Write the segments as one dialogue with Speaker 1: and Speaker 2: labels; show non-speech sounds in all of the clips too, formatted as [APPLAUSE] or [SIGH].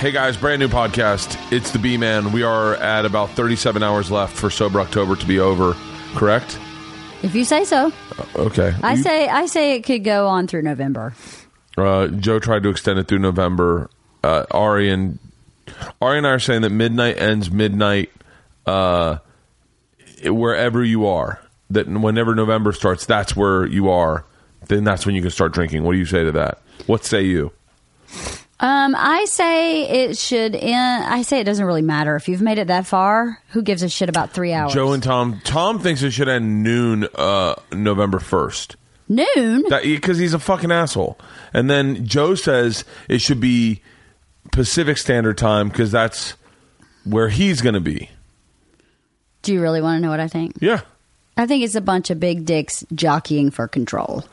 Speaker 1: Hey guys, brand new podcast. It's the B Man. We are at about 37 hours left for Sober October to be over, correct?
Speaker 2: If you say so.
Speaker 1: Okay.
Speaker 2: I
Speaker 1: You-
Speaker 2: say I say it could go on through November.
Speaker 1: Uh, Joe tried to extend it through November. Uh, Ari and Ari and I are saying that midnight ends midnight, uh, wherever you are. That whenever November starts, that's where you are. Then that's when you can start drinking. What do you say to that? What say you?
Speaker 2: Um, I say it should end. I say it doesn't really matter if you've made it that far. Who gives a shit about three hours?
Speaker 1: Joe and Tom. Tom thinks it should end noon, uh, November first.
Speaker 2: noon.
Speaker 1: because he's a fucking asshole. And then Joe says it should be Pacific Standard Time because that's where he's going to be.
Speaker 2: Do you really want to know what I think?
Speaker 1: Yeah.
Speaker 2: I think it's a bunch of big dicks jockeying for control.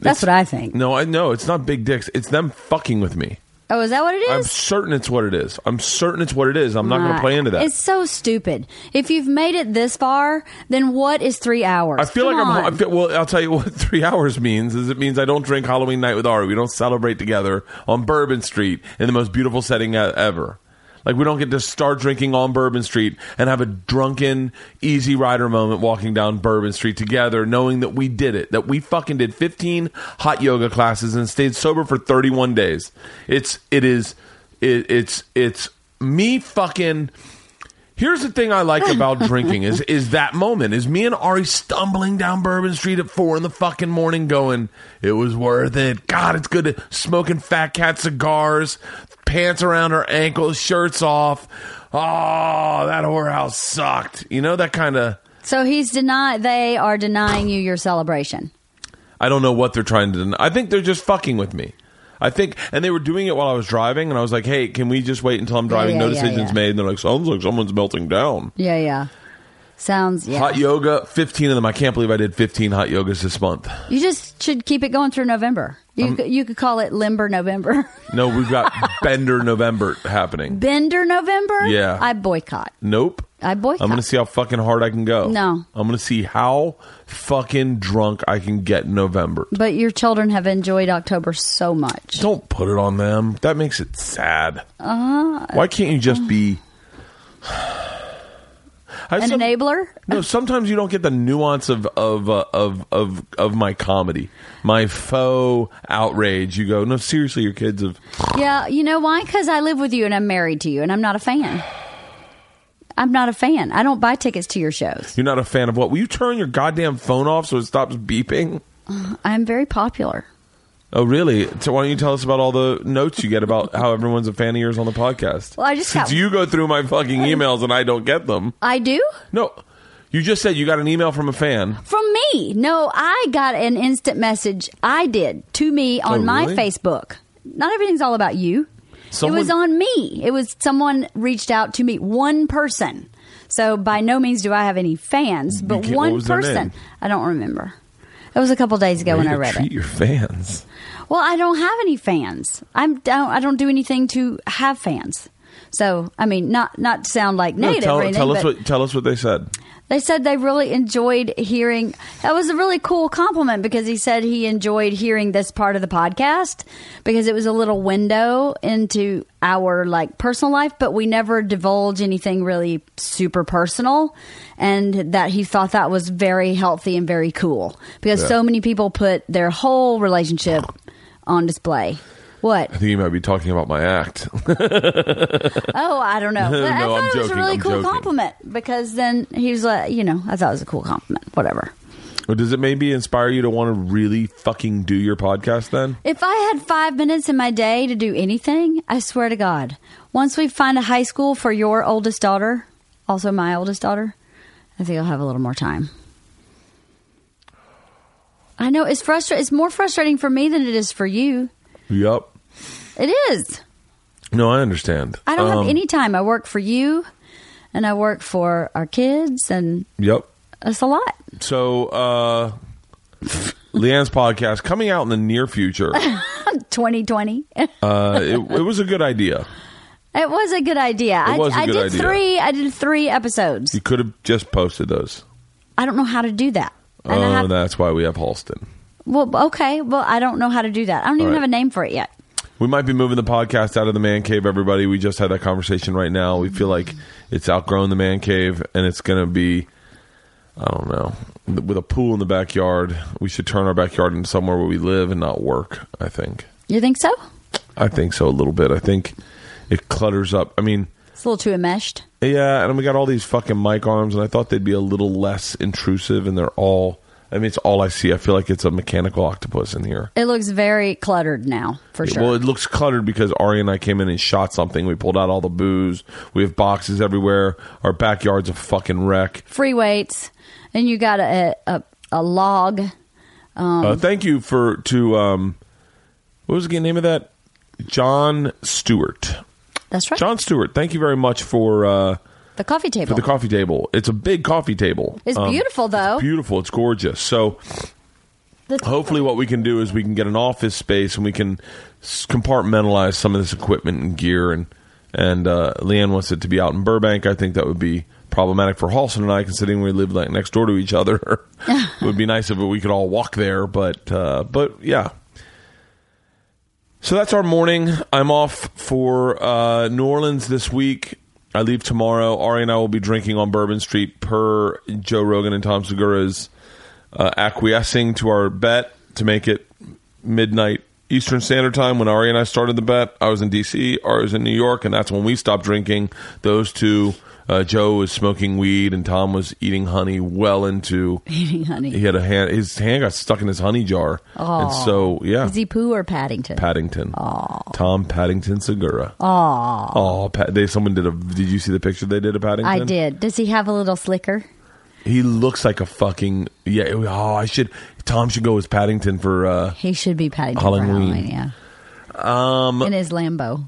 Speaker 2: That's
Speaker 1: It's-
Speaker 2: what I think.
Speaker 1: No, I know it's not big dicks. It's them fucking with me.
Speaker 2: Oh, is that what it is?
Speaker 1: I'm certain it's what it is. I'm certain it's what it is. I'm not going
Speaker 2: My-
Speaker 1: to play into that.
Speaker 2: It's so stupid. If you've made it this far, then what is three hours?
Speaker 1: I feel
Speaker 2: Come
Speaker 1: like I'm.
Speaker 2: on.
Speaker 1: I feel, well, I'll tell you [LAUGHS] what three hours means. Is it means I don't drink Halloween night with Ari. We don't celebrate together on Bourbon Street in the most beautiful setting e- ever. Like we don't get to start drinking on Bourbon Street and have a drunken Easy Rider moment walking down Bourbon Street together, knowing that we did it, that we fucking did 15 hot yoga classes and stayed sober for 31 days. It's it is it, it's it's me fucking Here's the thing I
Speaker 2: [LAUGHS]
Speaker 1: like about drinking is is that moment is me and Ari stumbling down Bourbon Street at four in the fucking morning, going, "It was worth it." God, it's good to smoking fat cat cigars, pants around our ankles, shirts off. Oh, that whorehouse sucked. You know that kind of.
Speaker 2: so he's deny They are denying you your celebration.
Speaker 1: I don't know what they're trying to. deny. I think they're just fucking with me. I think, and they were doing it while I was driving, and I was like, "Hey, can we just wait until I'm driving?
Speaker 2: yeah,
Speaker 1: no
Speaker 2: yeah,
Speaker 1: decisions
Speaker 2: yeah.
Speaker 1: made." And they're like, "Sounds like someone's melting down."
Speaker 2: Yeah, yeah. Sounds yeah.
Speaker 1: [LAUGHS] Hot yoga, 15 of them. I can't believe I did 15 hot yogas this month.
Speaker 2: You just should keep it going through November. You
Speaker 1: Um,
Speaker 2: could, you could call it Limber November, [LAUGHS]
Speaker 1: No, we've got Bender November happening.
Speaker 2: Bender November.
Speaker 1: Yeah.
Speaker 2: I boycott.
Speaker 1: Nope.
Speaker 2: I boycott.
Speaker 1: I'm going to see how fucking hard I can go.
Speaker 2: No.
Speaker 1: I'm going to see how fucking drunk I can get in November.
Speaker 2: But your children have enjoyed October so much.
Speaker 1: Don't put it on them. That makes it sad.
Speaker 2: Uh,
Speaker 1: Why can't you just be. [SIGHS] I
Speaker 2: An
Speaker 1: some-
Speaker 2: enabler. [LAUGHS]
Speaker 1: No, sometimes you don't get the nuance of of uh, of of of my comedy, my faux outrage. You go, no, seriously, your kids have
Speaker 2: Yeah, you know why? Because I live with you and I'm married to you, and I'm not a fan. I'm not a fan. I don't buy tickets to your shows.
Speaker 1: You're not a fan of what? Will you turn your goddamn phone off so it stops beeping?
Speaker 2: I'm very popular.
Speaker 1: Oh, really? So why don't you tell us about all the notes you get [LAUGHS] about how everyone's a fan of yours on the podcast?
Speaker 2: Well, I just
Speaker 1: Since
Speaker 2: got-
Speaker 1: you go through my fucking emails and I don't get them.
Speaker 2: I do
Speaker 1: No, you just said you got an email from a fan.
Speaker 2: from me. No, I got an instant message. I did to me on
Speaker 1: Oh,
Speaker 2: my
Speaker 1: really?
Speaker 2: Facebook. Not everything's all about you. it was
Speaker 1: Someone-
Speaker 2: on me. It was someone reached out to me. One person. So by no means do I have any fans, but
Speaker 1: can't- what
Speaker 2: one
Speaker 1: was their
Speaker 2: person.
Speaker 1: name?
Speaker 2: I don't remember. It was a couple days ago when
Speaker 1: Way
Speaker 2: I
Speaker 1: to
Speaker 2: read
Speaker 1: treat
Speaker 2: it.
Speaker 1: your fans.
Speaker 2: Well, I don't have any fans. I'm don't I don't do anything to have fans. So I mean, not not to sound like
Speaker 1: No,
Speaker 2: negative.
Speaker 1: tell,
Speaker 2: or anything,
Speaker 1: tell us
Speaker 2: but-
Speaker 1: what tell us what they said.
Speaker 2: they said they really enjoyed hearing. That was a really cool compliment because he said he enjoyed hearing this part of the podcast because it was a little window into our like personal life, but we never divulge anything really super personal, and that he thought that was very healthy and very cool because
Speaker 1: Yeah.
Speaker 2: so many people put their whole relationship on display.
Speaker 1: [LAUGHS]
Speaker 2: What?
Speaker 1: I think you might be talking about my act. [LAUGHS]
Speaker 2: Oh, I don't know. But I
Speaker 1: No,
Speaker 2: thought
Speaker 1: I'm
Speaker 2: it was a
Speaker 1: joking,
Speaker 2: really
Speaker 1: I'm
Speaker 2: cool
Speaker 1: joking.
Speaker 2: compliment because then he was like, you know, I thought it was a cool compliment. Whatever.
Speaker 1: Or Does it maybe inspire you to want to really fucking do your podcast then?
Speaker 2: If I had five minutes in my day to do anything, I swear to God, once we find a high school for your oldest daughter, also my oldest daughter, I think I'll have a little more time. I know it's frustrating. It's more frustrating for me than it is for you.
Speaker 1: Yup.
Speaker 2: It is.
Speaker 1: No, I understand.
Speaker 2: I don't
Speaker 1: Um,
Speaker 2: have any time. I work for you, and I work for our kids, and
Speaker 1: Yup.
Speaker 2: it's a lot.
Speaker 1: So, uh, Leanne's podcast coming out in the near
Speaker 2: [LAUGHS]
Speaker 1: future.
Speaker 2: 2020.
Speaker 1: Uh, it, it was a good idea.
Speaker 2: [LAUGHS] It was a good idea. I
Speaker 1: was a
Speaker 2: I
Speaker 1: good
Speaker 2: did
Speaker 1: idea.
Speaker 2: three. I did three episodes.
Speaker 1: You could have just posted those.
Speaker 2: I don't know how to do that. And I
Speaker 1: oh,
Speaker 2: have-
Speaker 1: that's why we have Halston.
Speaker 2: Well, okay. Well, I don't know how to do that. I don't even
Speaker 1: right.
Speaker 2: have a name for it yet.
Speaker 1: We might be moving the podcast out of the man cave, everybody. We just had that conversation right now. We feel like it's outgrown the man cave and it's going to be, I don't know, with a pool in the backyard. We should turn our backyard into somewhere where we live and not work, I think.
Speaker 2: You think so?
Speaker 1: I think so a little bit. I think it clutters up. I mean,
Speaker 2: It's a little too enmeshed.
Speaker 1: yeah, and we got all these fucking mic arms, and I thought they'd be a little less intrusive, and they're all. I mean, it's all I see. I feel like it's a mechanical octopus in here.
Speaker 2: It looks very cluttered now, for sure.
Speaker 1: Well, it looks cluttered because Ari and I came in and shot something. We pulled out all the booze. We have boxes everywhere. Our backyard's a fucking wreck.
Speaker 2: Free weights, and you got a a, a log.
Speaker 1: uh, thank you for to um, what was the name of that? John Stewart.
Speaker 2: That's right.
Speaker 1: John Stewart. Thank you very much for uh,
Speaker 2: the coffee
Speaker 1: for
Speaker 2: table.
Speaker 1: the coffee table. It's a big coffee table. Um,
Speaker 2: It's beautiful, though.
Speaker 1: It's beautiful. It's gorgeous. So
Speaker 2: The-
Speaker 1: hopefully what we can do is we can get an office space and we can s- compartmentalize some of this equipment and gear and and uh, Leanne wants it to be out in Burbank. I think that would be problematic for Halson and I, considering we live like next door to each other. [LAUGHS] it would be nice if we could all walk there, but uh, but yeah. So that's our morning. I'm off for uh, New Orleans this week. I leave tomorrow. Ari and I will be drinking on Bourbon Street per Joe Rogan and Tom Segura's uh, acquiescing to our bet to make it midnight Eastern Standard Time. When Ari and I started the bet, I was in D.C., Ari was in New York, and that's when we stopped drinking. Those two, uh, Joe was smoking weed and Tom was eating honey well into.
Speaker 2: [LAUGHS] Eating honey.
Speaker 1: He had a hand. His hand got stuck in his honey jar, and
Speaker 2: Aw.
Speaker 1: so yeah.
Speaker 2: Is he Pooh or Paddington?
Speaker 1: Paddington. Tom Paddington Segura. Aww. Oh, pa- they someone did a. Did you see the picture they did of Paddington?
Speaker 2: I did. Does he have a little slicker?
Speaker 1: He looks like a fucking yeah. Oh, I should. Tom should go as Paddington for. uh
Speaker 2: He should be Paddington for
Speaker 1: Halloween.
Speaker 2: Halloween, yeah. Um, in his Lambo.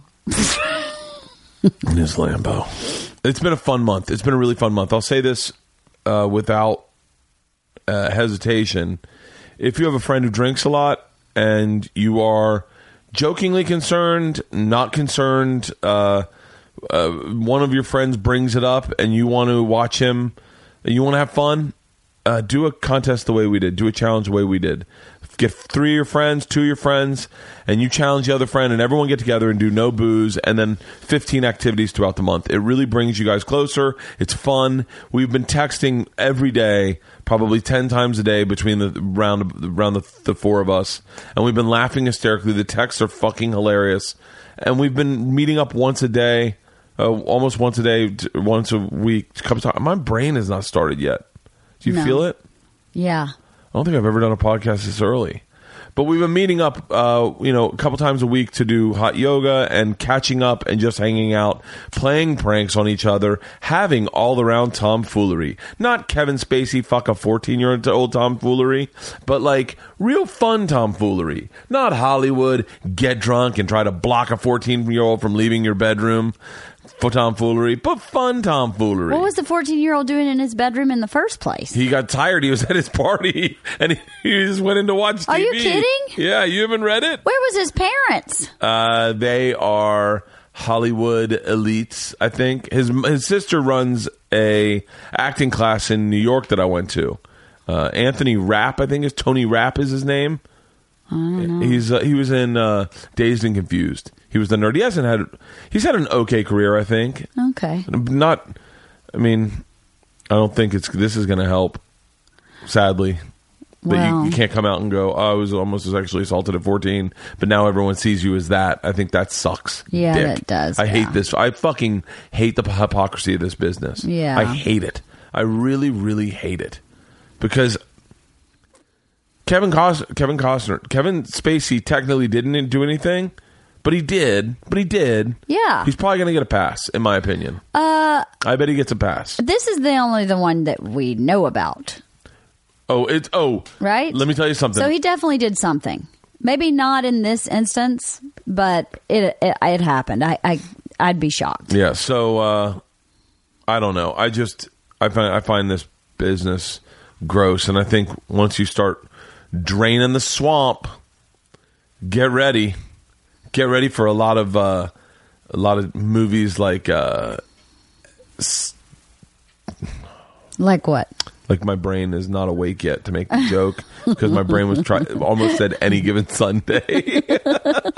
Speaker 1: in his Lambo. It's been a fun month. It's been a really fun month. I'll say this uh, without uh, hesitation. If you have a friend who drinks a lot and you are jokingly concerned, not concerned, uh, uh, one of your friends brings it up and you want to watch him, and you want to have fun, uh, do a contest the way we did, do a challenge the way we did. Get three of your friends, two of your friends, and you challenge the other friend, and everyone get together and do no booze, and then 15 activities throughout the month. It really brings you guys closer. It's fun. We've been texting every day, probably 10 times a day between the round, around the, the four of us, and we've been laughing hysterically. The texts are fucking hilarious, and we've been meeting up once a day, uh, almost once a day, t- once a week. a couple times. My brain has not started yet. Do you
Speaker 2: No.
Speaker 1: feel it?
Speaker 2: Yeah.
Speaker 1: I don't think I've ever done a podcast this early. But we've been meeting up, uh, you know, a couple times a week to do hot yoga and catching up and just hanging out, playing pranks on each other, having all around tomfoolery. Not Kevin Spacey fuck a 14 year old tomfoolery, but like real fun tomfoolery. Not Hollywood, get drunk and try to block a 14 year old from leaving your bedroom for tomfoolery, but fun tomfoolery.
Speaker 2: What was the 14 year old doing in his bedroom in the first place?
Speaker 1: He got tired. He was at his party, [LAUGHS] and he, he just went in to watch TV.
Speaker 2: Are you kidding?
Speaker 1: Yeah, you haven't read it.
Speaker 2: Where was his parents?
Speaker 1: Uh, they are Hollywood elites, I think. His his sister runs a acting class in New York that I went to. Uh, Anthony Rapp, I think is Tony Rapp is his name. He's uh, he was in uh, Dazed and Confused. He was the nerd. He hasn't had he's had an okay career, I think.
Speaker 2: Okay.
Speaker 1: Not, I mean, I don't think it's this is going to help. Sadly, that you,
Speaker 2: Well.
Speaker 1: you can't come out and go. "Oh, I was almost sexually assaulted at 14, but now everyone sees you as that. I think that sucks.
Speaker 2: Yeah,
Speaker 1: dick.
Speaker 2: that does,
Speaker 1: I
Speaker 2: yeah.
Speaker 1: hate this. I fucking hate the hypocrisy of this business.
Speaker 2: Yeah.
Speaker 1: I hate it. I really, really hate it because Kevin Cost Kevin Costner Kevin Spacey technically didn't do anything, but he did. But he did.
Speaker 2: Yeah.
Speaker 1: he's probably going to get a pass, in my opinion. Uh, I bet he gets a pass.
Speaker 2: This is the only the one that we know about,
Speaker 1: Oh, it's oh
Speaker 2: right?
Speaker 1: Let me tell you something.
Speaker 2: So he definitely did something. Maybe not in this instance, but it it, it happened. I, I I'd be shocked.
Speaker 1: yeah. So uh, I don't know. I just I find I find this business gross, and I think once you start draining the swamp, get ready, get ready for a lot of uh, a lot of movies like. Uh, [LAUGHS]
Speaker 2: Like what?
Speaker 1: like my brain is not awake yet to make
Speaker 2: [LAUGHS]
Speaker 1: the joke because my brain was try- almost said any given Sunday. [LAUGHS]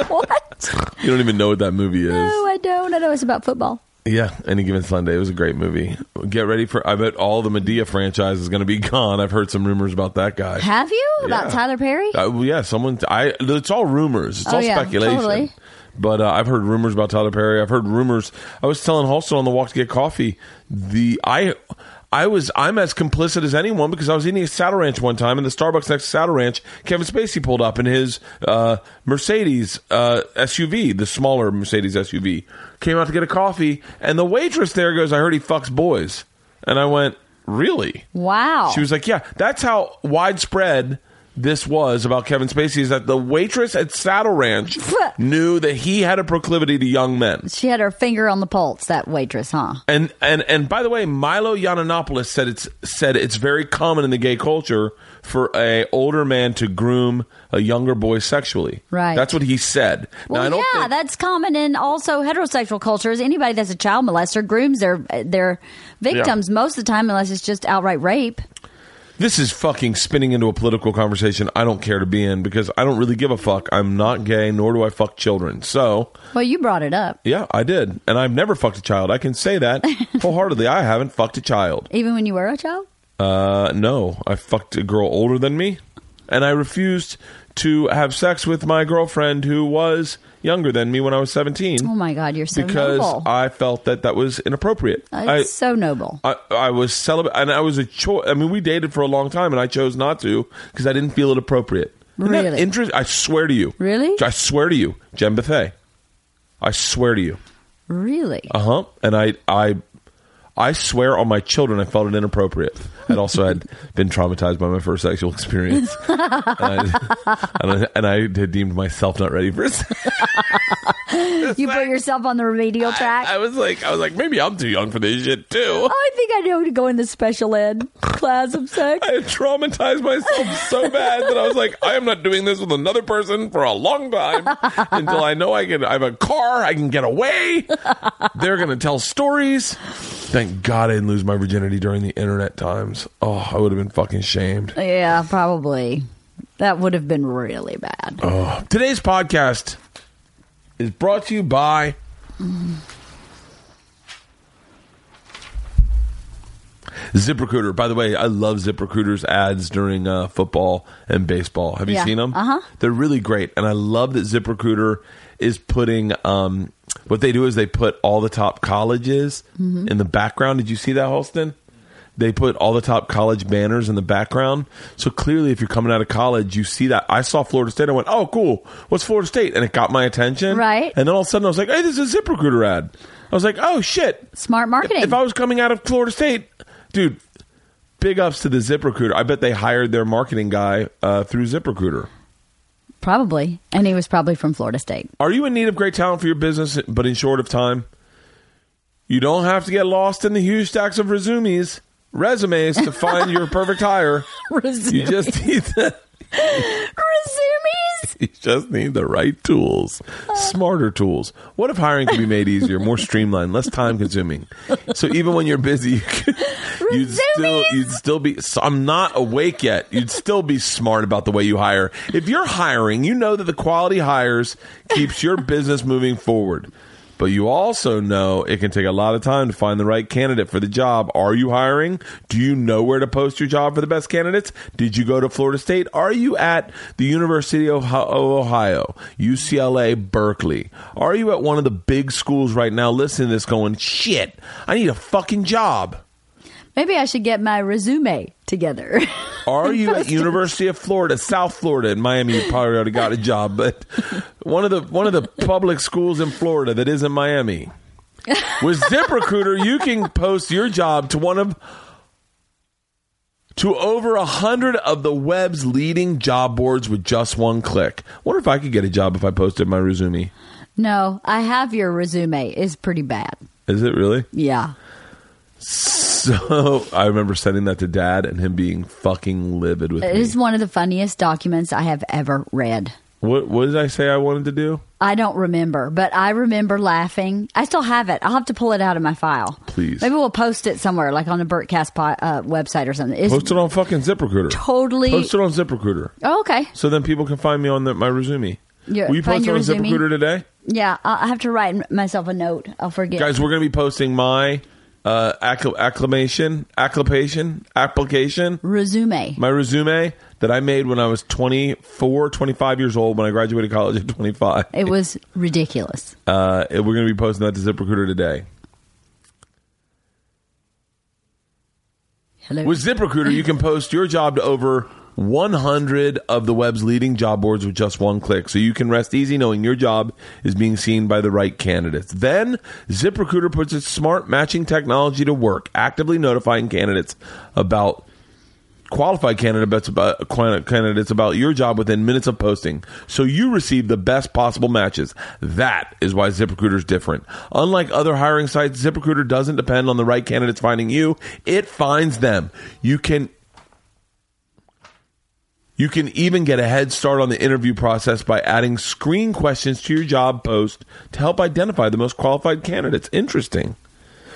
Speaker 2: what?
Speaker 1: You don't even know what that movie is.
Speaker 2: No, I don't. I know it's about football.
Speaker 1: Yeah, Any Given Sunday. It was a great movie. Get ready for. I bet all the Medea franchise is going to be [LAUGHS] gone. I've heard some rumors about that guy.
Speaker 2: Have you about
Speaker 1: Yeah.
Speaker 2: Tyler Perry?
Speaker 1: Uh, well, yeah, someone. I. It's all rumors. It's
Speaker 2: Oh,
Speaker 1: all
Speaker 2: yeah,
Speaker 1: speculation.
Speaker 2: totally.
Speaker 1: But uh, I've heard rumors about Tyler Perry. I've heard rumors. I was telling Halston on the walk to get coffee. The I. I was I'm as complicit as anyone because I was eating a Saddle Ranch one time in the Starbucks next to Saddle Ranch. Kevin Spacey pulled up in his uh, Mercedes uh, SUV, the smaller Mercedes SUV, came out to get a coffee, and the waitress there goes, "I heard he fucks boys," and I went, "Really?"
Speaker 2: wow.
Speaker 1: She was like, "Yeah, that's how widespread this was about Kevin Spacey is that the waitress at Saddle
Speaker 2: [LAUGHS]
Speaker 1: Ranch knew that he had a proclivity to young men."
Speaker 2: she had her finger on the pulse. That waitress, huh?
Speaker 1: And and and by the way, Milo Yiannopoulos said it's said it's very common in the gay culture for a older man to groom a younger boy sexually.
Speaker 2: Right.
Speaker 1: That's what he said. Now, I
Speaker 2: Well,
Speaker 1: don't
Speaker 2: yeah,
Speaker 1: think-
Speaker 2: that's common in also heterosexual cultures. Anybody that's a child molester grooms their their victims most of the time, unless it's just outright rape.
Speaker 1: This is fucking spinning into a political conversation I don't care to be in because I don't really give a fuck. I'm not gay, nor do I fuck children. So
Speaker 2: Well, you brought it up,
Speaker 1: Yeah, I did. And I've never fucked a child. I can say
Speaker 2: [LAUGHS]
Speaker 1: that wholeheartedly. I haven't fucked a child.
Speaker 2: even when you were a child.
Speaker 1: Uh, no, I fucked a girl older than me. And I refused to have sex with my girlfriend who was younger than me when I was 17
Speaker 2: Oh my God, you're so
Speaker 1: because
Speaker 2: noble.
Speaker 1: I felt that that was inappropriate.
Speaker 2: That's
Speaker 1: I,
Speaker 2: so noble.
Speaker 1: I, I was celibate and I was a choice. I mean, we dated for a long time and I chose not to because I didn't feel it appropriate. Isn't that
Speaker 2: Really?
Speaker 1: interest- I swear to you.
Speaker 2: Really?
Speaker 1: I swear to you. Jen Bethay. I swear to you.
Speaker 2: really?
Speaker 1: Uh huh. And I, I, I swear on my children, I felt it inappropriate. I'd also had been traumatized by my first sexual experience, and I, and I, and I had deemed myself not ready for sex.
Speaker 2: you put yourself on the remedial track.
Speaker 1: I was like, I was like, maybe I'm too young for this shit too.
Speaker 2: oh, I think I know to go in the special ed class of sex.
Speaker 1: I had traumatized myself so bad that I was like, I am not doing this with another person for a long time until I know I can. I have a car, I can get away. They're gonna tell stories. Thank God I didn't lose my virginity during the internet times. Oh, I would have been fucking shamed.
Speaker 2: yeah, probably. That would have been really bad.
Speaker 1: Oh. Today's podcast is brought to you by. ZipRecruiter. By the way, I love ZipRecruiter's ads during uh, football and baseball. Have you
Speaker 2: Yeah.
Speaker 1: seen them?
Speaker 2: Uh-huh.
Speaker 1: They're really great, and I love that ZipRecruiter is putting. Um, what they do is they put all the top colleges
Speaker 2: Mm-hmm.
Speaker 1: in the background. Did you see that, Holston? They put all the top college banners in the background. So clearly, if you're coming out of college, you see that. I saw Florida State. I went, "Oh, cool! What's Florida State?" And it got my attention.
Speaker 2: Right.
Speaker 1: And then all of a sudden, I was like, "Hey, this is a ZipRecruiter ad." I was like, "Oh shit!
Speaker 2: Smart marketing.
Speaker 1: If I was coming out of Florida State, dude, big ups to the ZipRecruiter. I bet they hired their marketing guy uh, through ZipRecruiter.
Speaker 2: probably. And he was probably from Florida State. [LAUGHS]
Speaker 1: Are you in need of great talent for your business, but in short of time? You don't have to get lost in the huge stacks of resumes, resumes to find your perfect hire. You
Speaker 2: Resumes.
Speaker 1: just need the,
Speaker 2: Resumes.
Speaker 1: you just need the right tools, smarter tools. What if hiring could be made easier, more streamlined, less time consuming? So even when you're busy, [LAUGHS] you could, you'd still
Speaker 2: Resumes.
Speaker 1: you'd still be. So I'm not awake yet. You'd still be smart about the way you hire. If you're hiring, you know that the quality hires keeps your business moving forward. But you also know it can take a lot of time to find the right candidate for the job. Are you hiring? Do you know where to post your job for the best candidates? Did you go to Florida State? Are you at the University of Ho- of Ohio, UCLA, Berkeley? Are you at one of the big schools right now listening to this going, shit, I need a fucking job?
Speaker 2: Maybe I should get my resume together. [LAUGHS]
Speaker 1: Are you at University of Florida, South Florida, in Miami? You probably already got a job, but one of the one of the public schools in Florida that is in Miami. With ZipRecruiter, you can post your job to one of to over a hundred of the web's leading job boards with just one click. Wonder if I could get a job if I posted my resume.
Speaker 2: no, I have your resume. It's pretty bad.
Speaker 1: Is it really?
Speaker 2: Yeah.
Speaker 1: So I remember sending that to Dad and him being fucking livid with
Speaker 2: It
Speaker 1: me.
Speaker 2: is one of the funniest documents I have ever read.
Speaker 1: What what did I say I wanted to do?
Speaker 2: I don't remember, but I remember laughing. I still have it. I'll have to pull it out of my file.
Speaker 1: Please.
Speaker 2: Maybe we'll post it somewhere, like on the Burtcast po- uh, website or something. It's
Speaker 1: Post it on fucking ZipRecruiter.
Speaker 2: totally.
Speaker 1: Post it on ZipRecruiter.
Speaker 2: oh, okay.
Speaker 1: So then people can find me on the, my resume.
Speaker 2: Yeah,
Speaker 1: Will you
Speaker 2: find
Speaker 1: post
Speaker 2: your
Speaker 1: on
Speaker 2: resume.
Speaker 1: ZipRecruiter today?
Speaker 2: Yeah, I I have to write myself a note. I'll forget.
Speaker 1: Guys, we're going to be posting my uh, accl- acclamation, acclamation, application,
Speaker 2: resume.
Speaker 1: my resume that I made when I was 24, 25 years old when I graduated college at 25.
Speaker 2: it was ridiculous.
Speaker 1: Uh, we're going to be posting that to ZipRecruiter today.
Speaker 2: Hello.
Speaker 1: With ZipRecruiter, you can post your job to over 100 of the web's leading job boards with just one click. So you can rest easy knowing your job is being seen by the right candidates. Then ZipRecruiter puts its smart matching technology to work, actively notifying candidates about qualified candidates about candidates about your job within minutes of posting, so you receive the best possible matches. That is why ZipRecruiter is different. Unlike other hiring sites, ZipRecruiter doesn't depend on the right candidates finding you; it finds them. You can you can even get a head start on the interview process by adding screen questions to your job post to help identify the most qualified candidates. Interesting.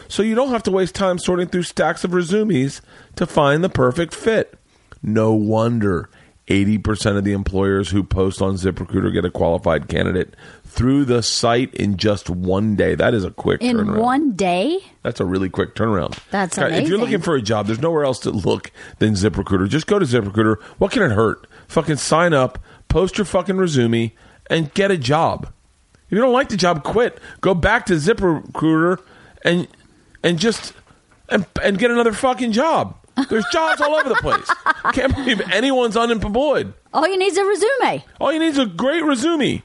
Speaker 1: So you don't have to waste time sorting through stacks of resumes to find the perfect fit. No wonder 80% of the employers who post on ZipRecruiter get a qualified candidate through the site in just one day. That is a quick
Speaker 2: in
Speaker 1: turnaround.
Speaker 2: one day,
Speaker 1: That's a really quick turnaround.
Speaker 2: That's
Speaker 1: Guy, If you're
Speaker 2: amazing.
Speaker 1: looking for a job, there's nowhere else to look than ZipRecruiter. Just go to ZipRecruiter. What can it hurt? Fucking sign up, post your fucking resume, and get a job. If you don't like the job, quit. Go back to ZipRecruiter and and just and, and get another fucking job. There's jobs all over the place. Can't believe anyone's unemployed.
Speaker 2: all you need is a resume.
Speaker 1: All you need is a great resume.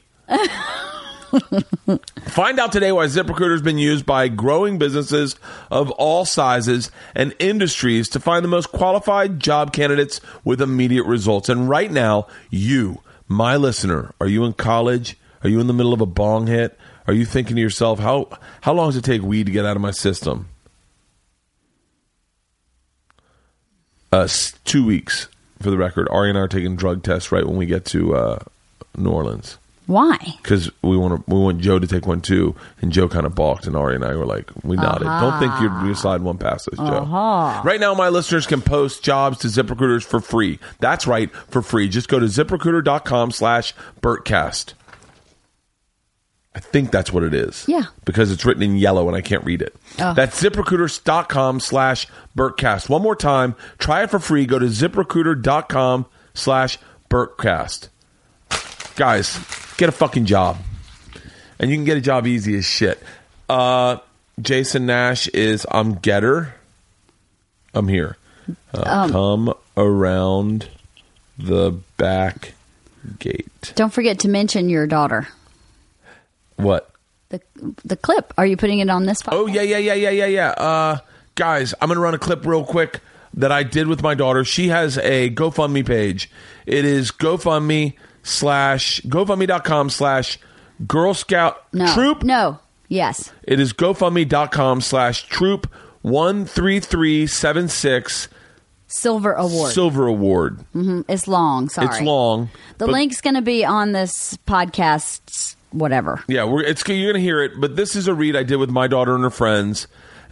Speaker 1: Find out today why ZipRecruiter has been used by growing businesses of all sizes and industries to find the most qualified job candidates with immediate results. And right now, you, my listener, are you in college? Are you in the middle of a bong hit? Are you thinking to yourself, how, how long does it take weed to get out of my system? Uh, s- two weeks, for the record. Ari and I are taking drug tests right when we get to uh, New Orleans
Speaker 2: Why?
Speaker 1: because we want to, we want Joe to take one too, and Joe kind of balked, and Ari and I were like, we nodded. Don't think you're- your slide one passes, Joe.
Speaker 2: Uh-huh.
Speaker 1: Right now, my listeners can post jobs to ZipRecruiters for free. That's right, for free. Just go to ZipRecruiter.com/slash Burtcast. I think that's what it is.
Speaker 2: Yeah.
Speaker 1: Because it's written in yellow and I can't read it.
Speaker 2: Oh.
Speaker 1: That's ziprecruiters.com slash Burtcast. One more time, try it for free. Go to ziprecruiter.com slash Burtcast. Guys, get a fucking job. And you can get a job easy as shit. Uh, Jason Nash is I'm Getter. I'm here. Uh, come around the back gate.
Speaker 2: Don't forget to mention your daughter.
Speaker 1: What?
Speaker 2: The the clip. Are you putting it on this? Podcast?
Speaker 1: Oh yeah, yeah, yeah, yeah, yeah, yeah. Uh, guys, I'm gonna run a clip real quick that I did with my daughter. She has a GoFundMe page. It is GoFundMe slash GoFundMe.com slash Girl Scout
Speaker 2: No.
Speaker 1: Troop.
Speaker 2: No. Yes.
Speaker 1: It is GoFundMe.com slash Troop one three three seven six
Speaker 2: Silver Award.
Speaker 1: Silver Award.
Speaker 2: Mm, it's long. Sorry.
Speaker 1: It's long.
Speaker 2: The
Speaker 1: but-
Speaker 2: link's going to be on this podcast. Whatever.
Speaker 1: Yeah, we're, it's you're gonna hear it, but this is a read I did with my daughter and her friends,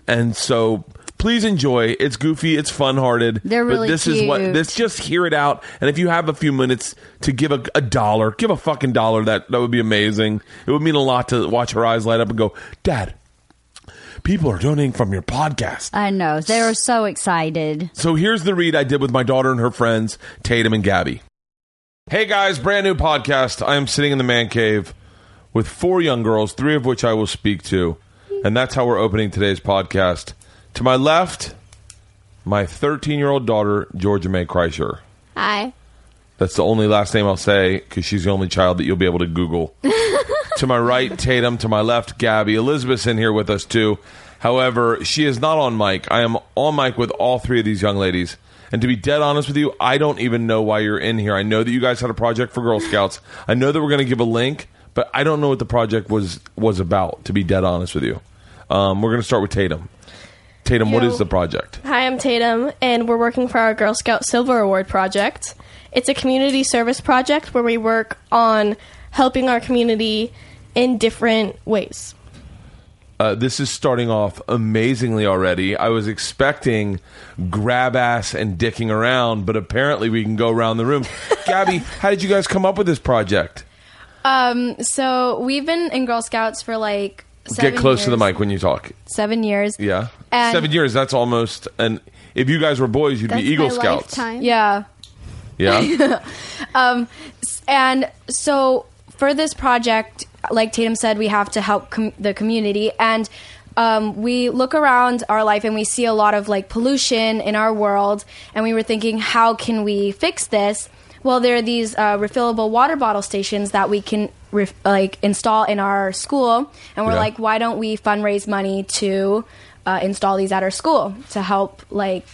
Speaker 1: and so please enjoy. It's goofy, it's fun hearted.
Speaker 2: They're really
Speaker 1: But this is what
Speaker 2: cute.
Speaker 1: this. Just hear it out, and if you have a few minutes to give a, a dollar, give a fucking dollar. That that would be amazing. It would mean a lot to watch her eyes light up and go, Dad. People are donating from your podcast.
Speaker 2: I know. They are so excited.
Speaker 1: So here's the read I did with my daughter and her friends, Tatum and Gabby. Hey guys, brand new podcast. I am sitting in the man cave with four young girls, three of which I will speak to. And that's how we're opening today's podcast. To my left, my 13 year old daughter, Georgia May Kreischer.
Speaker 3: Hi.
Speaker 1: That's the only last name I'll say because she's the only child that you'll be able to Google. to my right, Tatum. To my left, Gabby. Elizabeth's in here with us too. However, she is not on mic. I am on mic with all three of these young ladies. And to be dead honest with you, I don't even know why you're in here. I know that you guys had a project for Girl Scouts. I know that we're going to give a link, but I don't know what the project was was about. To be dead honest with you, um, we're going to start with Tatum. Tatum, what
Speaker 3: Yo.
Speaker 1: is the project?
Speaker 3: Hi, I'm Tatum, and we're working for our Girl Scout Silver Award project. It's a community service project where we work on helping our community in different ways.
Speaker 1: Uh, this is starting off amazingly already. I was expecting grab ass and dicking
Speaker 4: [LAUGHS]
Speaker 1: around, but apparently we can go around the room. Gabby, how did you guys come up with this project?
Speaker 3: Um, so we've been in Girl Scouts for like seven
Speaker 1: Get close to the
Speaker 3: years-
Speaker 1: mic when you talk.
Speaker 3: Seven years.
Speaker 1: Yeah.
Speaker 3: And-
Speaker 1: Seven years, that's almost an. If you guys were boys, you'd
Speaker 4: That's
Speaker 1: be Eagle
Speaker 4: my
Speaker 1: Scouts.
Speaker 4: Lifetime.
Speaker 3: Yeah.
Speaker 4: [LAUGHS]
Speaker 1: Yeah.
Speaker 3: S- And so for this project, like Tatum said, we have to help com- the community and. Um, we look around our life and we see a lot of like pollution in our world, and we were thinking, how can we fix this? Well, there are these uh, refillable water bottle stations that we can ref- like install in our school, and we're
Speaker 1: Yeah.
Speaker 3: like, why don't we fundraise money to uh, install these at our school to help like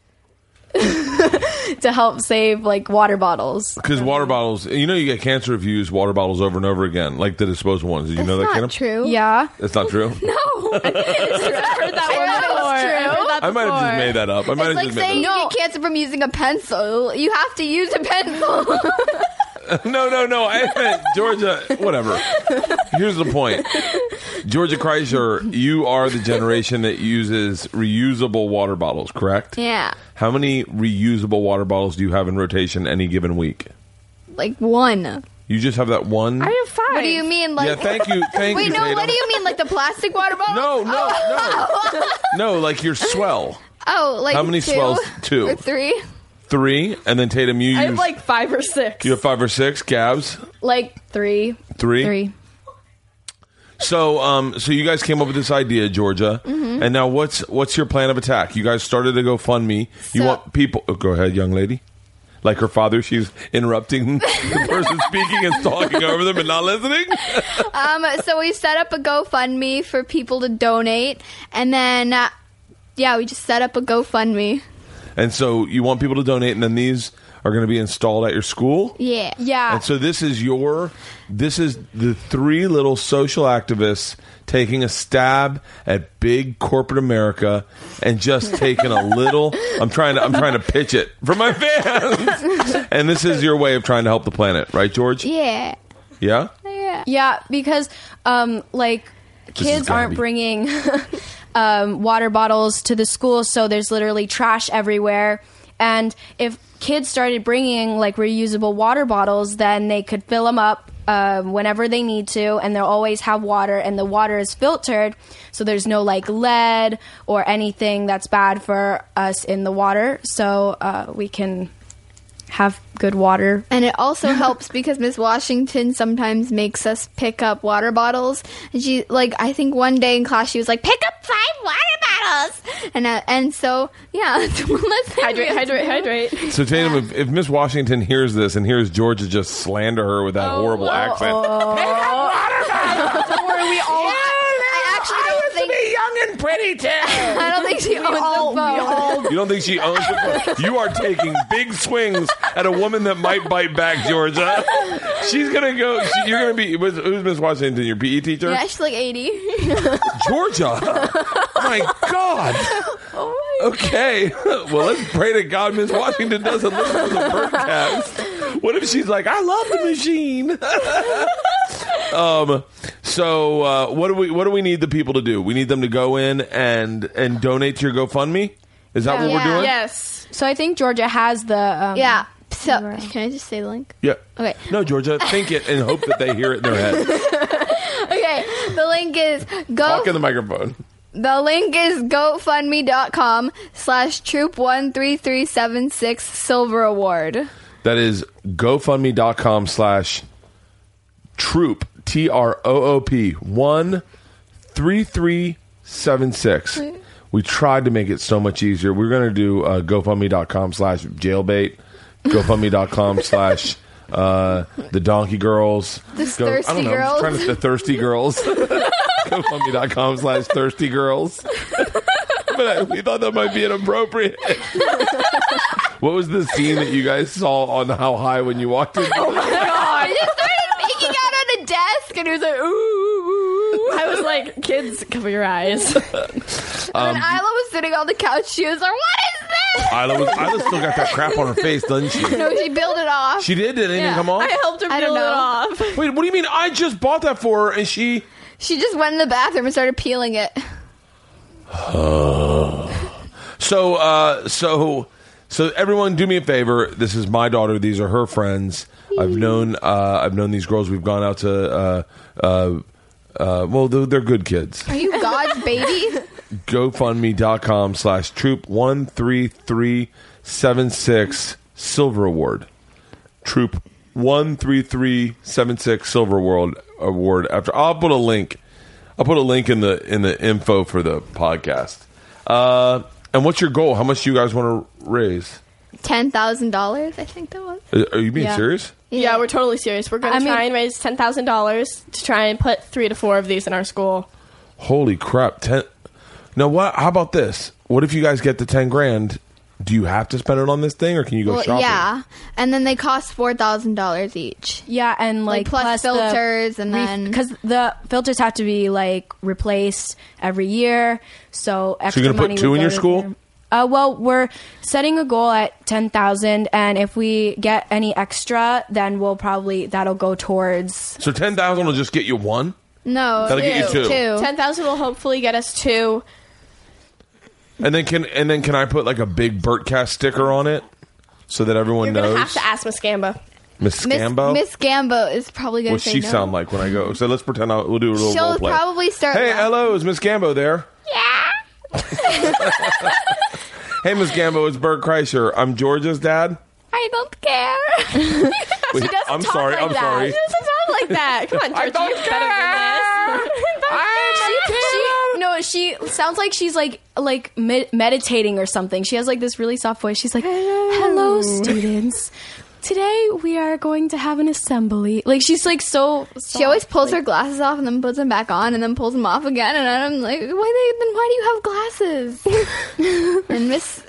Speaker 3: [LAUGHS] to help save like water bottles?
Speaker 1: Because water bottles, you know, you get cancer if you use water bottles over and over again, like the disposable ones. Did you
Speaker 4: That's
Speaker 1: know that,
Speaker 4: not
Speaker 1: Kenna?
Speaker 4: true.
Speaker 3: Yeah.
Speaker 1: That's not
Speaker 4: [LAUGHS]
Speaker 1: true. [LAUGHS] no, I might have just made that up. I might have
Speaker 4: It's like
Speaker 1: just made
Speaker 4: saying
Speaker 1: that
Speaker 4: you get cancer from using a pencil. You have to use a pencil.
Speaker 1: up. No, no, no. I meant Georgia. Whatever. Here's the point. Georgia Kreischer, you are the generation that uses reusable water bottles, correct?
Speaker 4: yeah,
Speaker 1: How many reusable water bottles do you have in rotation any given week?
Speaker 4: like one.
Speaker 1: You just have that one.
Speaker 3: I have five.
Speaker 4: What do you mean? Like
Speaker 1: yeah, thank
Speaker 4: [LAUGHS]
Speaker 1: you, thank
Speaker 4: Wait,
Speaker 1: you.
Speaker 4: no. What
Speaker 1: Tatum.
Speaker 4: do you mean? Like the plastic water
Speaker 1: No,
Speaker 4: bottle?
Speaker 1: no,
Speaker 4: [LAUGHS]
Speaker 1: no, no. Like your swell,
Speaker 4: Oh, like
Speaker 1: How many
Speaker 4: two?
Speaker 1: swells? Two.
Speaker 4: or three?
Speaker 1: three, and then Tatum, you
Speaker 3: I
Speaker 1: use
Speaker 3: have [LAUGHS] like five or six.
Speaker 1: you have five or six Gabs,
Speaker 3: Like three.
Speaker 1: three,
Speaker 3: Three.
Speaker 1: So, um, so you guys came up with this idea, Georgia, and now what's what's your plan of attack? You guys started a GoFundMe. you
Speaker 4: So-
Speaker 1: want people? Oh, go ahead, young lady. Like her father, she's interrupting [LAUGHS] the person speaking and talking over them and not listening.
Speaker 4: Um, so we set up a GoFundMe for people to donate, and then uh, yeah, we just set up a GoFundMe.
Speaker 1: And so you want people to donate, and then these are going to be installed at your school.
Speaker 4: Yeah,
Speaker 3: Yeah.
Speaker 1: And
Speaker 4: Ah.
Speaker 1: so this is your, this is the three little social activists taking a stab at big corporate America and just taking a little. I'm trying to, I'm trying to pitch it for my fans. and this is your way of trying to help the planet, right, George?
Speaker 4: yeah,
Speaker 1: Yeah.
Speaker 4: yeah.
Speaker 3: Yeah, because um, like
Speaker 1: is
Speaker 3: kids aren't
Speaker 1: Gabby.
Speaker 3: bringing [LAUGHS] um, water bottles to the school, so there's literally trash everywhere. And if kids started bringing like reusable water bottles, then they could fill them up um, whenever they need to, and they'll always have water. And the water is filtered, so there's no like lead or anything that's bad for us in the water. So uh, we can have good water.
Speaker 4: And it also
Speaker 1: [LAUGHS]
Speaker 4: helps because Miss Washington sometimes makes us pick up water bottles. And she, like, I think one day in class she was like, "Pick up five water bottles," and uh, and so yeah, [LAUGHS] let's
Speaker 3: hydrate.
Speaker 1: So Tatum, if, if Miss Washington hears this and hears Georgia just slander her with that horrible accent,
Speaker 4: I actually don't think
Speaker 1: young and pretty too.
Speaker 4: [LAUGHS] I don't think she owns the phone.
Speaker 1: You don't think she owns it? You are taking big swings at a woman that might bite back, Georgia. She's gonna go. She, you're gonna be. Who's, who's Miss Washington? Your PE teacher,
Speaker 4: Yeah, she's like eighty.
Speaker 1: Georgia. my God.
Speaker 4: Oh
Speaker 1: Okay. Well, let's pray to God Miss Washington doesn't listen to the podcast. What if she's like, I love the machine? [LAUGHS] um. So, uh, what do we what do we need the people to do? We need them to go in and and donate to your GoFundMe. Is that what we're
Speaker 4: Oh, Yeah.
Speaker 1: doing?
Speaker 3: Yes. So I think Georgia has the um, [LAUGHS]
Speaker 4: yeah. So can I just say the link?
Speaker 1: Yeah.
Speaker 4: Okay.
Speaker 1: No, Georgia, think it and hope that they hear it in their head.
Speaker 4: Okay, the link is go.
Speaker 1: Talk in the microphone.
Speaker 4: The link is gofundme.com slash troop one three three seven six silver award.
Speaker 1: That is GoFundMe.com slash troop T R O O P one three three seven six. We tried to make it so much easier. We're gonna do uh, GoFundMe.com slash
Speaker 4: [LAUGHS]
Speaker 1: jailbait, GoFundMe.com slash uh, the donkey girls, the
Speaker 4: thirsty girls.
Speaker 1: trying to, the thirsty
Speaker 4: [LAUGHS]
Speaker 1: girls, GoFundMe.com slash thirsty girls. [LAUGHS] but I, we thought that might be inappropriate. what was the scene that you guys saw on How High when you walked in?
Speaker 4: I [LAUGHS] just started making out on a desk and it was like, ooh.
Speaker 3: I was like, kids, cover your eyes.
Speaker 1: Um,
Speaker 4: and Isla was sitting on the couch. She was like, what is this?
Speaker 1: Isla, was, Isla still got that crap on her face, doesn't she?
Speaker 4: No, she peeled it off.
Speaker 1: She did. Did anything
Speaker 4: Yeah.
Speaker 1: come off?
Speaker 3: helped her
Speaker 4: I don't know.
Speaker 1: Wait, what do you mean? I just bought that for her, and she.
Speaker 4: She just went in the bathroom and started peeling it.
Speaker 1: So, uh, so, So everyone, do me a favor. This is my daughter. These are her friends. I've known uh, I've known these girls. We've gone out to. Uh, uh, uh, well, they're, they're good kids.
Speaker 4: Are you God's baby?
Speaker 1: GoFundMe.com slash troop 13376 Silver Award. Troop 13376 Silver Award Award. After I'll put a link. I'll put a link in the in the info for the podcast. Uh, and what's your goal? How much do you guys want to raise?
Speaker 4: [LAUGHS] Ten thousand dollars, I think that was.
Speaker 1: Are are you being
Speaker 3: [LAUGHS] Yeah.
Speaker 1: serious?
Speaker 4: Yeah.
Speaker 5: Yeah. we're totally serious. We're going
Speaker 3: I
Speaker 5: to
Speaker 3: mean-
Speaker 5: try and raise ten thousand dollars to try and put three to four of these in our school.
Speaker 1: Holy crap! Ten. Now what? How about this? What if you guys get the ten grand? Do you have to spend it on this thing, or can you go
Speaker 4: Well,
Speaker 1: shopping?
Speaker 4: yeah, and then they cost four thousand dollars each.
Speaker 3: Yeah, and like,
Speaker 4: Like, plus filters and then-
Speaker 3: because the filters have to be like replaced every year. So extra
Speaker 1: gonna put
Speaker 3: money would
Speaker 1: two in
Speaker 3: go
Speaker 1: your
Speaker 3: to
Speaker 1: school?
Speaker 3: them. Uh, well, we're setting a goal at ten thousand, and if we get any extra, then we'll probably that'll go towards.
Speaker 1: So ten thousand will just get you one.
Speaker 4: No,
Speaker 1: That'll get you two.
Speaker 3: Oh.
Speaker 5: Ten thousand will hopefully get us two.
Speaker 1: And then can and then can I put like a big Burtcast sticker on it so that everyone
Speaker 5: You're
Speaker 1: knows
Speaker 5: gonna have to ask Miss Gamba.
Speaker 1: Miss
Speaker 4: Miss,
Speaker 1: Scambo?
Speaker 4: Miss Gambo is probably gonna
Speaker 1: What's
Speaker 4: say
Speaker 1: she
Speaker 4: no.
Speaker 1: sound like when I go? So let's pretend I'll, we'll do a little
Speaker 4: She'll
Speaker 1: role play.
Speaker 4: probably start
Speaker 1: Hey,
Speaker 4: laugh-
Speaker 1: hello, is Miss Gambo there? Yeah. [LAUGHS] hey, Miss Gambo, it's Bert Kreischer. I'm Georgia's dad.
Speaker 4: I don't care.
Speaker 1: Wait,
Speaker 5: She doesn't
Speaker 1: I'm
Speaker 5: talk
Speaker 1: sorry.
Speaker 5: like
Speaker 1: I'm
Speaker 5: that.
Speaker 3: [LAUGHS]
Speaker 1: sorry.
Speaker 5: She doesn't talk like that. Come
Speaker 1: [LAUGHS]
Speaker 5: on, Georgie,
Speaker 1: don't
Speaker 5: you're better than this.
Speaker 3: She, she, no, she sounds like she's like like med- meditating or something. She has like this really soft voice. She's like, "Hello, students. Today we are going to have an assembly." Like she's like so.
Speaker 4: she always pulls her glasses off and then puts them back on and then pulls them off again. And I'm like, why? They, then why do you have glasses? and Miss, [LAUGHS]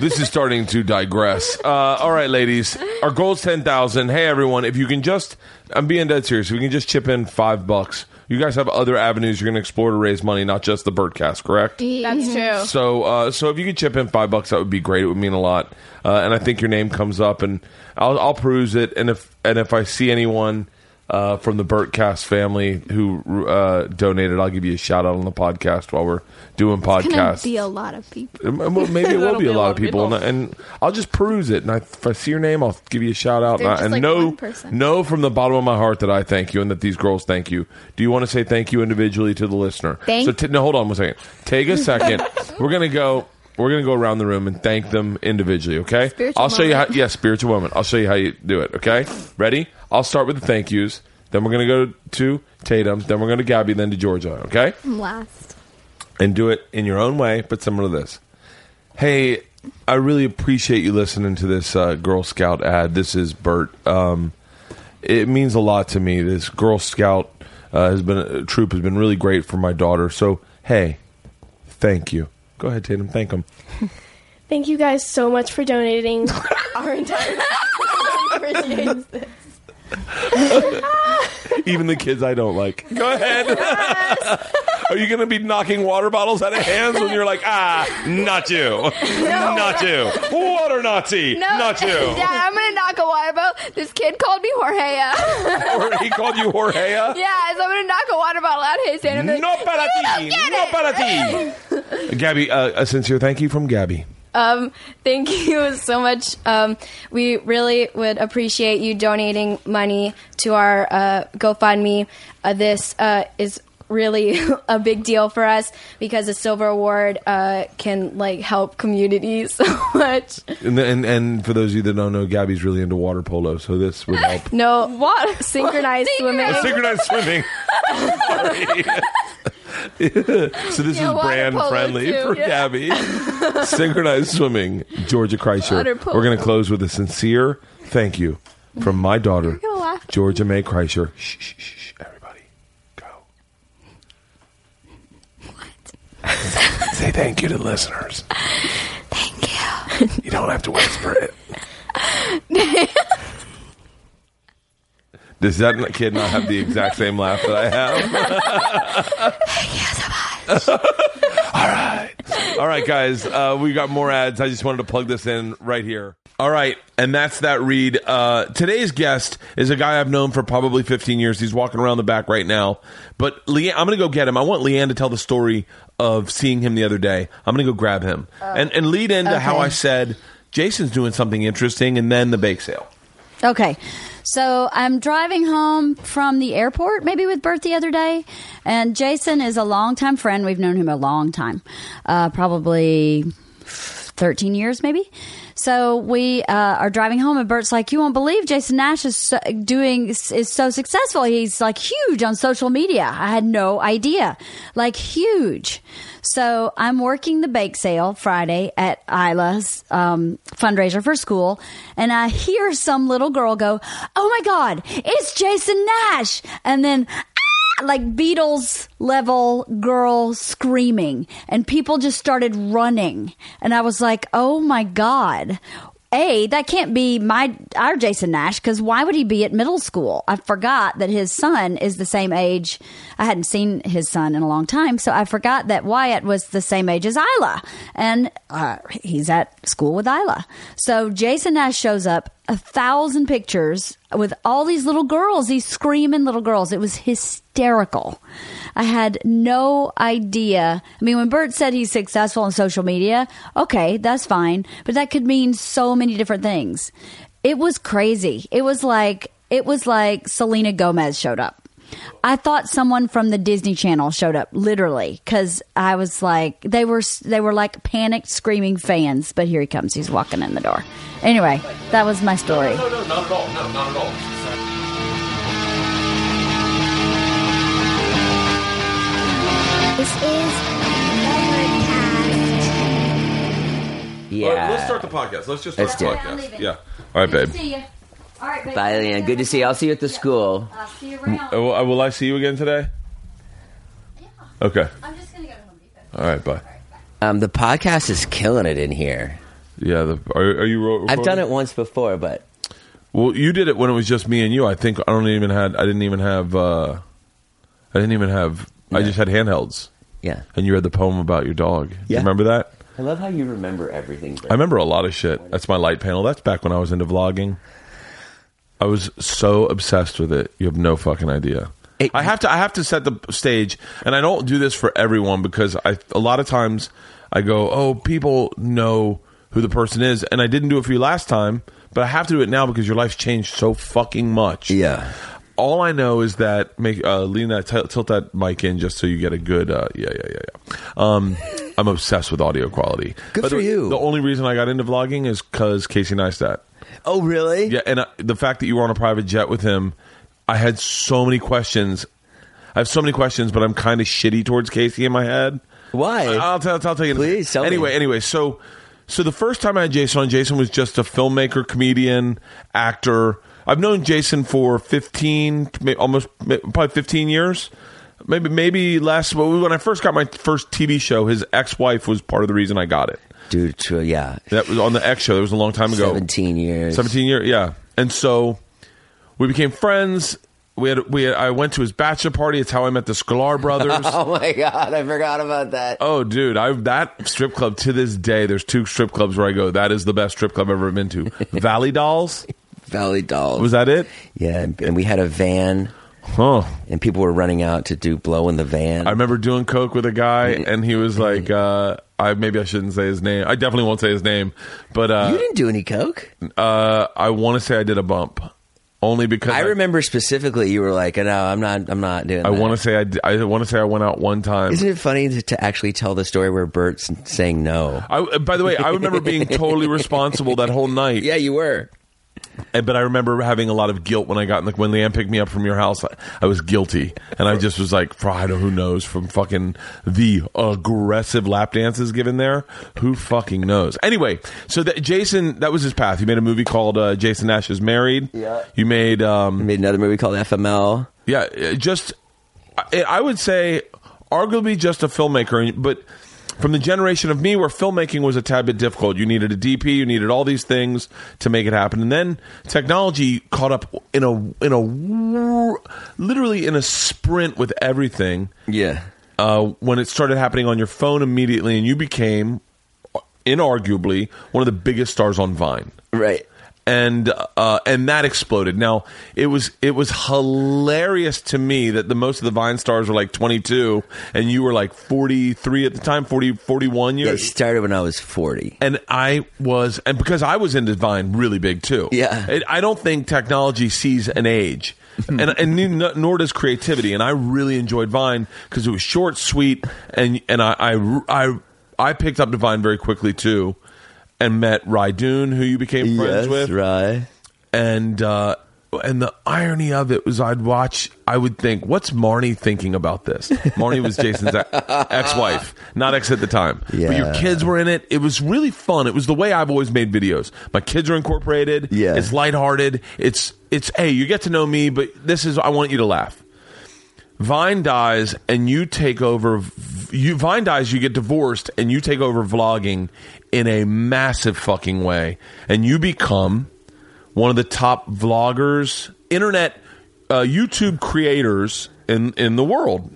Speaker 1: this is starting to digress. Uh, all right, ladies, our goal's ten thousand. Hey, everyone, if you can just, I'm being dead serious. If we can just chip in five bucks, you guys have other avenues you're going to explore to raise money, not just the Birdcast, correct?
Speaker 5: That's true.
Speaker 1: So, uh, so if you could chip in five bucks, that would be great. It would mean a lot. Uh, and I think your name comes up, and I'll, I'll peruse it. And if and if I see anyone uh, from the Burtcast family who uh, donated, I'll give you a shout out on the podcast while we're doing
Speaker 4: gonna
Speaker 1: podcasts.
Speaker 4: be a lot of people.
Speaker 1: Um, well, maybe it will
Speaker 5: That'll
Speaker 1: be a lot of people, and, and I'll just peruse it. And I, if I see your name, I'll give you a shout out. And,
Speaker 4: They're
Speaker 1: I,
Speaker 4: just
Speaker 1: and
Speaker 4: like
Speaker 1: know,
Speaker 4: one person.
Speaker 1: know from the bottom of my heart that I thank you and that these girls thank you. Do you want to say thank you individually to the listener?
Speaker 4: Thank-
Speaker 1: so t- no, hold on one second. Take a
Speaker 4: [LAUGHS]
Speaker 1: second. we're gonna go. We're gonna go around the room and thank them individually. Okay.
Speaker 4: Spiritual
Speaker 1: I'll show you how.
Speaker 4: moment.
Speaker 1: Yes, spiritual moment. I'll show you how you do it. Okay. Ready? I'll start with the thank yous. Then we're gonna go to Tatum. Then we're gonna Gabby. Then to Georgia. Okay
Speaker 4: I'm last.
Speaker 1: and do it in your own way, but similar to this. Hey, I really appreciate you listening to this uh, Girl Scout ad. This is Bert. Um, it means a lot to me. This Girl Scout uh, has been uh, troop has been really great for my daughter. So hey, thank you. Go ahead, Tatum. Thank them.
Speaker 5: Thank you guys so much for donating our entire. [LAUGHS] Appreciate this.
Speaker 1: Even the kids I don't like. Go ahead. [LAUGHS] Are you going to be knocking water bottles out of hands when you're like, ah, not you, not you, water Nazi, not you?
Speaker 4: Dad, I'm gonna knock a water bottle. This kid called me Jorgea.
Speaker 1: [LAUGHS] Or he called you Jorgea?
Speaker 4: yeah, so I'm gonna knock a water bottle out of his hand. I'm like,
Speaker 1: No para ti. No para ti. Gabby, uh, a sincere thank you from Gabby.
Speaker 3: Um, thank [LAUGHS] you so much. Um, we really would appreciate you donating money to our uh, GoFundMe. Uh, this uh, is really [LAUGHS] a big deal for us because the silver award uh, can like help communities [LAUGHS] so much.
Speaker 1: And, and and for those of you that don't know, Gabby's really into water polo, so this would
Speaker 4: [LAUGHS]
Speaker 1: help.
Speaker 3: No, what synchronized swimming?
Speaker 1: Synchronized swimming. Sorry. so this
Speaker 4: Yeah,
Speaker 1: is
Speaker 4: water
Speaker 1: brand
Speaker 4: polo
Speaker 1: friendly
Speaker 4: too,
Speaker 1: for
Speaker 4: [LAUGHS]
Speaker 1: Gabby. Synchronized swimming, Georgia
Speaker 4: Water
Speaker 1: Kreischer.
Speaker 4: polo.
Speaker 1: We're going to close with a sincere thank you from my daughter,
Speaker 4: gonna laugh at
Speaker 1: Georgia May Kreischer. Shh, shh, shh, shh, everybody, go. What? [LAUGHS] Say thank you to the listeners.
Speaker 4: [LAUGHS] Thank you.
Speaker 1: You don't have to whisper it. Does that kid not have the exact same laugh that I have? [LAUGHS] All right, guys, uh, we got more ads. I just wanted to plug this in right here. All right, and that's that read. Uh, today's guest is a guy I've known for probably 15 years. He's walking around the back right now. But Leanne, I'm going to go get him. I want Leanne to tell the Oh. story of seeing him the other day. I'm going to go grab him and, and lead into how I said Jason's doing something interesting, and then the bake sale.
Speaker 2: Okay. So I'm driving home from the airport, maybe with Bert the other day, and Jason is a longtime friend. We've known him a long time, uh, probably 13 years, maybe. So we uh, are driving home, and Bert's like, "You won't believe Jason Nash is so, doing is so successful. He's like huge on social media. I had no idea, like huge." So I'm working the bake sale Friday at Isla's um, fundraiser for school, and I hear some little girl go, "Oh my God, it's Jason Nash!" And then like Beatles level girl screaming, and people just started running. And I was like, oh my God. A, that can't be my our Jason Nash because why would he be at middle school? I forgot that his son is the same age. I hadn't seen his son in a long time, so I forgot that Wyatt was the same age as Isla, and uh, he's at school with Isla. So Jason Nash shows up, a thousand pictures with all these little girls, these screaming little girls. It was hysterical. I had no idea. I mean, when Bert said he's successful on social media, okay, that's fine, but that could mean so many different things. It was crazy. It was like it was like Selena Gomez showed up. I thought someone from the Disney Channel showed up, literally, because I was like, they were they were like panicked, screaming fans. But here he comes; he's walking in the door. Anyway, that was my story.
Speaker 1: No, no, not at all. No, not at all.
Speaker 6: This is the
Speaker 1: Well, let's
Speaker 7: Yeah.
Speaker 1: start the podcast. Let's just start
Speaker 7: Let's
Speaker 1: the
Speaker 7: do it.
Speaker 2: I'm
Speaker 1: podcast.
Speaker 2: leaving.
Speaker 1: Yeah. All right, babe.
Speaker 2: See you. All right, babe.
Speaker 7: Bye, Leanne. Good to see you. I'll see you at the school.
Speaker 2: I'll see you around.
Speaker 1: Uh, Will, uh, will I see you again today? Okay.
Speaker 2: I'm just gonna go to Home Depot.
Speaker 1: All right. Bye.
Speaker 7: Um, the podcast is killing it in here.
Speaker 1: Yeah. The, are, are you? ro-
Speaker 7: I've
Speaker 1: recording?
Speaker 7: done it once before, but
Speaker 1: Well, you did it when it was just me and you. I think I don't even had. I didn't even have. uh I didn't even have. I
Speaker 7: Yeah.
Speaker 1: just had handhelds,
Speaker 7: yeah.
Speaker 1: and you read the poem about your dog. Do You
Speaker 7: Yeah.
Speaker 1: remember that?
Speaker 7: I love how you remember everything.
Speaker 1: I remember a lot of shit. That's my light panel. That's back when I was into vlogging. I was so obsessed with it. You have no fucking idea.
Speaker 7: It-
Speaker 1: I have to. I have to set the stage, and I don't do this for everyone because I. A lot of times, I go, "Oh, people know who the person is," and I didn't do it for you last time, but I have to do it now because your life's changed so fucking much.
Speaker 7: Yeah.
Speaker 1: All I know is that make uh, lean that t- tilt that mic in just so you get a good uh, yeah yeah yeah yeah. Um, I'm obsessed with audio quality.
Speaker 7: Good
Speaker 1: By the
Speaker 7: for
Speaker 1: way,
Speaker 7: you.
Speaker 1: The only reason I got into vlogging is because Casey Neistat.
Speaker 7: Oh, really?
Speaker 1: Yeah, and uh, the fact that you were on a private jet with him, I had so many questions. I have so many questions, but I'm kind of shitty towards Casey in my head.
Speaker 7: Why?
Speaker 1: I- I'll, tell, I'll tell you.
Speaker 7: Please, tell me.
Speaker 1: anyway, anyway, so so the first time I had Jason on, Jason was just a filmmaker, comedian, actor. I've known Jason for fifteen, may- almost may- probably fifteen years. Maybe maybe last well, when I first got my first TV show, his ex wife was part of the reason I got it.
Speaker 7: Dude, true, yeah.
Speaker 1: That was on the X show. That was a long time ago.
Speaker 7: 17 years.
Speaker 1: 17 year yeah and so we became friends we had we had, i went to his bachelor party it's how i met the Sklar
Speaker 7: [LAUGHS]
Speaker 1: brothers
Speaker 7: Oh, my God. I forgot about that.
Speaker 1: oh dude i that strip club to this day there's two strip clubs where i go that is the best strip club i've ever been
Speaker 7: [LAUGHS]
Speaker 1: to valley dolls
Speaker 7: Valley Dolls.
Speaker 1: was that it
Speaker 7: Yeah, and, and we had a van,
Speaker 1: huh
Speaker 7: and people were running out to do blow in the van.
Speaker 1: i remember doing coke with a guy and he was like uh I maybe I shouldn't say his name. I definitely won't say his name, but
Speaker 7: you
Speaker 1: uh,
Speaker 7: didn't do any coke.
Speaker 1: uh, I want to say I did a bump, only because
Speaker 7: I remember specifically you were like, "No, I'm not. I'm not doing."
Speaker 1: I
Speaker 7: that."
Speaker 1: want to say I, d- I want to say I went out one time.
Speaker 7: Isn't it funny to, to actually tell the story where Bert's saying no?
Speaker 1: I, uh, by the way, I remember being
Speaker 7: [LAUGHS]
Speaker 1: totally responsible that whole night.
Speaker 7: Yeah, you were.
Speaker 1: And- But I remember having a lot of guilt when I got in the, when Leanne picked me up from your house. I, I was guilty, and I just was like, "For I don't who knows from fucking the aggressive lap dances given there. Who fucking knows?" Anyway, so that Jason, that was his path. He made a movie called uh, Jason Nash is Married.
Speaker 7: Yeah.
Speaker 1: You made um,
Speaker 7: Made another movie called FML.
Speaker 1: yeah, uh, just I, I would say arguably just a filmmaker, but from the generation of me where filmmaking was a tad bit difficult. You needed a DP, you needed all these things to make it happen, and then technology caught up in a in a wor- literally in a sprint with everything
Speaker 7: Yeah,
Speaker 1: uh, when it started happening on your phone uh, immediately, and you became inarguably one of the biggest stars on Vine
Speaker 7: right.
Speaker 1: and uh, and that exploded. Now it was it was hilarious to me that the most of the Vine stars were like 22, and you were like 43 at the time, 40, 41
Speaker 7: It
Speaker 1: years.
Speaker 7: started when I was 40.
Speaker 1: And I was, and because I was into Vine really big too.
Speaker 7: Yeah. Hmm.
Speaker 1: It, I don't think technology sees an age, and, and ne- nor does creativity. And I really enjoyed Vine because it was short, sweet, and and I I I, I picked up to Vine very quickly too, and met Rydoon, who you became friends
Speaker 7: yes,
Speaker 1: with,
Speaker 7: right.
Speaker 1: and uh, and the irony of it was I'd watch I would think what's Marnie thinking about this Marnie was Jason's
Speaker 7: [LAUGHS]
Speaker 1: ex wife not ex at the time but your
Speaker 7: Yeah.
Speaker 1: kids were in it it was really fun it was the way I've always made videos my kids are incorporated
Speaker 7: Yeah.
Speaker 1: it's lighthearted it's it's hey you get to know me but this is I want you to laugh Vine dies and you take over. You Vine dies, you get divorced, and you take over vlogging in a massive fucking way, and you become one of the top vloggers, internet, uh, YouTube creators in in the world,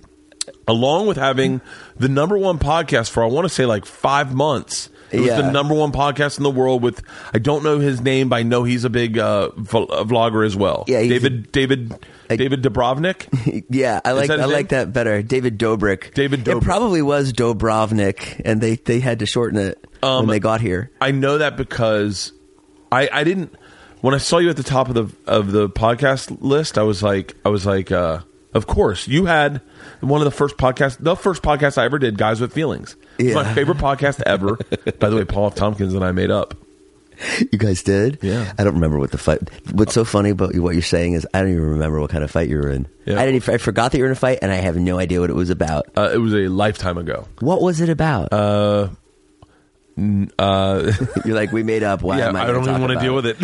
Speaker 1: along with having the number one podcast for I want to say like five months. It was the
Speaker 7: Yeah.
Speaker 1: number one podcast in the world with I don't know his name, but I know he's a big uh, vl- uh, vlogger as well.
Speaker 7: Yeah, he's a-
Speaker 1: David David David Dubrovnik.
Speaker 7: Yeah, I like
Speaker 1: that
Speaker 7: I
Speaker 1: his name?
Speaker 7: like that better. David Dobrik.
Speaker 1: David Dobrik.
Speaker 7: It probably was Dobrovnik, and they, they had to shorten it when they got here.
Speaker 1: I know that because I I didn't when I saw you at the top of the of the podcast list. I was like I was like uh, of course you had one of the first podcasts the first podcast I ever did guys with feelings. It's my
Speaker 7: Yeah.
Speaker 1: favorite podcast [LAUGHS] ever. By the way, Paul F. Tompkins and I made up.
Speaker 7: [LAUGHS] You guys did?
Speaker 1: Yeah.
Speaker 7: I don't remember what the fight. What's so funny about what you're saying is I don't even remember what kind of fight you were in.
Speaker 1: Yeah.
Speaker 7: I didn't. even- I forgot that you were in a fight, and I have no idea what it was about.
Speaker 1: Uh, it was a lifetime ago.
Speaker 7: What was it about? [LAUGHS]
Speaker 1: Uh, n- uh,
Speaker 7: you're like we made up. Why
Speaker 1: yeah,
Speaker 7: am I?
Speaker 1: I don't even
Speaker 7: want to
Speaker 1: deal with it.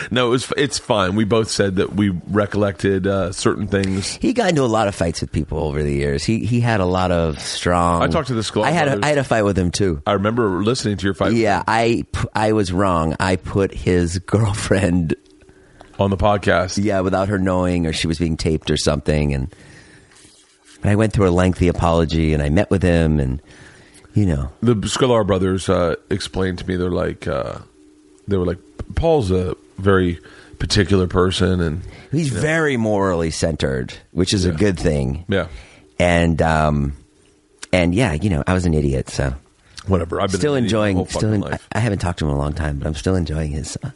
Speaker 1: [LAUGHS] no, it was it's fine. We both said that we recollected uh, certain things.
Speaker 7: He got into a lot of fights with people over the years. He he had a lot of strong.
Speaker 1: I talked to the Sklar
Speaker 7: I had
Speaker 1: brothers.
Speaker 7: a, I had a fight with him too.
Speaker 1: I remember listening to your fight
Speaker 7: Yeah, I p- I was wrong. I put his [LAUGHS] girlfriend.
Speaker 1: on the podcast.
Speaker 7: Yeah, without her knowing, or she was being taped or something, and. But I went through a lengthy apology, and I met with him, and you know,
Speaker 1: the Sklar brothers uh, explained to me they're like uh, they were like Paul's a very particular person and
Speaker 7: He's very morally centered, which is a good thing.
Speaker 1: yeah
Speaker 7: And um, and yeah, you know, I was an idiot, so
Speaker 1: whatever I've been
Speaker 7: still
Speaker 1: an idiot my
Speaker 7: enjoying.
Speaker 1: whole
Speaker 7: Still,
Speaker 1: fucking
Speaker 7: en- I,
Speaker 1: life.
Speaker 7: I haven't talked to him in a long time, but I'm still enjoying his uh,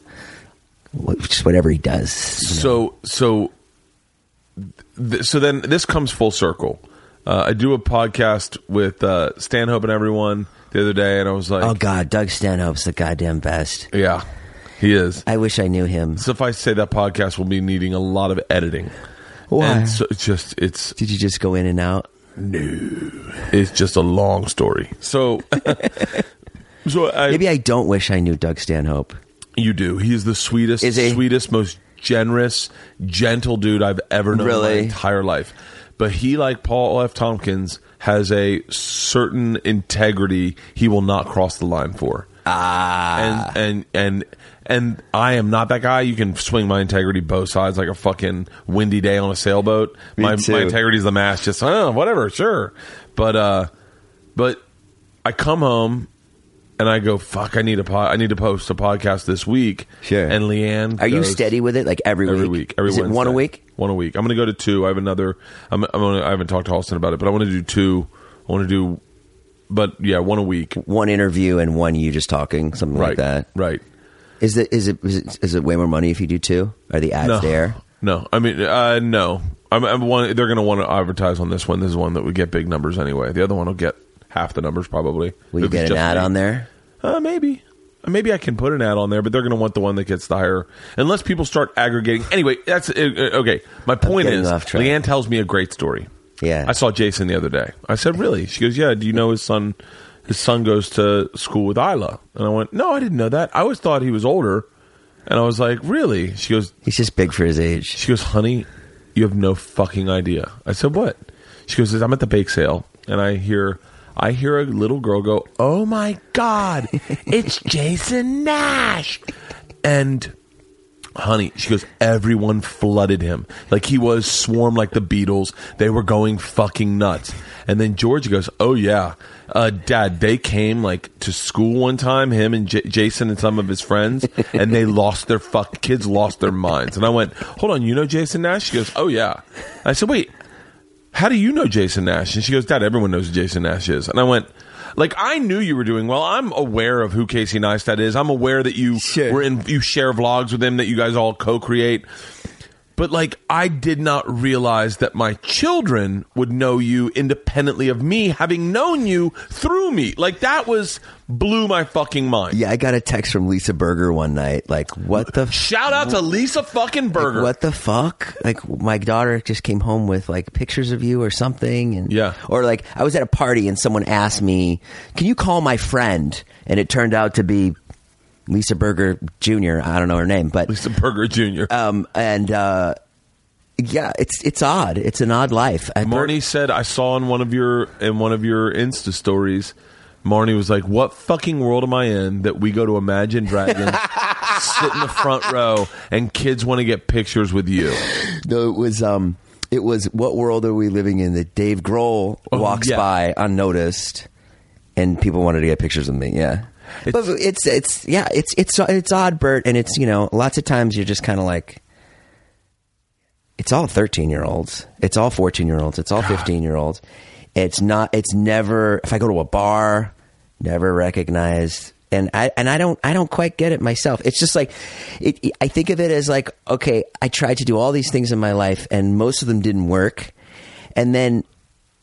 Speaker 7: what, just whatever he does. you know.
Speaker 1: so so th- so then this comes full circle. Uh, I do a podcast with uh, Stanhope and everyone the other day, and I was like,
Speaker 7: oh God, Doug Stanhope's the goddamn best.
Speaker 1: yeah, he is.
Speaker 7: I wish I knew him.
Speaker 1: Suffice to say, that podcast will be needing a lot of editing.
Speaker 7: Why?
Speaker 1: And so it's uh, just it's
Speaker 7: Did you just go in and out?
Speaker 1: it's just a long story. So [LAUGHS] so I,
Speaker 7: Maybe I don't wish I knew Doug Stanhope.
Speaker 1: You do. He's the sweetest,
Speaker 7: Is he?
Speaker 1: sweetest, most generous, gentle dude I've ever known in my
Speaker 7: Really?
Speaker 1: entire life. But he, like Paul F. Tompkins, has a certain integrity he will not cross the line for. Ah, and and and and I am not that guy. You can swing my integrity both sides like a fucking windy day on a sailboat. my
Speaker 7: too.
Speaker 1: my integrity is the mask. Just oh, whatever, sure. But uh, but I come home and I go, fuck, I need a po- I need to post a podcast this week.
Speaker 7: Sure.
Speaker 1: And Leanne,
Speaker 7: Are you
Speaker 1: goes-
Speaker 7: steady with it? Like every
Speaker 1: every
Speaker 7: week?
Speaker 1: week? Every
Speaker 7: is it one a
Speaker 1: Wednesday.
Speaker 7: week?
Speaker 1: One a week. I'm going to go to two. I have another. I'm, I'm gonna, I haven't talked to Halston about it, but I want to do two. I want to do, but yeah, one a week.
Speaker 7: One interview and one you just talking, something
Speaker 1: Right.
Speaker 7: like that.
Speaker 1: Right.
Speaker 7: Is it is it is it is it way more money if you do two? Are the ads
Speaker 1: No.
Speaker 7: there?
Speaker 1: No. I mean, uh, no. I'm, I'm one, they're going to want to advertise on this one. This is one that would get big numbers anyway. The other one will get half the numbers probably.
Speaker 7: Will you
Speaker 1: If it's
Speaker 7: get an
Speaker 1: just
Speaker 7: ad
Speaker 1: me.
Speaker 7: on there?
Speaker 1: Uh, maybe. Maybe I can put an ad on there, but they're going to want the one that gets the higher. Unless people start aggregating. Anyway, that's uh, uh, okay. My point
Speaker 7: getting
Speaker 1: is,
Speaker 7: off track.
Speaker 1: Leanne tells me a great story.
Speaker 7: Yeah.
Speaker 1: I saw Jason the other day. I said, "Really?" She goes, "Yeah." Do you know his son? His son goes to school with Isla, and I went, "No, I didn't know that. I always thought he was older." And I was like, "Really?" She goes,
Speaker 7: He's just big for his age.
Speaker 1: she goes, honey, you have no fucking idea. I said, what? She goes, I'm at the bake sale and I hear, I hear a little girl go, oh my God, it's Jason Nash. And honey, she goes, everyone flooded him. Like he was swarmed like the Beatles. They were going fucking nuts. And then George goes, oh yeah, uh, dad, they came like to school one time, him and J- Jason and some of his friends, and they lost their fuck kids lost their minds. And I went, hold on, you know Jason Nash? She goes, oh yeah. I said, wait, how do you know Jason Nash? And she goes, Dad, everyone knows who Jason Nash is. And I went, like I knew you were doing well. I'm aware of who Casey Neistat is. I'm aware that you
Speaker 8: Sure.
Speaker 1: were in, you share vlogs with him that you guys all co-create. But like I did not realize that my children would know you independently of me having known you through me. Like that was blew my fucking mind.
Speaker 7: Yeah, I got a text from Lisa Berger one night. Like, what the f-
Speaker 1: Shout out to Lisa fucking Burger.
Speaker 7: What the fuck? Like my daughter just came home with like pictures of you or something and
Speaker 1: Yeah.
Speaker 7: Or like I was at a party and someone asked me, "Can you call my friend?" And it turned out to be Lisa Berger Jr. I don't know her name, but
Speaker 1: Lisa Burger Jr.
Speaker 7: um and uh yeah, it's it's odd. It's an odd life. I-
Speaker 1: Marnie said I saw in one of your in one of your Insta stories. Marnie was like, "What fucking world am I in that we go to Imagine
Speaker 7: [LAUGHS]
Speaker 1: Dragons, sit in the front row, and kids want to get pictures with you?"
Speaker 7: No, it was um it was what world are we living in that Dave Grohl
Speaker 1: Oh,
Speaker 7: walks
Speaker 1: yeah.
Speaker 7: by unnoticed and people wanted to get pictures of me, yeah. but it's it's yeah, it's it's it's odd, Bert, and it's you know, lots of times you're just kinda like it's all thirteen year olds. It's all fourteen year olds, it's all fifteen year olds. It's not it's never if I go to a bar, never recognized and I and I don't I don't quite get it myself. It's just like it, I think of it as like okay, I tried to do all these things in my life and most of them didn't work. And then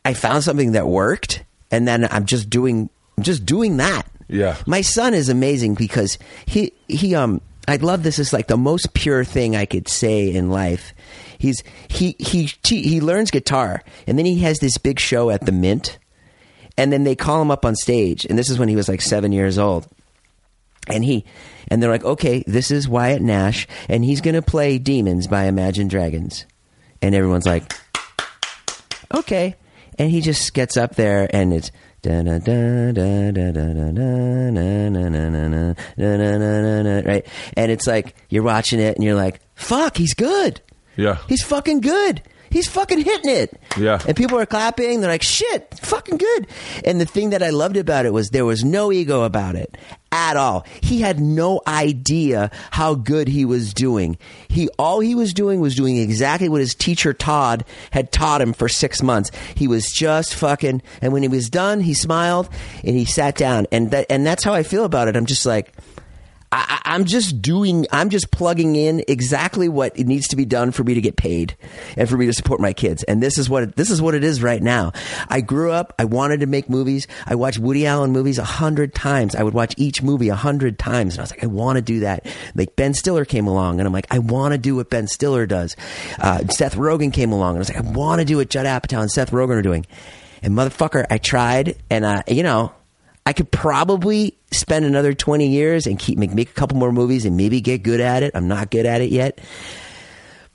Speaker 7: I found something that worked and then I'm just doing I'm just doing that.
Speaker 1: Yeah.
Speaker 7: My son is amazing because he he um I love this is like the most pure thing I could say in life. He's he he he, he learns guitar and then he has this big show at the Mint and then they call him up on stage and this is when he was like 7 years old and he and they're like okay this is wyatt nash and he's going to play demons by imagine dragons and everyone's like okay and he just gets up there and it's da da da da da da da da na na na na na na na na na na right and it's like you're watching it and you're like fuck he's good
Speaker 1: Yeah.
Speaker 7: he's fucking good he's fucking hitting it
Speaker 1: Yeah.
Speaker 7: and people are clapping. They're like, shit, fucking good. And the thing that I loved about it was there was no ego about it at all. He had no idea how good he was doing. He, all he was doing was doing exactly what his teacher Todd had taught him for six months. He was just fucking, and when he was done, he smiled and he sat down. And that, and that's how I feel about it. I'm just like, I, I- I'm just doing, I'm just plugging in exactly what it needs to be done for me to get paid and for me to support my kids. And this is what, it, this is what it is right now. I grew up, I wanted to make movies. I watched Woody Allen movies a hundred times. I would watch each movie a hundred times. And I was like, I want to do that. Like Ben Stiller came along and I'm like, I want to do what Ben Stiller does. Uh, Seth Rogen came along and I was like, I want to do what Judd Apatow and Seth Rogen are doing. And motherfucker, I tried and I, you know, I could probably spend another 20 years and keep make, make a couple more movies and maybe get good at it. I'm not good at it yet.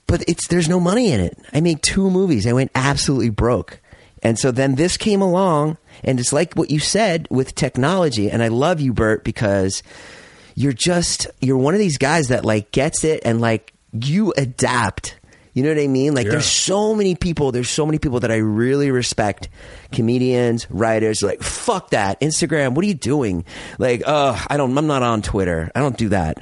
Speaker 7: But it's there's no money in it. I made two movies. I went absolutely broke. And so then this came along and it's like what you said with technology and I love you Bert because you're just you're one of these guys that like gets it and like you adapt. You know what I mean? Like there's so many people, there's so many people that I really respect. Comedians, writers, like fuck that. Instagram, what are you doing? Like, uh, I don't I'm not on Twitter. I don't do that.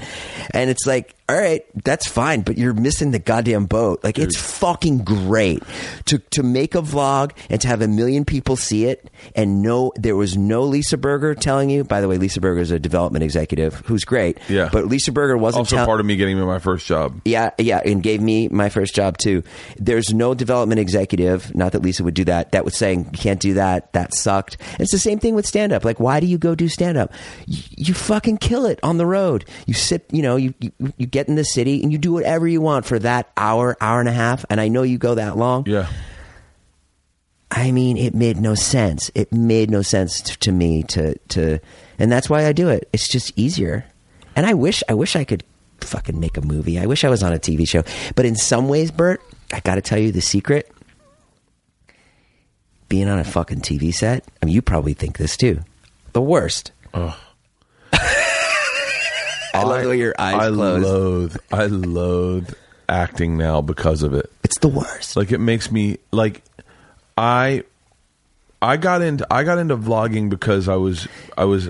Speaker 7: And it's like, all right, that's fine, but you're missing the goddamn boat. Like it's fucking great to to make a vlog and to have a million people see it and no there was no Lisa Berger telling you. By the way, Lisa Berger is a development executive who's great.
Speaker 1: Yeah.
Speaker 7: But Lisa Berger wasn't
Speaker 1: Also,
Speaker 7: tell-
Speaker 1: part of me getting me my first job.
Speaker 7: yeah, yeah, and gave me my first job too. There's no development executive, not that Lisa would do that, that was saying, you can't do that, that sucked. It's the same thing with stand up. Like, why do you go do stand up? You, you fucking kill it on the road. You sit, you know, you, you, you get in the city and you do whatever you want for that hour, hour and a half. And I know you go that long.
Speaker 1: Yeah.
Speaker 7: I mean, it made no sense. It made no sense t- to me to to, and that's why I do it. It's just easier. And I wish, I wish I could fucking make a movie. I wish I was on a TV show. But in some ways, Bert, I got to tell you the secret. Being on a fucking TV set. I mean, you probably think this too. The worst. [LAUGHS] I, love the way your eyes
Speaker 1: I
Speaker 7: close.
Speaker 1: loathe. I loathe acting now because of it.
Speaker 7: it's the worst.
Speaker 1: Like it makes me like I I got into I got into vlogging because I was I was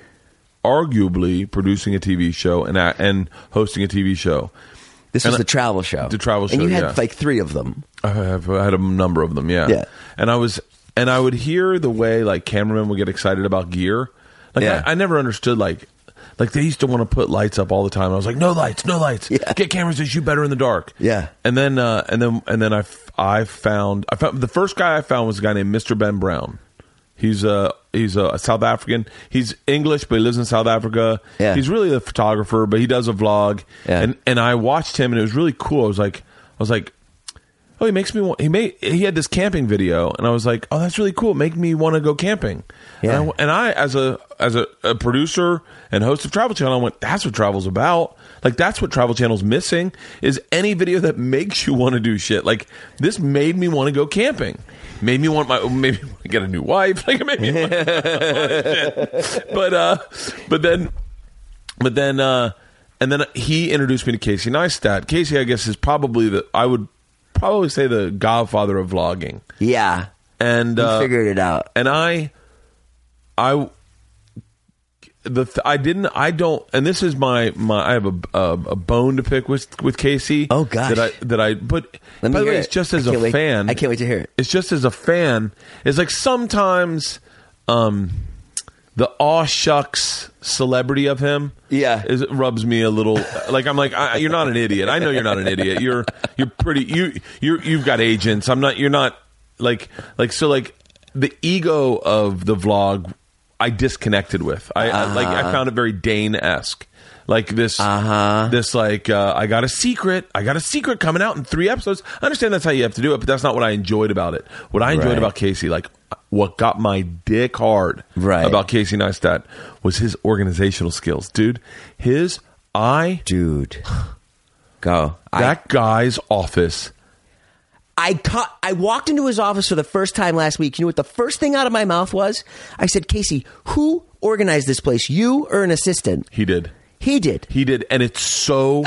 Speaker 1: arguably producing a TV show and I, and hosting a TV show.
Speaker 7: this was
Speaker 1: and
Speaker 7: the
Speaker 1: I-
Speaker 7: travel show.
Speaker 1: the travel
Speaker 7: And
Speaker 1: show,
Speaker 7: you had
Speaker 1: yeah.
Speaker 7: like three of them.
Speaker 1: I have I had a number of them, yeah.
Speaker 7: Yeah.
Speaker 1: And I was and I would hear the way like cameramen would get excited about gear. Like
Speaker 7: Yeah.
Speaker 1: I, I never understood like like they used to want to put lights up all the time. I was like, no lights, no lights.
Speaker 7: Yeah.
Speaker 1: Get cameras to shoot better in the dark.
Speaker 7: Yeah.
Speaker 1: And then uh, and then and then I, f- I found I found the first guy I found was a guy named Mr. Ben Brown. He's a he's a South African. He's English, but he lives in South Africa.
Speaker 7: Yeah.
Speaker 1: He's really a photographer, but he does a vlog.
Speaker 7: Yeah.
Speaker 1: And and I watched him, and it was really cool. I was like, I was like, oh, he makes me want. He made he had this camping video, and I was like, oh, that's really cool. It Make me want to go camping.
Speaker 7: Yeah.
Speaker 1: And I, and I as a as a, a producer and host of Travel Channel, I went, that's what travel's about. Like that's what Travel Channel's missing is any video that makes you want to do shit. Like this made me want to go camping. Made me want my maybe want to get a new wife. [LAUGHS] Like it made me want but uh, but then, but then, uh, and then he introduced me to Casey Neistat. Casey, I guess, is probably the I would probably say the godfather of vlogging.
Speaker 7: Yeah.
Speaker 1: And
Speaker 7: You
Speaker 1: uh,
Speaker 7: figured it out.
Speaker 1: and I, I, the th- I didn't I don't and this is my my I have a a, a bone to pick with with Casey.
Speaker 7: Oh, gosh.
Speaker 1: that I that I but
Speaker 7: Let
Speaker 1: by
Speaker 7: me
Speaker 1: the way,
Speaker 7: hear
Speaker 1: it's
Speaker 7: it.
Speaker 1: just as
Speaker 7: I
Speaker 1: a
Speaker 7: can't wait-
Speaker 1: fan.
Speaker 7: I can't wait to hear it.
Speaker 1: It's just as a fan. It's like sometimes, um, the aw shucks celebrity of him.
Speaker 7: Yeah.
Speaker 1: is rubs me a little. Like I'm like I, you're not an idiot. I know you're not an idiot. You're you're pretty. You you you've got agents. I'm not. You're not like like so like the ego of the vlog. I disconnected with. I, I like I found it very Dane esque. Like this, uh-huh. this like uh, I got a secret. I got a secret coming out in three episodes. I understand that's how you have to do it, but that's not what I enjoyed about it. What I enjoyed
Speaker 7: Right.
Speaker 1: about Casey, like what got my dick hard
Speaker 7: Right.
Speaker 1: about Casey Neistat was his organizational skills, dude. His I
Speaker 7: Dude. [SIGHS] Go. I
Speaker 1: that guy's office.
Speaker 7: I caught, I walked into his office for the first time last week. You know what the first thing out of my mouth was? I said, Casey, who organized this place? You or an assistant?
Speaker 1: He did.
Speaker 7: He did.
Speaker 1: He did, and it's
Speaker 7: [LAUGHS]
Speaker 1: so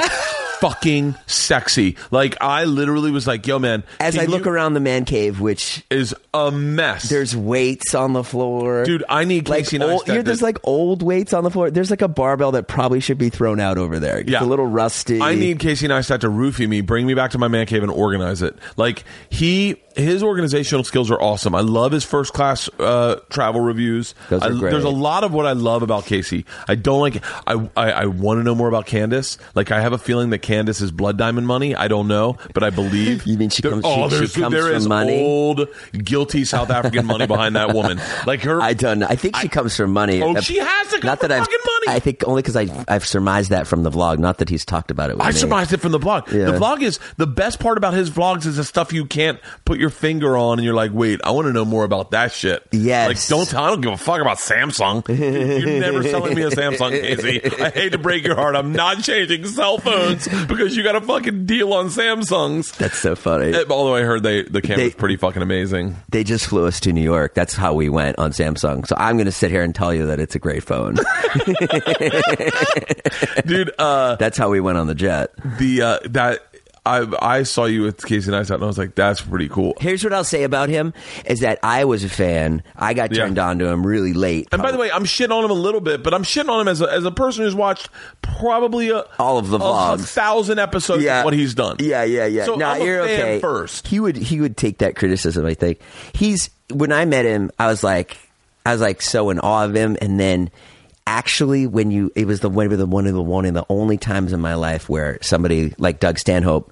Speaker 1: fucking sexy. Like I literally was like, "Yo, man!"
Speaker 7: As
Speaker 1: can
Speaker 7: I look
Speaker 1: you-
Speaker 7: around the man cave, which
Speaker 1: is a mess.
Speaker 7: there's weights on the floor.
Speaker 1: Dude, I need
Speaker 7: like
Speaker 1: Casey
Speaker 7: old,
Speaker 1: Neistat
Speaker 7: you know,
Speaker 1: to-
Speaker 7: there's like old weights on the floor. There's like a barbell that probably should be thrown out over there. It's a little rusty.
Speaker 1: I need Casey Neistat to roofie me, bring me back to my man cave, and organize it. Like he, his organizational skills are awesome. I love his first class uh, travel reviews.
Speaker 7: Those are
Speaker 1: I-
Speaker 7: great.
Speaker 1: There's a lot of what I love about Casey. I don't like. I I, I want to know more about Candace. Like I have a feeling that Candace is blood diamond money. I don't know, but I believe.
Speaker 7: [LAUGHS] You mean she
Speaker 1: There-
Speaker 7: comes-
Speaker 1: Oh,
Speaker 7: she- she
Speaker 1: there's
Speaker 7: comes
Speaker 1: there
Speaker 7: from
Speaker 1: is
Speaker 7: money?
Speaker 1: old guilty South African money behind that
Speaker 7: [LAUGHS]
Speaker 1: woman. Like her.
Speaker 7: I don't know. I think she comes from money.
Speaker 1: Oh, she has to come
Speaker 7: Not
Speaker 1: from
Speaker 7: that I've-
Speaker 1: fucking money.
Speaker 7: I think only because I've, I've surmised that from the vlog. Not that he's talked about it with
Speaker 1: I
Speaker 7: me.
Speaker 1: surmised it from the vlog.
Speaker 7: Yeah.
Speaker 1: The vlog is the best part about his vlogs is the stuff you can't put your finger on, and you're like, wait, I want to know more about that shit.
Speaker 7: Yes.
Speaker 1: like don't tell, I don't give a fuck about
Speaker 7: [LAUGHS]
Speaker 1: Samsung. Dude, You're never selling me a Samsung, Casey. I hate to break your heart. I'm not changing cell phones because you got a fucking deal on Samsungs.
Speaker 7: That's so funny.
Speaker 1: Eh, Although I heard they the camera's
Speaker 7: They-
Speaker 1: pretty fucking amazing.
Speaker 7: They just flew us to New York. That's how we went on Samsung. So I'm going to sit here and tell you that it's a great
Speaker 1: [LAUGHS]
Speaker 7: phone.
Speaker 1: dude. Uh,
Speaker 7: That's how we went on the jet.
Speaker 1: the uh, that. I, I saw you with Casey Neistat, and I was like, "That's pretty cool."
Speaker 7: Here's what I'll say about him is that I was a fan. I got
Speaker 1: Yeah.
Speaker 7: turned on to him really late.
Speaker 1: And by the way, I'm shitting on him a little bit, but I'm shitting on him as a, as a person who's watched probably a,
Speaker 7: All of the
Speaker 1: a,
Speaker 7: vlogs.
Speaker 1: a thousand episodes of what he's done.
Speaker 7: Yeah, yeah, yeah.
Speaker 1: So
Speaker 7: Nah,
Speaker 1: I'm a
Speaker 7: you're
Speaker 1: fan
Speaker 7: okay.
Speaker 1: first.
Speaker 7: He would he would take that criticism, I think. He's when I met him, I was like I was like so in awe of him and then actually when you it was the one of the one of the one and the only times in my life where somebody like Doug Stanhope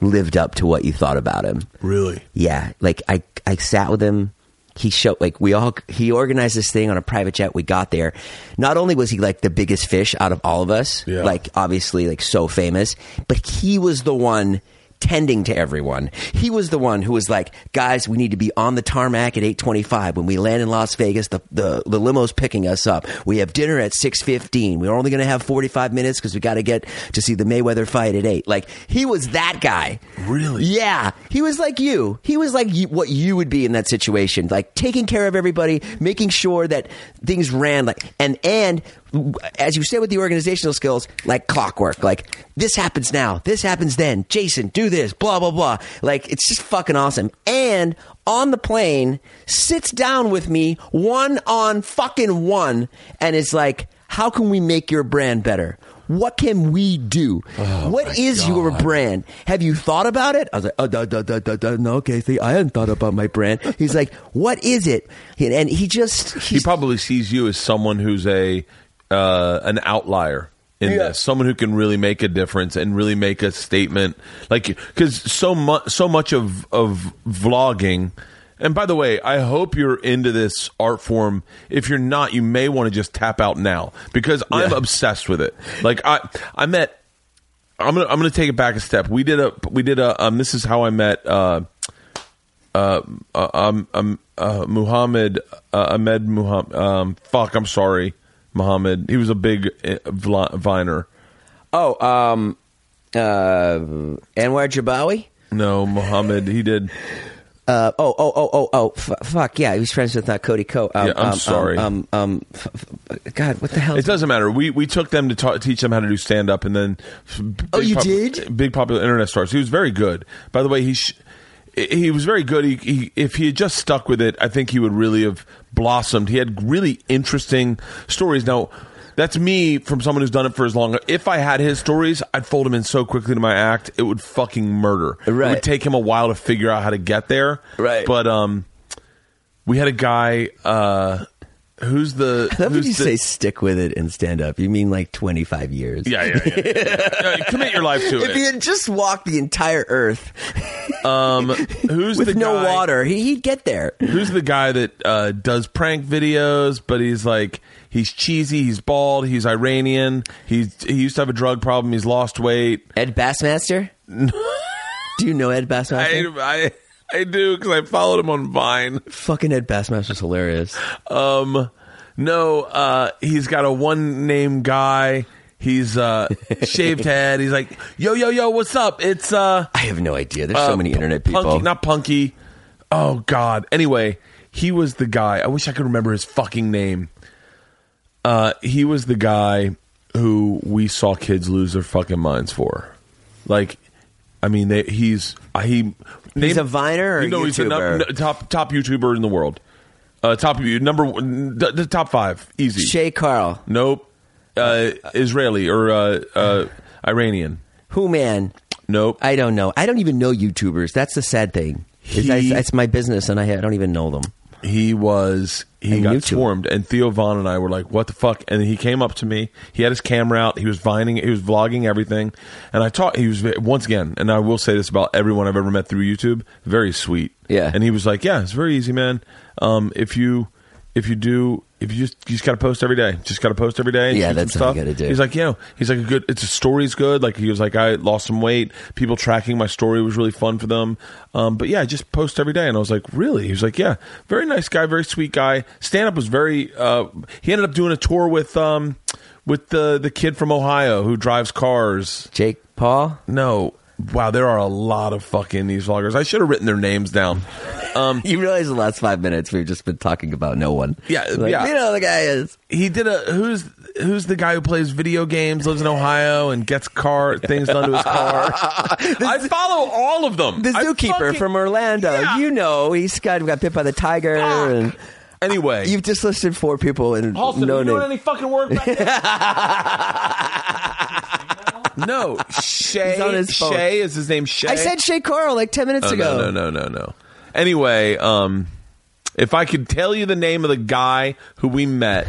Speaker 7: lived up to what you thought about him.
Speaker 1: Really?
Speaker 7: Yeah, like I I sat with him. He showed like we all he organized this thing on a private jet. We got there. Not only was he like the biggest fish out of all of us,
Speaker 1: Yeah.
Speaker 7: like obviously like so famous, but he was the one tending to everyone. He was the one who was like, "Guys, we need to be on the tarmac at 8:25 when we land in Las Vegas. The the, the limo's picking us up. We have dinner at 6:15. We're only going to have 45 minutes cuz we got to get to see the Mayweather fight at 8." Like he was that guy.
Speaker 1: Really?
Speaker 7: Yeah, he was like you. He was like you, what you would be in that situation, like taking care of everybody, making sure that things ran like and and as you said with the organizational skills, like clockwork. Like this happens now, this happens then. Jason, do this. Blah blah blah. Like it's just fucking awesome. And on the plane, sits down with me one on fucking one, and is like, how can we make your brand better? What can we do? what is your brand? Have you thought about it? I was like, oh, duh, duh, duh, duh, duh. no, okay, see, I hadn't thought about my brand. He's like, what is it? And he just,
Speaker 1: he
Speaker 7: he's,
Speaker 1: probably sees you as someone who's a uh, an outlier in
Speaker 7: Yeah.
Speaker 1: this, someone who can really make a difference and really make a statement. Like because so much so much of of vlogging. And by the way, I hope you're into this art form. If you're not, you may want to just tap out now because I'm
Speaker 7: Yeah.
Speaker 1: obsessed with it. Like I, I met I'm gonna I'm gonna take it back a step. We did a we did a um, this is how I met uh uh um um uh Muhammad uh, Ahmed Muhammad um fuck I'm sorry Muhammad he was a big uh, vli- viner
Speaker 7: oh, um, uh, Anwar Jabawi?
Speaker 1: no Muhammad he did
Speaker 7: Uh, oh, oh, oh, oh, oh, f- fuck, yeah, he was friends with uh, Cody Co. Um,
Speaker 1: Yeah, I'm
Speaker 7: um,
Speaker 1: sorry.
Speaker 7: Um, um, um, f- f- God, what the hell?
Speaker 1: it doesn't matter we we took them to ta- teach them how to do stand up and then
Speaker 7: Oh,
Speaker 1: big
Speaker 7: you did?
Speaker 1: big popular internet stars he was very good by the way he sh- he was very good he, he if he had just stuck with it I think he would really have blossomed he had really interesting stories now. That's me from someone who's done it for as long. If I had his stories, I'd fold him in so quickly to my act, it would fucking murder. It
Speaker 7: Right.
Speaker 1: would take him a while to figure out how to get there.
Speaker 7: Right.
Speaker 1: But um, we had a guy. Uh, who's the?
Speaker 7: I love when
Speaker 1: who's
Speaker 7: you
Speaker 1: the-
Speaker 7: say stick with it and stand up. You mean like 25 years.
Speaker 1: yeah, yeah, yeah, yeah. Yeah, Commit your life to
Speaker 7: If he
Speaker 1: it.
Speaker 7: had just walked the entire earth
Speaker 1: Um, who's the
Speaker 7: with no
Speaker 1: guy-
Speaker 7: water, he, he'd get there.
Speaker 1: Who's the guy that uh, does prank videos? But he's like, he's cheesy. He's bald. He's Iranian. He's he used to have a drug problem. He's lost weight.
Speaker 7: Ed
Speaker 1: [LAUGHS]
Speaker 7: Bassmaster? Do you know Ed
Speaker 1: I
Speaker 7: Bassmaster?
Speaker 1: I, I do because I followed him on Vine.
Speaker 7: Fucking Ed Bassmaster's hilarious.
Speaker 1: Um, no, uh, he's got a one name guy. He's uh, [LAUGHS] shaved head. He's like, yo, yo, yo, what's up? It's uh,
Speaker 7: I have no idea. There's so
Speaker 1: Uh,
Speaker 7: many
Speaker 1: P-
Speaker 7: internet
Speaker 1: Punky-
Speaker 7: people.
Speaker 1: not Punky. Oh God. Anyway, he was the guy. I wish I could remember his fucking name. Uh, he was the guy who we saw kids lose their fucking minds for. Like, I mean, they, he's uh, he.
Speaker 7: He's a Viner or
Speaker 1: you know, he's the
Speaker 7: YouTuber?
Speaker 1: num- n- top top YouTuber in the world. Uh, top number one- the, the top five easy.
Speaker 7: Shay Carl.
Speaker 1: nope. Uh, Israeli or uh, uh, Iranian.
Speaker 7: Who man?
Speaker 1: Nope.
Speaker 7: I don't know. I don't even know YouTubers. That's the sad thing. Is I-
Speaker 1: He-
Speaker 7: That's my business, and I, I don't even know them.
Speaker 1: he was he
Speaker 7: And
Speaker 1: got
Speaker 7: YouTube.
Speaker 1: swarmed and Theo Vaughn and I were like what the fuck and he came up to me he had his camera out he was vining he was vlogging everything and I taught he was ve- once again and I will say this about everyone I've ever met through YouTube very sweet
Speaker 7: Yeah.
Speaker 1: and he was like yeah it's very easy man um if you if you do if you just you just gotta post every day just gotta post every day shoot
Speaker 7: Yeah,
Speaker 1: some
Speaker 7: that's what you
Speaker 1: stuff
Speaker 7: gotta do.
Speaker 1: he's like like, you know, he's like a good. It's a story's good. Like he was like, I lost some weight. People tracking my story was really fun for them. Um, but yeah, I just post every day, and I was like, really? He was like, yeah, very nice guy, very sweet guy. Stand up was very. Uh, he ended up doing a tour with um, with the the kid from Ohio who drives cars.
Speaker 7: Jake Paul. [LAUGHS]
Speaker 1: No. Wow, there are a lot of fucking these vloggers. I should have written their names down. Um,
Speaker 7: You realize the last five minutes we've just been talking about no one.
Speaker 1: Yeah,
Speaker 7: Like,
Speaker 1: yeah.
Speaker 7: You know who the guy is.
Speaker 1: he did a who's who's the guy who plays video games, lives in Ohio, and gets car things done to his car.
Speaker 7: [LAUGHS]
Speaker 1: I follow all of them.
Speaker 7: The
Speaker 1: I
Speaker 7: zookeeper
Speaker 1: fucking-
Speaker 7: from Orlando.
Speaker 1: Yeah.
Speaker 7: You know, he's got, got bit by the tiger. And
Speaker 1: Anyway,
Speaker 7: you've just listed four people and
Speaker 1: Halston,
Speaker 7: no
Speaker 1: are you
Speaker 7: name.
Speaker 1: doing any fucking work? Back there? [LAUGHS] no, Shay.
Speaker 7: He's on his phone.
Speaker 1: Shay is his name. Shay.
Speaker 7: I said Shay Coral like ten minutes
Speaker 1: Oh,
Speaker 7: ago.
Speaker 1: no, no, no, no, no. Anyway, um, if I could tell you the name of the guy who we met,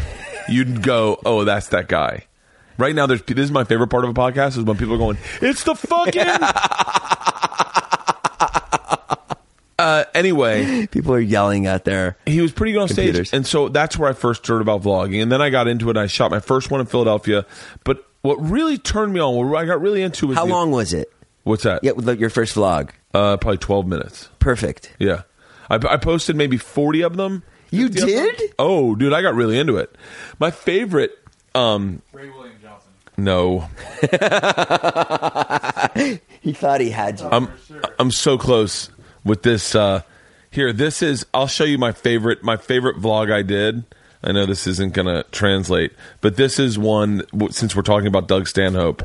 Speaker 1: you'd go, "Oh, that's that guy." Right now, there's this is my favorite part of a podcast is when people are going, "It's the fucking."
Speaker 7: [LAUGHS]
Speaker 1: uh, anyway,
Speaker 7: People are yelling out there.
Speaker 1: he was pretty good on
Speaker 7: Computers.
Speaker 1: stage, and so that's where I first heard about vlogging. And then I got into it. and I shot my first one in Philadelphia, but what really turned me on, what I got really into, was
Speaker 7: How
Speaker 1: the-
Speaker 7: long was it?
Speaker 1: What's that?
Speaker 7: Yeah, with, like, your first vlog.
Speaker 1: Uh, probably twelve minutes.
Speaker 7: Perfect.
Speaker 1: Yeah, I, I posted maybe forty of them.
Speaker 7: You
Speaker 1: 50 of them.
Speaker 7: did?
Speaker 1: Oh, dude, I got really into it. My favorite. Um, Ray William Johnson. No,
Speaker 7: He thought he had you.
Speaker 1: I'm I'm so close with this. Uh, here, this is. I'll show you my favorite. My favorite vlog I did. I know this isn't going to translate, but this is one w- since we're talking about Doug Stanhope.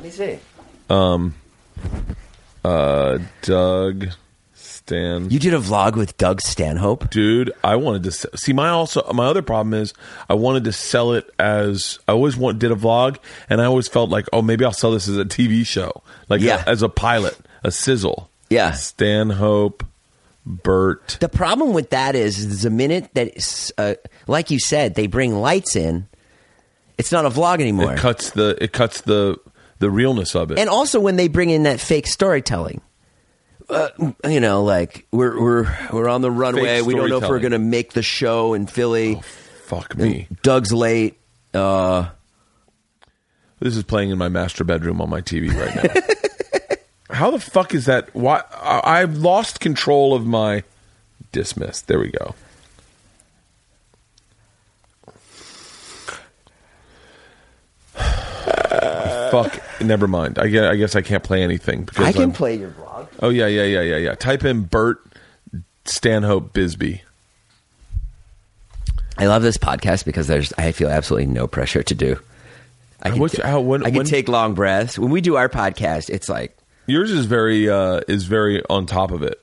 Speaker 1: Um,
Speaker 7: Let me see.
Speaker 1: Uh, Doug Stan.
Speaker 7: You did a vlog with Doug Stanhope.
Speaker 1: dude i wanted to s- see my also my other problem is i wanted to sell it as i always want did a vlog and i always felt like oh maybe i'll sell this as a tv show like
Speaker 7: Yeah.
Speaker 1: a- as a pilot a sizzle
Speaker 7: Yeah.
Speaker 1: stanhope burt
Speaker 7: The problem with that is, is the minute that, it's, uh, like you said, they bring lights in, it's not a vlog anymore.
Speaker 1: it cuts the it cuts the the realness of it
Speaker 7: and also when they bring in that fake storytelling. Uh, you know, like we're we're we're on the runway. We don't know if we're
Speaker 1: storytelling.
Speaker 7: going to make the show in Philly.
Speaker 1: fuck me
Speaker 7: Doug's late. Uh,
Speaker 1: this is playing in my master bedroom on my tv right now [LAUGHS] how the fuck is that why I, i've lost control of my dismissed there we go [SIGHS] fuck never mind i guess i, guess I can't play anything because
Speaker 7: I can
Speaker 1: I'm-
Speaker 7: play your vlog.
Speaker 1: oh yeah yeah yeah yeah yeah type in bert stanhope bisbee
Speaker 7: I love this podcast because there's I feel absolutely no pressure to do. I can,
Speaker 1: What's- how- when-
Speaker 7: I can
Speaker 1: when-
Speaker 7: take long breaths. When we do our podcast, it's like
Speaker 1: yours is very uh is very on top of it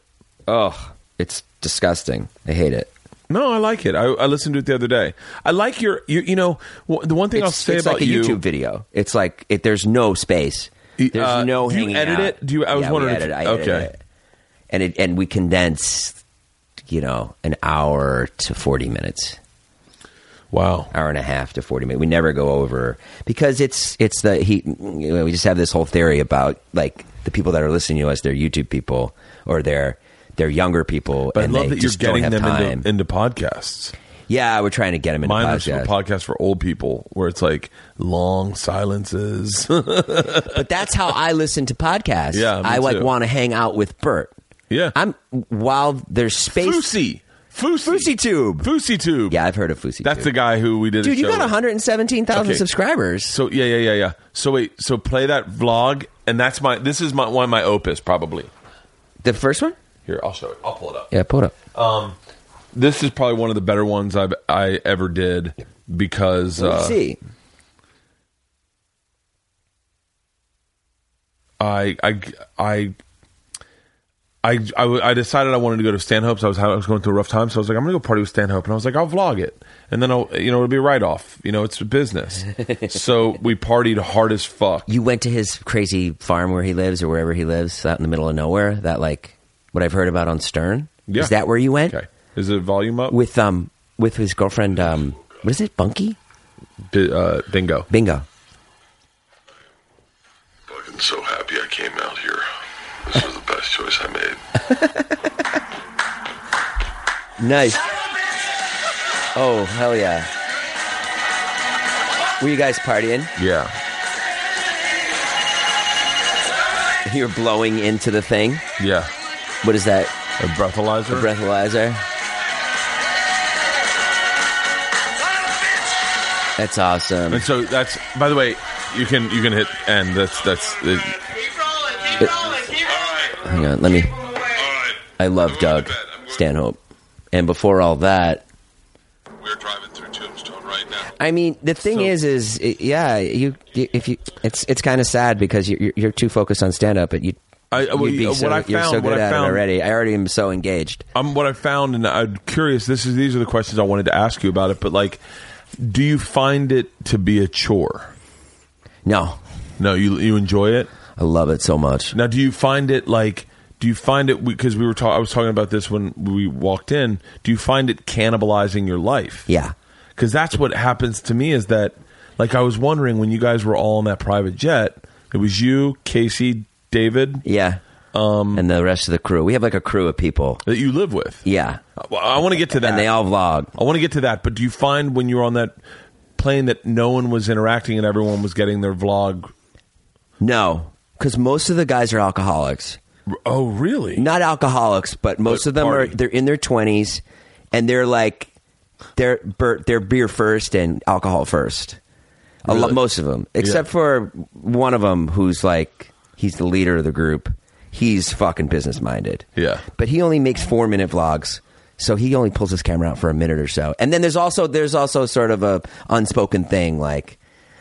Speaker 7: oh, it's disgusting. I hate it.
Speaker 1: No, I like it. I, I listened to it the other day. I like your, you, you know, w- the one thing I'll say
Speaker 7: it's
Speaker 1: about
Speaker 7: like a
Speaker 1: you,
Speaker 7: YouTube video. It's like it, there's no space. There's
Speaker 1: Uh,
Speaker 7: no.
Speaker 1: do you
Speaker 7: hanging
Speaker 1: edit
Speaker 7: out.
Speaker 1: it? Do you- I was
Speaker 7: Yeah, we
Speaker 1: wondering if-
Speaker 7: edit it. I edit
Speaker 1: okay.
Speaker 7: it. And it and we condense, you know, an hour to forty minutes,
Speaker 1: wow,
Speaker 7: hour and a half to forty minutes. We never go over because it's it's the he. You know, we just have this whole theory about like the people that are listening to us. They're YouTube people or they're they're younger people.
Speaker 1: but I
Speaker 7: and
Speaker 1: love
Speaker 7: they
Speaker 1: that you're
Speaker 7: just don't
Speaker 1: getting
Speaker 7: have
Speaker 1: them
Speaker 7: time.
Speaker 1: into, into podcasts.
Speaker 7: yeah, we're trying to get them into
Speaker 1: Mine are
Speaker 7: podcasts.
Speaker 1: podcasts for old people where it's like long silences. [LAUGHS]
Speaker 7: But that's how I listen to podcasts.
Speaker 1: Yeah, me
Speaker 7: I like
Speaker 1: too.
Speaker 7: want to hang out with Bert.
Speaker 1: Yeah.
Speaker 7: I'm while there's space.
Speaker 1: Fousey, Fousey,
Speaker 7: Fousey Tube.
Speaker 1: Fousey Tube.
Speaker 7: Yeah, I've heard of Fousey.
Speaker 1: that's
Speaker 7: Tube.
Speaker 1: the guy who we did.
Speaker 7: Dude,
Speaker 1: a
Speaker 7: you
Speaker 1: show
Speaker 7: got
Speaker 1: with.
Speaker 7: 117,000
Speaker 1: Okay.
Speaker 7: subscribers.
Speaker 1: So yeah, yeah, yeah, yeah. So wait, so play that vlog, and that's my. This is my one of my opus probably.
Speaker 7: the first one?
Speaker 1: Here, I'll show it. I'll pull it up.
Speaker 7: Yeah, pull it up.
Speaker 1: This is probably one of the better ones I've I ever did because
Speaker 7: Let's
Speaker 1: uh,
Speaker 7: see.
Speaker 1: I I I. I, I, w- I decided I wanted to go to Stanhope's. I was, I was going through a rough time, so I was like, I'm going to go party with Stanhope. And I was like, I'll vlog it. And then, I'll, you know, it'll be a write off. You know, it's a
Speaker 7: [LAUGHS]
Speaker 1: business. so we partied hard as fuck.
Speaker 7: You went to his crazy farm where he lives or wherever he lives out in the middle of nowhere. That like what I've heard about on Stern.
Speaker 1: Yeah.
Speaker 7: Is that where you went?
Speaker 1: Okay. Is it volume up?
Speaker 7: With um with his girlfriend um what is it? Bunky?
Speaker 1: Bi- uh, bingo.
Speaker 7: Bingo.
Speaker 8: Fucking so happy I came out here. This was the best choice I made.
Speaker 7: [LAUGHS] Nice. Oh, hell yeah. Were you guys partying? [LAUGHS]
Speaker 1: Yeah.
Speaker 7: You're blowing into the thing.
Speaker 1: Yeah.
Speaker 7: What is that?
Speaker 1: A breathalyzer?
Speaker 7: Breathalyzer? That's awesome.
Speaker 1: and so that's, by the way, you can you can hit end. That's, that's, it,
Speaker 9: Keep rolling, keep rolling, keep rolling.
Speaker 7: Hang on, let me.
Speaker 9: All right.
Speaker 8: All right.
Speaker 7: I love Doug Stanhope. And before all that,
Speaker 8: We're driving through Tombstone right now.
Speaker 7: I mean, the thing
Speaker 1: So-
Speaker 7: is, is i- yeah, you, you if you, it's it's kind of sad because you're, you're- you're too focused on stand up, but you,
Speaker 1: I-
Speaker 7: you'd
Speaker 1: Uh, well,
Speaker 7: be
Speaker 1: what
Speaker 7: so,
Speaker 1: I
Speaker 7: you're so
Speaker 1: found-
Speaker 7: good
Speaker 1: what I
Speaker 7: at
Speaker 1: found-
Speaker 7: it already. I already am so engaged.
Speaker 1: um, what I found, and I'm curious. This is these are the questions I wanted to ask you about it. But like, do you find it to be a chore?
Speaker 7: No,
Speaker 1: No, you you enjoy it.
Speaker 7: I love it so much.
Speaker 1: Now, do you find it like? Do you find it because we were talking? I was talking about this when we walked in. Do you find it cannibalizing your life?
Speaker 7: Yeah.
Speaker 1: because that's what happens to me. Is that like I was wondering when you guys were all in that private jet? It was you, Casey, David
Speaker 7: Yeah. Um, and the rest of the crew. We have like a crew of people.
Speaker 1: that you live with.
Speaker 7: Yeah.
Speaker 1: Well, I want to get to that.
Speaker 7: And they all vlog.
Speaker 1: I want to get to that, but do you find when you were on that plane that no one was interacting and everyone was getting their vlog?
Speaker 7: No, because most of the guys are alcoholics.
Speaker 1: Oh, really?
Speaker 7: Not alcoholics, but most
Speaker 1: But
Speaker 7: of them
Speaker 1: party.
Speaker 7: are. They're in their twenties, and they're like, they're ber- they're beer first and alcohol first. A lot,
Speaker 1: Really?
Speaker 7: most of them, except for one of them who's like, he's the leader of the group. He's fucking business minded.
Speaker 1: Yeah.
Speaker 7: but he only makes four minute vlogs. So he only pulls his camera out for a minute or so. And then there's also there's also sort of a unspoken thing like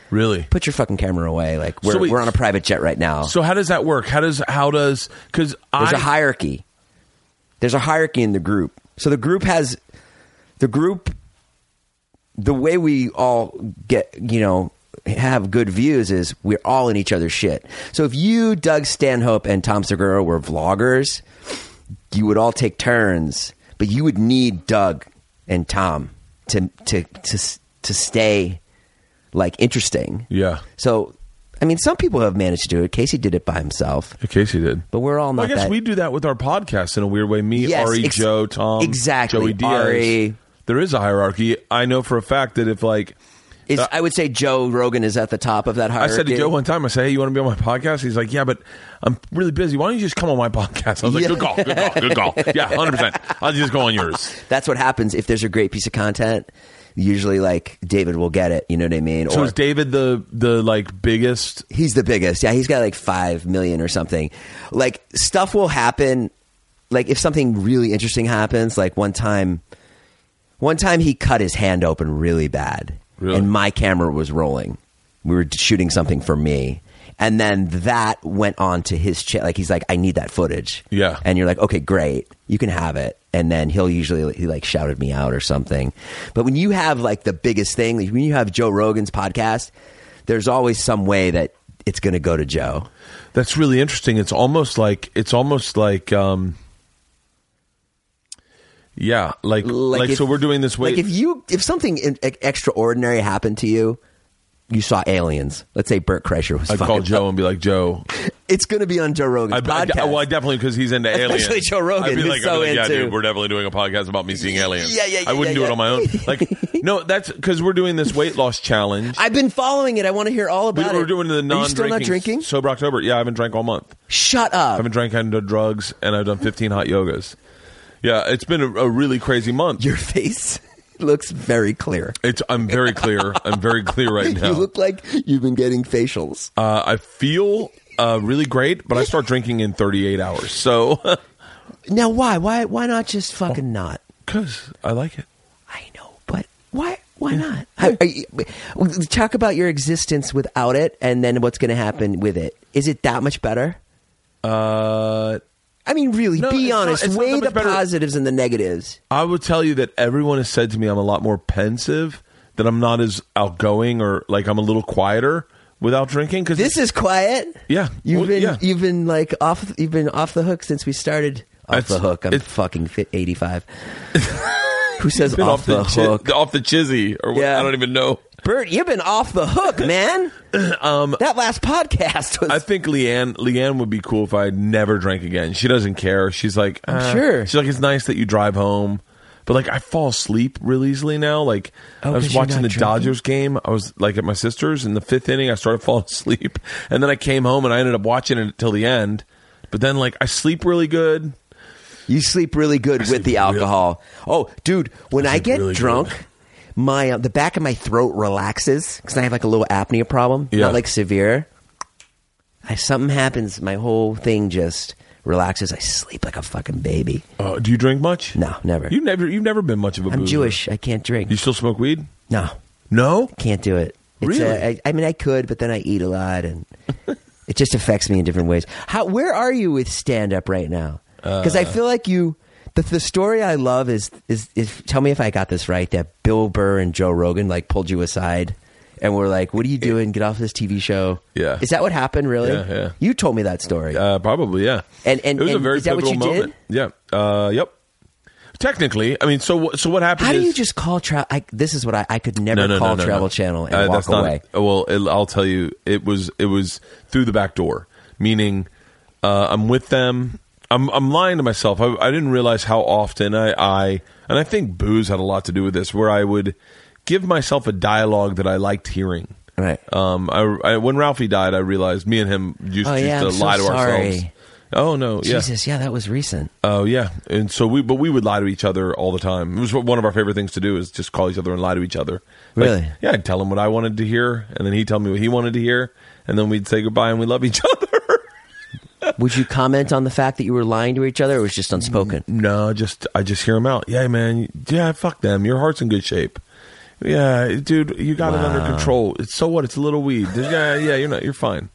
Speaker 1: Really?
Speaker 7: put your fucking camera away. Like we're
Speaker 1: So wait-
Speaker 7: we're on a private jet right now.
Speaker 1: So how does that work? How does how does because
Speaker 7: There's
Speaker 1: I
Speaker 7: a hierarchy. There's a hierarchy in the group. So the group has the group the way we all get, you know, have good views is we're all in each other's shit. So if you, Doug Stanhope and Tom Segura were vloggers, you would all take turns, but you would need Doug and Tom to to to to stay like interesting.
Speaker 1: yeah.
Speaker 7: So I mean, some people have managed to do it. Casey did it by himself,
Speaker 1: In case you did.
Speaker 7: but we're all not
Speaker 1: Well, I guess
Speaker 7: that.
Speaker 1: we do that with our podcast in a weird way. Me,
Speaker 7: Yes,
Speaker 1: Ari,
Speaker 7: ex-
Speaker 1: Joe, Tom,
Speaker 7: exactly.
Speaker 1: Joey Diaz.
Speaker 7: Ari.
Speaker 1: There is a hierarchy. I know for a fact that if like
Speaker 7: Is,
Speaker 1: Uh,
Speaker 7: I would say Joe Rogan is at the top of that
Speaker 1: I
Speaker 7: hierarchy.
Speaker 1: said to Joe one time, I said, "Hey, you want to be on my podcast?" He's like, "Yeah, but I'm really busy. Why don't you just come on my [LAUGHS] podcast?" I was like,
Speaker 7: Yeah.
Speaker 1: "Good call, good call, good call. Yeah, hundred percent. I'll just go on yours."
Speaker 7: That's what happens if there's a great piece of content. Usually, like David will get it. You know what I mean?
Speaker 1: So
Speaker 7: or
Speaker 1: is David the the like biggest?
Speaker 7: he's the biggest. Yeah, he's got like five million or something. Like stuff will happen. Like if something really interesting happens, like one time, one time he cut his hand open really bad,
Speaker 1: Really?
Speaker 7: and my camera was rolling. We were shooting something for me, and then that went on to his channel. Like he's like, I need that footage.
Speaker 1: Yeah.
Speaker 7: and you're like, okay, great, you can have it. And then he'll usually he like shouted me out or something. But when you have like the biggest thing, like when you have Joe Rogan's podcast, there's always some way that it's going to go to Joe.
Speaker 1: That's really interesting. It's almost like it's almost like um yeah, like like,
Speaker 7: if-
Speaker 1: so we're doing this way.
Speaker 7: Like if you if something in, e- extraordinary happened to you, you saw aliens. Let's say Burt Kreischer was.
Speaker 1: I'd
Speaker 7: fucking-
Speaker 1: call Joe and be like, "Joe,
Speaker 7: It's going to be on Joe
Speaker 1: I, I,
Speaker 7: Rogan's podcast.
Speaker 1: well, I definitely because he's into aliens.
Speaker 7: [LAUGHS] Especially Joe Rogan,
Speaker 1: I'd be
Speaker 7: who's
Speaker 1: like, I'd be
Speaker 7: so
Speaker 1: like, yeah,
Speaker 7: into-
Speaker 1: dude, we're definitely doing a podcast about me seeing aliens.
Speaker 7: Yeah, yeah, yeah,
Speaker 1: I wouldn't do
Speaker 7: yeah,
Speaker 1: it on my own.
Speaker 7: [LAUGHS]
Speaker 1: Like, no, that's because we're doing this weight loss challenge.
Speaker 7: have been following it. I want to hear all
Speaker 1: we,
Speaker 7: about it.
Speaker 1: we're doing the non
Speaker 7: Are you still not drinking?
Speaker 1: sober October. Yeah, I haven't drank all month.
Speaker 7: Shut
Speaker 1: I
Speaker 7: up.
Speaker 1: haven't drank any drugs, and I've done 15 hot yogas. Yeah, it's been a, a really crazy month.
Speaker 7: Your face [LAUGHS] looks very clear.
Speaker 1: it's I'm very clear. I'm very clear right now.
Speaker 7: [LAUGHS] You look like you've been getting facials.
Speaker 1: Uh, I feel uh, really great, but I start drinking in 38 hours. So, [LAUGHS]
Speaker 7: Now, why? Why? Why not just fucking not?
Speaker 1: because I like it.
Speaker 7: I know, but why? Why not? How, are you, talk about your existence without it, and then what's going to happen with it? Is it that much better?
Speaker 1: Uh,
Speaker 7: I mean, really,
Speaker 1: No,
Speaker 7: be
Speaker 1: it's not-
Speaker 7: honest.
Speaker 1: it's not
Speaker 7: weigh
Speaker 1: that
Speaker 7: the
Speaker 1: much better.
Speaker 7: positives and the negatives.
Speaker 1: I would tell you that everyone has said to me I'm a lot more pensive, that I'm not as outgoing or like I'm a little quieter without drinking. Because
Speaker 7: This is quiet.
Speaker 1: Yeah.
Speaker 7: you've
Speaker 1: Well,
Speaker 7: been
Speaker 1: yeah.
Speaker 7: you've been like off. You've been off the hook since we started. Off
Speaker 1: It's-
Speaker 7: the hook. I'm
Speaker 1: it's-
Speaker 7: fucking fit.
Speaker 1: [LAUGHS]
Speaker 7: Eighty five. Who says off, the,
Speaker 1: chi-
Speaker 7: hook?
Speaker 1: off the chizzy, or what,
Speaker 7: Yeah.
Speaker 1: I don't even know.
Speaker 7: Bert, you've been off
Speaker 1: [LAUGHS]
Speaker 7: the hook, man.
Speaker 1: Um,
Speaker 7: that last podcast was
Speaker 1: I think Leanne Leanne would be cool if I never drank again. She doesn't care. She's like, uh,
Speaker 7: sure.
Speaker 1: She's like, it's nice that you drive home, but like I fall asleep real easily now. Like
Speaker 7: Oh,
Speaker 1: I
Speaker 7: 'cause
Speaker 1: was
Speaker 7: you're
Speaker 1: watching
Speaker 7: not
Speaker 1: the
Speaker 7: drinking?
Speaker 1: Dodgers game. I was like at my sister's in the fifth inning. I started [LAUGHS] falling asleep, and then I came home and I ended up watching it till the end. But then like I sleep really good.
Speaker 7: You sleep really good with
Speaker 1: sleep
Speaker 7: the
Speaker 1: real-
Speaker 7: alcohol. oh, dude, when I,
Speaker 1: sleep
Speaker 7: get
Speaker 1: really
Speaker 7: drunk,
Speaker 1: good.
Speaker 7: my uh, the back of my throat relaxes because I have like a little apnea problem,
Speaker 1: Yeah.
Speaker 7: not like severe. I, something happens, my whole thing just relaxes. I sleep like a fucking baby.
Speaker 1: Uh, do you drink much?
Speaker 7: No, never.
Speaker 1: You never. You've never been much of a.
Speaker 7: I'm
Speaker 1: boozer.
Speaker 7: Jewish. I can't drink.
Speaker 1: You still smoke weed?
Speaker 7: no,
Speaker 1: No.
Speaker 7: can't do it. It's
Speaker 1: Really?
Speaker 7: uh, I I mean, I could, but then I eat a lot, and it just affects me in different ways. How? Where are you with stand up right now?
Speaker 1: Uh,
Speaker 7: Because I feel like you. The, the story I love is, is is tell me if I got this right that Bill Burr and Joe Rogan like pulled you aside and were like, "What are you doing? Get off this TV show."
Speaker 1: Yeah.
Speaker 7: is that what happened? Really?
Speaker 1: Yeah, yeah.
Speaker 7: You told me that story.
Speaker 1: Uh, probably, yeah.
Speaker 7: And- and-
Speaker 1: it was
Speaker 7: and
Speaker 1: a very
Speaker 7: is that what
Speaker 1: pivotal
Speaker 7: you did?
Speaker 1: moment. Yeah. Uh, yep. Technically, I mean, so what- so what happened?
Speaker 7: How do
Speaker 1: is-
Speaker 7: you just call travel? This is what I, I could never
Speaker 1: no, no,
Speaker 7: call
Speaker 1: no, no,
Speaker 7: Travel
Speaker 1: no.
Speaker 7: Channel and
Speaker 1: Uh,
Speaker 7: walk
Speaker 1: that's not-
Speaker 7: away.
Speaker 1: well, it, I'll tell you, it was it was through the back door, meaning uh, I'm with them. I'm I'm lying to myself. I, I didn't realize how often I, I and I think booze had a lot to do with this, where I would give myself a dialogue that I liked hearing.
Speaker 7: Right.
Speaker 1: Um. I, I when Ralphie died, I realized me and him used,
Speaker 7: Oh,
Speaker 1: used
Speaker 7: yeah,
Speaker 1: to
Speaker 7: I'm so
Speaker 1: lie to ourselves.
Speaker 7: sorry.
Speaker 1: Oh no! Yeah.
Speaker 7: Jesus, yeah, that was recent.
Speaker 1: Oh yeah, and so we but we would lie to each other all the time. It was one of our favorite things to do is just call each other and lie to each other. Like,
Speaker 7: Really?
Speaker 1: Yeah, I'd tell him what I wanted to [LAUGHS] hear, and then he'd tell me what he wanted to hear, and then we'd say goodbye and we love each other. that.
Speaker 7: Would you comment on the fact that you were lying to each other? Or it was just unspoken.
Speaker 1: No, just I just hear them out. Yeah, man. Yeah, fuck them. Your heart's in good shape. Yeah, dude, you got it under control. It's so what? It's a little weed. Yeah, yeah, you're not. You're fine.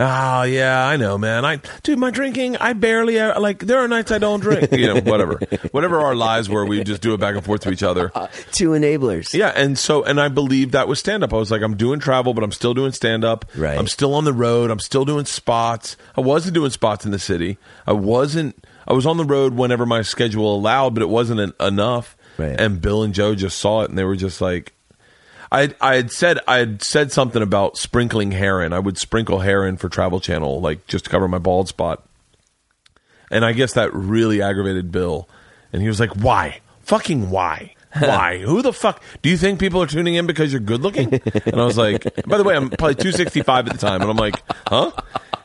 Speaker 1: Oh yeah, I know, man. I dude, my drinking, I barely uh, like. There are nights I don't [LAUGHS] drink. You know, whatever, whatever our lives were, we just do it back and forth to each other.
Speaker 7: Two enablers.
Speaker 1: Yeah, and so and I believe that was stand up. I was like, I'm doing travel, but I'm still doing stand up.
Speaker 7: Right.
Speaker 1: I'm still on the road. I'm still doing spots. I wasn't doing spots in the city. I wasn't. I was on the road whenever my schedule allowed, but it wasn't en- enough.
Speaker 7: Right.
Speaker 1: And Bill and Joe just saw it, and they were just like, I I had said I had said something about sprinkling hair in. I would sprinkle hair in for Travel Channel, like just to cover my bald spot. And I guess that really aggravated Bill. And he was like, Why? Fucking why? Why? Who the fuck? Do you think people are tuning in because you're good looking? And I was like, By the way, I'm probably 265 at the time. And I'm like, Huh?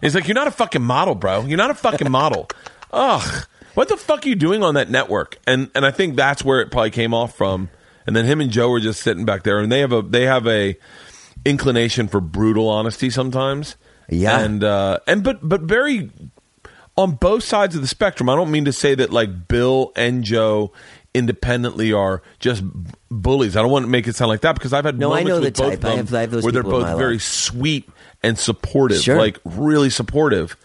Speaker 1: He's like, You're not a fucking model, bro. You're not a fucking model. Ugh. What the fuck are you doing on that network? And and I think that's where it probably came off from. And then him and Joe were just sitting back there, and they have a they have a inclination for brutal honesty sometimes.
Speaker 7: Yeah.
Speaker 1: and uh, and but but very on both sides of the spectrum. I don't mean to say that like Bill and Joe independently are just b- bullies. I don't want to make it sound like that because I've had
Speaker 7: No, I
Speaker 1: moments
Speaker 7: know
Speaker 1: with
Speaker 7: the
Speaker 1: both
Speaker 7: type.
Speaker 1: of them
Speaker 7: I have- I have those
Speaker 1: where they're
Speaker 7: people in
Speaker 1: both
Speaker 7: my
Speaker 1: very
Speaker 7: life.
Speaker 1: sweet and supportive,
Speaker 7: Sure.
Speaker 1: like really supportive.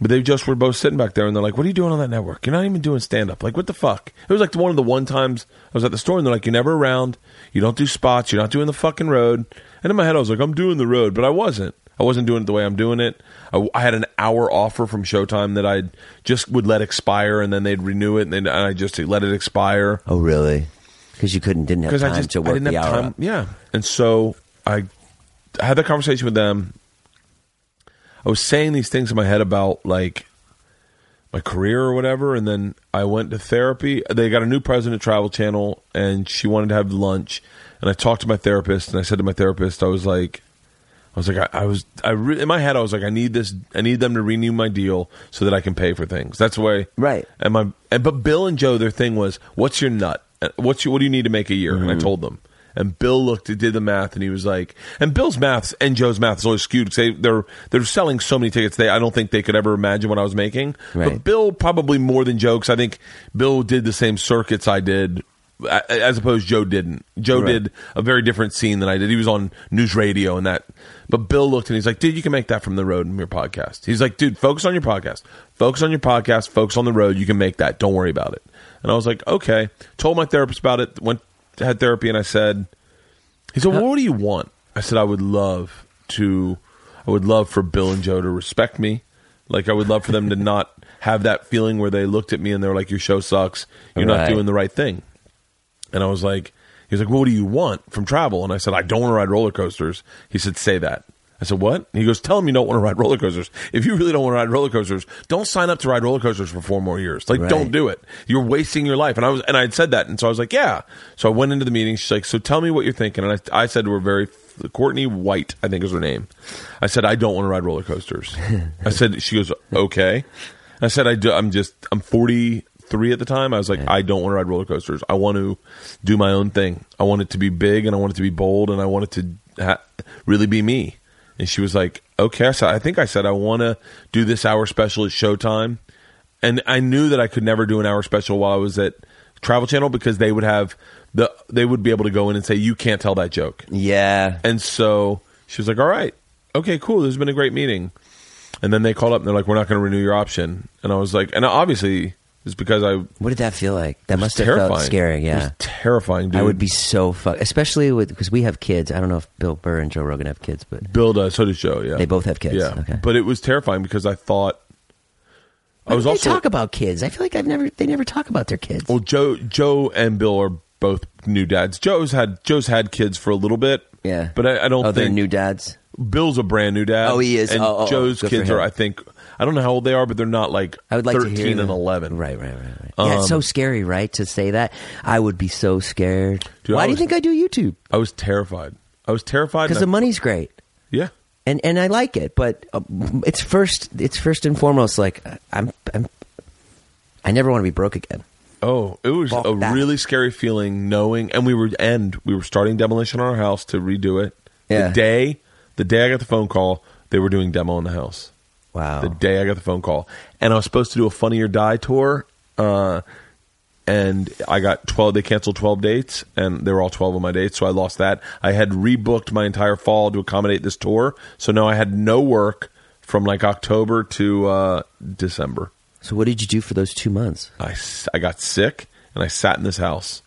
Speaker 1: But they just were both sitting back there and they're like, What are you doing on that network? You're not even doing stand up. Like, what the fuck? It was like one of the one times I was at the store and they're like, You're never around. You don't do spots. You're not doing the fucking road. And in my head, I was like, I'm doing the road, but I wasn't. I wasn't doing it the way I'm doing it. I, I had an hour offer from Showtime that I just would let expire and then they'd renew it and, then, and I just let it expire
Speaker 7: Oh, really? Because you couldn't didn't have
Speaker 1: because
Speaker 7: time
Speaker 1: I just
Speaker 7: to work
Speaker 1: I didn't
Speaker 7: the
Speaker 1: have
Speaker 7: hour.
Speaker 1: time.
Speaker 7: up.
Speaker 1: Yeah, and so I, I had that conversation with them. I was saying these things in my head about like my career or whatever, and then I went to therapy. They got a new president of Travel Channel, and she wanted to have lunch. And I talked to my therapist, and I said to my therapist, I was like, I was like, I, I was, I re- in my head, I was like, I need this, I need them to renew my deal so that I can pay for things. That's the way,
Speaker 7: Right.
Speaker 1: And my, and but Bill and Joe, their thing was, what's your nut? Uh, What's your, what do you need to make a year? And I told them. And Bill looked, did the math, and he was like, and Bill's maths and Joe's math is always skewed because they, they're they're selling so many tickets. They I don't think they could ever imagine what I was making.
Speaker 7: Right.
Speaker 1: But Bill probably more than Joe because I think Bill did the same circuits I did, a- as opposed Joe didn't. Joe
Speaker 7: Right.
Speaker 1: did a very different scene than I did. He was on news radio and that. But Bill looked and he's like, dude, you can make that from the road in your podcast. He's like, dude, focus on your podcast. Focus on your podcast. Focus on the road. You can make that. Don't worry about it. And I was like, okay. Told my therapist about it. Went had therapy and I said, he said, well, "What do you want?" I said, "I would love to. I would love for Bill and Joe to respect me. Like I would love for them
Speaker 7: [LAUGHS]
Speaker 1: to not have that feeling where they looked at me and they were like, "Your show sucks. You're not
Speaker 7: Right.
Speaker 1: doing the right thing." And I was like, he was like, well, what do you want from travel? And I said, I don't want to ride roller coasters. He said, say that. I said, what? And he goes, tell him you don't want to ride roller coasters. If you really don't want to ride roller coasters, don't sign up to ride roller coasters for four more years. Like,
Speaker 7: Right.
Speaker 1: don't do it. You're wasting your life. And I was, and I had said that. And so I was like, yeah. So I went into the meeting. She's like, so tell me what you're thinking. And I, I said to her very, Courtney White, I think is her name. I said, I don't want to ride roller coasters. I said, she goes, okay. I said, I do, I'm just, I'm 43 at the time. I was like, I don't want to ride roller coasters. I want to do my own thing. I want it to be big and I want it to be bold and I want it to ha- really be me. And she was like, okay. I, said, I think I said, I want to do this hour special at Showtime. And I knew that I could never do an hour special while I was at Travel Channel because they would have the, they would be able to go in and say, you can't tell that joke.
Speaker 7: Yeah.
Speaker 1: And so she was like, "All right, okay, cool. This has been a great meeting." And then they called up and they're like, "We're not going to renew your option." And I was like, "And obviously it's because I it
Speaker 7: What did that feel like? That
Speaker 1: was
Speaker 7: must have
Speaker 1: terrifying.
Speaker 7: felt scary.
Speaker 1: It was
Speaker 7: Yeah.
Speaker 1: terrifying. Dude.
Speaker 7: I would be so fucked, especially with because we have kids. I don't know if Bill Burr and Joe Rogan have kids, but
Speaker 1: Bill does. So does Joe. Yeah,
Speaker 7: They both have kids.
Speaker 1: Yeah,
Speaker 7: Okay.
Speaker 1: but it was terrifying because I thought I
Speaker 7: Why
Speaker 1: was
Speaker 7: don't
Speaker 1: also
Speaker 7: they talk about kids. I feel like I've never they never talk about their kids.
Speaker 1: well. Joe, Joe, and Bill are both new dads. Joe's had Joe's had kids for a little bit.
Speaker 7: yeah,
Speaker 1: but I, I don't
Speaker 7: Oh, they're
Speaker 1: think
Speaker 7: new dads.
Speaker 1: Bill's a brand new dad.
Speaker 7: Oh, he is.
Speaker 1: And
Speaker 7: Oh, oh, oh.
Speaker 1: Joe's
Speaker 7: Good for
Speaker 1: kids are,
Speaker 7: him.
Speaker 1: I think, I don't know how old they are, but they're not like
Speaker 7: I would like to hear
Speaker 1: thirteen and
Speaker 7: them.
Speaker 1: eleven. Um,
Speaker 7: Right, right, right, right. yeah, it's so scary, right? To say that, I would be so scared.
Speaker 1: Dude,
Speaker 7: Why
Speaker 1: I
Speaker 7: do you
Speaker 1: was-
Speaker 7: think I do YouTube?
Speaker 1: I was terrified. I was terrified.
Speaker 7: Because the
Speaker 1: and I-
Speaker 7: money's great,
Speaker 1: yeah,
Speaker 7: and and I like it, but uh, it's first it's first and foremost like I'm I'm I never want to be broke again.
Speaker 1: Oh, it was
Speaker 7: Fuck
Speaker 1: a
Speaker 7: that.
Speaker 1: really scary feeling knowing, and we were and we were starting demolition on our house to redo it.
Speaker 7: Yeah.
Speaker 1: The day, the day I got the phone call, they were doing demo on the house.
Speaker 7: Wow.
Speaker 1: The day I got the phone call, and I was supposed to do a Funny or Die tour, uh, and I got twelve. They canceled twelve dates, and they were all twelve of my dates, so I lost that. I had rebooked my entire fall to accommodate this tour, so now I had no work from like October to uh, December.
Speaker 7: So what did you do for those two months?
Speaker 1: I, s- I got sick and I sat in this house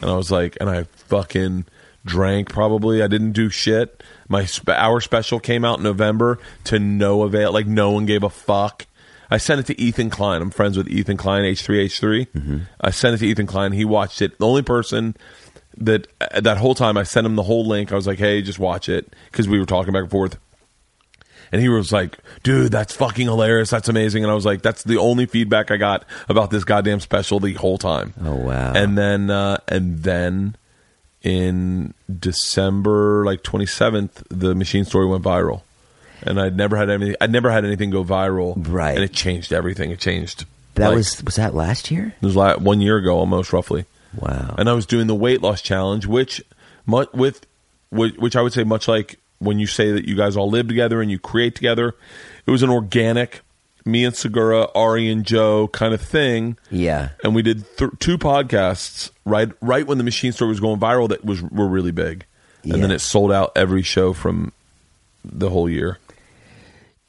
Speaker 1: and I was like, and I fucking drank probably. I didn't do shit. My sp- hour special came out in November to no avail. Like, no one gave a fuck. I sent it to Ethan Klein. I'm friends with Ethan Klein, H3H3. I sent it to Ethan Klein. He watched it. The only person that that whole time I sent him the whole link. I was like, hey, just watch it because we were talking back and forth. And he was like, dude, that's fucking hilarious. That's amazing. And I was like, that's the only feedback I got about this goddamn special the whole time.
Speaker 7: Oh, wow.
Speaker 1: And then, uh, and then in December, like 27th, the machine story went viral. And I'd never had anything, I'd never had anything go viral.
Speaker 7: Right.
Speaker 1: And it changed everything. It changed.
Speaker 7: That
Speaker 1: Like,
Speaker 7: was was that last year?
Speaker 1: it was like one year ago, almost roughly
Speaker 7: Wow.
Speaker 1: and I was doing the weight loss challenge, which mu- with which, which I would say much like when you say that you guys all live together and you create together, it was an organic me and Segura, Ari and Joe kind of thing.
Speaker 7: Yeah.
Speaker 1: and we did th- two podcasts right right when the machine store was going viral that was were really big, and then
Speaker 7: Yeah.
Speaker 1: it sold out every show from the whole year.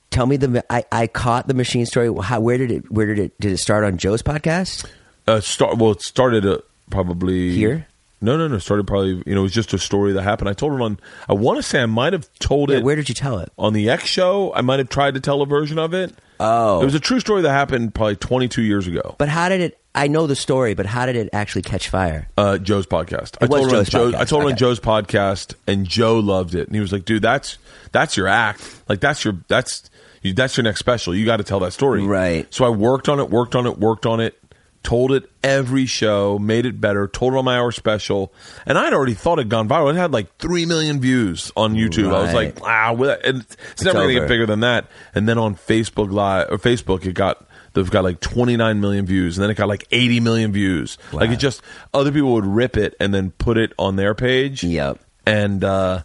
Speaker 7: Tell me the I, I caught the machine story. How, where did it where did it did it start on Joe's podcast?
Speaker 1: Uh, start well. It started uh, probably
Speaker 7: Here?
Speaker 1: No, no, no. Started probably. You know, it was just a story that happened. I told it on. I want to say I might have told
Speaker 7: Yeah,
Speaker 1: it.
Speaker 7: where did you tell it?
Speaker 1: on the X show. I might have tried to tell a version of it.
Speaker 7: Oh.
Speaker 1: It was a true story that happened probably 22 years ago.
Speaker 7: But how did it? I know the story, but how did it actually catch fire?
Speaker 1: Uh, Joe's podcast. I
Speaker 7: It was
Speaker 1: told
Speaker 7: Joe's
Speaker 1: it on Joe, I
Speaker 7: podcast.
Speaker 1: told it
Speaker 7: Okay.
Speaker 1: on Joe's podcast, and Joe loved it, and he was like, "Dude, that's that's your act. Like that's your that's you, that's your next special. You got to tell that story,
Speaker 7: Right.
Speaker 1: So I worked on it, worked on it, worked on it. Told it every show, made it better. Told it on my hour special, and I'd already thought it had gone viral. It had like three million views on YouTube. I was
Speaker 7: Right.
Speaker 1: like, ah, well, and it's, never going to
Speaker 7: over.
Speaker 1: get bigger than that. And then on Facebook Live or Facebook, it got they've got like 29 million views, and then it got like 80 million views. Like it just other people would rip it and then put it on their page.
Speaker 7: Yep.
Speaker 1: And uh,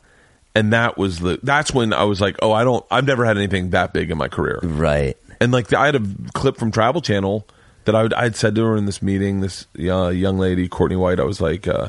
Speaker 1: and that was the that's when I was like, oh, I don't, I've never had anything that big in my career.
Speaker 7: Right.
Speaker 1: And like I had a clip from Travel Channel that I would, I had said to her in this meeting, this uh, young lady Courtney White. I was like, uh,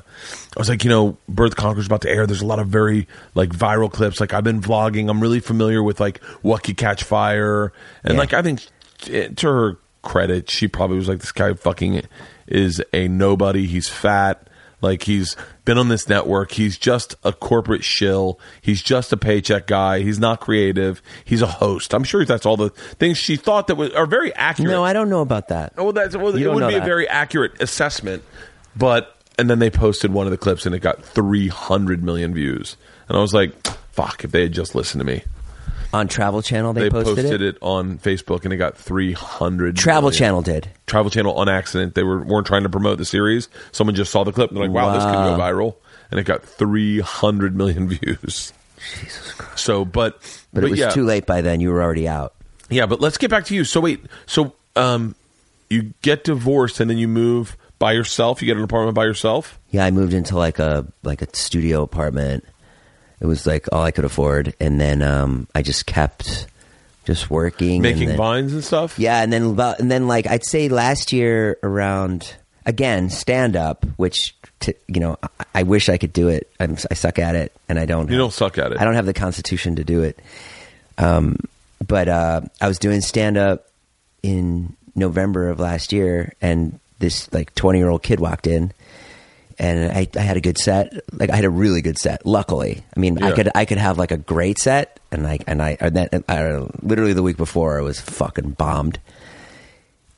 Speaker 1: I was like, you know, Birth Conqueror's about to air. There's a lot of very like viral clips. Like I've been vlogging. I'm really familiar with like what could catch fire. And
Speaker 7: Yeah.
Speaker 1: like I think t- to her credit, she probably was like, this guy fucking is a nobody. He's fat. Like he's been on this network. He's just a corporate shill. He's just a paycheck guy. He's not creative. He's a host. I'm sure that's all the things she thought that was, are very accurate.
Speaker 7: No, I don't know about that.
Speaker 1: Well, that's well,
Speaker 7: You
Speaker 1: it
Speaker 7: don't
Speaker 1: would
Speaker 7: know
Speaker 1: be
Speaker 7: that.
Speaker 1: a very accurate assessment, but and then they posted one of the clips and it got 300 million views, and I was like, "Fuck!" If they had just listened to me,
Speaker 7: On Travel Channel, they,
Speaker 1: they, posted, it? on Facebook and it got 300.
Speaker 7: Travel
Speaker 1: million.
Speaker 7: Channel did.
Speaker 1: Travel Channel on accident. They were weren't trying to promote the series. Someone just saw the clip and they're like, "Wow, this could go
Speaker 7: Wow.
Speaker 1: viral," and it got 300 million [LAUGHS] views. Jesus Christ. So, but
Speaker 7: But, it was
Speaker 1: yeah.
Speaker 7: too late by then. You were already out.
Speaker 1: Yeah, but let's get back to you. So wait, so um, you get divorced and then you move by yourself. You get an apartment by yourself.
Speaker 7: Yeah, I moved into like a like a studio apartment. It was like all I could afford, and then um, I just kept just working, and
Speaker 1: making
Speaker 7: then-
Speaker 1: vines and stuff.
Speaker 7: Yeah, and then about, and then like I'd say last year around again stand up, which t- you know I, I wish I could do it. I'm, I suck at it, and I don't.
Speaker 1: You
Speaker 7: have-
Speaker 1: don't suck at it.
Speaker 7: I don't have the constitution to do it. Um, but uh, I was doing stand up in November of last year, and this like 20 year old kid walked in. And I, I had a good set. Like I had a really good set. Luckily, I mean, I
Speaker 1: Yeah.
Speaker 7: could I could have like a great set, and like and I and that I, literally the week before I was fucking bombed.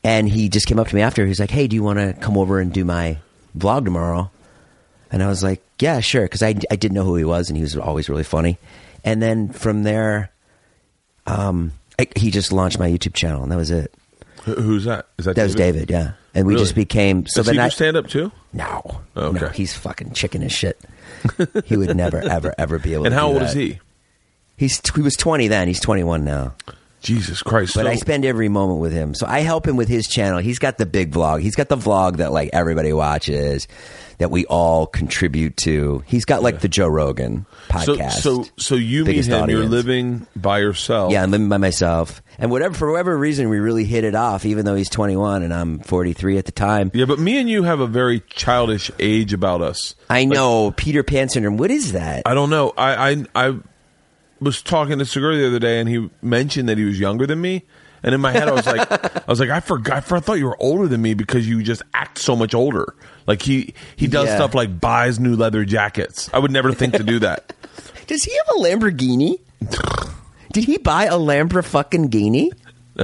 Speaker 7: And he just came up to me after. He's like, "Hey, do you want to come over and do my vlog tomorrow?" And I was like, "Yeah, sure," because I I didn't know who he was, and he was always really funny. And then from there, um, I, he just launched my YouTube channel, and that was it.
Speaker 1: Who- Who's that? Is that
Speaker 7: That was David, yeah. And we
Speaker 1: Really?
Speaker 7: just became so.
Speaker 1: Does
Speaker 7: then
Speaker 1: he
Speaker 7: I,
Speaker 1: do stand up too?
Speaker 7: No,
Speaker 1: Okay.
Speaker 7: no, he's fucking chicken as shit. he
Speaker 1: [LAUGHS]
Speaker 7: would never, ever, ever be able.
Speaker 1: And
Speaker 7: to
Speaker 1: how
Speaker 7: do
Speaker 1: old
Speaker 7: that.
Speaker 1: is he?
Speaker 7: He's he was twenty then. He's twenty one now.
Speaker 1: Jesus Christ.
Speaker 7: But
Speaker 1: so-
Speaker 7: I spend every moment with him. So I help him with his channel. He's got the big vlog. He's got the vlog that like everybody watches, that we all contribute to. He's got like the Joe Rogan podcast.
Speaker 1: So, so, so you meet
Speaker 7: Biggest
Speaker 1: him. You're
Speaker 7: audience.
Speaker 1: living by yourself.
Speaker 7: yeah, I'm living by myself. And whatever for whatever reason we really hit it off, even though he's twenty one and I'm forty three at the time.
Speaker 1: Yeah, but me and you have a very childish age about us.
Speaker 7: I know Peter Pan syndrome. What is that?
Speaker 1: I don't know. I I, I was talking to Segura the other day, and he mentioned that he was younger than me. And in my head, I was
Speaker 7: [LAUGHS]
Speaker 1: like, I was like, I forgot. I thought you were older than me because you just act so much older. Like he he does
Speaker 7: Yeah.
Speaker 1: stuff like buys new leather jackets. I would never think to do that.
Speaker 7: Does he have
Speaker 1: [LAUGHS]
Speaker 7: a Lamborghini? Did he buy a Lambra fucking Guinea? [LAUGHS]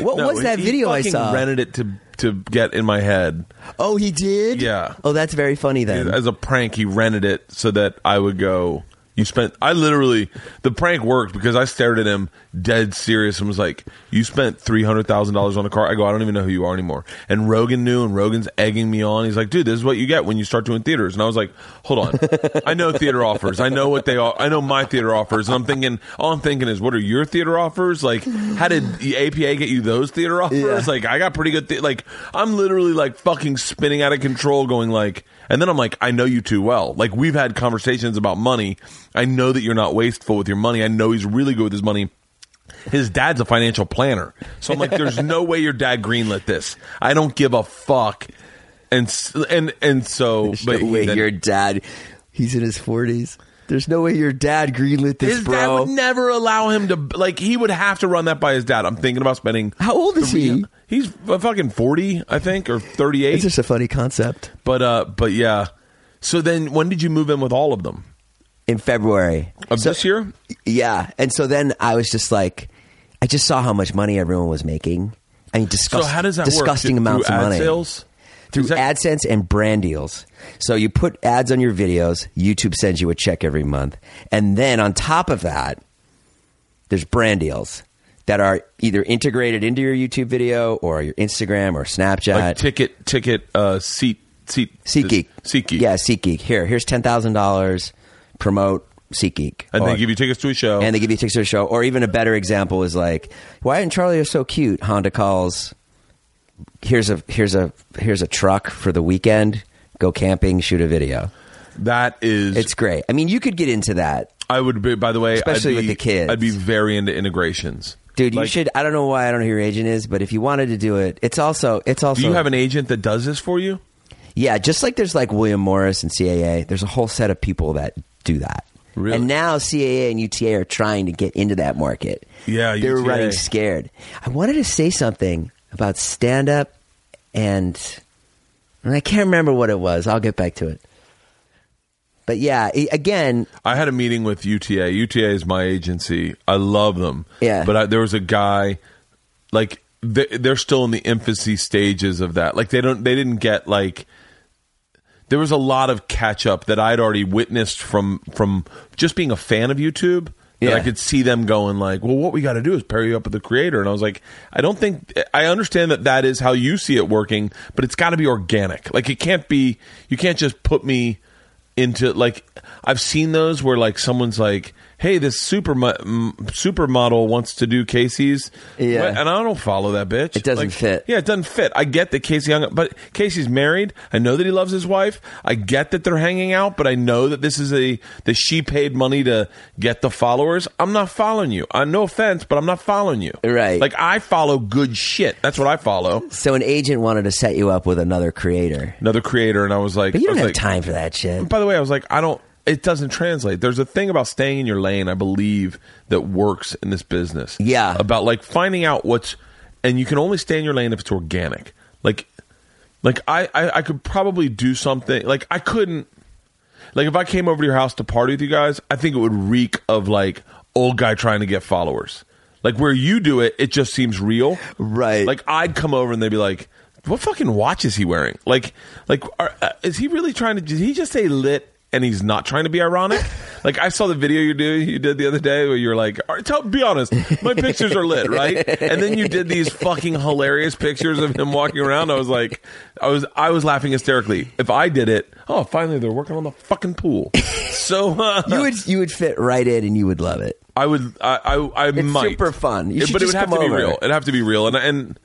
Speaker 7: What was that
Speaker 1: he
Speaker 7: video I
Speaker 1: fucking
Speaker 7: saw?
Speaker 1: Rented it to to get in my head
Speaker 7: Oh, he did.
Speaker 1: Yeah.
Speaker 7: Oh, that's very funny then.
Speaker 1: as a prank. He rented it so that I would go. You spent. I literally the prank worked because I stared at him dead serious and was like, "You spent three hundred thousand dollars on a car." I go, "I don't even know who you are anymore." And Rogan knew, and Rogan's egging me on. He's like, "Dude, this is what you get when you start doing theaters." And I was like, "Hold on, I know theater offers. I know what they are. I know my theater offers." And I'm thinking, all I'm thinking is, "What are your theater offers? Like, how did the APA get you those theater offers? Like, I got pretty good. The- like, I'm literally like fucking spinning out of control, going like." And then I'm like, I know you too well. Like we've had conversations about money. I know that you're not wasteful with your money. I know he's really good with his money. His dad's a financial planner. So I'm like,
Speaker 7: [LAUGHS]
Speaker 1: there's no way your dad greenlit this. I don't give a fuck. And s- and and so,
Speaker 7: but
Speaker 1: but
Speaker 7: no way
Speaker 1: then-
Speaker 7: your dad he's in his 40s there's no way your dad greenlit this
Speaker 1: his dad
Speaker 7: bro
Speaker 1: would never allow him to like. He would have to run that by his dad. I'm thinking about spending.
Speaker 7: how old is he
Speaker 1: He's a fucking forty, I think, or thirty
Speaker 7: it's
Speaker 1: eight.
Speaker 7: just a funny concept
Speaker 1: But uh, but yeah. So then, when did you move in with all of them
Speaker 7: in february
Speaker 1: of
Speaker 7: So-
Speaker 1: this year?
Speaker 7: yeah and so then i was just like i just saw how much money everyone was making i mean disgust,
Speaker 1: so how does that
Speaker 7: disgusting
Speaker 1: work? Through
Speaker 7: amounts
Speaker 1: ad
Speaker 7: of money
Speaker 1: Sales?
Speaker 7: through
Speaker 1: Is that-
Speaker 7: AdSense and brand deals. So you put ads on your videos, YouTube sends you a check every month. And then on top of that, there's brand deals that are either integrated into your YouTube video or your Instagram or Snapchat.
Speaker 1: like ticket ticket uh seat seat
Speaker 7: SeatGeek.
Speaker 1: SeatGeek.
Speaker 7: Yeah, SeatGeek. Here, here's $10,000. Promote SeatGeek.
Speaker 1: And
Speaker 7: Or-
Speaker 1: they give you tickets to a show.
Speaker 7: and they give you tickets to a show. Or even a better example is like, why isn't Charlie so cute? Honda calls. Here's a here's a here's a truck for the weekend. Go camping, shoot a video.
Speaker 1: that is
Speaker 7: It's great. I mean, you could get into that,
Speaker 1: I would be by the way
Speaker 7: Especially
Speaker 1: I'd
Speaker 7: with
Speaker 1: be,
Speaker 7: the kids.
Speaker 1: I'd be very into integrations.
Speaker 7: dude. you
Speaker 1: Like,
Speaker 7: should. I don't know why I don't know who your agent is, but if you wanted to do it, it's also it's also.
Speaker 1: Do you have an agent that does this for you?
Speaker 7: Yeah, just like there's like William Morris and CAA. There's a whole set of people that do that.
Speaker 1: Really?
Speaker 7: And now CAA and UTA are trying to get into that market.
Speaker 1: Yeah,
Speaker 7: they're
Speaker 1: UTA.
Speaker 7: running scared. I wanted to say something about stand up and and I can't remember what it was. I'll get back to it. But yeah, i- again,
Speaker 1: I had a meeting with UTA. UTA is my agency. I love them.
Speaker 7: Yeah.
Speaker 1: But I, there was a guy, like they, they're still in the infancy stages of that. Like they don't, they didn't get like. There was a lot of catch up that I'd already witnessed from from just being a fan of YouTube. That I
Speaker 7: Yeah.
Speaker 1: could see them going like, well, what we got to do is pair you up with the creator, and I was like, I don't think I understand that that is how you see it working, but it's got to be organic. Like it can't be, you can't just put me into like I've seen those where like someone's like, "Hey, this super mo- m- supermodel wants to do Casey's,"
Speaker 7: Yeah.
Speaker 1: What- and I don't follow that bitch.
Speaker 7: It doesn't
Speaker 1: Like,
Speaker 7: fit.
Speaker 1: Yeah, it doesn't fit. I get that Casey hung, but Casey's married. I know that he loves his wife. I get that they're hanging out, but I know that this is a that she paid money to get the followers. I'm not following you. I no offense, but I'm not following you.
Speaker 7: Right.
Speaker 1: Like I follow good shit. That's what I follow.
Speaker 7: so an agent wanted to set you up with another creator,
Speaker 1: Another creator, and I was like,
Speaker 7: but you don't
Speaker 1: I was
Speaker 7: have
Speaker 1: like,
Speaker 7: time for that shit.
Speaker 1: by the way, I was like, I don't. It doesn't translate. There's a thing about staying in your lane. I believe that works in this business.
Speaker 7: Yeah.
Speaker 1: About like finding out what's, and you can only stay in your lane if it's organic. Like, like I I, I could probably do something. Like I couldn't. Like if I came over to your house to party with you guys, I think it would reek of like old guy trying to get followers. Like where you do it, it just seems real.
Speaker 7: Right.
Speaker 1: Like I'd come over and they'd be like, "What fucking watch is he wearing? Like, like are, uh, is he really trying to? Did he just say lit?" And he's not trying to be ironic. Like I saw the video you do you did the other day where you're like, "All right, tell, be honest, my pictures are lit, right?" And then you did these fucking hilarious pictures of him walking around. I was like, I was I was laughing hysterically. If I did it, oh, finally they're working on the fucking pool. So uh,
Speaker 7: You would you would fit right in, and you would love it.
Speaker 1: I would. I. I, I
Speaker 7: It's
Speaker 1: might.
Speaker 7: super fun. You
Speaker 1: Yeah,
Speaker 7: should
Speaker 1: but it would
Speaker 7: just
Speaker 1: have
Speaker 7: come
Speaker 1: to be
Speaker 7: over.
Speaker 1: real. It'd have to be real. And and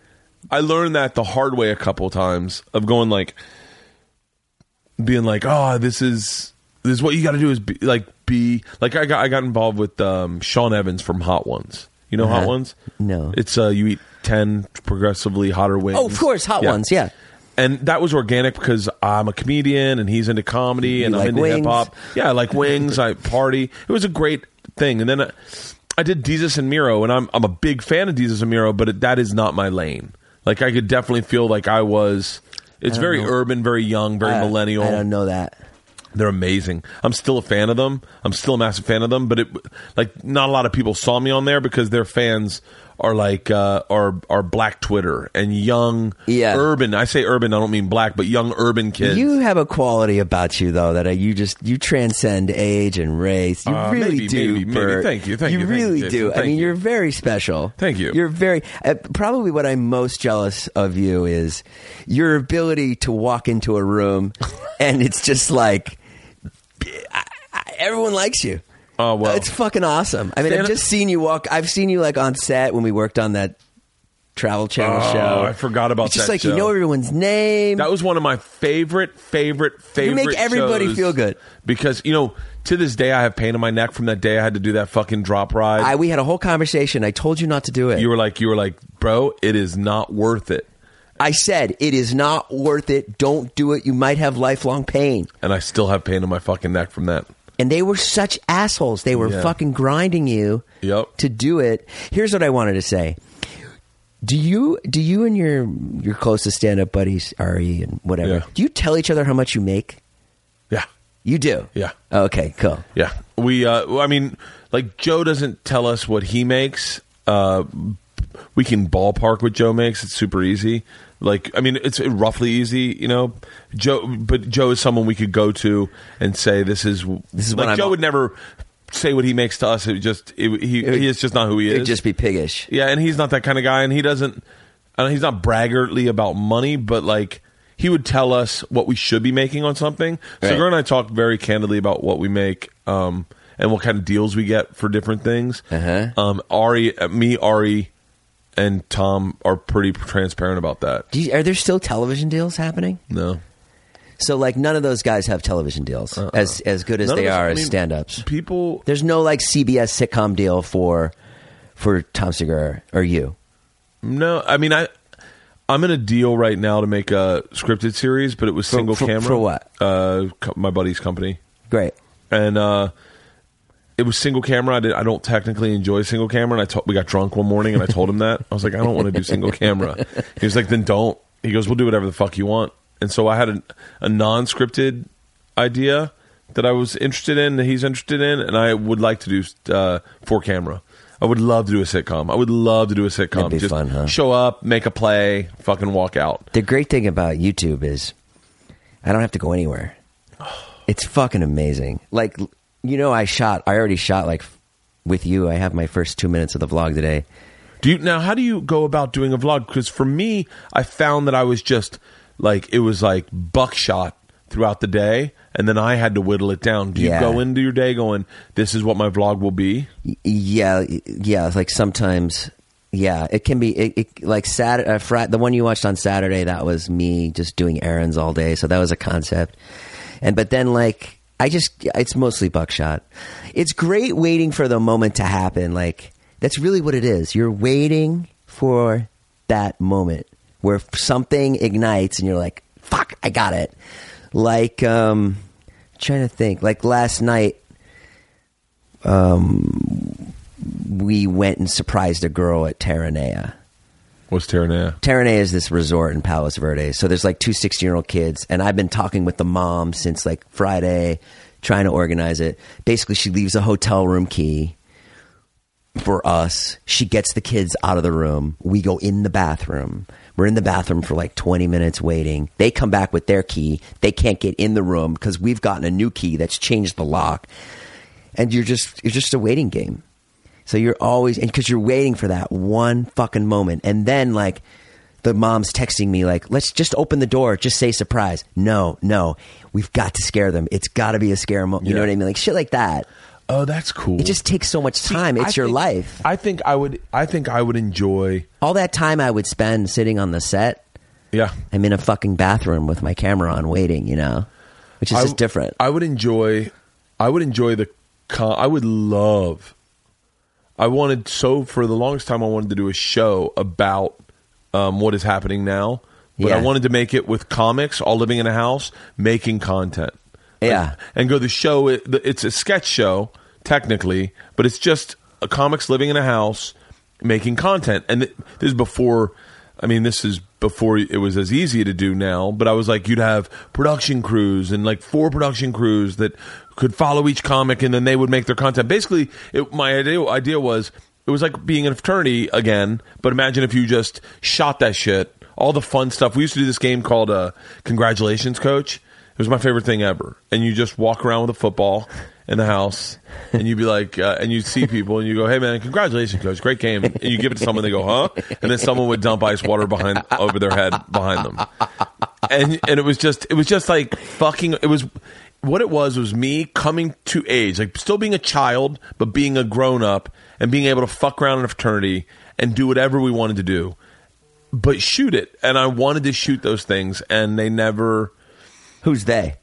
Speaker 1: I learned that the hard way a couple times of going like, being like, oh, this is this is what you got to do is be, like be like I got I got involved with um, Sean Evans from Hot Ones. You know Hot
Speaker 7: Uh-huh.
Speaker 1: Ones?
Speaker 7: No.
Speaker 1: It's uh, you eat ten progressively hotter wings.
Speaker 7: Oh, of course, hot ones. Yeah.
Speaker 1: And that was organic because I'm a comedian and he's into comedy and
Speaker 7: You
Speaker 1: I'm
Speaker 7: like
Speaker 1: into
Speaker 7: wings?
Speaker 1: hip hop. Yeah, I like wings.
Speaker 7: [LAUGHS]
Speaker 1: I party. It was a great thing. And then I, I did Jesus and Miro, and I'm I'm a big fan of Jesus and Miro, but it, that is not my lane. Like I could definitely feel like I was. It's
Speaker 7: don't
Speaker 1: very
Speaker 7: know.
Speaker 1: urban, very young, very
Speaker 7: I-
Speaker 1: millennial.
Speaker 7: I don't know that.
Speaker 1: They're amazing. I'm still a fan of them. I'm still a massive fan of them. But it, like, not a lot of people saw me on there because their fans are like uh, are are black Twitter and young
Speaker 7: Yeah.
Speaker 1: urban. I say urban. I don't mean black, but young urban kids.
Speaker 7: You have a quality about you though that uh, you just you transcend age and race. You
Speaker 1: Uh,
Speaker 7: really
Speaker 1: maybe,
Speaker 7: do.
Speaker 1: maybe, maybe.
Speaker 7: Bert.
Speaker 1: Thank you, thank you, thank you,
Speaker 7: really
Speaker 1: Jason.
Speaker 7: do. I
Speaker 1: Thank
Speaker 7: mean,
Speaker 1: you.
Speaker 7: are very special.
Speaker 1: Thank you.
Speaker 7: You're very uh, probably what I'm most jealous of you is your ability to walk into
Speaker 1: [LAUGHS]
Speaker 7: a room and it's just like I- I- everyone likes you.
Speaker 1: Oh, well.
Speaker 7: it's fucking awesome. I mean,
Speaker 1: Stand
Speaker 7: I've
Speaker 1: up-
Speaker 7: just seen you walk. I've seen you like on set when we worked on that Travel Channel
Speaker 1: Oh,
Speaker 7: show.
Speaker 1: I forgot about
Speaker 7: It's just
Speaker 1: that
Speaker 7: like
Speaker 1: show.
Speaker 7: you know everyone's name.
Speaker 1: That was one of my favorite, favorite,
Speaker 7: You
Speaker 1: favorite.
Speaker 7: make everybody
Speaker 1: shows
Speaker 7: feel good.
Speaker 1: because you know to this day I have pain in my neck from that day I had to do that fucking drop ride.
Speaker 7: I, we had a whole conversation. I told you not to do it.
Speaker 1: you were like, you were like, bro, it is not worth it,
Speaker 7: I said it is not worth it. Don't do it. You might have lifelong pain.
Speaker 1: and I still have pain in my fucking neck from that.
Speaker 7: And they were such assholes. They were
Speaker 1: Yeah.
Speaker 7: fucking grinding you
Speaker 1: Yep.
Speaker 7: to do it. Here's what I wanted to say. Do you do you and your your closest stand up buddies, Ari and whatever,
Speaker 1: Yeah.
Speaker 7: do you tell each other how much you make?
Speaker 1: Yeah,
Speaker 7: You do. Oh,
Speaker 1: Yeah.
Speaker 7: Okay, cool.
Speaker 1: Yeah, we. Uh, well, I mean, like Joe doesn't tell us what he makes. Uh, we can ballpark what Joe makes. It's super easy. Like, I mean, it's roughly easy, you know. Joe, but Joe is someone we could go to and say, "This is
Speaker 7: This is
Speaker 1: like
Speaker 7: what I'm-
Speaker 1: Joe would never say what he makes to us. It would just it, he he is just not who he is.
Speaker 7: It'd just be piggish.
Speaker 1: Yeah, and he's not that kind of guy, and he doesn't. I don't, he's not braggartly about money, but like he would tell us what we should be making on something. So
Speaker 7: Right.
Speaker 1: Girl and I talk very candidly about what we make um, and what kind of deals we get for different things.
Speaker 7: Uh-huh.
Speaker 1: Um, Ari, uh, me, Ari, and Tom are pretty transparent about that.
Speaker 7: Do you, are there still television deals happening?
Speaker 1: No,
Speaker 7: So like none of those guys have television deals as as good as
Speaker 1: Uh-uh. None of
Speaker 7: they
Speaker 1: us-
Speaker 7: are
Speaker 1: I
Speaker 7: as
Speaker 1: mean,
Speaker 7: stand ups.
Speaker 1: People,
Speaker 7: There's no like CBS sitcom deal for for Tom Segura or you.
Speaker 1: no. I mean, I. I'm in a deal right now to make a scripted series, but it was single
Speaker 7: for-
Speaker 1: camera.
Speaker 7: for what?
Speaker 1: Uh, co- my buddy's company.
Speaker 7: Great.
Speaker 1: and uh, it was single camera. I, did, I don't technically enjoy single camera, and I to- we got drunk one morning, and I told him that I was like, I don't want to do single camera. He was like, then don't. He goes, we'll do whatever the fuck you want. And so I had a, a non-scripted idea that I was interested in, that he's interested in, and I would like to do uh, for camera. I would love to do a sitcom. I would love to do a sitcom.
Speaker 7: That'd be
Speaker 1: Just
Speaker 7: fun, huh?
Speaker 1: show up, make a play, fucking walk out.
Speaker 7: The great thing about YouTube is I don't have to go anywhere. It's fucking amazing. Like you know, I shot. I already shot like with you. I have my first two minutes of the vlog today.
Speaker 1: Do you now? How do you go about doing a vlog? Because for me, I found that I was just like it was like buckshot throughout the day, and then I had to whittle it down. Do you
Speaker 7: Yeah.
Speaker 1: go into your day going, "This is what my vlog will be"?
Speaker 7: Y- Yeah, y- yeah. it's Like sometimes, yeah. It can be it, it, like Saturday. Uh, Fri- the one you watched on Saturday that was me just doing errands all day. So that was a concept. And but then like I just it's mostly buckshot. It's great waiting for the moment to happen. Like that's really what it is. You're waiting for that moment where something ignites and you're like, "Fuck, I got it." Like um trying to think. Like last night we went and surprised a girl at Terranea.
Speaker 1: What's Terranea?
Speaker 7: Terranea is this resort in Palos Verdes. So there's like two 16 year old kids, and I've been talking with the mom since like Friday, trying to organize it. Basically, she leaves a hotel room key for us. She gets the kids out of the room. We go in the bathroom. We're in the bathroom for like 20 minutes waiting. They come back with their key. They can't get in the room because we've gotten a new key that's changed the lock. And you're just you're just a waiting game. So you're always and because you're waiting for that one fucking moment, and then like the mom's texting me like, "Let's just open the door, just say surprise." No, no, we've got to scare them. It's got to be a scare moment. You know
Speaker 1: Yeah.
Speaker 7: what I mean? Like shit like that.
Speaker 1: Oh, that's cool.
Speaker 7: It just takes so much time. it's your life.
Speaker 1: I think I would. I think I would enjoy.
Speaker 7: All that time I would spend sitting on the set,
Speaker 1: Yeah,
Speaker 7: I'm in a fucking bathroom with my camera on waiting, you know? Which is
Speaker 1: I-
Speaker 7: just different.
Speaker 1: I would enjoy. I would enjoy the. Con- I would love. I wanted so for the longest time. I wanted to do a show about um, what is happening now, but I
Speaker 7: Yeah.
Speaker 1: wanted to make it with comics all living in a house making content.
Speaker 7: Yeah.
Speaker 1: and go the show. it- the- It's a sketch show technically, but it's just a comics living in a house making content. And th- this is before. I mean, this is before it was as easy to do now. But I was like, you'd have production crews and like four production crews that could follow each comic, and then they would make their content. Basically, it, my idea idea was it was like being in a fraternity again. But imagine if you just shot that shit. All the fun stuff. We used to do this game called uh, Congratulations, Coach. It was my favorite thing ever. And you just walk around with a football in the house, and you'd be like, uh, and you'd see people, and you go, "Hey, man, congratulations, coach, great game." And you give it to someone, they go, "Huh?" And then someone would dump ice water behind over their head behind them, and and it was just it was just like fucking it was. What it was was me coming to age, like still being a child, but being a grown up and being able to fuck around in a fraternity and do whatever we wanted to do, but shoot it. And I wanted to shoot those things, and they never.
Speaker 7: Who's they?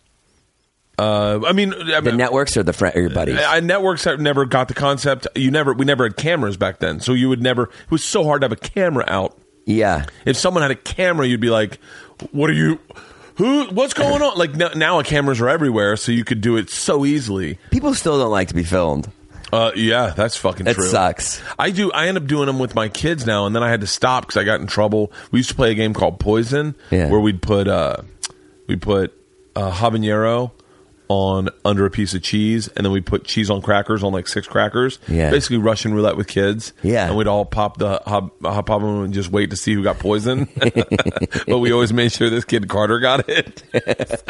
Speaker 1: Uh, I mean, I
Speaker 7: The
Speaker 1: mean,
Speaker 7: networks or the friend or your buddies?
Speaker 1: I, networks have never got the concept. You never, we never had cameras back then, so you would never. It was so hard to have a camera out.
Speaker 7: yeah.
Speaker 1: If someone had a camera, you'd be like, "What are you? Who? What's going on?" Like now, now cameras are everywhere, so you could do it so easily.
Speaker 7: People still don't like to be filmed.
Speaker 1: Uh, yeah, that's fucking
Speaker 7: It
Speaker 1: true.
Speaker 7: sucks.
Speaker 1: I do. I end up doing them with my kids now, and then I had to stop because I got in trouble. We used to play a game called Poison,
Speaker 7: Yeah.
Speaker 1: where we'd put uh, we put uh, habanero on under a piece of cheese, and then we put cheese on crackers on like six crackers.
Speaker 7: Yeah.
Speaker 1: basically Russian roulette with kids.
Speaker 7: Yeah.
Speaker 1: and we'd all pop the hab- hab- pop 'em and just wait to see who got poisoned. [LAUGHS] but we always made sure this kid Carter got it. [LAUGHS]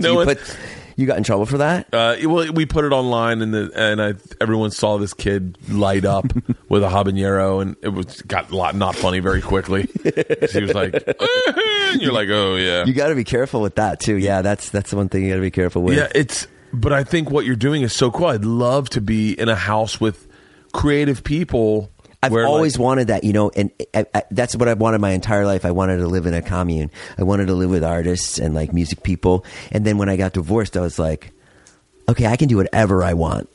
Speaker 1: So,
Speaker 7: you,
Speaker 1: one-
Speaker 7: put, you got in trouble for that?
Speaker 1: uh, it- well, we put it online, and the, and I, everyone saw this kid light
Speaker 7: [LAUGHS]
Speaker 1: up with a habanero, and it was got a lot not funny very
Speaker 7: [LAUGHS]
Speaker 1: quickly. 'Cause he was like, "Eh," and you're like, oh yeah,
Speaker 7: you got to be careful with that too. Yeah, that's that's the one thing you got to be careful with.
Speaker 1: yeah. It's but I think what you're doing is so cool. I'd love to be in a house with creative people.
Speaker 7: I've
Speaker 1: where, like-
Speaker 7: always wanted that, you know, and I, I, that's what I've wanted my entire life. I wanted to live in a commune. I wanted to live with artists and like music people. And then when I got divorced, I was like, okay, I can do whatever I want.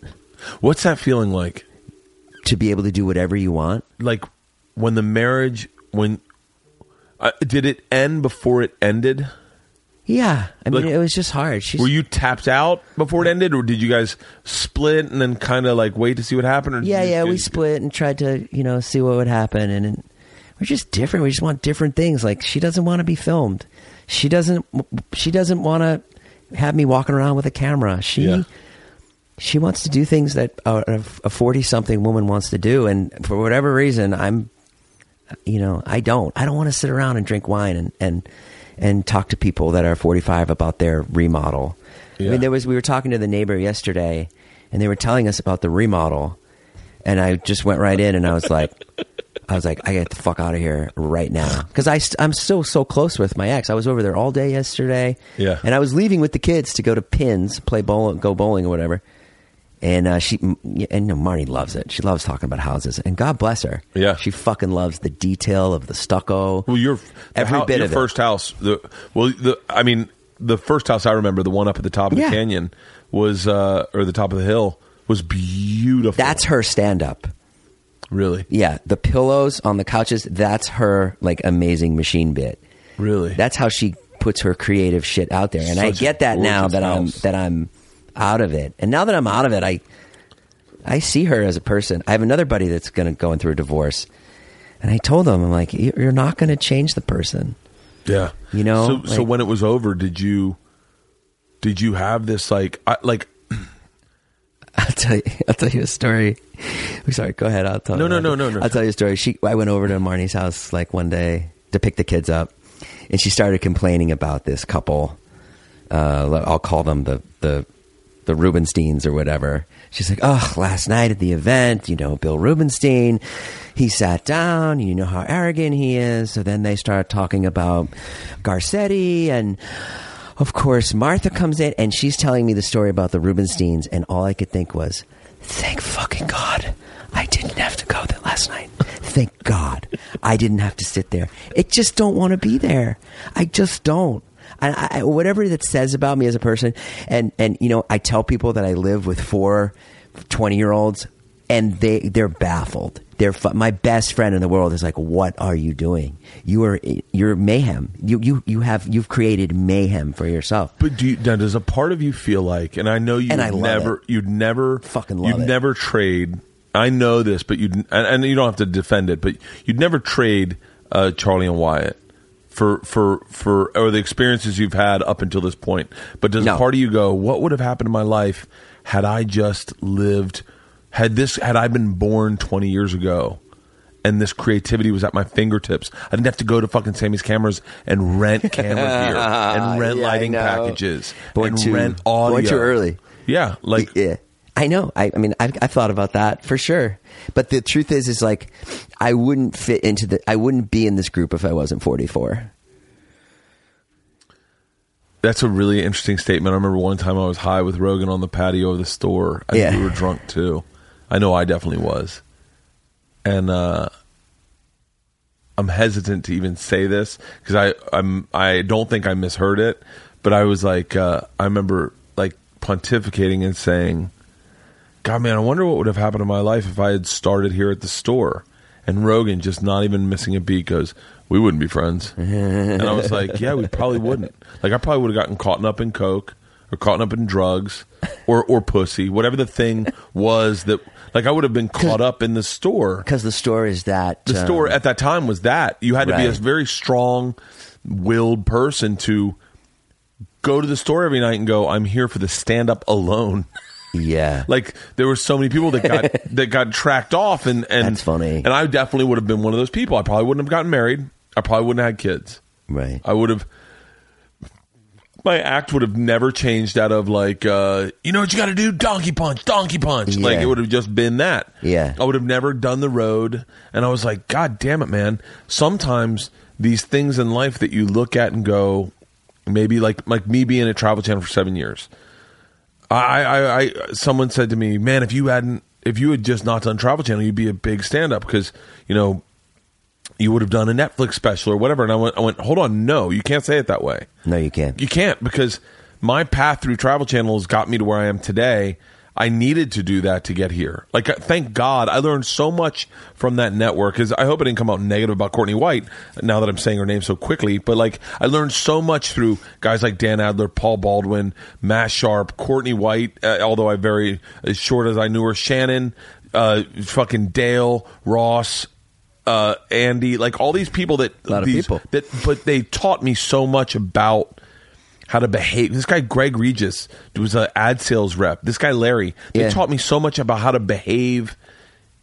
Speaker 1: what's that feeling like?
Speaker 7: To be able to do whatever you want,
Speaker 1: Like when the marriage when. Uh, did it end before it ended?
Speaker 7: yeah. I mean,
Speaker 1: Like-
Speaker 7: it was just hard. She's,
Speaker 1: Were you tapped out before it ended, or did you guys split and then kind of like wait to see what happened? Or did
Speaker 7: yeah,
Speaker 1: you-
Speaker 7: yeah. We
Speaker 1: did-
Speaker 7: split and tried to, you know, see what would happen. And, and we're just different. We just want different things. Like she doesn't want to be filmed. She doesn't. She doesn't want to have me walking around with a camera. She.
Speaker 1: Yeah.
Speaker 7: She wants to do things that a a forty-something woman wants to do, and for whatever reason, I'm, you know, I don't. I don't want to sit around and drink wine and and and talk to people that are forty-five about their remodel. I
Speaker 1: Yeah.
Speaker 7: mean, there was we were talking to the neighbor yesterday, and they were telling us about the remodel, and I just went right in, and I was like, [LAUGHS] I was like, I get the fuck out of here right now because I st- I'm still so close with my ex. I was over there all day yesterday,
Speaker 1: Yeah.
Speaker 7: and I was leaving with the kids to go to pins, play bowl, go bowling or whatever. And uh, she m- and you know, Marnie loves it. She loves talking about houses, and God bless her.
Speaker 1: Yeah.
Speaker 7: she fucking loves the detail of the stucco.
Speaker 1: Well, your the
Speaker 7: every
Speaker 1: hou-
Speaker 7: bit
Speaker 1: your
Speaker 7: of
Speaker 1: first house. The well, the I mean, the first house I remember, the one up at the top of
Speaker 7: Yeah.
Speaker 1: the canyon was, uh or the top of the hill was beautiful.
Speaker 7: it. That's her stand up.
Speaker 1: really,
Speaker 7: Yeah, the pillows on the couches. That's her like amazing machine bit.
Speaker 1: really.
Speaker 7: That's how she puts her creative shit out there. And I
Speaker 1: Such a
Speaker 7: get that now
Speaker 1: gorgeous
Speaker 7: that
Speaker 1: house.
Speaker 7: I'm that I'm out of it. And now that I'm out of it, I I see her as a person. I have another buddy that's going to going through a divorce. And I told him, I'm like, "You- you're not going to change the person.
Speaker 1: yeah.
Speaker 7: you know,
Speaker 1: So, so
Speaker 7: like-
Speaker 1: when it was over, did you did you have this like I, like
Speaker 7: I'll tell you. I'll tell you a story. I'm sorry. Go ahead. I'll tell.
Speaker 1: No,
Speaker 7: you
Speaker 1: no, no,
Speaker 7: I'll-
Speaker 1: no, no.
Speaker 7: I'll tell you a story. She. I went over to Marnie's house like one day to pick the kids up, and she started complaining about this couple. Uh, I'll call them the the the Rubensteins or whatever. She's like, oh, last night at the event, you know, Bill Rubenstein, he sat down. You know how arrogant he is. So then they start talking about Garcetti and Of course, Martha comes in and she's telling me the story about the Rubensteins, and all I could think was, thank fucking God I didn't have to go there last night. Thank God I didn't have to sit there. It just don't want to be there. I just don't. And I, I, whatever that says about me as a person, and, and you know, I tell people that I live with four 20 year olds, and they, they're baffled. They're fu- my best friend in the world is like, "What are you doing? You are you're mayhem. You you you have you've created mayhem for yourself."
Speaker 1: But do you, now does a part of you feel like, and I know you
Speaker 7: And I love
Speaker 1: never,
Speaker 7: it.
Speaker 1: you'd never
Speaker 7: Fucking love
Speaker 1: you'd
Speaker 7: it.
Speaker 1: never trade. I know this, but you'd and, and you don't have to defend it, but you'd never trade uh, Charlie and Wyatt for for for or the experiences you've had up until this point. But does
Speaker 7: No.
Speaker 1: a part of you go, what would have happened in my life had I just lived, had this, had I been born twenty years ago? And this creativity was at my fingertips. I didn't have to go to fucking Sammy's cameras and
Speaker 7: [LAUGHS]
Speaker 1: rent camera gear and rent
Speaker 7: Uh, Yeah, I
Speaker 1: lighting
Speaker 7: know.
Speaker 1: packages
Speaker 7: Born
Speaker 1: and
Speaker 7: too-
Speaker 1: rent audio.
Speaker 7: born too early.
Speaker 1: Yeah, like
Speaker 7: yeah i know i, I mean I, I thought about that for sure but the truth is is like i wouldn't fit into the i wouldn't be in this group if i wasn't 44
Speaker 1: that's a really interesting statement. I remember one time I was high with Rogan on the patio of the store. I think
Speaker 7: Yeah.
Speaker 1: we were drunk too. I know I definitely was, and uh, I'm hesitant to even say this because I I'm I don't think I misheard it, but I was like uh, I remember like pontificating and saying. God, man, I wonder what would have happened in my life if I had started here at the store. And Rogan, just not even missing a beat, goes, We wouldn't be friends. and I was like, Yeah, we probably wouldn't. Like, I probably would have gotten caught up in coke or caught up in drugs or, or pussy, whatever the thing was that, like, I would have been caught up in the store.
Speaker 7: because the store is that
Speaker 1: The
Speaker 7: um,
Speaker 1: store at that time was that. You had to be a
Speaker 7: Right.
Speaker 1: very strong willed person to go to the store every night and go, I'm here for the stand up alone. [LAUGHS]
Speaker 7: yeah
Speaker 1: Like there were so many people that
Speaker 7: [LAUGHS]
Speaker 1: got that got tracked off, and and
Speaker 7: That's funny.
Speaker 1: And I definitely would have been one of those people. I probably wouldn't have gotten married. I probably wouldn't have had kids.
Speaker 7: right
Speaker 1: I would have. My act would have never changed out of like, uh, you know what you got to do, donkey punch, donkey punch. Like
Speaker 7: Yeah.
Speaker 1: it would have just been that.
Speaker 7: Yeah.
Speaker 1: I would have never done the road, and I was like, God damn it, man! Sometimes these things in life that you look at and go, maybe like like me being at Travel Channel for seven years. I, I, I, someone said to me, man, if you hadn't, if you had just not done Travel Channel, you'd be a big stand up because, you know, you would have done a Netflix special or whatever. And I went, I went, hold on, no, you can't say it that way.
Speaker 7: no you can't
Speaker 1: You can't because my path through Travel Channel has got me to where I am today. I needed to do that to get here. Like, uh, thank God, I learned so much from that network. Because I hope it didn't come out negative about Courtney White now that I'm saying her name so quickly. But like, I learned so much through guys like Dan Adler, Paul Baldwin, Matt Sharp, Courtney White. Uh, although I very as short as I knew her, Shannon, uh, fucking Dale Ross, uh, Andy, like all these people that
Speaker 7: Lot of
Speaker 1: these-
Speaker 7: people.
Speaker 1: that, but they taught me so much about how to behave. This guy Greg Regis was an ad sales rep. This guy Larry, they
Speaker 7: Yeah.
Speaker 1: taught me so much about how to behave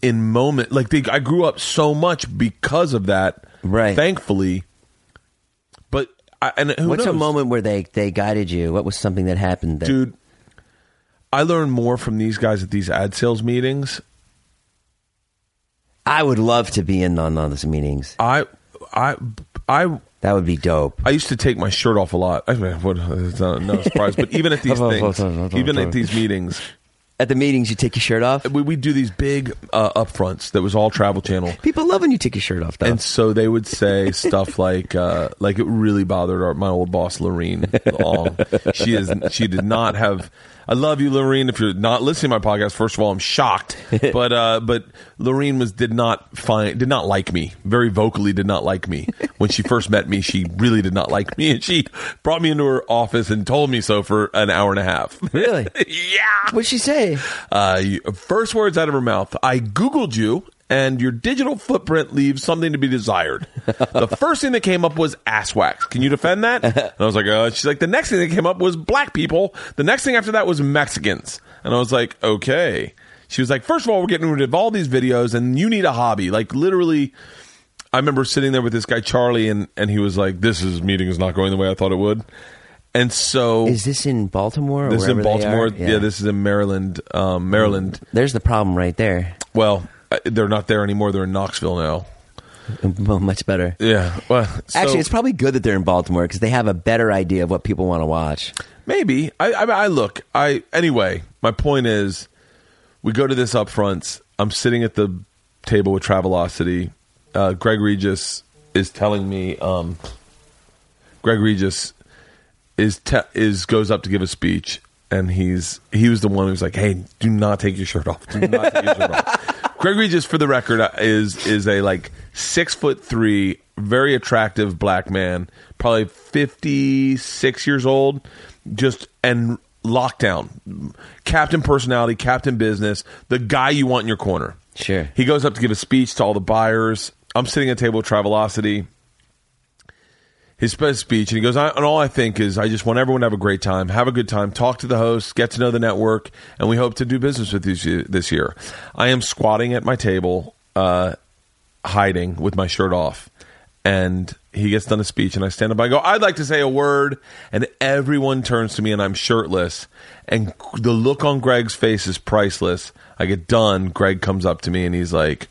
Speaker 1: in moment. Like they, I grew up so much because of that.
Speaker 7: Right.
Speaker 1: Thankfully, but I, and who
Speaker 7: what's
Speaker 1: knows?
Speaker 7: a moment where they they guided you what was something that happened that,
Speaker 1: dude? I learned more from these guys at these ad sales meetings
Speaker 7: i would love to be in on all those meetings
Speaker 1: I I I
Speaker 7: that would be dope
Speaker 1: I used to take my shirt off a lot. I mean, [LAUGHS] what, it's not, not a surprise, but even
Speaker 7: [LAUGHS]
Speaker 1: at these things, even at these meetings,
Speaker 7: at the meetings you take your shirt off
Speaker 1: we we do these big uh, upfronts that was all Travel Channel,
Speaker 7: people love when you take your shirt off though
Speaker 1: and so they would say stuff [LAUGHS] like uh, like it really bothered our, my old boss Lorene Long. she is she did not have. I love you, Lorene. If you're not listening to my podcast, first of all, I'm shocked. But uh, but Lorene was did not find did not like me. Very vocally did not like me when she first met me. She really did not like me, and she brought me into her office and told me so for an hour and a half. [LAUGHS]
Speaker 7: really
Speaker 1: yeah.
Speaker 7: what'd she say
Speaker 1: Uh, you- first words out of her mouth. I Googled you, and your digital footprint leaves something to be desired. the
Speaker 7: [LAUGHS]
Speaker 1: first thing that came up was ass wax. Can you defend that? And I was like, uh, she's like, the next thing that came up was black people. The next thing after that was Mexicans. And I was like, okay. She was like, first of all, we're getting rid of all these videos, and you need a hobby. Like, literally. I remember sitting there with this guy Charlie, and, and he was like, "This is meeting is not going the way I thought it would," and so
Speaker 7: is this in baltimore or
Speaker 1: this is in
Speaker 7: wherever they are?
Speaker 1: Baltimore. Yeah. this is in Maryland. Um, Maryland.
Speaker 7: there's the problem right there [LAUGHS]
Speaker 1: Well, uh, they're not there anymore. They're in Knoxville now.
Speaker 7: Well, much better.
Speaker 1: Yeah. Well, so-
Speaker 7: Actually, it's probably good that they're in Baltimore because they have a better idea of what people want to watch.
Speaker 1: Maybe. I, I I look. I anyway. My point is, we go to this up front. I'm sitting at the table with Travelocity. Uh, Greg Regis is telling me. Um, Greg Regis is te- is goes up to give a speech, and he's he was the one who's like, "Hey, do not take your shirt off. Do not take your shirt off." Greg Regis, for the record, uh, is is a like six foot three, very attractive black man, probably fifty six years old, just and lockdown, captain personality, captain business, the guy you want in your corner.
Speaker 7: Sure.
Speaker 1: He goes up to give a speech to all the buyers. I'm sitting at a table with Travelocity his spe- speech, and he goes, I, and all I think is, I just want everyone to have a great time, have a good time, talk to the host, get to know the network, and we hope to do business with you this year. I am squatting at my table, uh, hiding with my shirt off, and he gets done a speech, and I stand up, I go, I'd like to say a word, and everyone turns to me, and I'm shirtless, and the look on Greg's face is priceless. I get done, Greg comes up to me, and he's like.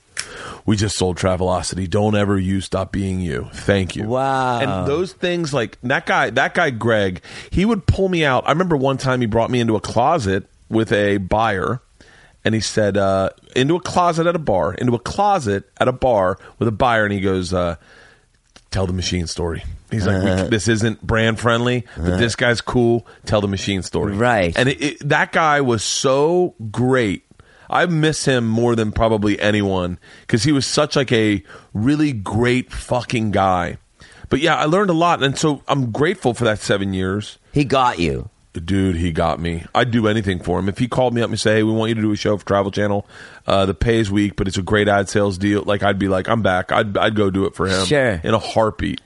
Speaker 1: We just sold Travelocity. Don't ever you stop being you. Thank you.
Speaker 7: Wow.
Speaker 1: And those things like that guy that guy greg he would pull me out i remember one time he brought me into a closet with a buyer and he said uh, into a closet at a bar into a closet at a bar with a buyer and he goes uh, tell the machine story he's like we- this isn't brand friendly but this guy's cool tell the machine story
Speaker 7: Right.
Speaker 1: and it, it, that guy was so great I miss him more than probably anyone because he was such like a really great fucking guy. But yeah, I learned a lot, and so I'm grateful for that seven years.
Speaker 7: He got you.
Speaker 1: Dude, he got me. I'd do anything for him. If he called me up and say, "Hey, we want you to do a show for Travel Channel. Uh, the pay is weak, but it's a great ad sales deal," like I'd be like, "I'm back. I'd I'd go do it for him
Speaker 7: Sure.
Speaker 1: in a heartbeat."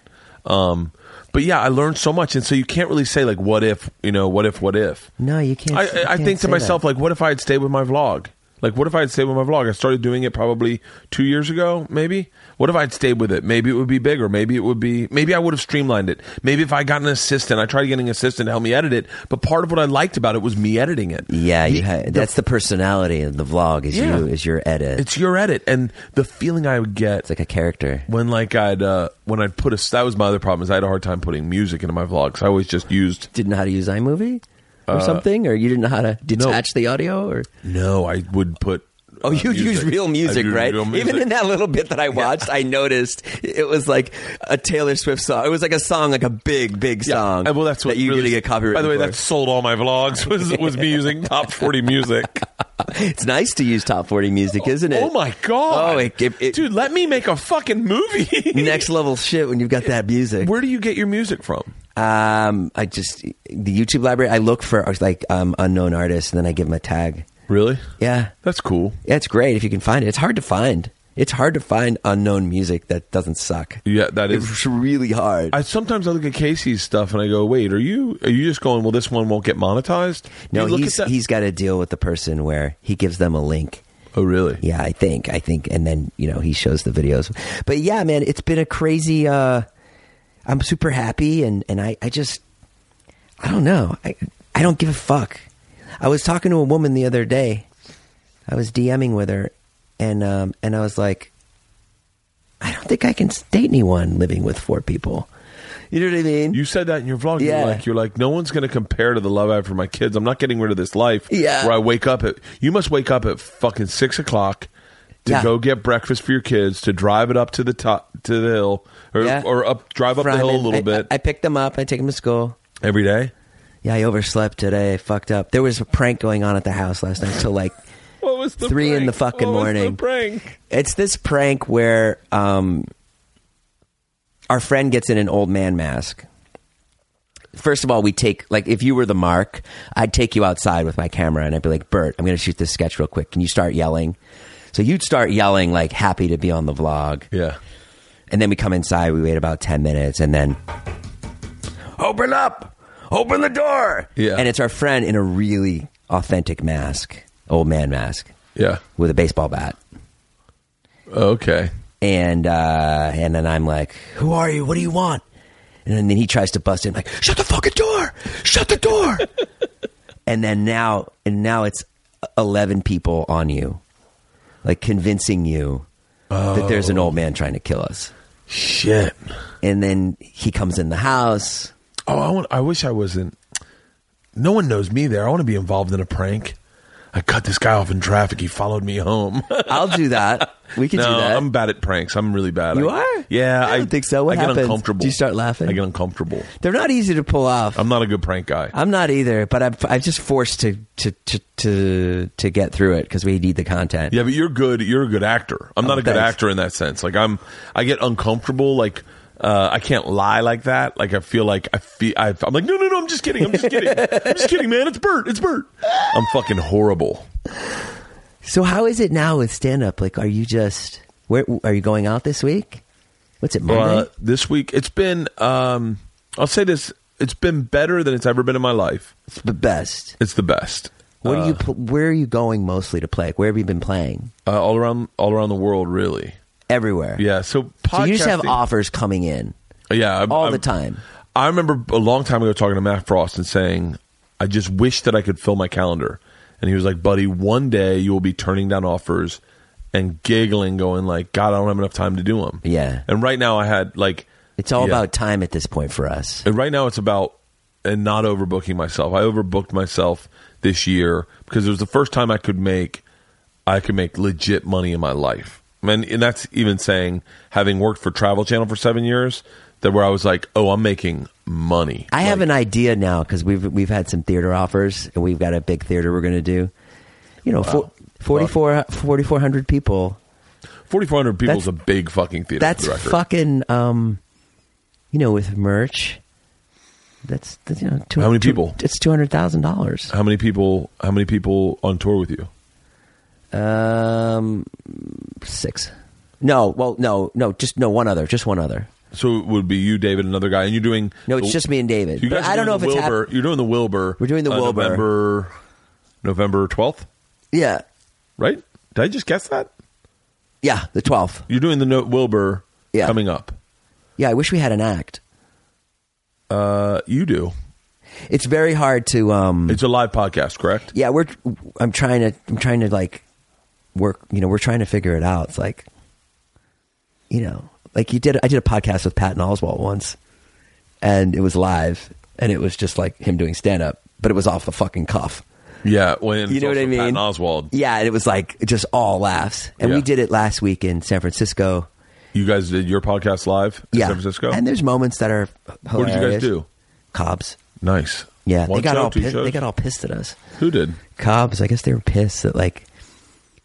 Speaker 1: Um, but yeah, I learned so much, and so you can't really say like, "What if?" You know, "What if?" What if?
Speaker 7: No, you can't.
Speaker 1: I,
Speaker 7: you
Speaker 1: I
Speaker 7: can't
Speaker 1: think
Speaker 7: say
Speaker 1: to myself,
Speaker 7: that.
Speaker 1: like, what if I had stayed with my vlog? Like, what if I had stayed with my vlog? I started doing it probably two years ago, maybe. What if I'd stayed with it? Maybe it would be bigger. Maybe it would be, maybe I would have streamlined it. Maybe if I got an assistant, I tried getting an assistant to help me edit it. But part of what I liked about it was me editing it.
Speaker 7: yeah, you
Speaker 1: The-
Speaker 7: ha- that's the personality of the vlog. Is
Speaker 1: Yeah.
Speaker 7: you is your edit? It's,
Speaker 1: It's your edit. And the feeling I would get
Speaker 7: like a character.
Speaker 1: when like I'd, uh, when I'd put a, that was my other problem is I had a hard time putting music into my vlogs. I always just used
Speaker 7: Didn't know how to use iMovie or something, or you didn't know how to detach the audio, or
Speaker 1: No, I would put.
Speaker 7: Oh,
Speaker 1: uh,
Speaker 7: you use real
Speaker 1: I'd
Speaker 7: music,
Speaker 1: use
Speaker 7: right?
Speaker 1: real music.
Speaker 7: Even in that little bit that I watched, I noticed it was like a Taylor Swift song. It was like a song, like a big, big
Speaker 1: Yeah.
Speaker 7: song.
Speaker 1: And, well, that's what
Speaker 7: that you
Speaker 1: really
Speaker 7: get copyright.
Speaker 1: By the way, that sold all my vlogs
Speaker 7: [LAUGHS]
Speaker 1: was was me using top forty music.
Speaker 7: it's nice to use top forty music, isn't it?
Speaker 1: Oh my god!
Speaker 7: Oh, it, it, it-
Speaker 1: dude, let me make a fucking movie.
Speaker 7: next level shit when you've got that
Speaker 1: [LAUGHS]
Speaker 7: music.
Speaker 1: where do you get your music from?
Speaker 7: Um, I just the YouTube library. I look for like um, unknown artists, and then I give them a tag.
Speaker 1: Really?
Speaker 7: Yeah,
Speaker 1: That's cool.
Speaker 7: yeah, it's great if you can find it. It's hard to find. It's hard to find unknown music that doesn't suck.
Speaker 1: Yeah, that is.
Speaker 7: It's really hard.
Speaker 1: I sometimes I look at Casey's stuff and I go, "Wait, are you are you just going? Well, this one won't get monetized."
Speaker 7: no,
Speaker 1: you look
Speaker 7: he's
Speaker 1: at that-
Speaker 7: he's got to deal with the person where he gives them a link.
Speaker 1: Oh, really?
Speaker 7: Yeah, I think. I think and then, you know, he shows the videos. But yeah, man, it's been a crazy uh I'm super happy and and I I just I don't know. I I don't give a fuck. I was talking to a woman the other day. I was DMing with her and um and I was like I don't think I can date anyone living with four people. You know what I mean?
Speaker 1: You said that in your vlog.
Speaker 7: Yeah.
Speaker 1: You're like, you're like, no one's going to compare to the love I have for my kids. I'm not getting rid of this life.
Speaker 7: Yeah.
Speaker 1: Where I wake up at, you must wake up at fucking six o'clock to
Speaker 7: Yeah.
Speaker 1: go get breakfast for your kids, to drive it up to the top, to the hill, or,
Speaker 7: Yeah.
Speaker 1: or up, drive up the hill a
Speaker 7: Friedman,
Speaker 1: little
Speaker 7: I-
Speaker 1: bit
Speaker 7: I, I picked them up, I take them to school.
Speaker 1: every day.
Speaker 7: Yeah, I overslept today. I fucked up. There was a prank going on at the house last night till like
Speaker 1: What was the
Speaker 7: three in
Speaker 1: prank?
Speaker 7: the fucking
Speaker 1: What was the
Speaker 7: morning.
Speaker 1: prank?
Speaker 7: It's this prank where um, our friend gets in an old man mask. First of all, we take like if you were the mark, I'd take you outside with my camera and I'd be like, Bert, I'm going to shoot this sketch real quick. Can you start yelling? So you'd start yelling like happy to be on the vlog.
Speaker 1: Yeah.
Speaker 7: And then we come inside. We wait about 10 minutes and then open up, open the door.
Speaker 1: Yeah.
Speaker 7: And it's our friend in a really authentic mask, old man mask
Speaker 1: Yeah.
Speaker 7: with a baseball bat.
Speaker 1: Okay.
Speaker 7: And, uh, and then I'm like, who are you? What do you want? And then he tries to bust in like, shut the fucking door, shut the door. and then now, and now it's 11 people on you, like convincing you that there's an old
Speaker 1: Oh.
Speaker 7: man trying to kill us.
Speaker 1: Shit.
Speaker 7: And then he comes in the house.
Speaker 1: Oh, I want. I wish I wasn't. No one knows me there. I want to be involved in a prank. I cut this guy off in traffic. He followed me
Speaker 7: [LAUGHS]
Speaker 1: home.
Speaker 7: I'll do that. We
Speaker 1: [LAUGHS]
Speaker 7: can do
Speaker 1: no,
Speaker 7: that.
Speaker 1: I'm bad at pranks. I'm really bad.
Speaker 7: You
Speaker 1: I-
Speaker 7: are?
Speaker 1: Yeah,
Speaker 7: I don't think so. What
Speaker 1: I get
Speaker 7: happens?
Speaker 1: uncomfortable.
Speaker 7: Do you start laughing?
Speaker 1: I get uncomfortable.
Speaker 7: They're not easy to pull off.
Speaker 1: I'm not a good prank guy.
Speaker 7: I'm not either, but I'm, I'm just forced to to to to, to get through it because we need the content.
Speaker 1: yeah, but you're good. You're a good actor. I'm not
Speaker 7: Oh,
Speaker 1: a good
Speaker 7: thanks.
Speaker 1: actor in that sense. Like I'm, I get uncomfortable. Like uh, I can't lie like that. Like I feel like I feel. i I'm like no, no, no. I'm just kidding. I'm just kidding. I'm just kidding, man. It's Bert. It's Bert. I'm fucking horrible.
Speaker 7: So how is it now with stand up? Like, are you just where are you going out this week? What's it Monday?
Speaker 1: Uh, this week, it's been. Um, I'll say this: it's been better than it's ever been in my life.
Speaker 7: it's the best.
Speaker 1: It's the best.
Speaker 7: What are you? pl- Where are you going mostly to play? Where have you been playing?
Speaker 1: Uh, all around, all around the world, really.
Speaker 7: Everywhere.
Speaker 1: Yeah. So, podcasting, Um,
Speaker 7: So you just have offers coming in
Speaker 1: yeah, I'm-
Speaker 7: all
Speaker 1: I'm-
Speaker 7: the time.
Speaker 1: I remember a long time ago talking to Matt Frost and saying, "I just wish that I could fill my calendar." And he was like, "Buddy, one day you will be turning down offers and giggling, going like, God, I don't have enough time to do them.'
Speaker 7: Yeah.
Speaker 1: And right now, I had like,
Speaker 7: It's all
Speaker 1: Yeah.
Speaker 7: about time at this point for us.
Speaker 1: And right now it's about and not overbooking myself. I overbooked myself this year because it was the first time I could make I could make legit money in my life. And, and that's even saying having worked for Travel Channel for seven years, that where I was like, oh, I'm making money.
Speaker 7: I have an idea now because we've we've had some theater offers and we've got a big theater we're going to do. You know, four- 44 4,400 people.
Speaker 1: 4,400 people
Speaker 7: That's-
Speaker 1: is a big fucking theater.
Speaker 7: That's
Speaker 1: record.
Speaker 7: fucking. Um, you know, with merch, that's, that's you know, two,
Speaker 1: How many
Speaker 7: two-
Speaker 1: people?
Speaker 7: It's two hundred thousand dollars.
Speaker 1: How many people? How many people on tour with you?
Speaker 7: Um, six. No, well, no, no, just no one other, just one other.
Speaker 1: So it would be you, David, another guy, and you're doing.
Speaker 7: No, it's just me and David.
Speaker 1: You
Speaker 7: But
Speaker 1: guys are
Speaker 7: I don't know
Speaker 1: doing
Speaker 7: if
Speaker 1: the
Speaker 7: it's
Speaker 1: Wilbur.
Speaker 7: hap-
Speaker 1: you're doing the Wilbur. uh,
Speaker 7: We're doing the Wilbur.
Speaker 1: November, November twelfth,
Speaker 7: Yeah,
Speaker 1: right? Did I just guess that?
Speaker 7: yeah, the twelfth.
Speaker 1: You're doing the no- Wilbur
Speaker 7: Yeah.
Speaker 1: coming up.
Speaker 7: Yeah, I wish we had an act.
Speaker 1: Uh, you do.
Speaker 7: It's very hard to. Um,
Speaker 1: It's a live podcast, correct?
Speaker 7: yeah, we're. I'm trying to. I'm trying to like work. You know, we're trying to figure it out. It's like, you know, like you did. I did a podcast with Patton Oswalt once, and it was live, and it was just like him doing stand up, but it was off the fucking cuff.
Speaker 1: Yeah. When
Speaker 7: You know what I mean?
Speaker 1: Patton Oswald.
Speaker 7: Yeah, and it was like just all laughs, and we
Speaker 1: Yeah.
Speaker 7: did it last week in San Francisco.
Speaker 1: You guys did your podcast live in
Speaker 7: yeah,
Speaker 1: San Francisco.
Speaker 7: and there's moments that are hilarious.
Speaker 1: what did you guys do?
Speaker 7: Cobbs.
Speaker 1: Nice.
Speaker 7: Yeah,
Speaker 1: One
Speaker 7: they got
Speaker 1: show,
Speaker 7: all
Speaker 1: two
Speaker 7: pissed,
Speaker 1: shows?
Speaker 7: they got all pissed at us.
Speaker 1: Who did?
Speaker 7: Cobbs, I guess they were pissed that like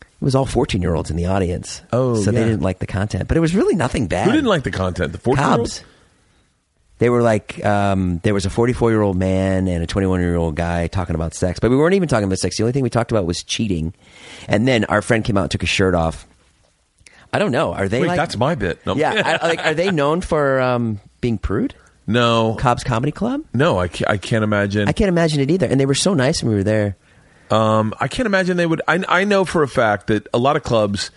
Speaker 7: it was all fourteen year olds in the audience.
Speaker 1: Oh,
Speaker 7: so they
Speaker 1: yeah.
Speaker 7: didn't like the content, but it was really nothing bad.
Speaker 1: Who didn't like the content? The fourteen.
Speaker 7: Cobbs? They were like, um, there was a forty four year old man and a twenty one year old guy talking about sex, but we weren't even talking about sex. The only thing we talked about was cheating, and then our friend came out and took his shirt off. I don't know. Are they
Speaker 1: Wait,
Speaker 7: like?
Speaker 1: that's
Speaker 7: [LAUGHS]
Speaker 1: my bit. No.
Speaker 7: yeah, I, uh, like are they known for um, being prude?
Speaker 1: [LAUGHS] no.
Speaker 7: Cobb's Comedy Club.
Speaker 1: no, I can't, I can't imagine.
Speaker 7: I can't imagine it either. And they were so nice when we were there.
Speaker 1: Um, I can't imagine they would. I, I know for a fact that a lot of clubs,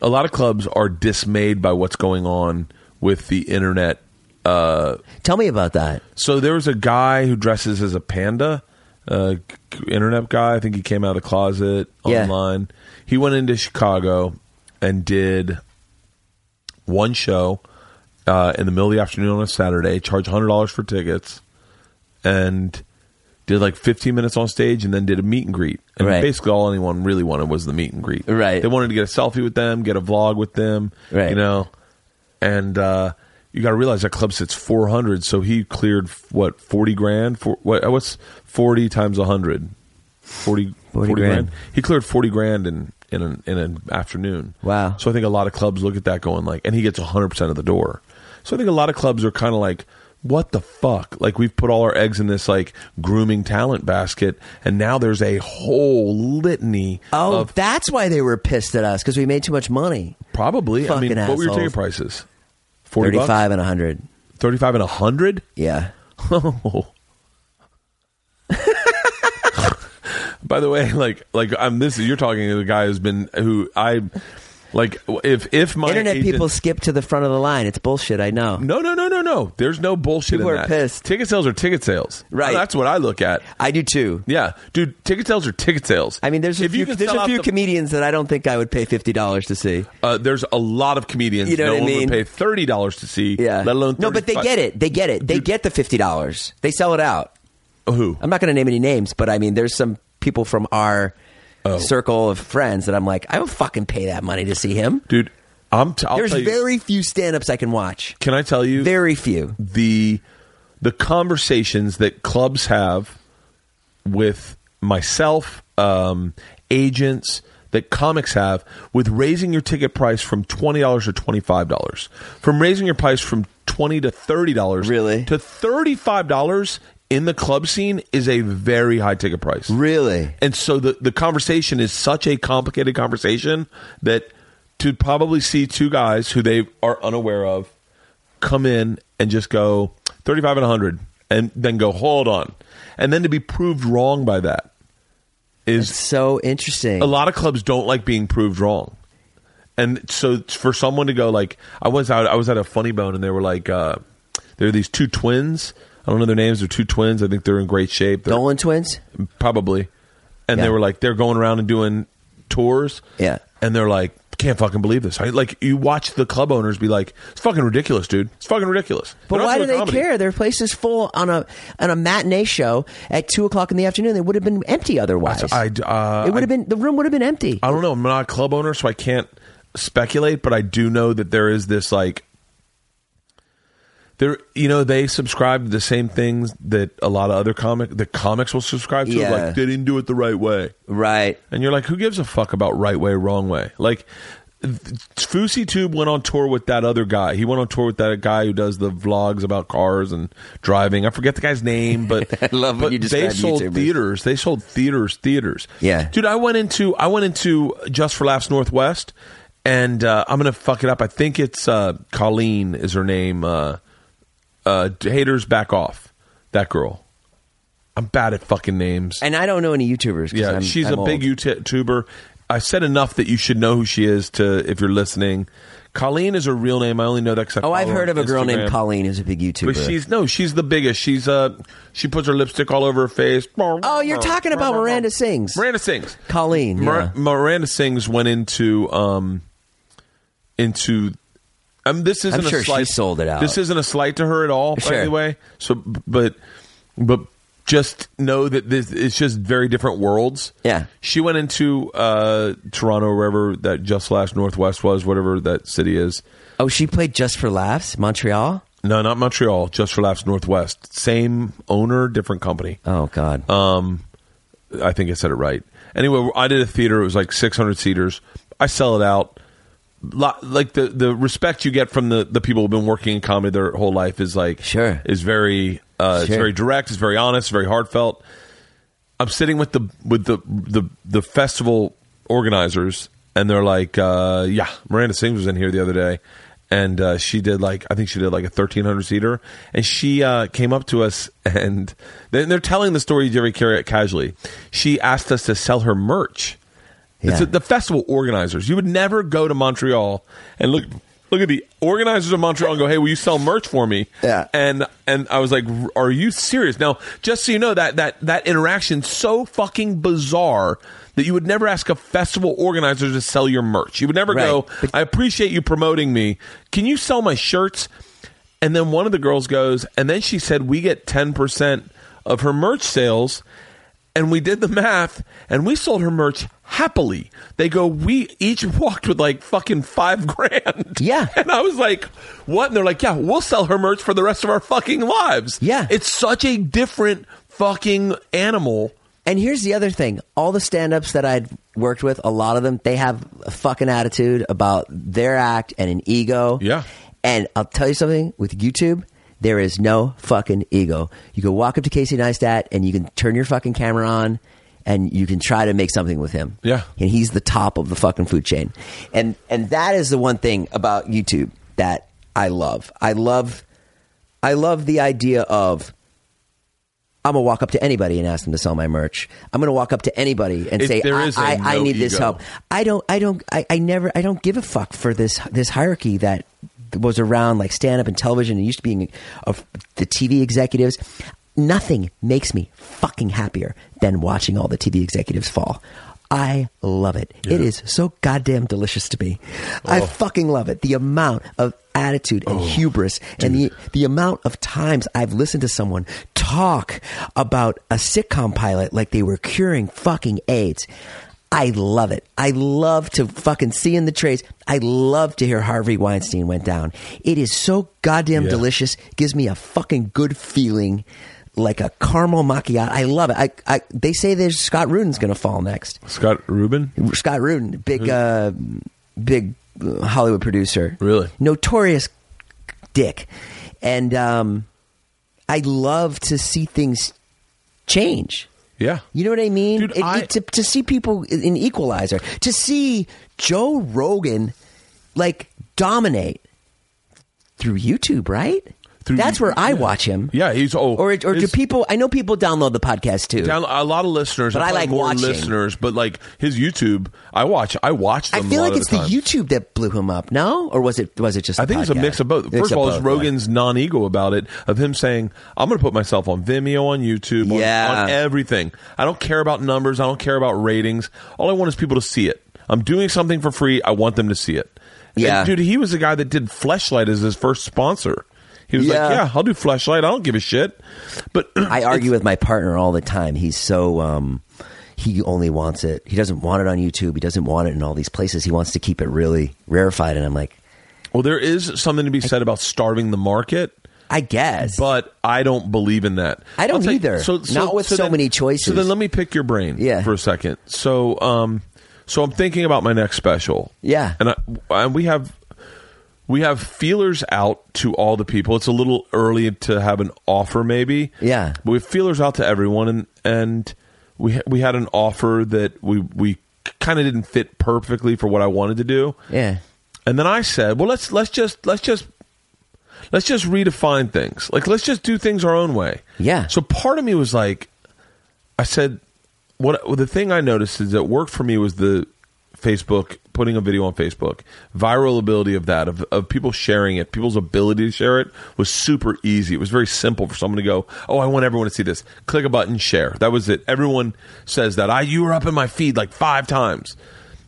Speaker 1: a lot of clubs are dismayed by what's going on with the internet.
Speaker 7: Tell me about that.
Speaker 1: So there was a guy who dresses as a panda, uh, c- internet guy. I think he came out of the closet
Speaker 7: Yeah.
Speaker 1: online. He went into Chicago and did one show uh, in the middle of the afternoon on a Saturday. Charged hundred dollars for tickets, and did like fifteen minutes on stage, and then did a meet and greet. And
Speaker 7: Right.
Speaker 1: basically, all anyone really wanted was the meet and greet.
Speaker 7: Right.
Speaker 1: They wanted to get a selfie with them, get a vlog with them.
Speaker 7: Right.
Speaker 1: You know, and uh, you got to realize that club sits four hundred. So he cleared what forty grand for what? uh, What's forty times hundred? 40,
Speaker 7: 40
Speaker 1: 40
Speaker 7: grand.
Speaker 1: grand. He cleared forty grand in in an, in an afternoon.
Speaker 7: Wow.
Speaker 1: So I think a lot of clubs look at that going like, and he gets hundred percent of the door. So I think a lot of clubs are kind of like, what the fuck? Like we've put all our eggs in this like grooming talent basket, and now there's a whole litany
Speaker 7: Oh,
Speaker 1: of
Speaker 7: that's why they were pissed at us because we made too much money.
Speaker 1: probably. I mean,
Speaker 7: fucking
Speaker 1: what were your
Speaker 7: assholes.
Speaker 1: ticket prices? 40 bucks?
Speaker 7: Thirty-five and hundred.
Speaker 1: 35 and hundred.
Speaker 7: Yeah.
Speaker 1: [LAUGHS] Oh. By the way, like like I'm this you're talking to the guy who's been who I Like if if my
Speaker 7: Internet
Speaker 1: agent-
Speaker 7: people skip to the front of the line. It's bullshit. I know.
Speaker 1: No, no, no, no, no. There's no bullshit.
Speaker 7: People
Speaker 1: in
Speaker 7: are
Speaker 1: that.
Speaker 7: pissed.
Speaker 1: Ticket sales are ticket sales.
Speaker 7: Right.
Speaker 1: That's what I look at.
Speaker 7: I do too.
Speaker 1: Yeah, dude. Ticket sales are ticket sales.
Speaker 7: I mean, there's a
Speaker 1: If you
Speaker 7: few,
Speaker 1: can
Speaker 7: there's
Speaker 1: sell
Speaker 7: a
Speaker 1: out
Speaker 7: few
Speaker 1: the-
Speaker 7: comedians that I don't think I would pay fifty dollars to see.
Speaker 1: Uh, there's a lot of comedians.
Speaker 7: You know
Speaker 1: no
Speaker 7: what I
Speaker 1: one
Speaker 7: mean?
Speaker 1: would pay thirty dollars to see.
Speaker 7: Yeah,
Speaker 1: Let alone
Speaker 7: no, but they
Speaker 1: 35
Speaker 7: get it. They get it. They get the fifty dollars. They sell it out.
Speaker 1: Who?
Speaker 7: I'm not going to name any names, but I mean, there's some people from our
Speaker 1: Oh.
Speaker 7: circle of friends that I'm like, I don't fucking pay that money to see him.
Speaker 1: dude. I'm. T- I'll
Speaker 7: There's
Speaker 1: tell you-
Speaker 7: very few stand-ups I can watch.
Speaker 1: Can I tell you?
Speaker 7: Very few.
Speaker 1: the the conversations that clubs have with myself, um, agents that comics have with raising your ticket price from twenty dollars to twenty five dollars, from raising your price from twenty to thirty dollars,
Speaker 7: Really?
Speaker 1: to thirty five dollars in the club scene is a very high ticket price.
Speaker 7: Really?
Speaker 1: And so the, the conversation is such a complicated conversation that to probably see two guys who they are unaware of come in and just go 35 and 100 and then go, hold on. And then to be proved wrong by that is
Speaker 7: So interesting.
Speaker 1: a lot of clubs don't like being proved wrong. And so for someone to go like I was out I was at a funny bone and they were like uh there are these two twins. I don't know their names, they're two twins. I think they're in great shape. They're-
Speaker 7: Nolan twins.
Speaker 1: probably. And
Speaker 7: Yeah.
Speaker 1: they were like, they're going around and doing tours.
Speaker 7: Yeah.
Speaker 1: And they're like, can't fucking believe this. I, like, you watch the club owners be like, it's fucking ridiculous, dude. It's fucking ridiculous.
Speaker 7: But
Speaker 1: They're not
Speaker 7: why do
Speaker 1: doing
Speaker 7: they
Speaker 1: comedy.
Speaker 7: care? Their place is full on a on a matinee show at two o'clock in the afternoon. They would have been empty otherwise.
Speaker 1: I, d- uh,
Speaker 7: it would
Speaker 1: I-
Speaker 7: have been the room would have been empty.
Speaker 1: I don't know. I'm not a club owner, so I can't speculate, but I do know that there is this, like, there, you know, they subscribe to the same things that a lot of other comic, the comics will subscribe to.
Speaker 7: Yeah.
Speaker 1: Like, they didn't do it the right way.
Speaker 7: right.
Speaker 1: And you're like, who gives a fuck about right way, wrong way? Like, th- Fousey Tube went on tour with that other guy. He went on tour with that guy who does the vlogs about cars and driving. I forget the guy's name, but
Speaker 7: [LAUGHS] I love when
Speaker 1: but
Speaker 7: you
Speaker 1: they
Speaker 7: describe
Speaker 1: sold
Speaker 7: YouTubers.
Speaker 1: theaters. They sold theaters, theaters.
Speaker 7: Yeah.
Speaker 1: dude, I went into I went into Just for Laughs Northwest, and uh, I'm gonna fuck it up. I think it's uh, Colleen is her name. Uh, uh, haters back off, that girl. I'm bad at fucking names.
Speaker 7: And I don't know any YouTubers. 'cause
Speaker 1: Yeah,
Speaker 7: I'm-
Speaker 1: she's
Speaker 7: I'm
Speaker 1: a big
Speaker 7: old.
Speaker 1: YouTuber. I said enough that you should know who she is to if you're listening. Colleen is her real name. I only know that because I
Speaker 7: Oh,
Speaker 1: follow
Speaker 7: I've
Speaker 1: her
Speaker 7: heard of
Speaker 1: on
Speaker 7: a girl named
Speaker 1: Instagram.
Speaker 7: Colleen who's a big YouTuber.
Speaker 1: But she's no, she's the biggest. She's uh, she puts her lipstick all over her face.
Speaker 7: oh, you're talking about Miranda Sings.
Speaker 1: Miranda sings.
Speaker 7: Colleen.
Speaker 1: Mir-
Speaker 7: yeah.
Speaker 1: Miranda sings went into um, into. Um, this isn't
Speaker 7: sure
Speaker 1: a
Speaker 7: she
Speaker 1: slight,
Speaker 7: sold it out.
Speaker 1: This isn't a slight to her at all, by
Speaker 7: Sure.
Speaker 1: the way. So, but but just know that this it's just very different worlds.
Speaker 7: Yeah.
Speaker 1: she went into uh, Toronto, wherever that just slash Northwest was, whatever that city is.
Speaker 7: Oh, she played Just for Laughs, Montreal.
Speaker 1: No, not Montreal. Just for laughs, Northwest. Same owner, different company.
Speaker 7: Oh God.
Speaker 1: Um, I think I said it right. Anyway, I did a theater. It was like 600 seaters. I sell it out. Lo- Like the the respect you get from the the people who've been working in comedy their whole life is like
Speaker 7: Sure.
Speaker 1: is very uh, it's
Speaker 7: Sure.
Speaker 1: very direct. It's very honest. Very heartfelt. I'm sitting with the with the the the festival organizers, and they're like, uh, "Yeah, Miranda Sings was in here the other day, and uh, she did like I think she did like a 1300 seater, and she uh, came up to us, [LAUGHS] and they- they're telling the story Jerry Carriot casually. She asked us to sell her merch. It's
Speaker 7: Yeah.
Speaker 1: the festival organizers. You would never go to Montreal and look look at the organizers of Montreal and go, "Hey, will you sell merch for me?"
Speaker 7: Yeah.
Speaker 1: And and I was like, "Are you serious?" Now, just so you know that that that interaction's so fucking bizarre that you would never ask a festival organizer to sell your merch. You would never
Speaker 7: Right.
Speaker 1: go,
Speaker 7: But-
Speaker 1: "I appreciate you promoting me. Can you sell my shirts?" And then one of the girls goes, and then she said, "We get 10% of her merch sales." and we did the math and we sold her merch happily they go we each walked with like fucking five grand [LAUGHS]
Speaker 7: Yeah.
Speaker 1: and i was like what and they're like yeah we'll sell her merch for the rest of our fucking lives
Speaker 7: Yeah.
Speaker 1: it's such a different fucking animal
Speaker 7: And here's the other thing: all the stand-ups that I'd worked with, a lot of them, they have a fucking attitude about their act and an ego.
Speaker 1: Yeah.
Speaker 7: And I'll tell you something: with YouTube, there is no fucking ego. You can walk up to Casey Neistat and you can turn your fucking camera on, and you can try to make something with him.
Speaker 1: Yeah.
Speaker 7: And he's the top of the fucking food chain, and and that is the one thing about YouTube that I love. I love, I love the idea of I'm gonna walk up to anybody and ask them to sell my merch. I'm gonna walk up to anybody and
Speaker 1: If
Speaker 7: say,
Speaker 1: there
Speaker 7: I,
Speaker 1: is a
Speaker 7: I, I
Speaker 1: no
Speaker 7: need this
Speaker 1: ego.
Speaker 7: help. I don't, I don't, I, I never, I don't give a fuck for this this hierarchy that was around like stand up and television and used to being of the TV executives. Nothing makes me fucking happier than watching all the TV executives fall. I love it. It is so goddamn delicious to me. I fucking love it. The amount of attitude and hubris and the the amount of times I've listened to someone talk about a sitcom pilot like they were curing fucking AIDS. I love it. I love to fucking see in the trays. I love to hear Harvey Weinstein went down. It is so goddamn
Speaker 1: Yeah.
Speaker 7: delicious. Gives me a fucking good feeling, like a caramel macchiato. I love it. I, I they say there's Scott Rudin's gonna fall next.
Speaker 1: Scott Rubin?
Speaker 7: Scott Rudin, big, uh, big uh, Hollywood producer,
Speaker 1: Really?
Speaker 7: notorious dick, and um, I love to see things change.
Speaker 1: Yeah.
Speaker 7: You know what I mean?
Speaker 1: Dude,
Speaker 7: It- it-
Speaker 1: I-
Speaker 7: to, to see people in Equalizer, to see Joe Rogan like dominate through YouTube, right?
Speaker 1: Through
Speaker 7: That's where
Speaker 1: YouTube,
Speaker 7: I
Speaker 1: yeah.
Speaker 7: watch him.
Speaker 1: Yeah, he's- oh,
Speaker 7: or or do
Speaker 1: his-
Speaker 7: people? I know people download the podcast too.
Speaker 1: Down, a lot of listeners,
Speaker 7: But I
Speaker 1: probably
Speaker 7: like
Speaker 1: more
Speaker 7: watching.
Speaker 1: listeners, but like his YouTube, I watch. I watch.
Speaker 7: I
Speaker 1: Them
Speaker 7: feel
Speaker 1: a lot
Speaker 7: like
Speaker 1: of
Speaker 7: it's the,
Speaker 1: time.
Speaker 7: YouTube that blew him up. No, or was it? Was it just?
Speaker 1: I think it's a mix of both. First of all, it's Rogan's non-ego about it of him saying, "I'm going to put myself on Vimeo, on YouTube, on,
Speaker 7: Yeah.
Speaker 1: on everything. I don't care about numbers. I don't care about ratings. All I want is people to see it. I'm doing something for free. I want them to see it." And,
Speaker 7: Yeah.
Speaker 1: dude, he was the guy that did Fleshlight as his first sponsor. He was
Speaker 7: Yeah.
Speaker 1: like, "Yeah, I'll do Fleshlight. I don't give a shit." But [CLEARS THROAT]
Speaker 7: I argue with my partner all the time. He's so um, he only wants it. He doesn't want it on YouTube. He doesn't want it in all these places. He wants to keep it really rarefied. And I'm like,
Speaker 1: well, there is something to be said about starving the market.
Speaker 7: I guess,
Speaker 1: but I don't believe in that.
Speaker 7: I don't
Speaker 1: I'll tell you-
Speaker 7: either. Not with so
Speaker 1: then-
Speaker 7: many choices.
Speaker 1: So then let me pick your brain
Speaker 7: Yeah.
Speaker 1: for a second. So um so I'm thinking about my next special.
Speaker 7: Yeah.
Speaker 1: And I, and we have we have feelers out to all the people. It's a little early to have an offer maybe.
Speaker 7: Yeah.
Speaker 1: But we have feelers out to everyone and and we ha- we had an offer that we we kind of didn't fit perfectly for what I wanted to do.
Speaker 7: yeah,
Speaker 1: And then I said, "Well, let's let's just let's just let's just redefine things. Like let's just do things our own way."
Speaker 7: Yeah.
Speaker 1: So part of me was like I said what well, the thing I noticed is that worked for me was the Facebook putting a video on Facebook. Viral ability of that of of people sharing it, people's ability to share it was super easy. It was very simple for someone to go, "Oh, I want everyone to see this. Click a button, share." That was it. Everyone says that. I you were up in my feed like 5 times.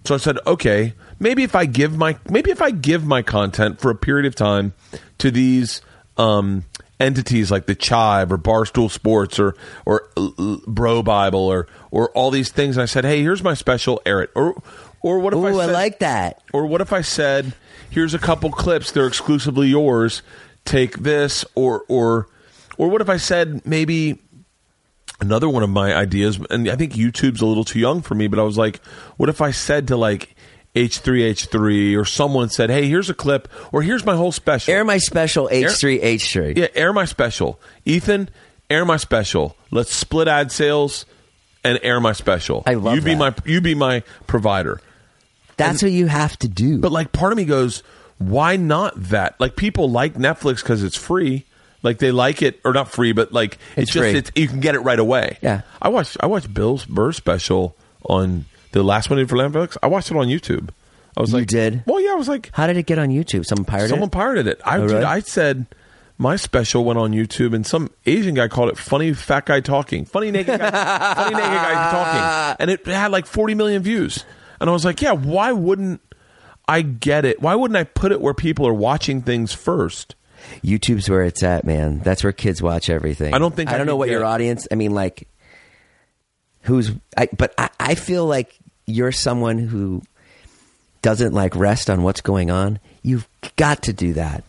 Speaker 1: So I said, okay, maybe if I give my maybe if I give my content for a period of time to these um, entities like the Chive or Barstool Sports or or uh, Bro Bible or or all these things, and I said, hey, here's my special, air it. Or or what if
Speaker 7: ooh,
Speaker 1: I
Speaker 7: I,
Speaker 1: said,
Speaker 7: like that.
Speaker 1: or what if I said, here's a couple clips, they're exclusively yours. Take this or or or what if I said maybe another one of my ideas and I think YouTube's a little too young for me, but I was like, what if I said to like H3H3 or someone said, "Hey, here's a clip or here's my whole special."
Speaker 7: Air my special H three H three.
Speaker 1: Yeah, air my special. Ethan, air my special. Let's split ad sales and air my special.
Speaker 7: I love
Speaker 1: you be
Speaker 7: that.
Speaker 1: my you be my provider.
Speaker 7: That's what you have to do.
Speaker 1: But like part of me goes, why not that? Like people like Netflix because it's free. Like they like it or not free, but like
Speaker 7: It's
Speaker 1: it's, just
Speaker 7: free.
Speaker 1: it's you can get it right away.
Speaker 7: Yeah.
Speaker 1: I watched I watched Bill's Burr special on the last one he did for Netflix. I watched it on YouTube. I was
Speaker 7: You
Speaker 1: like,
Speaker 7: did?
Speaker 1: Well, yeah. I was like,
Speaker 7: How did it get on YouTube? Someone pirated
Speaker 1: someone
Speaker 7: it.
Speaker 1: pirated it. I
Speaker 7: Oh,
Speaker 1: dude,
Speaker 7: really?
Speaker 1: I said my special went on YouTube, and some Asian guy called it "funny fat guy talking," funny naked guy, funny naked guy
Speaker 7: [LAUGHS]
Speaker 1: talking, and it had like forty million views. And I was like, yeah, why wouldn't I get it? Why wouldn't I put it where people are watching things first?
Speaker 7: YouTube's where it's at, man. That's where kids watch everything.
Speaker 1: I don't think
Speaker 7: I
Speaker 1: I
Speaker 7: don't know
Speaker 1: could
Speaker 7: what
Speaker 1: get-
Speaker 7: your audience. I mean, like, who's? I, but I, I feel like you're someone who doesn't like rest on what's going on. You've got to do that.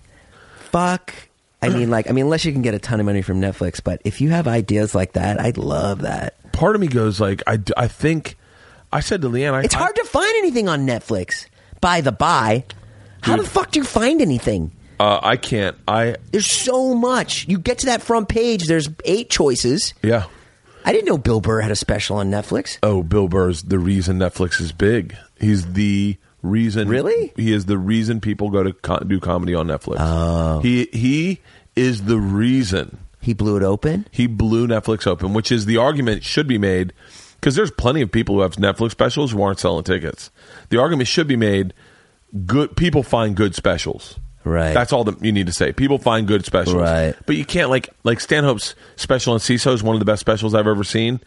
Speaker 7: Fuck. I mean, like, I mean, unless you can get a ton of money from Netflix, but if you have ideas like that, I'd love that.
Speaker 1: Part of me goes like, I, d- I think I said to Leanne, I,
Speaker 7: It's hard to find anything on Netflix. By the by, how the fuck do you find anything?
Speaker 1: I, uh, I can't. I
Speaker 7: There's so much. You get to that front page. There's eight choices.
Speaker 1: yeah.
Speaker 7: I didn't know Bill Burr had a special on Netflix.
Speaker 1: Oh, Bill Burr's the reason Netflix is big. He's the reason.
Speaker 7: Really?
Speaker 1: He is the reason people go to co- do comedy on Netflix. He he is the reason
Speaker 7: He blew it open.
Speaker 1: He blew Netflix open, which is the argument should be made because there's plenty of people who have Netflix specials who aren't selling tickets. The argument should be made: good people find good specials.
Speaker 7: Right.
Speaker 1: That's all that you need to say. People find good specials.
Speaker 7: Right.
Speaker 1: But you can't like like Stanhope's special on CISO is one of the best specials I've ever seen.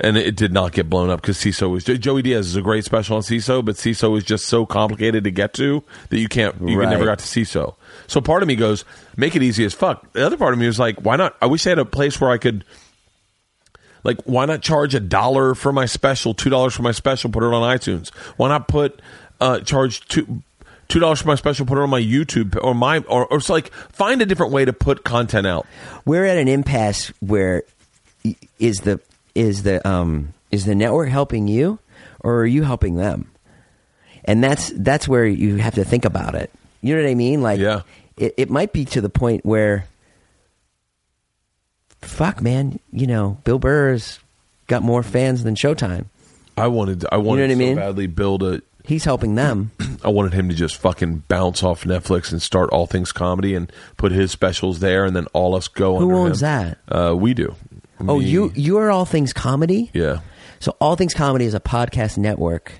Speaker 1: And it did not get blown up because CISO was Joey Diaz is a great special on CISO, but CISO is just so complicated to get to that you can't you
Speaker 7: Right.
Speaker 1: never got to CISO. So part of me goes, make it easy as fuck. The other part of me was like, why not? I wish I had a place where I could like, why not charge a dollar for my special, two dollars for my special, put it on iTunes? Why not put uh, charge two two dollars for my special, put it on my YouTube or my or, or so like find a different way to put content out.
Speaker 7: We're at an impasse where y- is the is the um is the network helping you or are you helping them? And that's that's where you have to think about it. You know what I mean? Like
Speaker 1: Yeah.
Speaker 7: it, it might be to the point where fuck man, you know, Bill Burr's got more fans than Showtime.
Speaker 1: I wanted I wanted
Speaker 7: what I
Speaker 1: so
Speaker 7: mean?
Speaker 1: badly build a
Speaker 7: He's
Speaker 1: [CLEARS THROAT]
Speaker 7: helping them.
Speaker 1: I wanted him to just fucking bounce off Netflix and start all things comedy and put his specials there and then all us go
Speaker 7: Who
Speaker 1: under
Speaker 7: owns
Speaker 1: him. Uh, we do.
Speaker 7: Oh,
Speaker 1: Me.
Speaker 7: you you're all things comedy?
Speaker 1: Yeah.
Speaker 7: So all things comedy is a podcast network.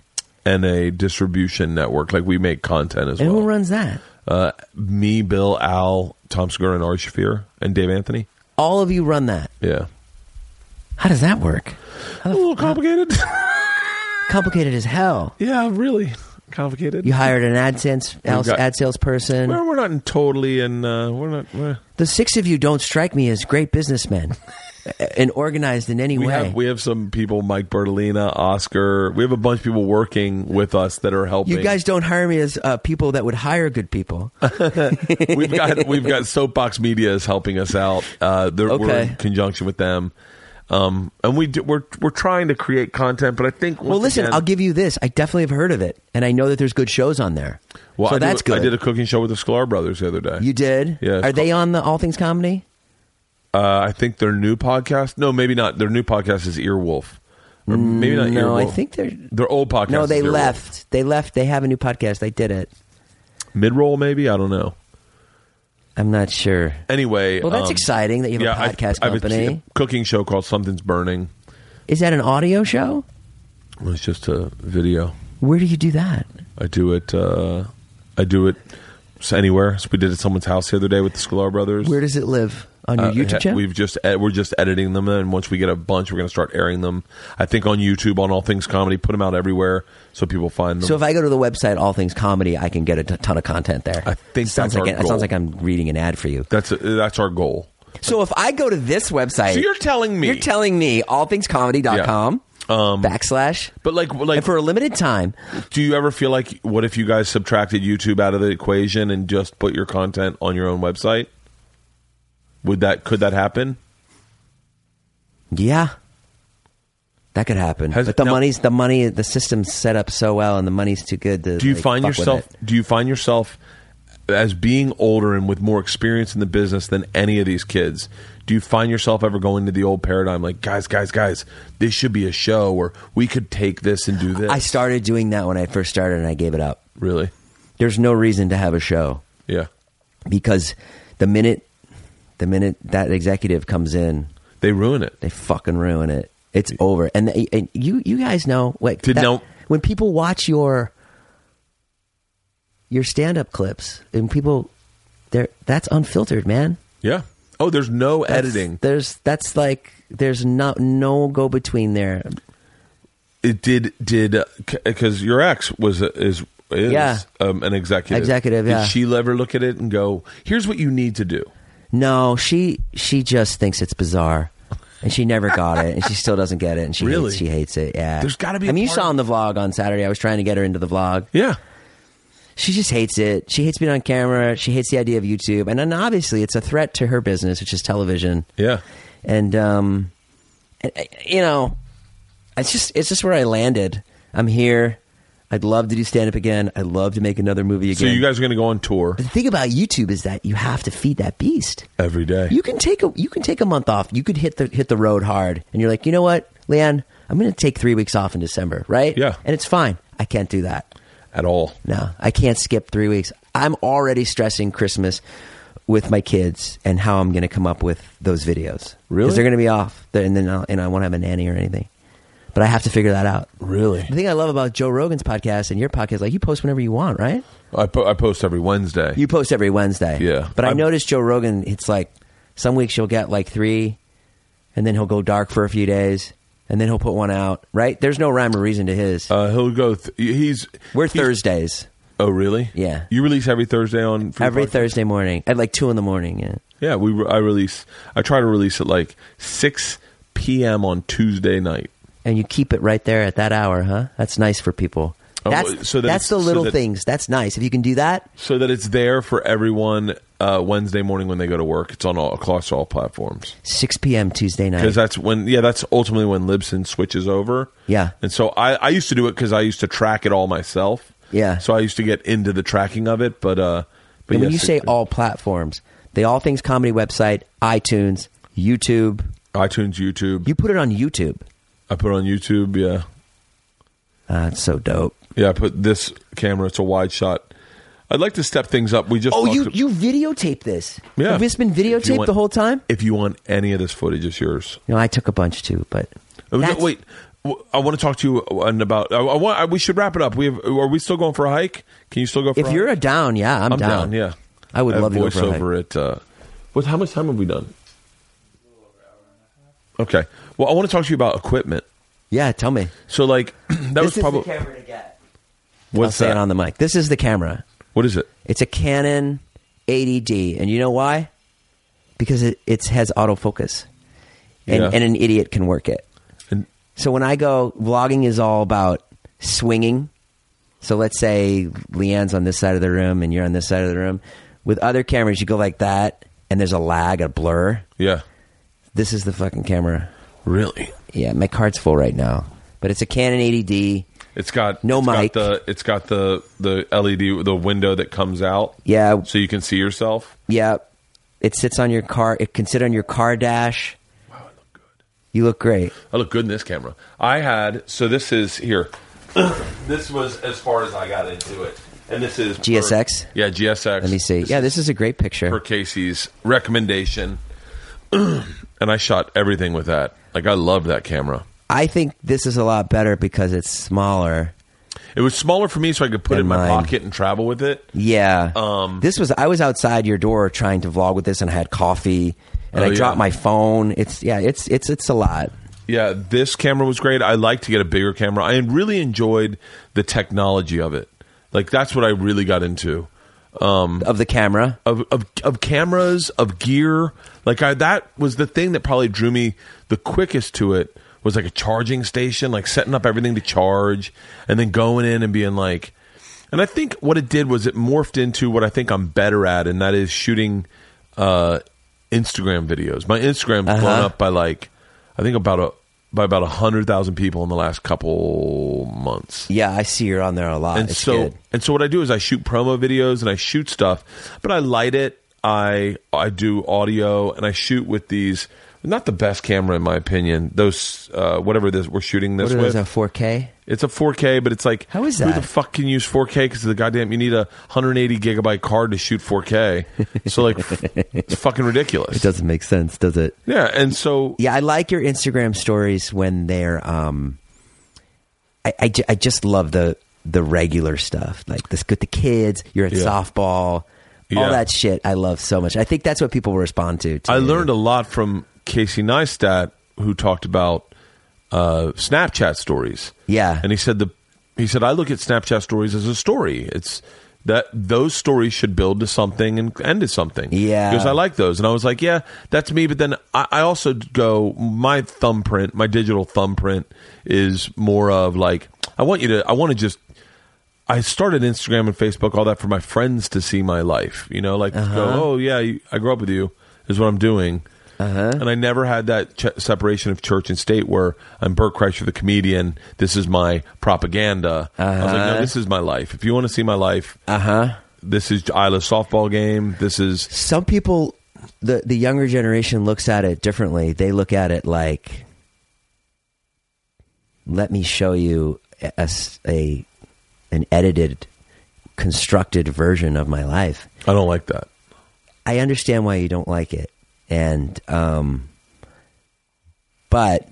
Speaker 1: And a distribution network. Like we make content as
Speaker 7: And
Speaker 1: well.
Speaker 7: who runs that?
Speaker 1: Uh, me, Bill, Al, Tom Segura, and Ari Shafir, and Dave Anthony.
Speaker 7: All of you run that.
Speaker 1: Yeah,
Speaker 7: How does that work?
Speaker 1: a little
Speaker 7: [LAUGHS]
Speaker 1: complicated.
Speaker 7: Complicated as hell.
Speaker 1: yeah, really complicated.
Speaker 7: You hired an AdSense
Speaker 1: We've got-
Speaker 7: ad salesperson.
Speaker 1: We're, we're not in totally, and uh, we're not. We're,
Speaker 7: the six of you don't strike me as
Speaker 1: [LAUGHS]
Speaker 7: great businessmen and organized in any
Speaker 1: we
Speaker 7: way.
Speaker 1: have we have some people, Mike Bertolina, Oscar. We have a bunch of people working with us that are helping.
Speaker 7: you guys don't hire me as uh, people that would hire
Speaker 1: [LAUGHS]
Speaker 7: good people.
Speaker 1: we've got we've
Speaker 7: [LAUGHS]
Speaker 1: got Soapbox Media is helping us out. Uh, they're- We're
Speaker 7: Okay.
Speaker 1: in conjunction with them, um, and we do, we're we're trying to create content. But I think
Speaker 7: well,
Speaker 1: once
Speaker 7: listen,
Speaker 1: again-
Speaker 7: I'll give you this. I definitely have heard of it, and I know that there's good shows on there.
Speaker 1: Well,
Speaker 7: so
Speaker 1: I
Speaker 7: that's
Speaker 1: did,
Speaker 7: good.
Speaker 1: I did a cooking show with the Sklar brothers the other day.
Speaker 7: you did?
Speaker 1: Yeah,
Speaker 7: Are
Speaker 1: it's
Speaker 7: they on the All Things Comedy?
Speaker 1: Uh, I think their new podcast. No, maybe not. Their new podcast is Earwolf. Or maybe not
Speaker 7: Mm, no,
Speaker 1: Earwolf.
Speaker 7: I think they're-
Speaker 1: their old podcast.
Speaker 7: no, they
Speaker 1: is Earwolf.
Speaker 7: left. They left. They have a new podcast. They did it.
Speaker 1: Midroll, maybe I don't know.
Speaker 7: I'm not sure.
Speaker 1: Anyway,
Speaker 7: Well, that's
Speaker 1: um,
Speaker 7: exciting that you have
Speaker 1: yeah,
Speaker 7: a podcast
Speaker 1: I, I have
Speaker 7: company.
Speaker 1: a cooking show called Something's Burning.
Speaker 7: Is that an audio show?
Speaker 1: Well, It's just a video.
Speaker 7: Where do you do that?
Speaker 1: I do it. Uh, I do it s- anywhere. So we did it at someone's house the other day with the Sklar brothers.
Speaker 7: Where does it live? On your
Speaker 1: Uh,
Speaker 7: YouTube
Speaker 1: ha-
Speaker 7: channel?
Speaker 1: We've just ed- we're just editing them, and once we get a bunch, we're going to start airing them. I think on YouTube, on All Things Comedy, put them out everywhere so people find them.
Speaker 7: So if I go to the website All Things Comedy, I can get a t- ton of content there.
Speaker 1: I think
Speaker 7: sounds
Speaker 1: that's our
Speaker 7: like it
Speaker 1: goal.
Speaker 7: sounds like I'm reading an ad for you.
Speaker 1: that's uh, that's our goal.
Speaker 7: So if I go to this website,
Speaker 1: So you're telling me-
Speaker 7: you're telling me allthingscomedy.com
Speaker 1: Yeah. Um,
Speaker 7: backslash,
Speaker 1: But like, like,
Speaker 7: and for a limited time,
Speaker 1: do you ever feel like what if you guys subtracted YouTube out of the equation and just put your content on your own website? Would that could that happen?
Speaker 7: yeah, that could happen.
Speaker 1: Has-
Speaker 7: but the
Speaker 1: now-
Speaker 7: money's the money, the system's set up so well, and the money's too good to.
Speaker 1: Do you
Speaker 7: like,
Speaker 1: find
Speaker 7: fuck with
Speaker 1: yourself?
Speaker 7: it.
Speaker 1: Do you find yourself as being older and with more experience in the business than any of these kids? Do you find yourself ever going to the old paradigm, like guys, guys, guys, this should be a show, or we could take this and do this?
Speaker 7: I started doing that when I first started, and I gave it up.
Speaker 1: really,
Speaker 7: There's no reason to have a show.
Speaker 1: yeah.
Speaker 7: because the minute the minute that executive comes in,
Speaker 1: They ruin it.
Speaker 7: they fucking ruin it. It's over. And, they, and you you guys know what
Speaker 1: Did
Speaker 7: that-
Speaker 1: no-
Speaker 7: when people watch your your stand up clips and people they're that's unfiltered, man.
Speaker 1: Yeah. Oh, there's no
Speaker 7: That's-
Speaker 1: editing.
Speaker 7: There's that's like there's no no go between there.
Speaker 1: it did did because your ex was is is
Speaker 7: Yeah.
Speaker 1: um, an executive
Speaker 7: Executive,
Speaker 1: Did
Speaker 7: yeah.
Speaker 1: she ever look at it and go, "Here's what you need to do"?
Speaker 7: No, she she just thinks it's bizarre. And she never got it, and she still doesn't get it, and
Speaker 1: [LAUGHS]
Speaker 7: she
Speaker 1: Really?
Speaker 7: hates, she hates it. Yeah,
Speaker 1: There's gotta be a
Speaker 7: I mean, you
Speaker 1: part
Speaker 7: saw
Speaker 1: of-
Speaker 7: on the vlog on Saturday. I was trying to get her into the vlog.
Speaker 1: Yeah,
Speaker 7: she just hates it. She hates being on camera. She hates the idea of YouTube, and then obviously it's a threat to her business, which is television.
Speaker 1: yeah.
Speaker 7: And um, and, uh, you know, it's just it's just where I landed. I'm here. I'd love to do stand up again. I'd love to make another movie
Speaker 1: So
Speaker 7: again.
Speaker 1: you guys are going to go on tour
Speaker 7: the thing about YouTube is that you have to feed that beast.
Speaker 1: every day.
Speaker 7: You can take a you can take a month off. You could hit the hit the road hard, and you're like, you know what, Leanne, I'm going to take three weeks off in December, right?
Speaker 1: Yeah.
Speaker 7: and it's fine. I can't do that.
Speaker 1: at all?
Speaker 7: No, I can't skip three weeks. I'm already stressing Christmas with my kids and how I'm going to come up with those videos.
Speaker 1: Really?
Speaker 7: Because they're going to be off, They're- and then I'll, and I won't have a nanny or anything. But I have to figure that out.
Speaker 1: Really?
Speaker 7: The thing I love about Joe Rogan's podcast and your podcast, like you post whenever you want, right?
Speaker 1: I, po- I post every Wednesday.
Speaker 7: You post every Wednesday.
Speaker 1: Yeah.
Speaker 7: But I
Speaker 1: I'm-
Speaker 7: noticed Joe Rogan, it's like some weeks you'll get like three, and then he'll go dark for a few days, and then he'll put one out, right? There's no rhyme or reason to his.
Speaker 1: uh, he'll go. Th- he's
Speaker 7: We're
Speaker 1: he's-
Speaker 7: Thursdays.
Speaker 1: Oh, really?
Speaker 7: Yeah.
Speaker 1: You release every Thursday on Free
Speaker 7: Every
Speaker 1: Podcast?
Speaker 7: Thursday morning at like two in the morning. Yeah.
Speaker 1: Yeah, we. Re- I release. I try to release at like six p.m. on Tuesday night.
Speaker 7: And you keep it right there at that hour, huh? That's nice for people.
Speaker 1: Oh,
Speaker 7: That's,
Speaker 1: so that
Speaker 7: that's
Speaker 1: it's-
Speaker 7: the
Speaker 1: so
Speaker 7: little
Speaker 1: that-
Speaker 7: things. That's nice. If you can do that,
Speaker 1: so that it's there for everyone uh, Wednesday morning when they go to work. It's on all across all platforms
Speaker 7: 6 p.m. Tuesday night.
Speaker 1: because that's when yeah that's ultimately when Libsyn switches over.
Speaker 7: Yeah.
Speaker 1: and so I I used to do it because I used to track it all myself.
Speaker 7: Yeah.
Speaker 1: so I used to get into the tracking of it, but uh, but
Speaker 7: and when you
Speaker 1: yes,
Speaker 7: say
Speaker 1: it-
Speaker 7: all platforms, the All Things Comedy website, iTunes, YouTube,
Speaker 1: iTunes, YouTube,
Speaker 7: you put it on YouTube.
Speaker 1: I put it on YouTube. Yeah,
Speaker 7: Ah, it's so dope.
Speaker 1: yeah, I put this camera. It's a wide shot. I'd like to step things up. We just
Speaker 7: Oh,
Speaker 1: talked
Speaker 7: you
Speaker 1: to-
Speaker 7: you videotape this?
Speaker 1: yeah.
Speaker 7: Have this been
Speaker 1: If you
Speaker 7: videotaped
Speaker 1: want-
Speaker 7: the whole time?
Speaker 1: If you want any of this footage, it's yours.
Speaker 7: No, I took a bunch too, but
Speaker 1: Oh, no,
Speaker 7: that's-
Speaker 1: wait, W- I want to talk to you and about. I, I want. I, we should wrap it up. We have. Are we still going for a hike? Can you still go? for
Speaker 7: If
Speaker 1: a
Speaker 7: you're a
Speaker 1: hike?
Speaker 7: down, yeah, I'm,
Speaker 1: I'm down. Yeah,
Speaker 7: I would
Speaker 1: have
Speaker 7: love to go for a hike.
Speaker 1: voiceover it. Uh, what? How much time have we done? Okay. Well, I want to talk to you about equipment.
Speaker 7: Yeah, tell me.
Speaker 1: So, like, [CLEARS THROAT] that was probably
Speaker 7: camera to get. I'll
Speaker 1: what's
Speaker 7: say
Speaker 1: that?
Speaker 7: it on the mic. This is the camera.
Speaker 1: what is it?
Speaker 7: It's a Canon 80D, and you know why? Because it it has autofocus, and
Speaker 1: Yeah.
Speaker 7: and an idiot can work it.
Speaker 1: And,
Speaker 7: So when I go vlogging is all about swinging. So let's say Leanne's on this side of the room and you're on this side of the room. With other cameras, you go like that, and there's a lag, a blur.
Speaker 1: yeah.
Speaker 7: This is the fucking camera.
Speaker 1: Really.
Speaker 7: Yeah, my card's full right now, but it's a Canon 80D.
Speaker 1: It's got
Speaker 7: No
Speaker 1: it's Got
Speaker 7: mic.
Speaker 1: the, it's got the the LED the window that comes out.
Speaker 7: Yeah.
Speaker 1: So you can see yourself.
Speaker 7: Yeah, it sits on your car. It can sit on your car dash. You look great.
Speaker 1: I Oh, look good in this camera. I had so this is here. [COUGHS] this was as far as I got into it, and this is per-
Speaker 7: GSX?
Speaker 1: yeah, GSX.
Speaker 7: Let me see.
Speaker 1: This
Speaker 7: Yeah,
Speaker 1: is
Speaker 7: this is a great
Speaker 1: per
Speaker 7: picture.
Speaker 1: Casey's recommendation, [COUGHS] and I shot everything with that. Like I love that camera.
Speaker 7: I think this is a lot better because it's smaller.
Speaker 1: It was smaller for me, so I could put it
Speaker 7: Than
Speaker 1: in my
Speaker 7: mine.
Speaker 1: pocket and travel with it.
Speaker 7: Yeah.
Speaker 1: Um,
Speaker 7: this was I was outside your door trying to vlog with this, and I had coffee, and
Speaker 1: Oh,
Speaker 7: I dropped
Speaker 1: yeah.
Speaker 7: my phone. It's yeah, it's it's it's a lot.
Speaker 1: Yeah, this camera was great. I like to get a bigger camera. I really enjoyed the technology of it. Like that's what I really got into.
Speaker 7: Of the camera,
Speaker 1: of, of of cameras of gear like I, that was the thing that probably drew me the quickest to it was like a charging station like setting up everything to charge and then going in and being like and i think what it did was it morphed into what i think i'm better at and that is shooting uh instagram videos my instagram's blown
Speaker 7: Uh-huh.
Speaker 1: up by like i think about a by about a hundred thousand people in the last couple months
Speaker 7: yeah, I see you're on there a lot.
Speaker 1: and
Speaker 7: Uh, it's
Speaker 1: so
Speaker 7: good.
Speaker 1: and so what I do is I shoot promo videos and I shoot stuff, but I light it. I I do audio and I shoot with these not the best camera in my opinion. Those uh, whatever this we're shooting this
Speaker 7: What is
Speaker 1: with.
Speaker 7: a 4K?
Speaker 1: it's a 4K, but it's like
Speaker 7: How is
Speaker 1: Who
Speaker 7: that?
Speaker 1: the fuck can use 4K? Because the goddamn you need a 180 gigabyte card to shoot 4K. So like [LAUGHS] it's fucking ridiculous.
Speaker 7: It doesn't make sense, does it?
Speaker 1: Yeah, and so
Speaker 7: Yeah, I like your Instagram stories when they're um, I I, ju- I just love the the regular stuff like this with the kids. You're at
Speaker 1: Yeah.
Speaker 7: softball.
Speaker 1: Yeah.
Speaker 7: All that shit I love so much. I think that's what people respond to.
Speaker 1: I
Speaker 7: too.
Speaker 1: learned a lot from Casey Neistat, who talked about uh, Snapchat stories.
Speaker 7: Yeah.
Speaker 1: and he said the he said I look at Snapchat stories as a story. It's that those stories should build to something and end to something.
Speaker 7: Yeah.
Speaker 1: because I like those, and I was like, yeah, that's me. But then I, I also go my thumbprint, my digital thumbprint is more of like I want you to I want to just I started Instagram and Facebook, all that for my friends to see my life. You know, like go, oh yeah, you- I grew up with you. Is what I'm doing. And I never had that ch- separation of church and state where I'm Bert Kreischer, the comedian. This is my propaganda. I was like, no, this is my life. If you want to see my life,
Speaker 7: Uh huh.
Speaker 1: this is Isla's softball game. This is
Speaker 7: some people the the younger generation looks at it differently they look at it like let me show you a, a s- a- an edited constructed version of my life
Speaker 1: I don't like that.
Speaker 7: I understand why you don't like it, and um, but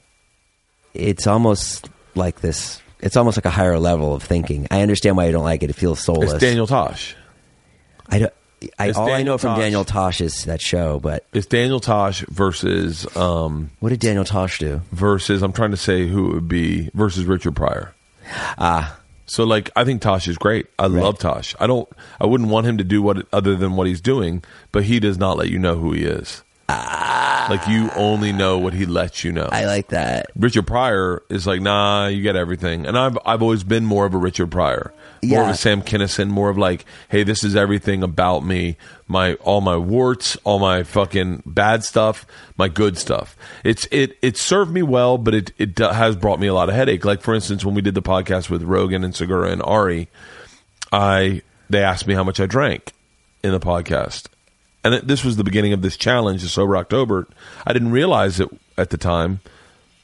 Speaker 7: it's almost like this. It's almost like a higher level of thinking. I understand why you don't like it. It feels soulless.
Speaker 1: It's Daniel Tosh.
Speaker 7: I don't. I,
Speaker 1: It's
Speaker 7: all I
Speaker 1: Daniel
Speaker 7: know from
Speaker 1: Tosh.
Speaker 7: Daniel Tosh is that show, but
Speaker 1: It's Daniel Tosh versus um
Speaker 7: what did Daniel Tosh do?
Speaker 1: versus I'm trying to say who it would be versus Richard Pryor.
Speaker 7: Ah,
Speaker 1: So like I think Tosh is great. I love Tosh. I don't I wouldn't want him to do what other than what he's doing, but he does not let you know who he is. Like you only know what he lets you know.
Speaker 7: I like that.
Speaker 1: Richard Pryor is like, nah, you get everything. And I've I've always been more of a Richard Pryor, more of
Speaker 7: Yeah.
Speaker 1: a Sam Kinison, more of like, hey, this is everything about me, my all my warts, all my fucking bad stuff, my good stuff. It's it it served me well, but it it do- has brought me a lot of headache. Like for instance, when we did the podcast with Rogan and Segura and Ari, I they asked me how much I drank in the podcast, and it, this was the beginning of this challenge, the sober October. I didn't realize it at the time,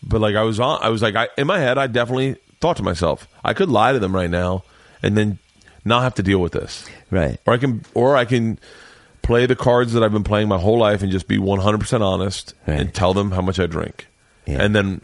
Speaker 1: but like I was on, I was like I, in my head, I definitely thought to myself, I could lie to them right now, and then not have to deal with this,
Speaker 7: Right.
Speaker 1: Or I can, or I can play the cards that I've been playing my whole life and just be one hundred percent honest
Speaker 7: Right.
Speaker 1: and tell them how much I drink,
Speaker 7: Yeah.
Speaker 1: and then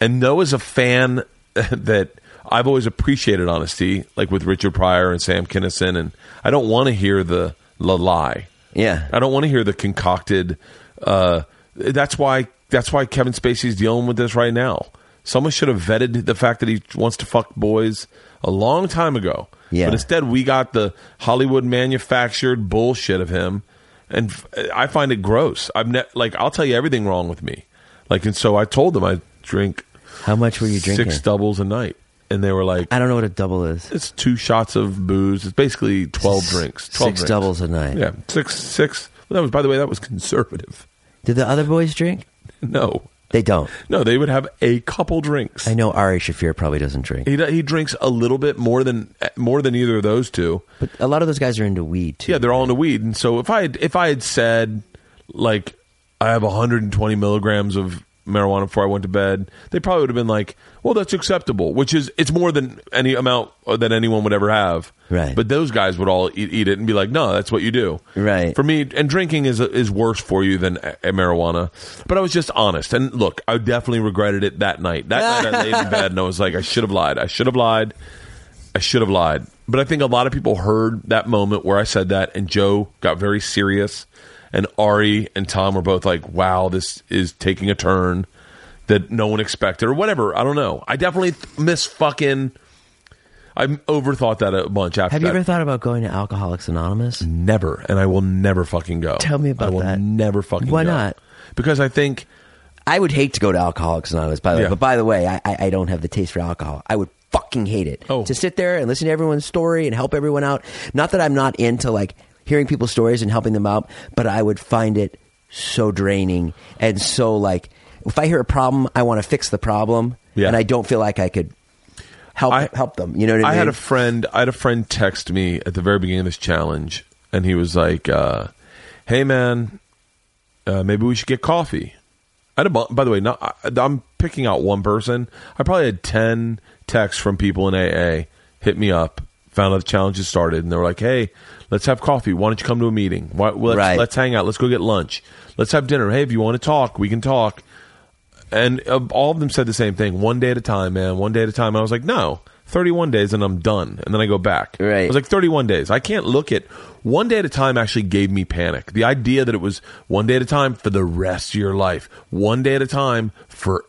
Speaker 1: and though as a fan [LAUGHS] that I've always appreciated honesty, like with Richard Pryor and Sam Kinison, and I don't want to hear the, the lie.
Speaker 7: Yeah.
Speaker 1: I don't want to hear the concocted. Uh, that's why. That's why Kevin Spacey's dealing with this right now. Someone should have vetted the fact that he wants to fuck boys a long time ago.
Speaker 7: Yeah.
Speaker 1: But instead, we got the Hollywood manufactured bullshit of him, and f- I find it gross. I've ne- like I'll tell you everything wrong with me, like and so I told them I drink
Speaker 7: How much were you drinking?
Speaker 1: six doubles a night, and they were like,
Speaker 7: I don't know what a double is.
Speaker 1: "It's two shots of booze. It's basically twelve
Speaker 7: S-
Speaker 1: drinks. 12
Speaker 7: six
Speaker 1: drinks.
Speaker 7: doubles a night.
Speaker 1: Yeah, six six. Well, that was by the way, that was conservative. [LAUGHS]
Speaker 7: Did the other boys drink?
Speaker 1: No,
Speaker 7: They don't.
Speaker 1: no, they would have a couple drinks.
Speaker 7: I know Ari Shafir probably doesn't drink,
Speaker 1: He d- he drinks a little bit more than more than either of those two.
Speaker 7: but a lot of those guys are into weed too.
Speaker 1: Yeah, they're all into weed, and so if I had, if I had said like I have 120 milligrams of marijuana before I went to bed, they probably would have been like, "Well, that's acceptable," which is it's more than any amount uh, that anyone would ever have.
Speaker 7: Right.
Speaker 1: But those guys would all eat, eat it and be like, "No, that's what you do."
Speaker 7: Right.
Speaker 1: For me, and drinking is is worse for you than a- a marijuana. But I was just honest, and look, I definitely regretted it that night. That night I laid
Speaker 7: [LAUGHS]
Speaker 1: in bed and I was like, "I should have lied. I should have lied." I should have lied. But I think a lot of people heard that moment where I said that, and Joe got very serious, and Ari and Tom were both like, "Wow, this is taking a turn that no one expected," or whatever. I don't know. I definitely th- miss fucking. I overthought that a bunch after.
Speaker 7: Have you
Speaker 1: that.
Speaker 7: ever thought about going to Alcoholics Anonymous?
Speaker 1: Never, and I will never fucking go.
Speaker 7: Tell me about
Speaker 1: I will
Speaker 7: that.
Speaker 1: Never fucking.
Speaker 7: Why
Speaker 1: go.
Speaker 7: not?
Speaker 1: Because I think
Speaker 7: I would hate to go to Alcoholics Anonymous, by the way.
Speaker 1: Yeah.
Speaker 7: But by the way, I, I, I don't have the taste for alcohol. I would fucking hate it.
Speaker 1: Oh.
Speaker 7: To sit there and listen to everyone's story and help everyone out. Not that I'm not into like hearing people's stories and helping them out, but I would find it so draining and so like if I hear a problem, I want to fix the problem,
Speaker 1: Yeah.
Speaker 7: and I don't feel like I could help
Speaker 1: I-
Speaker 7: help them. You know what I, mean?
Speaker 1: had a friend. I had a friend text me at the very beginning of this challenge, and he was like, uh, "Hey, man, uh, maybe we should get coffee." I had a, bu- by the way, not, I, I'm picking out one person. I probably had ten texts from people in AA hit me up, found out the challenge had started, and they were like, "Hey, let's have coffee. Why don't you come to a meeting? Why, let's,
Speaker 7: Right.
Speaker 1: let's hang out. Let's go get lunch. Let's have dinner. Hey, if you want to talk, we can talk." and uh, all of them said the same thing one day at a time man one day at a time i was like no 31 days and i'm done and then i go back
Speaker 7: Right.
Speaker 1: i was like 31 days i can't look at one day at a time actually gave me panic the idea that it was one day at a time for the rest of your life one day at a time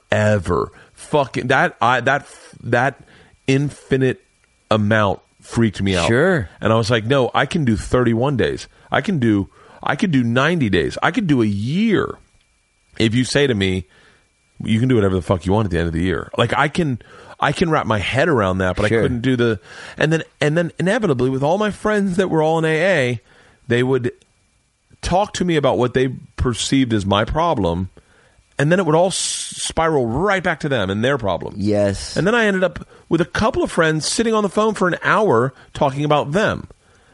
Speaker 1: forever fucking that i that that infinite amount freaked me out
Speaker 7: Sure.
Speaker 1: and I was like, no, I can do 31 days. I can do I could do 90 days. I could do a year. If you say to me, you can do whatever the fuck you want at the end of the year. Like I can I can wrap my head around that, but
Speaker 7: Sure.
Speaker 1: I couldn't do the and then and then inevitably with all my friends that were all in AA, they would talk to me about what they perceived as my problem. And then it would all s- spiral right back to them and their problem.
Speaker 7: yes.
Speaker 1: And then I ended up with a couple of friends sitting on the phone for an hour talking about them.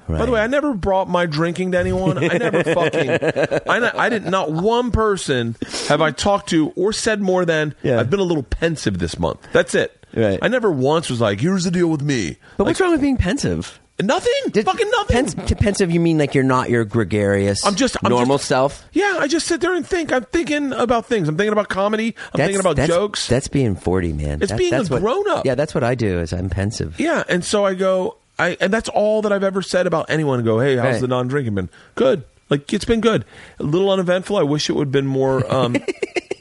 Speaker 1: By
Speaker 7: Right.
Speaker 1: the way, I never brought my drinking to anyone. I never
Speaker 7: [LAUGHS]
Speaker 1: fucking. I, not, I did not one person have I talked to or said more than
Speaker 7: Yeah.
Speaker 1: I've been a little pensive this month. That's it.
Speaker 7: Right.
Speaker 1: I never once was like, "Here's the deal with me."
Speaker 7: but
Speaker 1: Like,
Speaker 7: what's wrong with being pensive?
Speaker 1: Nothing.
Speaker 7: Did-
Speaker 1: Fucking nothing.
Speaker 7: Pens- Pensive, you mean like you're not your gregarious,
Speaker 1: I'm just I'm
Speaker 7: normal
Speaker 1: just-
Speaker 7: self?
Speaker 1: Yeah, I just sit there and think. I'm thinking about things. I'm thinking about comedy. I'm thinking about
Speaker 7: that's,
Speaker 1: jokes.
Speaker 7: That's being forty, man.
Speaker 1: It's being a
Speaker 7: that's what-
Speaker 1: grown-up.
Speaker 7: Yeah, that's what I do. Is I'm pensive.
Speaker 1: yeah, and so I go. I and that's all that I've ever said about anyone. Go, hey, how's
Speaker 7: Right.
Speaker 1: the non-drinking been? Good. Like it's been good. A little uneventful. I wish it would have been more.
Speaker 7: [LAUGHS]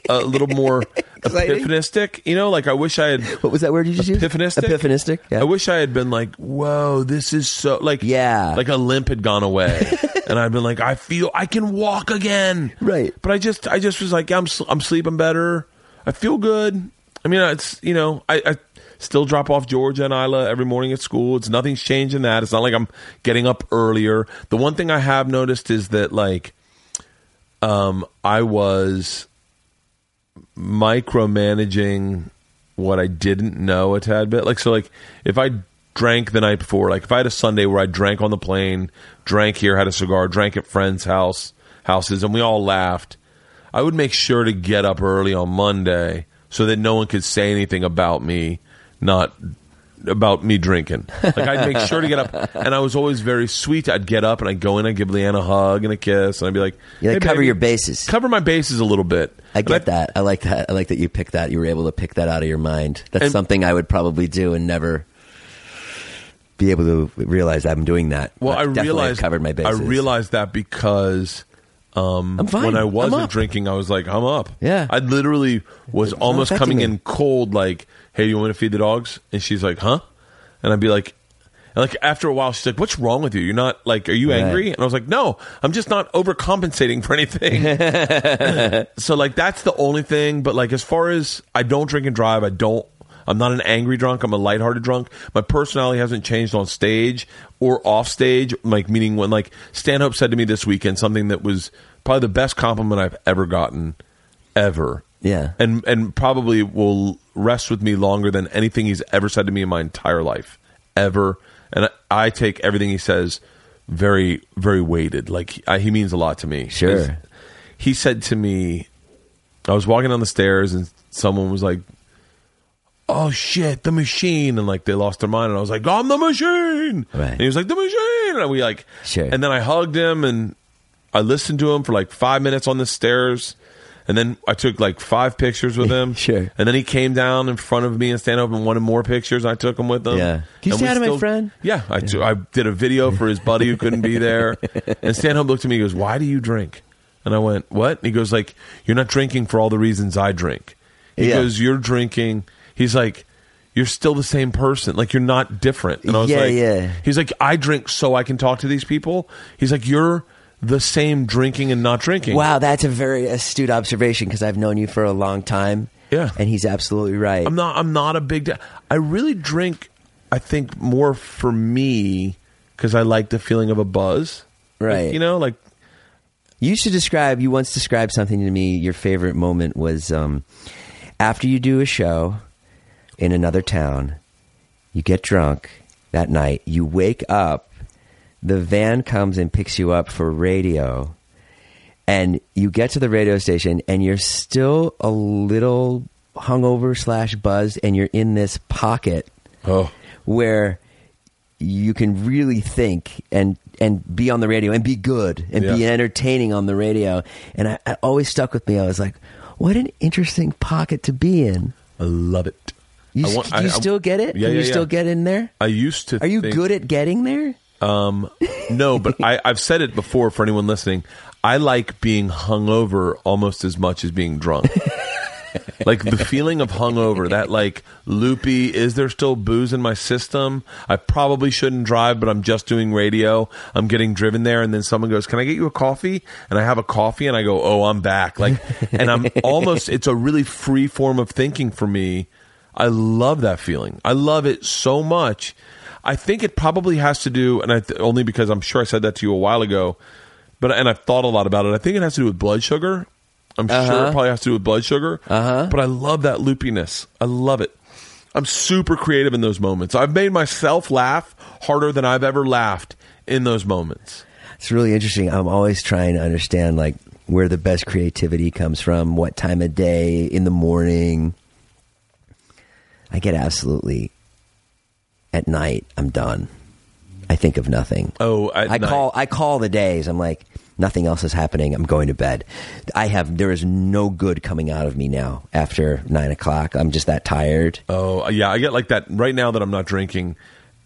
Speaker 1: Um, a little more
Speaker 7: Exciting.
Speaker 1: epiphanistic. You know, like I wish I had.
Speaker 7: What was that word you just used?
Speaker 1: Epiphanistic.
Speaker 7: Epiphanistic, yeah.
Speaker 1: I wish I had been like, whoa, this is so like
Speaker 7: Yeah.
Speaker 1: like a limp had gone
Speaker 7: [LAUGHS]
Speaker 1: away, and I've been like, I feel I can walk again,
Speaker 7: Right.
Speaker 1: But I just I just was like, I'm s- I'm sleeping better. I feel good. I mean, it's you know I. I Still drop off Georgia and Isla every morning at school. It's nothing's changed in that. It's not like I'm getting up earlier. The one thing I have noticed is that like um, I was micromanaging what I didn't know a tad bit. Like so, like if I drank the night before, like if I had a Sunday where I drank on the plane, drank here, had a cigar, drank at friends' house houses, and we all laughed, I would make sure to get up early on Monday so that no one could say anything about me not about me drinking. Like I'd make sure to get up, and I was always very sweet. I'd get up and I'd go in, I'd give Leanne a hug and a kiss, and I'd be like,
Speaker 7: You like
Speaker 1: "Hey,
Speaker 7: cover
Speaker 1: baby,
Speaker 7: your bases.
Speaker 1: cover my bases a little bit."
Speaker 7: I
Speaker 1: And
Speaker 7: get that. I like that. I like that you picked that. You were able to pick that out of your mind. That's
Speaker 1: And-
Speaker 7: something I would probably do and never be able to realize I'm doing that.
Speaker 1: Well,
Speaker 7: But
Speaker 1: I
Speaker 7: definitely I've
Speaker 1: realized
Speaker 7: covered my bases.
Speaker 1: I realized that because um,
Speaker 7: I'm fine.
Speaker 1: when I wasn't
Speaker 7: up.
Speaker 1: drinking, I was like, "I'm up."
Speaker 7: Yeah.
Speaker 1: I literally was
Speaker 7: not
Speaker 1: almost coming
Speaker 7: affecting me.
Speaker 1: in cold. Like, "Hey, you want to feed the dogs?" And she's like, "Huh?" And I'd be like. And like after a while, she's like, "What's wrong with you? You're not like, are you
Speaker 7: Right.
Speaker 1: angry?" And I was like, "No, I'm just not overcompensating for anything." so like that's the only thing. But like as far as I don't drink and drive, I don't. I'm not an angry drunk. I'm a lighthearted drunk. My personality hasn't changed on stage or off stage. Like meaning when like Stanhope said to me this weekend something that was probably the best compliment I've ever gotten, ever.
Speaker 7: Yeah.
Speaker 1: and and probably will rest with me longer than anything he's ever said to me in my entire life, ever. And I, I take everything he says very very weighted. Like I, he means a lot to me.
Speaker 7: Sure.
Speaker 1: Is- He said to me, I was walking down the stairs and someone was like, "Oh shit, the machine!" And like they lost their mind, and I was like, "I'm the machine!"
Speaker 7: Right.
Speaker 1: And he was like, "The machine!" And we like,
Speaker 7: Sure.
Speaker 1: And then I hugged him and I listened to him for like five minutes on the stairs, and then I took like five pictures
Speaker 7: [LAUGHS]
Speaker 1: with him.
Speaker 7: Sure.
Speaker 1: And then he came down in front of me and stand up and wanted more pictures. and I took him with him.
Speaker 7: Yeah. Can you
Speaker 1: And
Speaker 7: say
Speaker 1: we
Speaker 7: hi to my friend?
Speaker 1: Yeah, I, do- I did a video for his buddy who couldn't be there. And Stanhope looked at me and goes, Why do you drink? And I went, What? And he goes, like, you're not drinking for all the reasons I drink. He
Speaker 7: Yeah.
Speaker 1: goes, You're drinking. He's like, You're still the same person. Like you're not different. And I was
Speaker 7: Yeah,
Speaker 1: like,
Speaker 7: yeah.
Speaker 1: He's like, I drink so I can talk to these people. He's like, You're the same drinking and not drinking.
Speaker 7: Wow, that's a very astute observation because I've known you for a long time.
Speaker 1: Yeah.
Speaker 7: and he's absolutely right.
Speaker 1: I'm not. I'm not a big. da- I really drink. I think more for me because I like the feeling of a buzz. Like,
Speaker 7: Right.
Speaker 1: you know, like
Speaker 7: You should describe. You once described something to me. Your favorite moment was um, after you do a show in another town. You get drunk that night. You wake up. The van comes and picks you up for radio, and you get to the radio station, and you're still a little hungover slash buzzed, and you're in this pocket
Speaker 1: oh,
Speaker 7: where you can really think and and be on the radio and be good and be
Speaker 1: Yeah.
Speaker 7: entertaining on the radio. And I, I always stuck with me. I was like, what an interesting pocket to be in.
Speaker 1: I love it.
Speaker 7: You,
Speaker 1: I
Speaker 7: s-
Speaker 1: want-
Speaker 7: do you
Speaker 1: I- I-
Speaker 7: still get it?
Speaker 1: Yeah,
Speaker 7: can
Speaker 1: yeah,
Speaker 7: you
Speaker 1: yeah.
Speaker 7: still get in there?
Speaker 1: I used to.
Speaker 7: Are you
Speaker 1: think-
Speaker 7: good at getting there?
Speaker 1: Um, no,
Speaker 7: [LAUGHS]
Speaker 1: but I, I've said it before for anyone listening. I like being hungover almost as much as being drunk. like the feeling of hungover, that like loopy, is there still booze in my system? I probably shouldn't drive, but I'm just doing radio. I'm getting driven there, and then someone goes, Can I get you a coffee? And I have a coffee, and I go, Oh, I'm back. Like, and I'm almost, it's a really free form of thinking for me. I love that feeling. I love it so much. I think it probably has to do, and I th- only because I'm sure I said that to you a while ago, but and I've thought a lot about it. I think it has to do with blood sugar. I'm
Speaker 7: Uh-huh.
Speaker 1: sure it probably has to do with blood sugar. Uh-huh. But I love that loopiness. I love it. I'm super creative in those moments. I've made myself laugh harder than I've ever laughed in those moments.
Speaker 7: It's really interesting. I'm always trying to understand like where the best creativity comes from, what time of day, in the morning. I get absolutely at night. I'm done. I I think of nothing.
Speaker 1: Oh, at
Speaker 7: I
Speaker 1: night.
Speaker 7: call I call the days. I'm like nothing else is happening. I'm going to bed. I have there is no good coming out of me now after nine o'clock. I'm just that tired.
Speaker 1: Oh yeah, I get like that right now that I'm not drinking.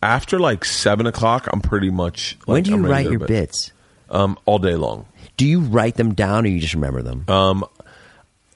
Speaker 1: After like seven o'clock, I'm pretty much. Like,
Speaker 7: when do you
Speaker 1: I'm ready
Speaker 7: write
Speaker 1: to go
Speaker 7: your
Speaker 1: to bed.
Speaker 7: bits?
Speaker 1: Um, all day long.
Speaker 7: Do you write them down or you just remember them?
Speaker 1: Um,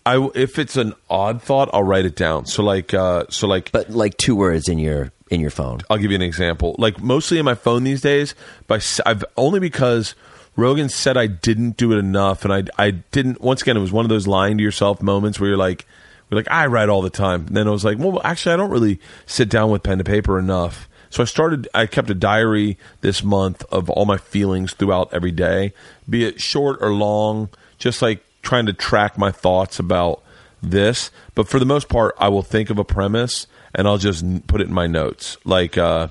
Speaker 1: I w- if it's an odd thought, I'll write it down. So like, uh, so like,
Speaker 7: but like two words in your in your phone.
Speaker 1: I'll give you an example. Like mostly in my phone these days, by s- I've only because Rogan said I didn't do it enough, and I I didn't. Once again, it was one of those lying to yourself moments where you're like, we're like I write all the time. And then I was like, well, actually, I don't really sit down with pen to paper enough. So I started. I kept a diary this month of all my feelings throughout every day, be it short or long. Just like trying to track my thoughts about this, but for the most part, I will think of a premise and I'll just n- put it in my notes. Like, uh,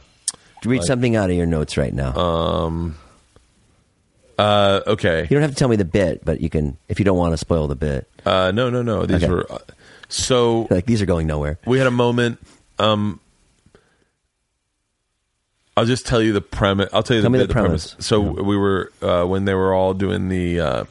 Speaker 7: Read something out of your notes right now.
Speaker 1: uh, okay,
Speaker 7: you don't have to tell me the bit, but you can if you don't want to spoil the bit.
Speaker 1: uh, no, no, no. These
Speaker 7: Okay.
Speaker 1: were uh, so
Speaker 7: Like these are going nowhere.
Speaker 1: we had a moment. Um, I'll just tell you the premise. I'll tell you
Speaker 7: Tell
Speaker 1: the,
Speaker 7: me
Speaker 1: bit-
Speaker 7: the
Speaker 1: the
Speaker 7: premise.
Speaker 1: premise. So we were uh, when they were all doing the uh,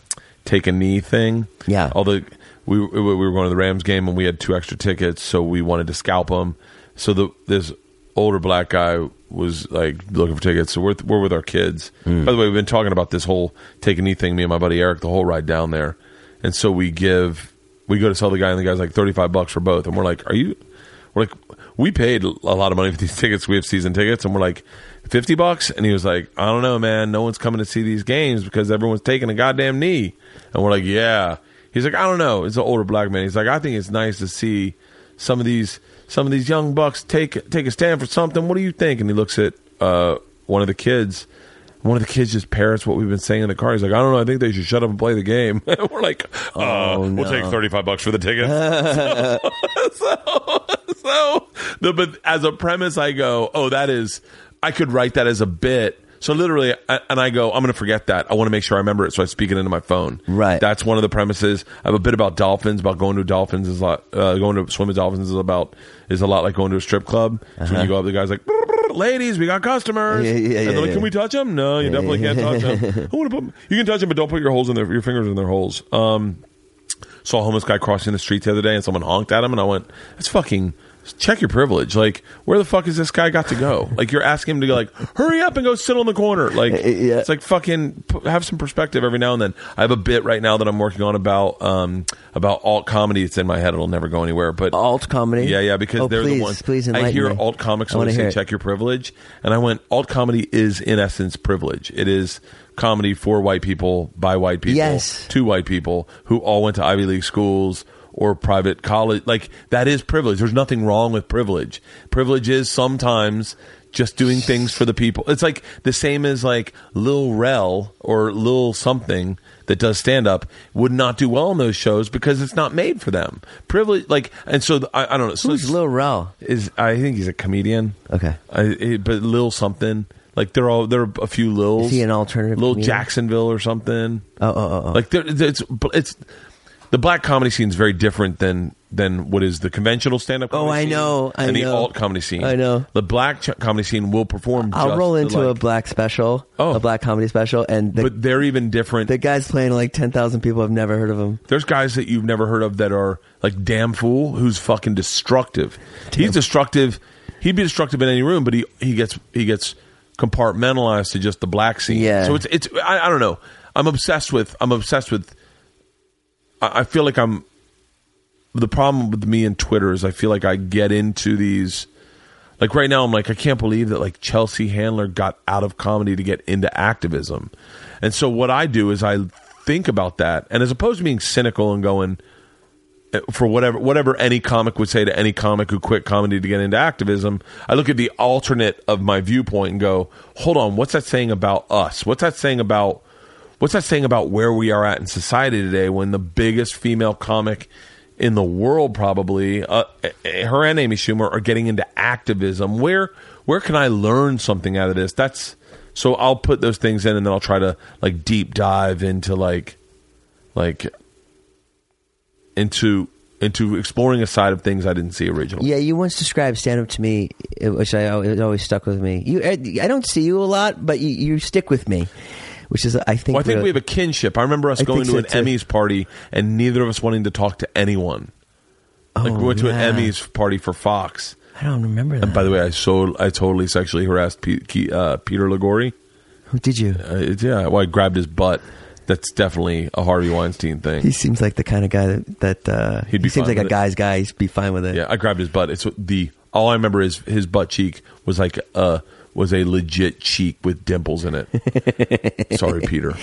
Speaker 1: take a knee thing.
Speaker 7: Yeah.
Speaker 1: All the we we were going to the Rams game and we had two extra tickets, so we wanted to scalp them. So the this older black guy was like looking for tickets. So we're we're with our kids. By the way, we've been talking about this whole take a knee thing. Me and my buddy Eric the whole ride down there, and so we give we go to sell the guy and the guy's like thirty five bucks for both, and we're like, are you? We're like, we paid a lot of money for these [LAUGHS] tickets. We have season tickets, and we're like, fifty bucks. And he was like, I don't know, man. No one's coming to see these games because everyone's taking a goddamn knee. And we're like, yeah. He's like, I don't know. It's an older black man. He's like, I think it's nice to see some of these some of these young bucks take take a stand for something. What do you think? And he looks at uh, one of the kids. One of the kids just parrots what we've been saying in the car. He's like, I don't know. I think they should shut up and play the game. [LAUGHS] we're like, uh, we'll take thirty five bucks for the tickets [LAUGHS] so the but as a premise i go oh that is i could write that as a bit so literally I, and i go i'm gonna forget that i want to make sure i remember it so i speak it into my phone
Speaker 7: Right.
Speaker 1: that's one of the premises i have a bit about dolphins about going to dolphins is a lot uh, going to swim with dolphins is about is a lot like going to a strip club So when you go up the guy's like "Brr, brr, brr, ladies we got customers
Speaker 7: Uh-huh. Yeah, yeah, yeah,
Speaker 1: and they're like
Speaker 7: yeah.
Speaker 1: can we touch them no you definitely can't touch
Speaker 7: [LAUGHS]
Speaker 1: them I wanna put, you can touch them but don't put your holes in their your fingers in their holes um saw a homeless guy crossing the street the other day and someone honked at him and I went, That's fucking check your privilege. Like, where the fuck is this guy got to go?
Speaker 7: [LAUGHS]
Speaker 1: Like you're asking him to go like, hurry up and go sit on the corner. Like
Speaker 7: yeah.
Speaker 1: it's like fucking p- have some perspective every now and then. I have a bit right now that I'm working on about um about alt comedy. It's in my head, it'll never go anywhere. But
Speaker 7: Alt comedy.
Speaker 1: yeah, yeah, because
Speaker 7: oh,
Speaker 1: they're
Speaker 7: please,
Speaker 1: the ones.
Speaker 7: Please enlighten
Speaker 1: I hear
Speaker 7: me.
Speaker 1: alt comics
Speaker 7: I wanna
Speaker 1: always say
Speaker 7: hear it.
Speaker 1: check your privilege, and I went alt comedy is in essence privilege. It is comedy for white people by white people
Speaker 7: Yes.
Speaker 1: to white people who all went to Ivy League schools or private college. Like that is privilege. There's nothing wrong with privilege. Privilege is sometimes just doing things for the people. It's like the same as like Lil Rel or Lil something that does stand up would not do well on those shows because it's not made for them. Privilege, like, and so the, I, I don't know. So
Speaker 7: Who's
Speaker 1: it's-
Speaker 7: Lil Rel?
Speaker 1: is I think he's a comedian.
Speaker 7: Okay.
Speaker 1: I, it- but Lil something like they're all there are a few Lils.
Speaker 7: Is he an alternative
Speaker 1: Lil
Speaker 7: comedian?
Speaker 1: Jacksonville or something?
Speaker 7: Oh, oh, oh, oh.
Speaker 1: Like there, it's it's the black comedy scene is very different than than what is the conventional stand up.
Speaker 7: Oh, I know, I
Speaker 1: and the
Speaker 7: know.
Speaker 1: alt comedy scene.
Speaker 7: I know.
Speaker 1: the black ch- comedy scene will perform.
Speaker 7: I'll
Speaker 1: just
Speaker 7: roll
Speaker 1: the,
Speaker 7: into a
Speaker 1: like-
Speaker 7: black special,
Speaker 1: Oh.
Speaker 7: a black comedy special, and the,
Speaker 1: but they're even different.
Speaker 7: the guy's playing like ten thousand people. I've never heard of him.
Speaker 1: There's guys that you've never heard of that are like damn fool who's fucking destructive. He's destructive. He'd be destructive in any room, but he he gets he gets compartmentalized to just the black scene.
Speaker 7: Yeah.
Speaker 1: So it's it's I, I don't know. I'm obsessed with I'm obsessed with. I, I feel like I'm. The problem with me and Twitter is I feel like I get into these. Like right now, I'm like, I can't believe that like Chelsea Handler got out of comedy to get into activism. And so what I do is I think about that, and as opposed to being cynical and going eh, for whatever whatever any comic would say to any comic who quit comedy to get into activism, I look at the alternate of my viewpoint and go, hold on, what's that saying about us? What's that saying about what's that saying about where we are at in society today when the biggest female comic in the world probably uh, eh, her and Amy Schumer are getting into activism where where can I learn something out of this that's so I'll put those things in and then I'll try to like deep dive into like like into into exploring a side of things I didn't see originally.
Speaker 7: Yeah, you once described stand up to me, uh, which I always, it always stuck with me. You, I, I don't see you a lot, but you, you stick with me, which is I think.
Speaker 1: Well, I think
Speaker 7: the-
Speaker 1: we have a kinship. I remember us
Speaker 7: I
Speaker 1: going
Speaker 7: think
Speaker 1: to
Speaker 7: so,
Speaker 1: an
Speaker 7: too.
Speaker 1: Emmys party and neither of us wanting to talk to anyone. like we
Speaker 7: Oh,
Speaker 1: went to
Speaker 7: yeah.
Speaker 1: an Emmys party for Fox.
Speaker 7: I don't remember that.
Speaker 1: And by the way, I so I totally sexually harassed Pe- Ke- uh, Peter Ligori.
Speaker 7: Who did you?
Speaker 1: Uh, it- yeah, well, I grabbed his butt. That's definitely a Harvey Weinstein thing.
Speaker 7: He seems like the kind of guy that, that uh,
Speaker 1: He'd be
Speaker 7: he seems
Speaker 1: fine
Speaker 7: like a
Speaker 1: with it.
Speaker 7: guy's guy. He'd be fine with it.
Speaker 1: Yeah, I grabbed his butt. It's the all I remember is his butt cheek was like uh was a legit cheek with dimples in it.
Speaker 7: [LAUGHS]
Speaker 1: Sorry, Peter.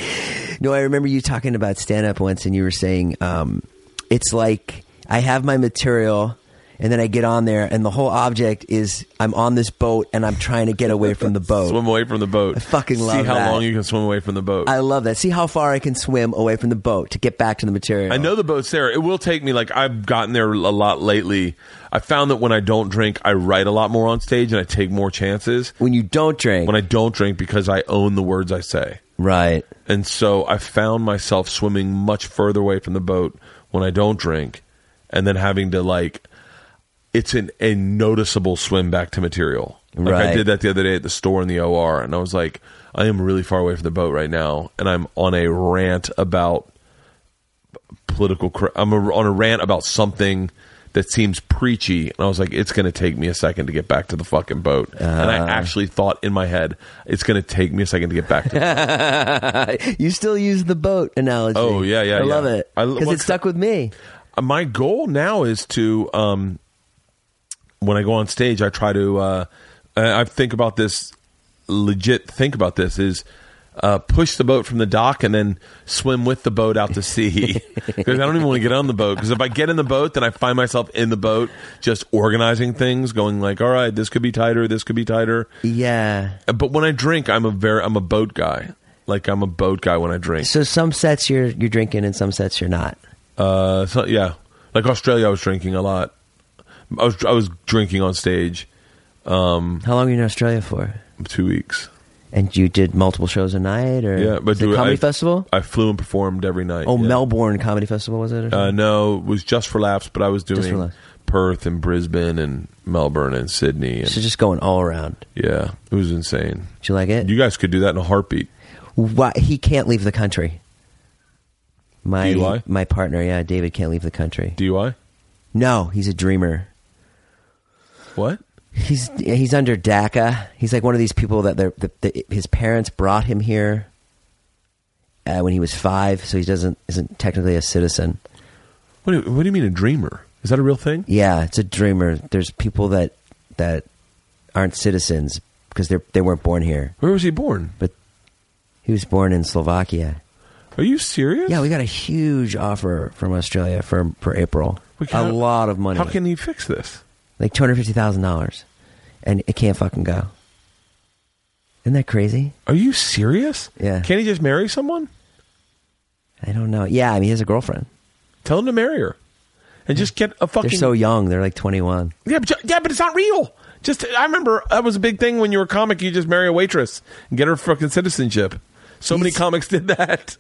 Speaker 7: No, I remember you talking about stand up once, and you were saying um, it's like I have my material, and then I get on there, and the whole object is I'm on this boat, and I'm trying to get away
Speaker 1: [LAUGHS]
Speaker 7: from the boat.
Speaker 1: Swim away from the boat.
Speaker 7: I fucking
Speaker 1: See
Speaker 7: love
Speaker 1: how
Speaker 7: that.
Speaker 1: long you can swim away from the boat.
Speaker 7: I love that. See how far I can swim away from the boat to get back to the material.
Speaker 1: I know the boat's there. It will take me like I've gotten there a lot lately. I found that when I don't drink, I write a lot more on stage and I take more chances.
Speaker 7: when you don't drink,
Speaker 1: When I don't drink because I own the words I say.
Speaker 7: right?
Speaker 1: And so I found myself swimming much further away from the boat when I don't drink and then having to like it's an a noticeable swim back to material. Like I
Speaker 7: Right.
Speaker 1: did that the other day at the store in the OR and I was like I am really far away from the boat right now and I'm on a rant about political cor- I'm a, on a rant about something that seems preachy and I was like it's going to take me a second to get back to the fucking boat and I actually thought in my head it's going to take me a second to get back to the
Speaker 7: [LAUGHS] you still use the boat analogy.
Speaker 1: Oh, yeah, yeah,
Speaker 7: I
Speaker 1: yeah.
Speaker 7: love it
Speaker 1: I lo-
Speaker 7: because it
Speaker 1: what's-
Speaker 7: stuck with me.
Speaker 1: Uh, my goal now is to um when i go on stage i try to uh i I think about this legit think about this is uh, push the boat from the dock and then swim with the boat out to sea [LAUGHS] because I don't even want to get on the boat because if I get in the boat then I find myself in the boat just organizing things going like all right this could be tighter this could be tighter
Speaker 7: Yeah.
Speaker 1: but when I drink I'm a very I'm a boat guy like I'm a boat guy when I drink
Speaker 7: So some sets you're you're drinking, and some sets you're not.
Speaker 1: uh, so, yeah, like Australia, I was drinking a lot. I was I was drinking on stage
Speaker 7: How long were you in Australia for?
Speaker 1: two weeks.
Speaker 7: And you did multiple shows a night, or
Speaker 1: Yeah, but
Speaker 7: Was it
Speaker 1: do-
Speaker 7: comedy
Speaker 1: I-
Speaker 7: festival.
Speaker 1: I flew and performed every night.
Speaker 7: Oh,
Speaker 1: yeah.
Speaker 7: Melbourne Comedy Festival was it? Or
Speaker 1: Uh,
Speaker 7: something?
Speaker 1: no, it was just for laughs, but I was
Speaker 7: for
Speaker 1: doing
Speaker 7: laughs.
Speaker 1: Perth and Brisbane and Melbourne and Sydney. And,
Speaker 7: so just going all around.
Speaker 1: yeah, it was insane.
Speaker 7: Did you like it?
Speaker 1: You guys could do that in a heartbeat.
Speaker 7: Why, he can't leave the country. My
Speaker 1: DUI?
Speaker 7: my partner, yeah, David can't leave the country.
Speaker 1: DUI?
Speaker 7: no, he's a dreamer.
Speaker 1: What?
Speaker 7: He's he's under DACA. He's like one of these people that they're, that that his parents brought him here uh, when he was five, so he doesn't isn't technically a citizen.
Speaker 1: What do, what do you mean a dreamer? Is that a real thing?
Speaker 7: Yeah, it's a dreamer. There's people that that aren't citizens because they they weren't born here.
Speaker 1: Where was he born?
Speaker 7: But he was born in Slovakia.
Speaker 1: Are you serious?
Speaker 7: Yeah, we got a huge offer from Australia for for April.
Speaker 1: We
Speaker 7: a
Speaker 1: cannot-
Speaker 7: lot of money.
Speaker 1: How can he fix this?
Speaker 7: like two hundred fifty thousand dollars, and it can't fucking go. Isn't that crazy?
Speaker 1: Are you serious?
Speaker 7: Yeah.
Speaker 1: Can't he just marry someone?
Speaker 7: I don't know. Yeah, I mean, he has a girlfriend.
Speaker 1: Tell him to marry her, and just get a fucking.
Speaker 7: They're so young. They're like twenty one.
Speaker 1: yeah, but, yeah, but it's not real. Just I remember that was a big thing when you were a comic. You just marry a waitress and get her fucking citizenship. So many
Speaker 7: He's-
Speaker 1: comics did that.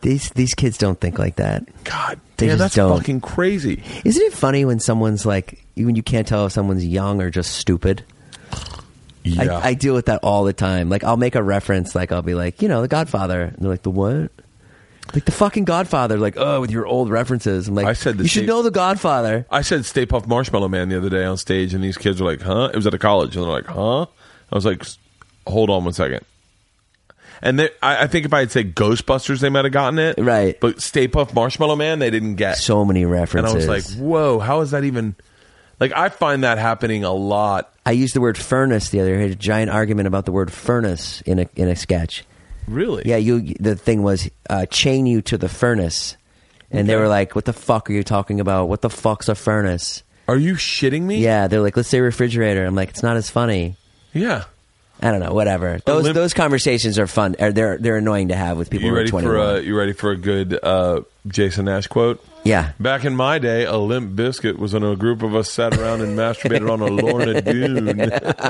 Speaker 7: These these kids don't think like that.
Speaker 1: God
Speaker 7: They
Speaker 1: damn,
Speaker 7: just
Speaker 1: that's
Speaker 7: don't.
Speaker 1: fucking crazy.
Speaker 7: Isn't it funny when someone's like when you can't tell if someone's young or just stupid?
Speaker 1: Yeah,
Speaker 7: I, I deal with that all the time. Like I'll make a reference, like I'll be like, you know, The Godfather, and they're like, the what? Like the fucking Godfather, like oh, with your old references. I'm like,
Speaker 1: I said the
Speaker 7: you should
Speaker 1: same-
Speaker 7: know The Godfather.
Speaker 1: I said Stay Puft Marshmallow Man the other day on stage, and these kids were like, "Huh?" It was at a college, and they're like, "Huh?" I was like, "S- "Hold on one second. And they, I, I think if I had said Ghostbusters, they might have gotten it,
Speaker 7: Right.
Speaker 1: But Stay Puft Marshmallow Man, they didn't get.
Speaker 7: So many references.
Speaker 1: And I was like, whoa, how is that even? Like, I find that happening a lot.
Speaker 7: I used the word furnace the other day. I had a giant argument about the word furnace in a in a sketch.
Speaker 1: Really?
Speaker 7: Yeah, you. The thing was uh, chain you to the furnace, and they
Speaker 1: Okay.
Speaker 7: were like, "What the fuck are you talking about? What the fuck's a furnace?"
Speaker 1: Are you shitting me?
Speaker 7: Yeah, they're like, "Let's say refrigerator." I'm like, "It's not as funny."
Speaker 1: Yeah.
Speaker 7: I don't know. Whatever. Those
Speaker 1: Olymp-
Speaker 7: those conversations are fun. Or they're they're annoying to have with people
Speaker 1: You uh,
Speaker 7: who are
Speaker 1: ready
Speaker 7: 21.
Speaker 1: for a you ready for a good uh, Jason Nash quote?
Speaker 7: Yeah.
Speaker 1: Back in my day, a limp biscuit was when a group of us sat around and masturbated
Speaker 7: [LAUGHS]
Speaker 1: on a Lorna Doone. Do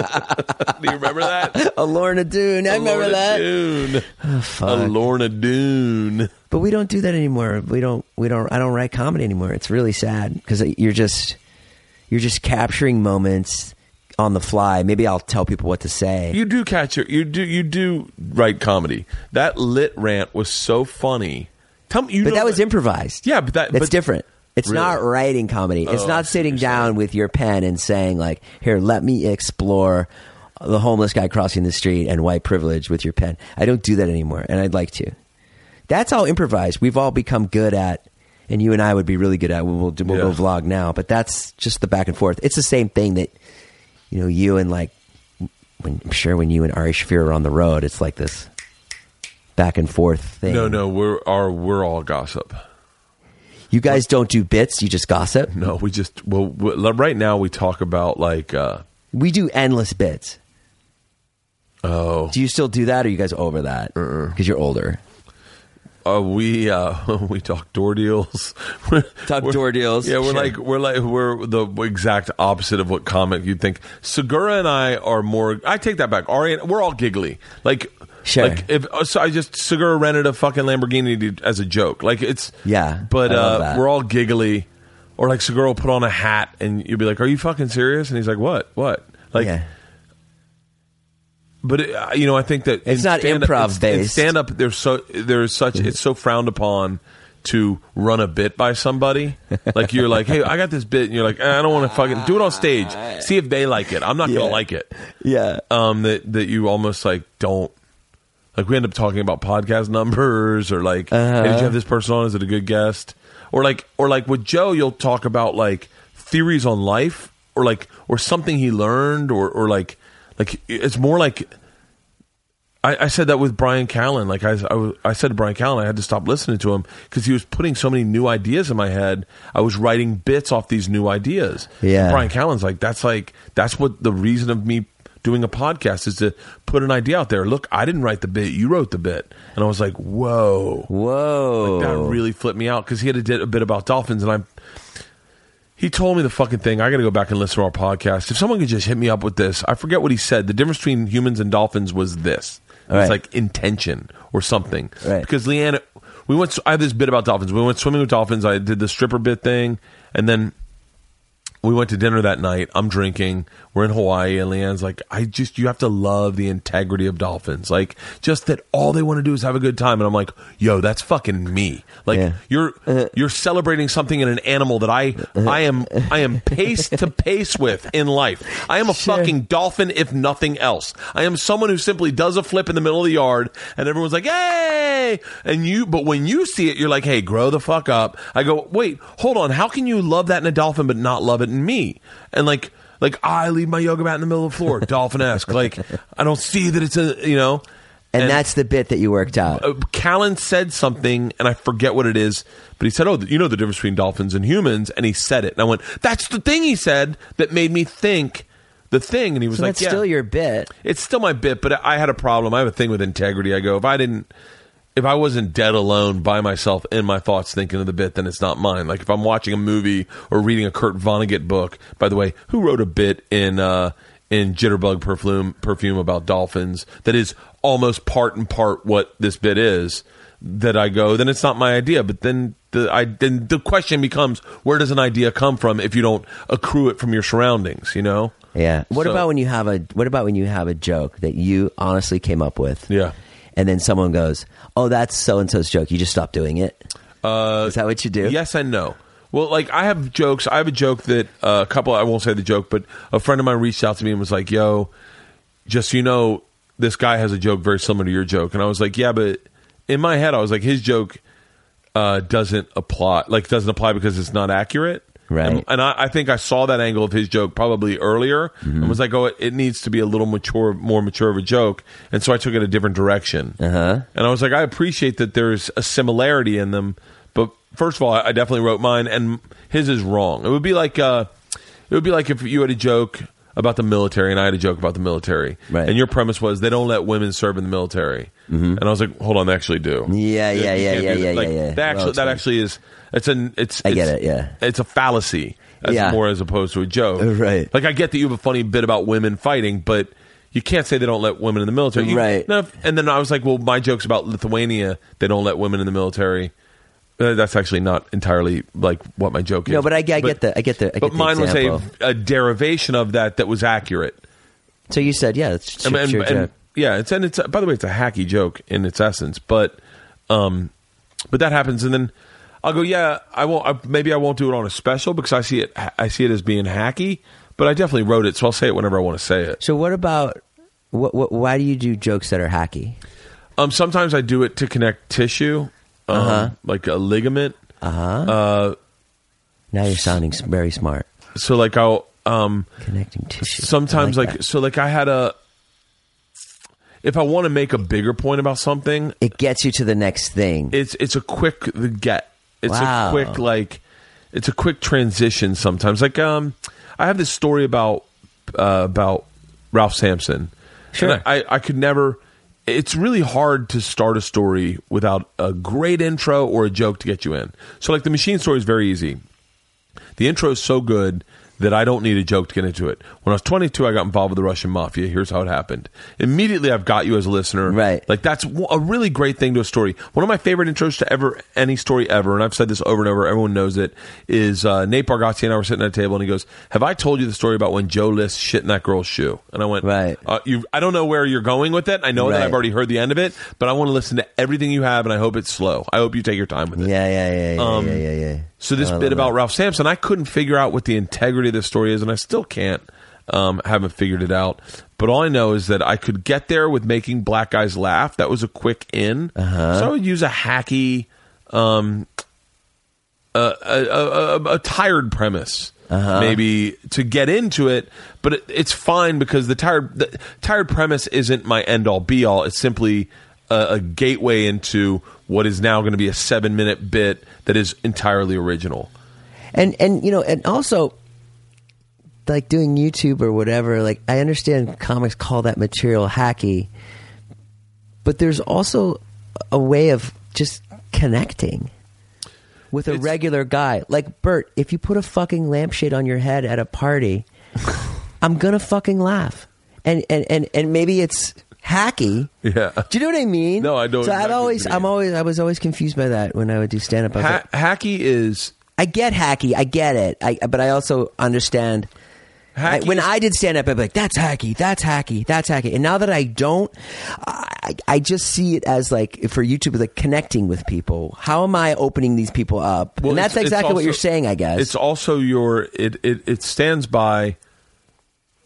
Speaker 1: you remember
Speaker 7: [LAUGHS]
Speaker 1: that?
Speaker 7: A Lorna Doone. Oh, I
Speaker 1: A
Speaker 7: remember
Speaker 1: Lorna
Speaker 7: that.
Speaker 1: Doone. a
Speaker 7: Fuck.
Speaker 1: Lorna Doone.
Speaker 7: But we don't do that anymore. We don't. We don't. I don't write comedy anymore. It's really sad because you're just you're just capturing moments on the fly. Maybe I'll tell people what to say.
Speaker 1: You do catch your you do you do write comedy. That lit rant was so funny. Tell me, you
Speaker 7: but
Speaker 1: know
Speaker 7: that was
Speaker 1: what-
Speaker 7: improvised.
Speaker 1: Yeah, but that-
Speaker 7: that's
Speaker 1: but-
Speaker 7: different. It's
Speaker 1: Really?
Speaker 7: not writing comedy.
Speaker 1: Oh,
Speaker 7: it's
Speaker 1: I
Speaker 7: not
Speaker 1: see what
Speaker 7: sitting
Speaker 1: you're saying.
Speaker 7: down with your pen and saying like, "Here, let me explore the homeless guy crossing the street and white privilege with your pen." I don't do that anymore, and I'd like to. That's all improvised. We've all become good at, and you and I would be really good at. We'll, we'll, do, we'll
Speaker 1: Yeah.
Speaker 7: go vlog now, but that's just the back and forth. It's the same thing that you know you and like when I'm sure when you and Ari Shafir are on the road, it's like this back and forth thing.
Speaker 1: No, no, we're are we're all gossip.
Speaker 7: You guys don't do bits. You just gossip.
Speaker 1: No, we just well we, like, right now we talk about like uh
Speaker 7: We do endless bits.
Speaker 1: oh
Speaker 7: Do you still do that? Or are you guys over that? Because you're older.
Speaker 1: uh, we uh [LAUGHS] we talk door deals. [LAUGHS]
Speaker 7: Talk
Speaker 1: We're-
Speaker 7: door deals.
Speaker 1: Yeah, we're
Speaker 7: Sure.
Speaker 1: like we're like we're the exact opposite of what comic you'd think. Segura and I are more. I take that back. Ari, and- we're all giggly. Like.
Speaker 7: Sure.
Speaker 1: Like if uh, so, I just Segura rented a fucking Lamborghini to, as a joke. Like it's
Speaker 7: Yeah,
Speaker 1: but
Speaker 7: I love
Speaker 1: uh,
Speaker 7: that.
Speaker 1: we're all giggly, or like Segura will put on a hat and you'll be like, "Are you fucking serious?" And he's like, "What? What?" Like,
Speaker 7: yeah.
Speaker 1: but it, uh, you know, I think that
Speaker 7: It's
Speaker 1: in
Speaker 7: not
Speaker 1: stand-up-
Speaker 7: improv
Speaker 1: it's- in
Speaker 7: based. Mm-hmm.
Speaker 1: stand-up, there's so there's such it's so frowned upon to run a bit by somebody. Like you're like, hey, I got this bit, and you're like, eh, I don't want to fucking do it on stage. See if they like it. I'm not
Speaker 7: Yeah.
Speaker 1: gonna like it.
Speaker 7: Yeah.
Speaker 1: Um, that that you almost like don't. Like we end up talking about podcast numbers or like, hey, did you have this person on? Is it a good guest? Or like, or like with Joe, you'll talk about like theories on life or like or something he learned or or like like it's more like I, I said that with Brian Callen. Like I, I, was- I said to Brian Callen, I had to stop listening to him because he was putting so many new ideas in my head. I was writing bits off these new ideas.
Speaker 7: Yeah.
Speaker 1: And Brian Callen's like, that's like that's what the reason of me doing a podcast is to put an idea out there. Look, I didn't write the bit; you wrote the bit, and I was like, whoa,
Speaker 7: Whoa.
Speaker 1: that really flipped me out because he had a, did a bit about dolphins, and I'm. He told me the fucking thing. I got to go back and listen to our podcast. If someone could just hit me up with this, I forget what he said. The difference between humans and dolphins was this. It was
Speaker 7: Right.
Speaker 1: like intention or something.
Speaker 7: Right.
Speaker 1: Because Leanne, we went. I have this bit about dolphins. We went swimming with dolphins. I did the stripper bit thing, and then we went to dinner that night. I'm drinking. We're in Hawaii, and Leanne's like, "I just you have to love the integrity of dolphins. Like, just that all they want to do is have a good time." And I'm like, "Yo, that's fucking me. Like,
Speaker 7: Yeah.
Speaker 1: you're
Speaker 7: Uh,
Speaker 1: you're celebrating something in an animal that I I am I am pace to pace with in life. I am a fucking dolphin, if nothing else. I am someone who simply does a flip in the middle of the yard, and everyone's like, "Hey!" And you, but when you see it, you're like, "Hey, grow the fuck up." I go, "Wait, hold on. How can you love that in a dolphin, but not love it in me?" And like. Like I leave my yoga mat in the middle of the
Speaker 7: [LAUGHS]
Speaker 1: floor, dolphin esque. Like I don't see that it's a you know,
Speaker 7: and, that's the bit that you worked out.
Speaker 1: uh, Callan said something, and I forget what it is, but he said, "Oh, you know the difference between dolphins and humans," and he said it, and I went, "That's the thing he said that made me think the thing." And he was
Speaker 7: so
Speaker 1: like,
Speaker 7: that's
Speaker 1: "Yeah,
Speaker 7: still your bit.
Speaker 1: it's still my bit, but I had a problem. I have a thing with integrity. I go, if I didn't, if I wasn't dead alone by myself in my thoughts thinking of the bit, then it's not mine. Like if I'm watching a movie or reading a Kurt Vonnegut book. By the way, who wrote a bit in uh, in Jitterbug Perfume Perfume about dolphins that is almost part and part what this bit is? That I go, then it's not my idea. But then the I then the question becomes, where does an idea come from if you don't accrue it from your surroundings? You know?
Speaker 7: Yeah. What
Speaker 1: So-
Speaker 7: about when you have a What about when you have a joke that you honestly came up with?
Speaker 1: Yeah.
Speaker 7: And then someone goes, "Oh, that's so and so's joke." You just stop doing it. Uh, Is that what you do?
Speaker 1: Yes and no. Well, like I have jokes. I have a joke that uh, a couple. I won't say the joke, but a friend of mine reached out to me and was like, "Yo, just so you know, this guy has a joke very similar to your joke." And I was like, "Yeah, but in my head, I was like, his joke uh, doesn't apply. Like, doesn't apply because it's not accurate."
Speaker 7: Right.
Speaker 1: And, and I, I think I saw that angle of his joke probably earlier
Speaker 7: Mm-hmm.
Speaker 1: and was like, "Oh, it, it needs to be a little mature, more mature of a joke." And so I took it a different direction. Uh-huh. And I was like, "I appreciate that there's a similarity in them, but first of all, I, I definitely wrote mine, and his is wrong. It would be like, uh, it would be like if you had a joke about the military, and I had a joke about the military.
Speaker 7: Right. Mm-hmm.
Speaker 1: And your premise was they don't let women serve in the military. And I was like, hold on, they actually do.
Speaker 7: Yeah, yeah,
Speaker 1: You
Speaker 7: yeah,
Speaker 1: can't
Speaker 7: yeah,
Speaker 1: do that.
Speaker 7: yeah,
Speaker 1: Like,
Speaker 7: yeah, yeah.
Speaker 1: That actually,
Speaker 7: Well
Speaker 1: that
Speaker 7: explained.
Speaker 1: actually is. It's an. It's.
Speaker 7: I get
Speaker 1: it's-
Speaker 7: it, yeah.
Speaker 1: It's a fallacy. As
Speaker 7: Yeah.
Speaker 1: More as opposed to a joke.
Speaker 7: [LAUGHS] Right.
Speaker 1: Like I get that you have a funny bit about women fighting, but. You can't say they don't let women in the military, You-
Speaker 7: Right.
Speaker 1: no, and then I was like, well, my joke's about Lithuania. They don't let women in the military. Uh, that's actually not entirely like what my joke is.
Speaker 7: No, but I- I get the- I get the- I get
Speaker 1: but
Speaker 7: the
Speaker 1: mine was
Speaker 7: example.
Speaker 1: a, a derivation of that that was accurate.
Speaker 7: So you said, yeah, it's
Speaker 1: I
Speaker 7: your,
Speaker 1: mean, and-
Speaker 7: your
Speaker 1: and-
Speaker 7: job.
Speaker 1: yeah, it's and it's by the way, it's a hacky joke in its essence, but um, but that happens, and then I'll go, yeah, I won't. I, maybe I won't do it on a special because I see it. I see it as being hacky, but I definitely wrote it, so I'll say it whenever I want to say it.
Speaker 7: So what about what, what? Why do you do jokes that are hacky?
Speaker 1: Um, sometimes I do it to connect tissue, um,
Speaker 7: Uh-huh.
Speaker 1: like a ligament.
Speaker 7: Uh-huh.
Speaker 1: Uh,
Speaker 7: Now you're sounding s- very smart.
Speaker 1: so like I'll um,
Speaker 7: Connecting tissue.
Speaker 1: sometimes
Speaker 7: I
Speaker 1: like,
Speaker 7: that.
Speaker 1: so like I had a. If I want to make a bigger point about something,
Speaker 7: it gets you to the next thing.
Speaker 1: it's it's a quick the get. It's a
Speaker 7: Mm. Wow.
Speaker 1: quick like it's a quick transition sometimes. Like um I have this story about uh, about Ralph Sampson.
Speaker 7: Sure.
Speaker 1: And I, I could never it's really hard to start a story without a great intro or a joke to get you in. So like the machine story is very easy. The intro is so good that I don't need a joke to get into it. When I was 22, I got involved with the Russian mafia. Here's how it happened. Immediately, I've got you as a listener.
Speaker 7: Right.
Speaker 1: Like, that's w- a really great thing to a story. One of my favorite intros to ever, any story ever, and I've said this over and over, everyone knows it, is uh, Nate Bargatze and I were sitting at a table, and he goes, Have I told you the story about when Joe List shit in that girl's shoe? And I went,
Speaker 7: Right.
Speaker 1: Uh, you, I don't know where you're going with it. I know that
Speaker 7: Right.
Speaker 1: I've already heard the end of it, but I want to listen to everything you have, and I hope it's slow. I hope you take your time with it.
Speaker 7: yeah, yeah, yeah, yeah,
Speaker 1: Um,
Speaker 7: yeah, yeah, yeah.
Speaker 1: So this
Speaker 7: Oh, I love
Speaker 1: bit about
Speaker 7: that.
Speaker 1: Ralph Sampson, I couldn't figure out what the integrity of this story is, and I still can't. Um, haven't figured it out. But all I know is that I could get there with making black guys laugh. That was a quick in.
Speaker 7: Uh-huh.
Speaker 1: So I would use a hacky, um, a, a, a, a- a tired premise.
Speaker 7: Uh-huh.
Speaker 1: Maybe to get into it, but it, it's fine because the tired the tired premise isn't my end all be all. It's simply a, a gateway into what is now going to be a seven minute bit that is entirely original.
Speaker 7: and and you know, and also like doing YouTube or whatever. Like I understand comics call that material hacky, but there's also a way of just connecting with a
Speaker 1: It's-
Speaker 7: regular guy. Like Bert, if you put a fucking lampshade on your head at
Speaker 1: [LAUGHS]
Speaker 7: a party, I'm gonna fucking laugh. And and and and maybe it's hacky.
Speaker 1: Yeah.
Speaker 7: Do you know what I mean?
Speaker 1: No, I know
Speaker 7: So I've
Speaker 1: exactly what
Speaker 7: always
Speaker 1: you
Speaker 7: I'm
Speaker 1: mean.
Speaker 7: always I was always confused by that when I would do stand up. I was like,
Speaker 1: Ha- hacky is
Speaker 7: I get hacky. I get it. I, but I also understand. I-
Speaker 1: Hacky
Speaker 7: when
Speaker 1: is-
Speaker 7: I did stand up, I'd be like, that's hacky, that's hacky, that's hacky. And now that I don't, I, I just see it as like, for YouTube, like connecting with people. How am I opening these people up?
Speaker 1: Well,
Speaker 7: and
Speaker 1: it's-
Speaker 7: that's
Speaker 1: it's
Speaker 7: exactly what
Speaker 1: also-
Speaker 7: you're saying, I guess.
Speaker 1: It's also your it it, it stands by.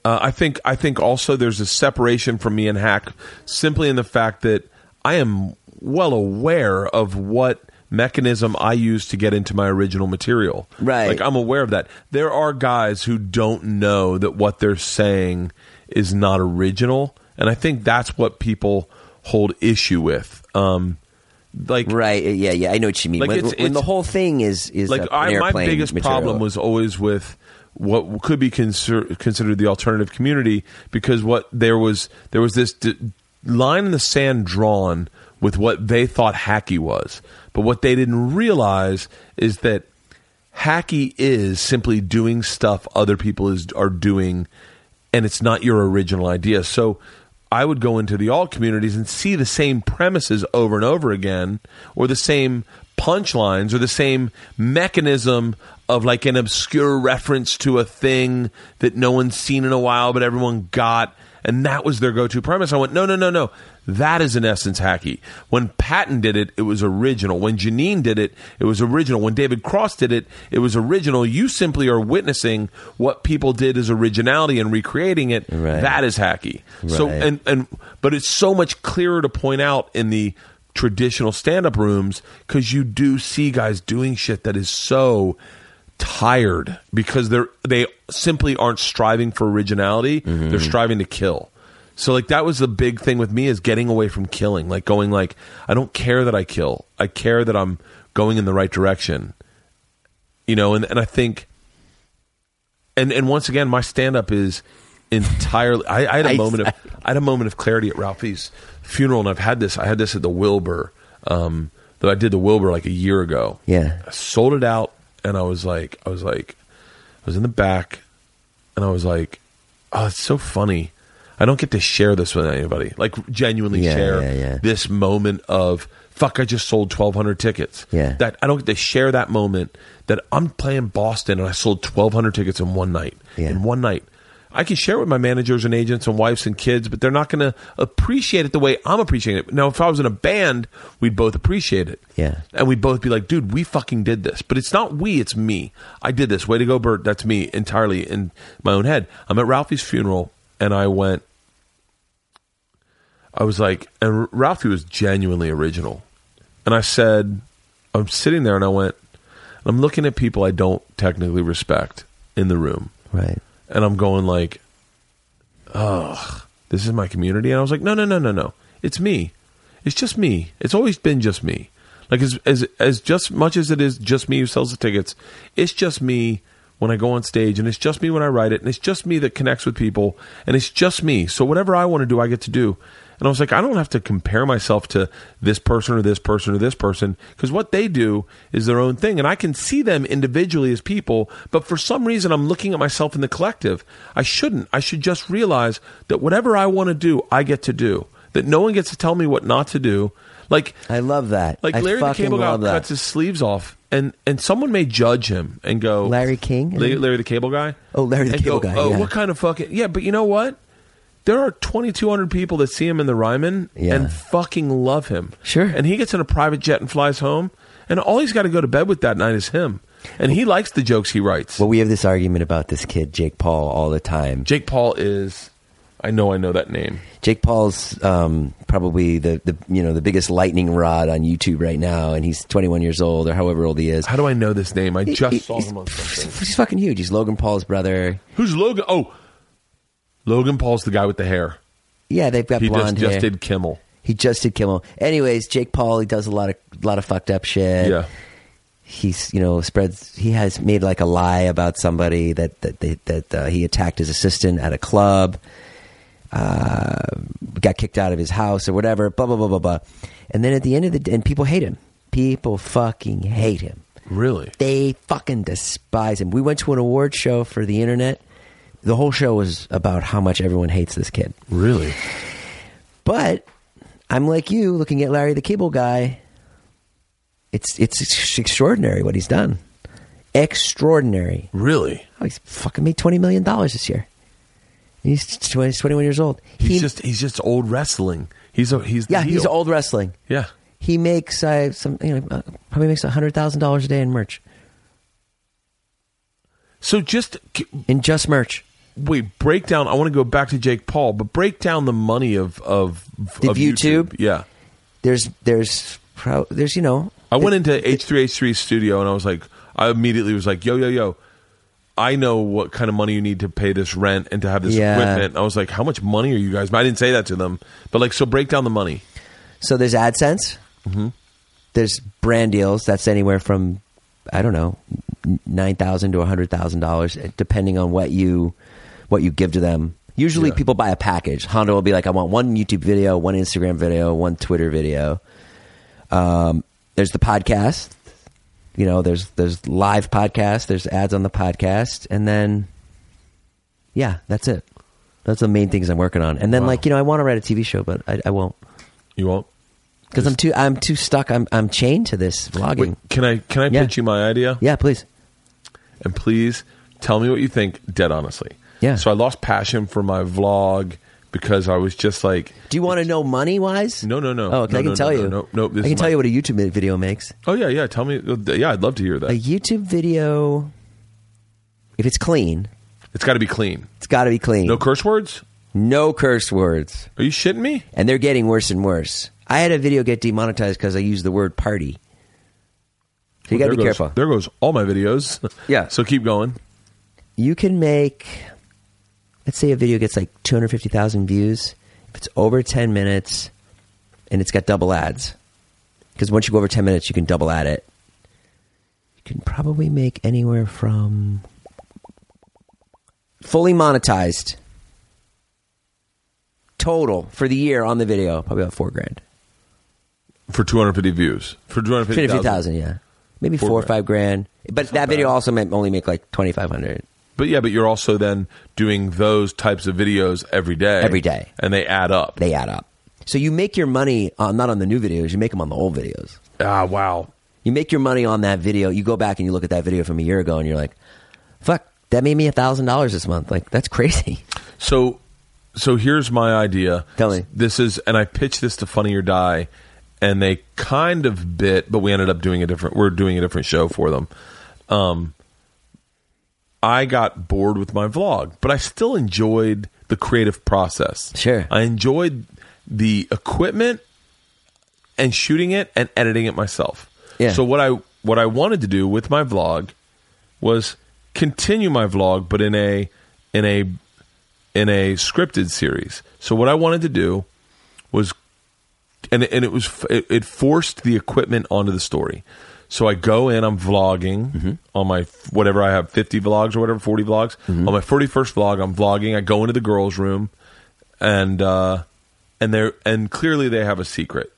Speaker 1: Uh, I think I think also there's a separation from me and Hack simply in the fact that I am well aware of what mechanism I use to get into my original material.
Speaker 7: Right.
Speaker 1: Like I'm aware of that. There are guys who don't know that what they're saying is not original, and I think that's what people hold issue with. Um, like
Speaker 7: right. Yeah, yeah. I know what you mean.
Speaker 1: Like,
Speaker 7: when,
Speaker 1: it's-
Speaker 7: when the
Speaker 1: it's-
Speaker 7: whole thing is, is
Speaker 1: like
Speaker 7: a- an
Speaker 1: I, my
Speaker 7: airplane
Speaker 1: biggest
Speaker 7: material.
Speaker 1: problem was always with what could be conser- considered the alternative community because what there was there was this d- line in the sand drawn with what they thought hacky was but what they didn't realize is that hacky is simply doing stuff other people is are doing and it's not your original idea so i would go into the alt communities and see the same premises over and over again or the same punchlines or the same mechanism of like an obscure reference to a thing that no one's seen in a while but everyone got and that was their go-to premise. I went, no, no, no, no. That is in essence hacky. When Patton did it, it was original. When Janine did it, it was original. When David Cross did it, it was original. You simply are witnessing what people did as originality and recreating it.
Speaker 7: Right.
Speaker 1: That is hacky. So
Speaker 7: Right.
Speaker 1: and and but it's so much clearer to point out in the traditional stand-up rooms because you do see guys doing shit that is so tired because they're they simply aren't striving for originality they're striving to kill so like that was the big thing with me is getting away from killing like going like i don't care that i kill i care that i'm going in the right direction you know and, and i think and and once again my stand up is entirely. I, I had a
Speaker 7: I-
Speaker 1: moment of I had a moment of clarity at Ralphie's funeral, and I've had this. I had this at the Wilbur. Um, that I did the Wilbur like a year ago.
Speaker 7: Yeah.
Speaker 1: I sold it out, and I was like, I was like, I was in the back, and I was like, oh, it's so funny. I don't get to share this with anybody. Like genuinely
Speaker 7: Yeah,
Speaker 1: share
Speaker 7: yeah, yeah.
Speaker 1: this moment of fuck. I just sold twelve hundred tickets.
Speaker 7: Yeah.
Speaker 1: that I don't get to share that moment that I'm playing Boston and I sold twelve hundred tickets in one night.
Speaker 7: Yeah.
Speaker 1: In one night. I can share it with my managers and agents and wives and kids, but they're not going to appreciate it the way I'm appreciating it. Now, if I was in a band, we'd both appreciate it.
Speaker 7: Yeah.
Speaker 1: And we'd both be like, dude, we fucking did this. But it's not we, it's me. I did this. Way to go, Bert. That's me entirely in my own head. I'm at Ralphie's funeral and I went, I was like, and Ralphie was genuinely original. And I said, I'm sitting there and I went, I'm looking at people I don't technically respect in the room
Speaker 7: Right.
Speaker 1: and I'm going like, ugh, this is my community. And I was like, no, no, no, no, no. It's me. It's just me. It's always been just me. Like as as as just much as it is just me who sells the tickets, it's just me when I go on stage, and it's just me when I write it, and it's just me that connects with people, and it's just me. So whatever I want to do, I get to do. And I was like, I don't have to compare myself to this person or this person or this person because what they do is their own thing. And I can see them individually as people, but for some reason, I'm looking at myself in the collective. I shouldn't. I should just realize that whatever I want to do, I get to do. That no one gets to tell me what not to do. Like,
Speaker 7: I love that.
Speaker 1: like
Speaker 7: I
Speaker 1: Larry the
Speaker 7: fucking
Speaker 1: Cable Guy
Speaker 7: love that.
Speaker 1: cuts his sleeves off, and and someone may judge him and go
Speaker 7: Larry King?
Speaker 1: La- Larry the Cable Guy.
Speaker 7: Oh, Larry the
Speaker 1: and
Speaker 7: Cable
Speaker 1: go,
Speaker 7: Guy,
Speaker 1: Oh,
Speaker 7: yeah.
Speaker 1: what kind of fucking yeah? But you know what? There are twenty two hundred people that see him in the Ryman
Speaker 7: Yeah.
Speaker 1: and fucking love him.
Speaker 7: Sure.
Speaker 1: And he gets in a private jet and flies home, and all he's got to go to bed with that night is him. And he likes the jokes he writes.
Speaker 7: Well, we have this argument about this kid, Jake Paul, all the time.
Speaker 1: Jake Paul is. I know I know that name.
Speaker 7: Jake Paul's um, probably the, the you know the biggest lightning rod on YouTube right now, and he's 21 years old or however old he is.
Speaker 1: How do I know this name? I just
Speaker 7: He-
Speaker 1: saw
Speaker 7: he's-
Speaker 1: him on something.
Speaker 7: He's fucking huge. He's Logan Paul's brother.
Speaker 1: Who's Logan? Oh, Logan Paul's the guy with the hair.
Speaker 7: Yeah, they've got
Speaker 1: He just,
Speaker 7: blonde hair.
Speaker 1: just did Kimmel.
Speaker 7: He just did Kimmel. Anyways, Jake Paul he does a lot of lot of fucked up shit.
Speaker 1: Yeah.
Speaker 7: He's you know spreads. He has made like a lie about somebody that that they, that uh, he attacked his assistant at a club. Uh, got kicked out of his house or whatever. Blah blah blah blah blah. And then at the end of the day, and people hate him. People fucking hate him.
Speaker 1: Really?
Speaker 7: They fucking despise him. We went to an award show for the internet. The whole show was about how much everyone hates this kid.
Speaker 1: Really?
Speaker 7: But I'm like you, looking at Larry the Cable Guy. It's it's ex- extraordinary what he's done. Extraordinary.
Speaker 1: Really?
Speaker 7: Oh, he's fucking made twenty million dollars this year. And He's 20, 21 years old.
Speaker 1: He's
Speaker 7: He-
Speaker 1: just he's just old wrestling. He's a he's the
Speaker 7: yeah,
Speaker 1: heel.
Speaker 7: he's old wrestling.
Speaker 1: Yeah.
Speaker 7: He makes uh, some you know uh, probably makes hundred thousand dollars a day in merch
Speaker 1: So just c-
Speaker 7: in just merch.
Speaker 1: wait, break down. I want to go back to Jake Paul, but break down the money of of,
Speaker 7: The
Speaker 1: of
Speaker 7: YouTube?
Speaker 1: Yeah.
Speaker 7: There's there's pro, there's you know
Speaker 1: I went into H three H three studio and I was like, I immediately was like, yo yo yo, I know what kind of money you need to pay this rent and to have this
Speaker 7: Yeah.
Speaker 1: equipment. I was like, how much money are you guys? I didn't say that to them, but like, so break down the money.
Speaker 7: So there's AdSense.
Speaker 1: Mm-hmm.
Speaker 7: There's brand deals. That's anywhere from I don't know nine thousand to hundred thousand dollars, eh, depending on what you what you give to them. Usually,
Speaker 1: Yeah.
Speaker 7: people buy a package. Honda will be like, "I want one YouTube video, one Instagram video, one Twitter video." Um, there's the podcast. You know, there's there's live podcast. There's ads on the podcast, and then yeah, that's it. That's the main things I'm working on. And then,
Speaker 1: Wow.
Speaker 7: like you know, I want to write a TV show, but I, I won't
Speaker 1: You won't.
Speaker 7: because I'm too I'm too stuck. I'm I'm chained to this vlogging.
Speaker 1: Wait, can I can I
Speaker 7: Yeah.
Speaker 1: pitch you my idea?
Speaker 7: Yeah, please.
Speaker 1: and please tell me what you think dead honestly
Speaker 7: Yeah.
Speaker 1: so i lost passion for my vlog because i was just like
Speaker 7: Do you want to know money wise?
Speaker 1: No, no, no.
Speaker 7: Oh, 'cause
Speaker 1: No,
Speaker 7: I can
Speaker 1: no,
Speaker 7: tell
Speaker 1: no,
Speaker 7: you.
Speaker 1: no, no, no, this
Speaker 7: I
Speaker 1: is
Speaker 7: can tell
Speaker 1: my-
Speaker 7: you what a YouTube video makes.
Speaker 1: oh yeah yeah tell me yeah i'd love to hear
Speaker 7: A
Speaker 1: that
Speaker 7: YouTube video, if it's clean,
Speaker 1: it's got to be clean
Speaker 7: it's got to be clean.
Speaker 1: no curse words
Speaker 7: no curse words,
Speaker 1: are you shitting me
Speaker 7: and they're getting worse and worse. I had a video get demonetized because I used the word party. So you got
Speaker 1: There
Speaker 7: to be
Speaker 1: goes-
Speaker 7: careful.
Speaker 1: there goes all my videos
Speaker 7: [LAUGHS] Yeah.
Speaker 1: so keep going
Speaker 7: you can make let's say a video gets like 250,000 views if it's over 10 minutes and it's got double ads because once you go over 10 minutes you can double ad it you can probably make anywhere from fully monetized total for the year on the video, probably about four grand,
Speaker 1: for 250 views. For 250,000.
Speaker 7: fifty thousand, yeah, maybe four,
Speaker 1: Four
Speaker 7: or five grand. But that video also meant only make like twenty five hundred.
Speaker 1: But yeah, but you're also then doing those types of videos every day.
Speaker 7: Every day.
Speaker 1: And they add up.
Speaker 7: They add up. So you make your money on, not on the new videos. You make them on the old videos.
Speaker 1: ah, wow.
Speaker 7: You make your money on that video. You go back and you look at that video from a year ago, and you're like, "Fuck, that made me a thousand dollars this month. Like that's crazy."
Speaker 1: So, so here's my idea.
Speaker 7: Tell me.
Speaker 1: This is, and I pitched this to Funny or Die, and they kind of bit, but we ended up doing a different. We're doing a different show for them. Um, I got bored with my vlog, but I still enjoyed the creative process.
Speaker 7: Sure.
Speaker 1: I enjoyed the equipment and shooting it and editing it myself.
Speaker 7: Yeah.
Speaker 1: So what I what I wanted to do with my vlog was continue my vlog, but in a in a in a scripted series. So what I wanted to do was and and it was it, it forced the equipment onto the story. So I go in, I'm vlogging
Speaker 7: Mm-hmm.
Speaker 1: on my whatever I have, fifty vlogs or whatever, forty vlogs.
Speaker 7: Mm-hmm.
Speaker 1: On my forty first vlog, I'm vlogging. I go into the girls' room, and uh, and they're and clearly they have a secret.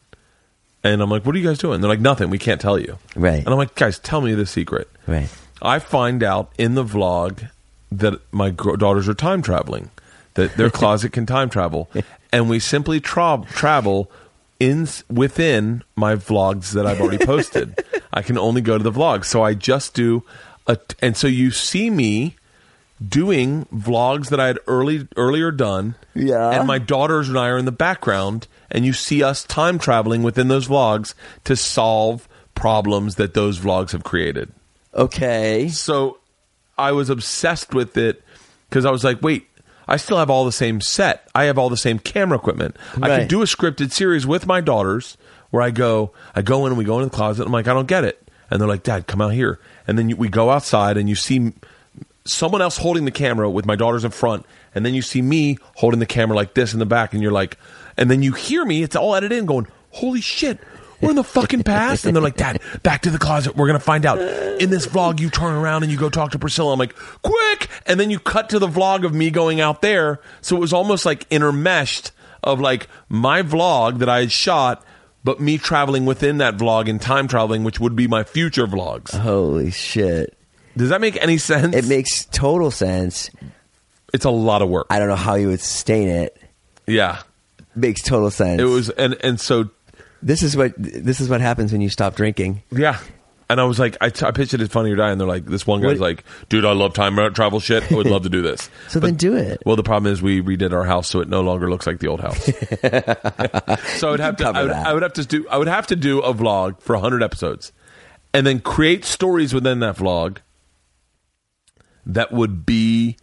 Speaker 1: And I'm like, "What are you guys doing?" They're like, "Nothing. We can't tell you."
Speaker 7: Right.
Speaker 1: And I'm like, "Guys, tell me the secret."
Speaker 7: Right.
Speaker 1: I find out in the vlog that my gr- daughters are time traveling, that their closet can time travel, and we simply tra- travel in within my vlogs that I've already posted. I can only go to the vlog, so I just do a, and so you see me doing vlogs that I had early earlier done.
Speaker 7: Yeah.
Speaker 1: and my daughters and I are in the background, and you see us time traveling within those vlogs to solve problems that those vlogs have created.
Speaker 7: Okay.
Speaker 1: So I was obsessed with it because I was like, wait, I still have all the same set. I have all the same camera equipment. I
Speaker 7: Right.
Speaker 1: could do a scripted series with my daughters where I go, I go in and we go into the closet. I'm like, I don't get it. And they're like, Dad, come out here. And then you, we go outside and you see m- someone else holding the camera with my daughters in front. And then you see me holding the camera like this in the back. And you're like, and then you hear me, it's all edited in going, holy shit. We're in the fucking past, and they're like,
Speaker 7: [LAUGHS]
Speaker 1: "Dad, back to the closet. We're gonna find out." In this vlog, you turn around and you go talk to Priscilla. I'm like, "Quick!" And then you cut to the vlog of me going out there. So it was almost like intermeshed of like my vlog that I had shot, but me traveling within that vlog and time traveling, which would be my future vlogs.
Speaker 7: Holy shit!
Speaker 1: Does that make any sense?
Speaker 7: It makes total sense.
Speaker 1: it's a lot of work.
Speaker 7: I don't know how you would sustain it.
Speaker 1: yeah,
Speaker 7: Makes total sense.
Speaker 1: it was, and and so
Speaker 7: This is what this is what happens when you stop drinking.
Speaker 1: Yeah. And I was like, I, t- I pitched it as Funny or Die, and they're like, this one guy's
Speaker 7: What-
Speaker 1: like, dude, I love time ra- travel shit. I would love to do this.
Speaker 7: So then do it.
Speaker 1: Well, the problem is we redid our house, so it no longer looks like the old
Speaker 7: [LAUGHS]
Speaker 1: house. so I would have to,
Speaker 7: cover
Speaker 1: I would,
Speaker 7: that.
Speaker 1: I would have to do, I would have to do a vlog for hundred episodes, and then create stories within that vlog that would be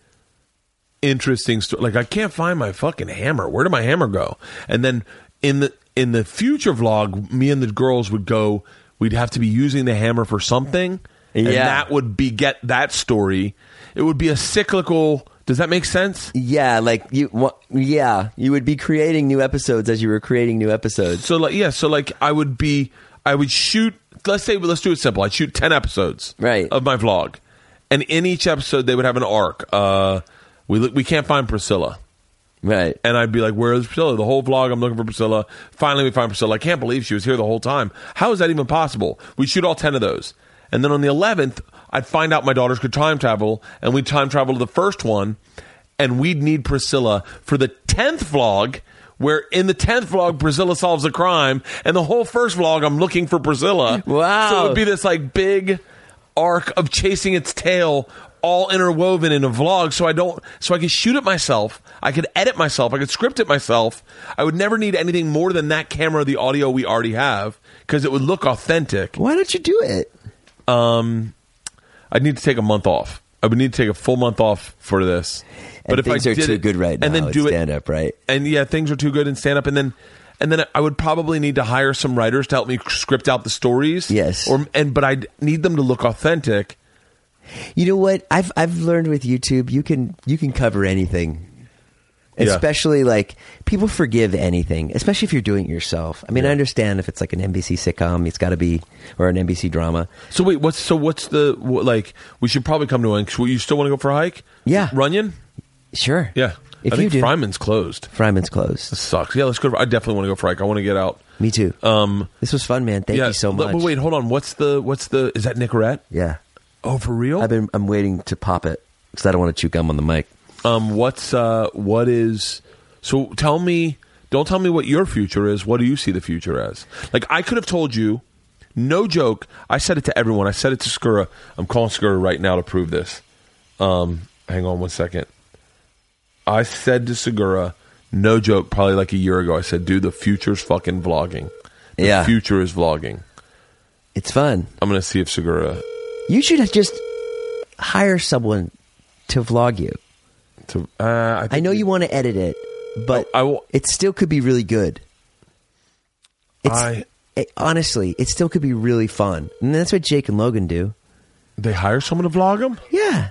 Speaker 1: interesting story. Like I can't find my fucking hammer. Where did my hammer go? And then in the in the future vlog, me and the girls would go. We'd have to be using the hammer for something, and
Speaker 7: Yeah.
Speaker 1: that would beget that story. It would be a cyclical. Does that make sense?
Speaker 7: Yeah, like you. wha- Yeah, you would be creating new episodes as you were creating new episodes.
Speaker 1: So like yeah, so like I would be I would shoot let's say let's do it simple. I'd shoot 10 episodes
Speaker 7: Right.
Speaker 1: of my vlog. And in each episode they would have an arc. Uh we look- we can't find Priscilla.
Speaker 7: Right.
Speaker 1: And I'd be like, "Where is Priscilla?" The whole vlog, I'm looking for Priscilla. Finally, we find Priscilla. I can't believe she was here the whole time. How is that even possible? We shoot all ten of those, and then on the eleventh, I'd find out my daughters could time travel, and we'd time travel to the first one, and we'd need Priscilla for the tenth vlog. Where in the tenth vlog Priscilla solves a crime, and the whole first vlog I'm looking for Priscilla.
Speaker 7: Wow.
Speaker 1: So it would be this like big arc of chasing its tail all interwoven in a vlog so I don't so I could shoot it myself. I could edit myself. I could script it myself. I would never need anything more than that camera, the audio we already have, because it would look authentic.
Speaker 7: Why don't you do it?
Speaker 1: I'd need to take a month off. I would need to take a full month off for this.
Speaker 7: And things are
Speaker 1: did
Speaker 7: too
Speaker 1: it-
Speaker 7: good right now.
Speaker 1: and then do it
Speaker 7: stand up, right?
Speaker 1: and yeah, things are too good in stand up, and then and then I would probably need to hire some writers to help me script out the stories.
Speaker 7: Yes.
Speaker 1: or and but I would need them to look authentic.
Speaker 7: You know what? I've I've learned with YouTube, you can you can cover anything.
Speaker 1: Yeah.
Speaker 7: Especially like people forgive anything, especially if you're doing it yourself. I mean, I understand if it's like an NBC sitcom, it's got to be or an NBC drama.
Speaker 1: So wait, what's so what's the what, like? We should probably come to an. You still want to go for a hike?
Speaker 7: Yeah.
Speaker 1: Runyon.
Speaker 7: Sure.
Speaker 1: Yeah.
Speaker 7: If
Speaker 1: I
Speaker 7: you
Speaker 1: think
Speaker 7: do,
Speaker 1: Fryman's closed.
Speaker 7: Fryman's closed.
Speaker 1: Sucks. Yeah, let's go. to- I definitely want to go Fryke. I want to get out.
Speaker 7: Me too.
Speaker 1: Um,
Speaker 7: this was fun, man. Thank
Speaker 1: yeah,
Speaker 7: you so
Speaker 1: but-
Speaker 7: much.
Speaker 1: But wait, hold on. What's the what's the is that Nicorette?
Speaker 7: Yeah,
Speaker 1: Oh, for real?
Speaker 7: I've been. I'm waiting to pop it because I don't want to chew gum on the mic.
Speaker 1: um, what's uh, what is? So tell me. Don't tell me what your future is. What do you see the future as? Like I could have told you. No joke. I said it to everyone. I said it to Skura. I'm calling Skura right now to prove this. Um, hang on one second. I said to Segura, no joke, probably like a year ago. I said, dude, the future's fucking vlogging. The
Speaker 7: Yeah.
Speaker 1: future is vlogging.
Speaker 7: It's fun.
Speaker 1: I'm gonna see if Segura
Speaker 7: You should have just hire someone to vlog you.
Speaker 1: to. Uh, I,
Speaker 7: I
Speaker 1: think-
Speaker 7: know you want to edit it, but
Speaker 1: Oh, I will-
Speaker 7: it still could be really good. It's
Speaker 1: I-
Speaker 7: it- honestly, it still could be really fun, and that's what Jake and Logan do.
Speaker 1: they hire someone to vlog them.
Speaker 7: Yeah,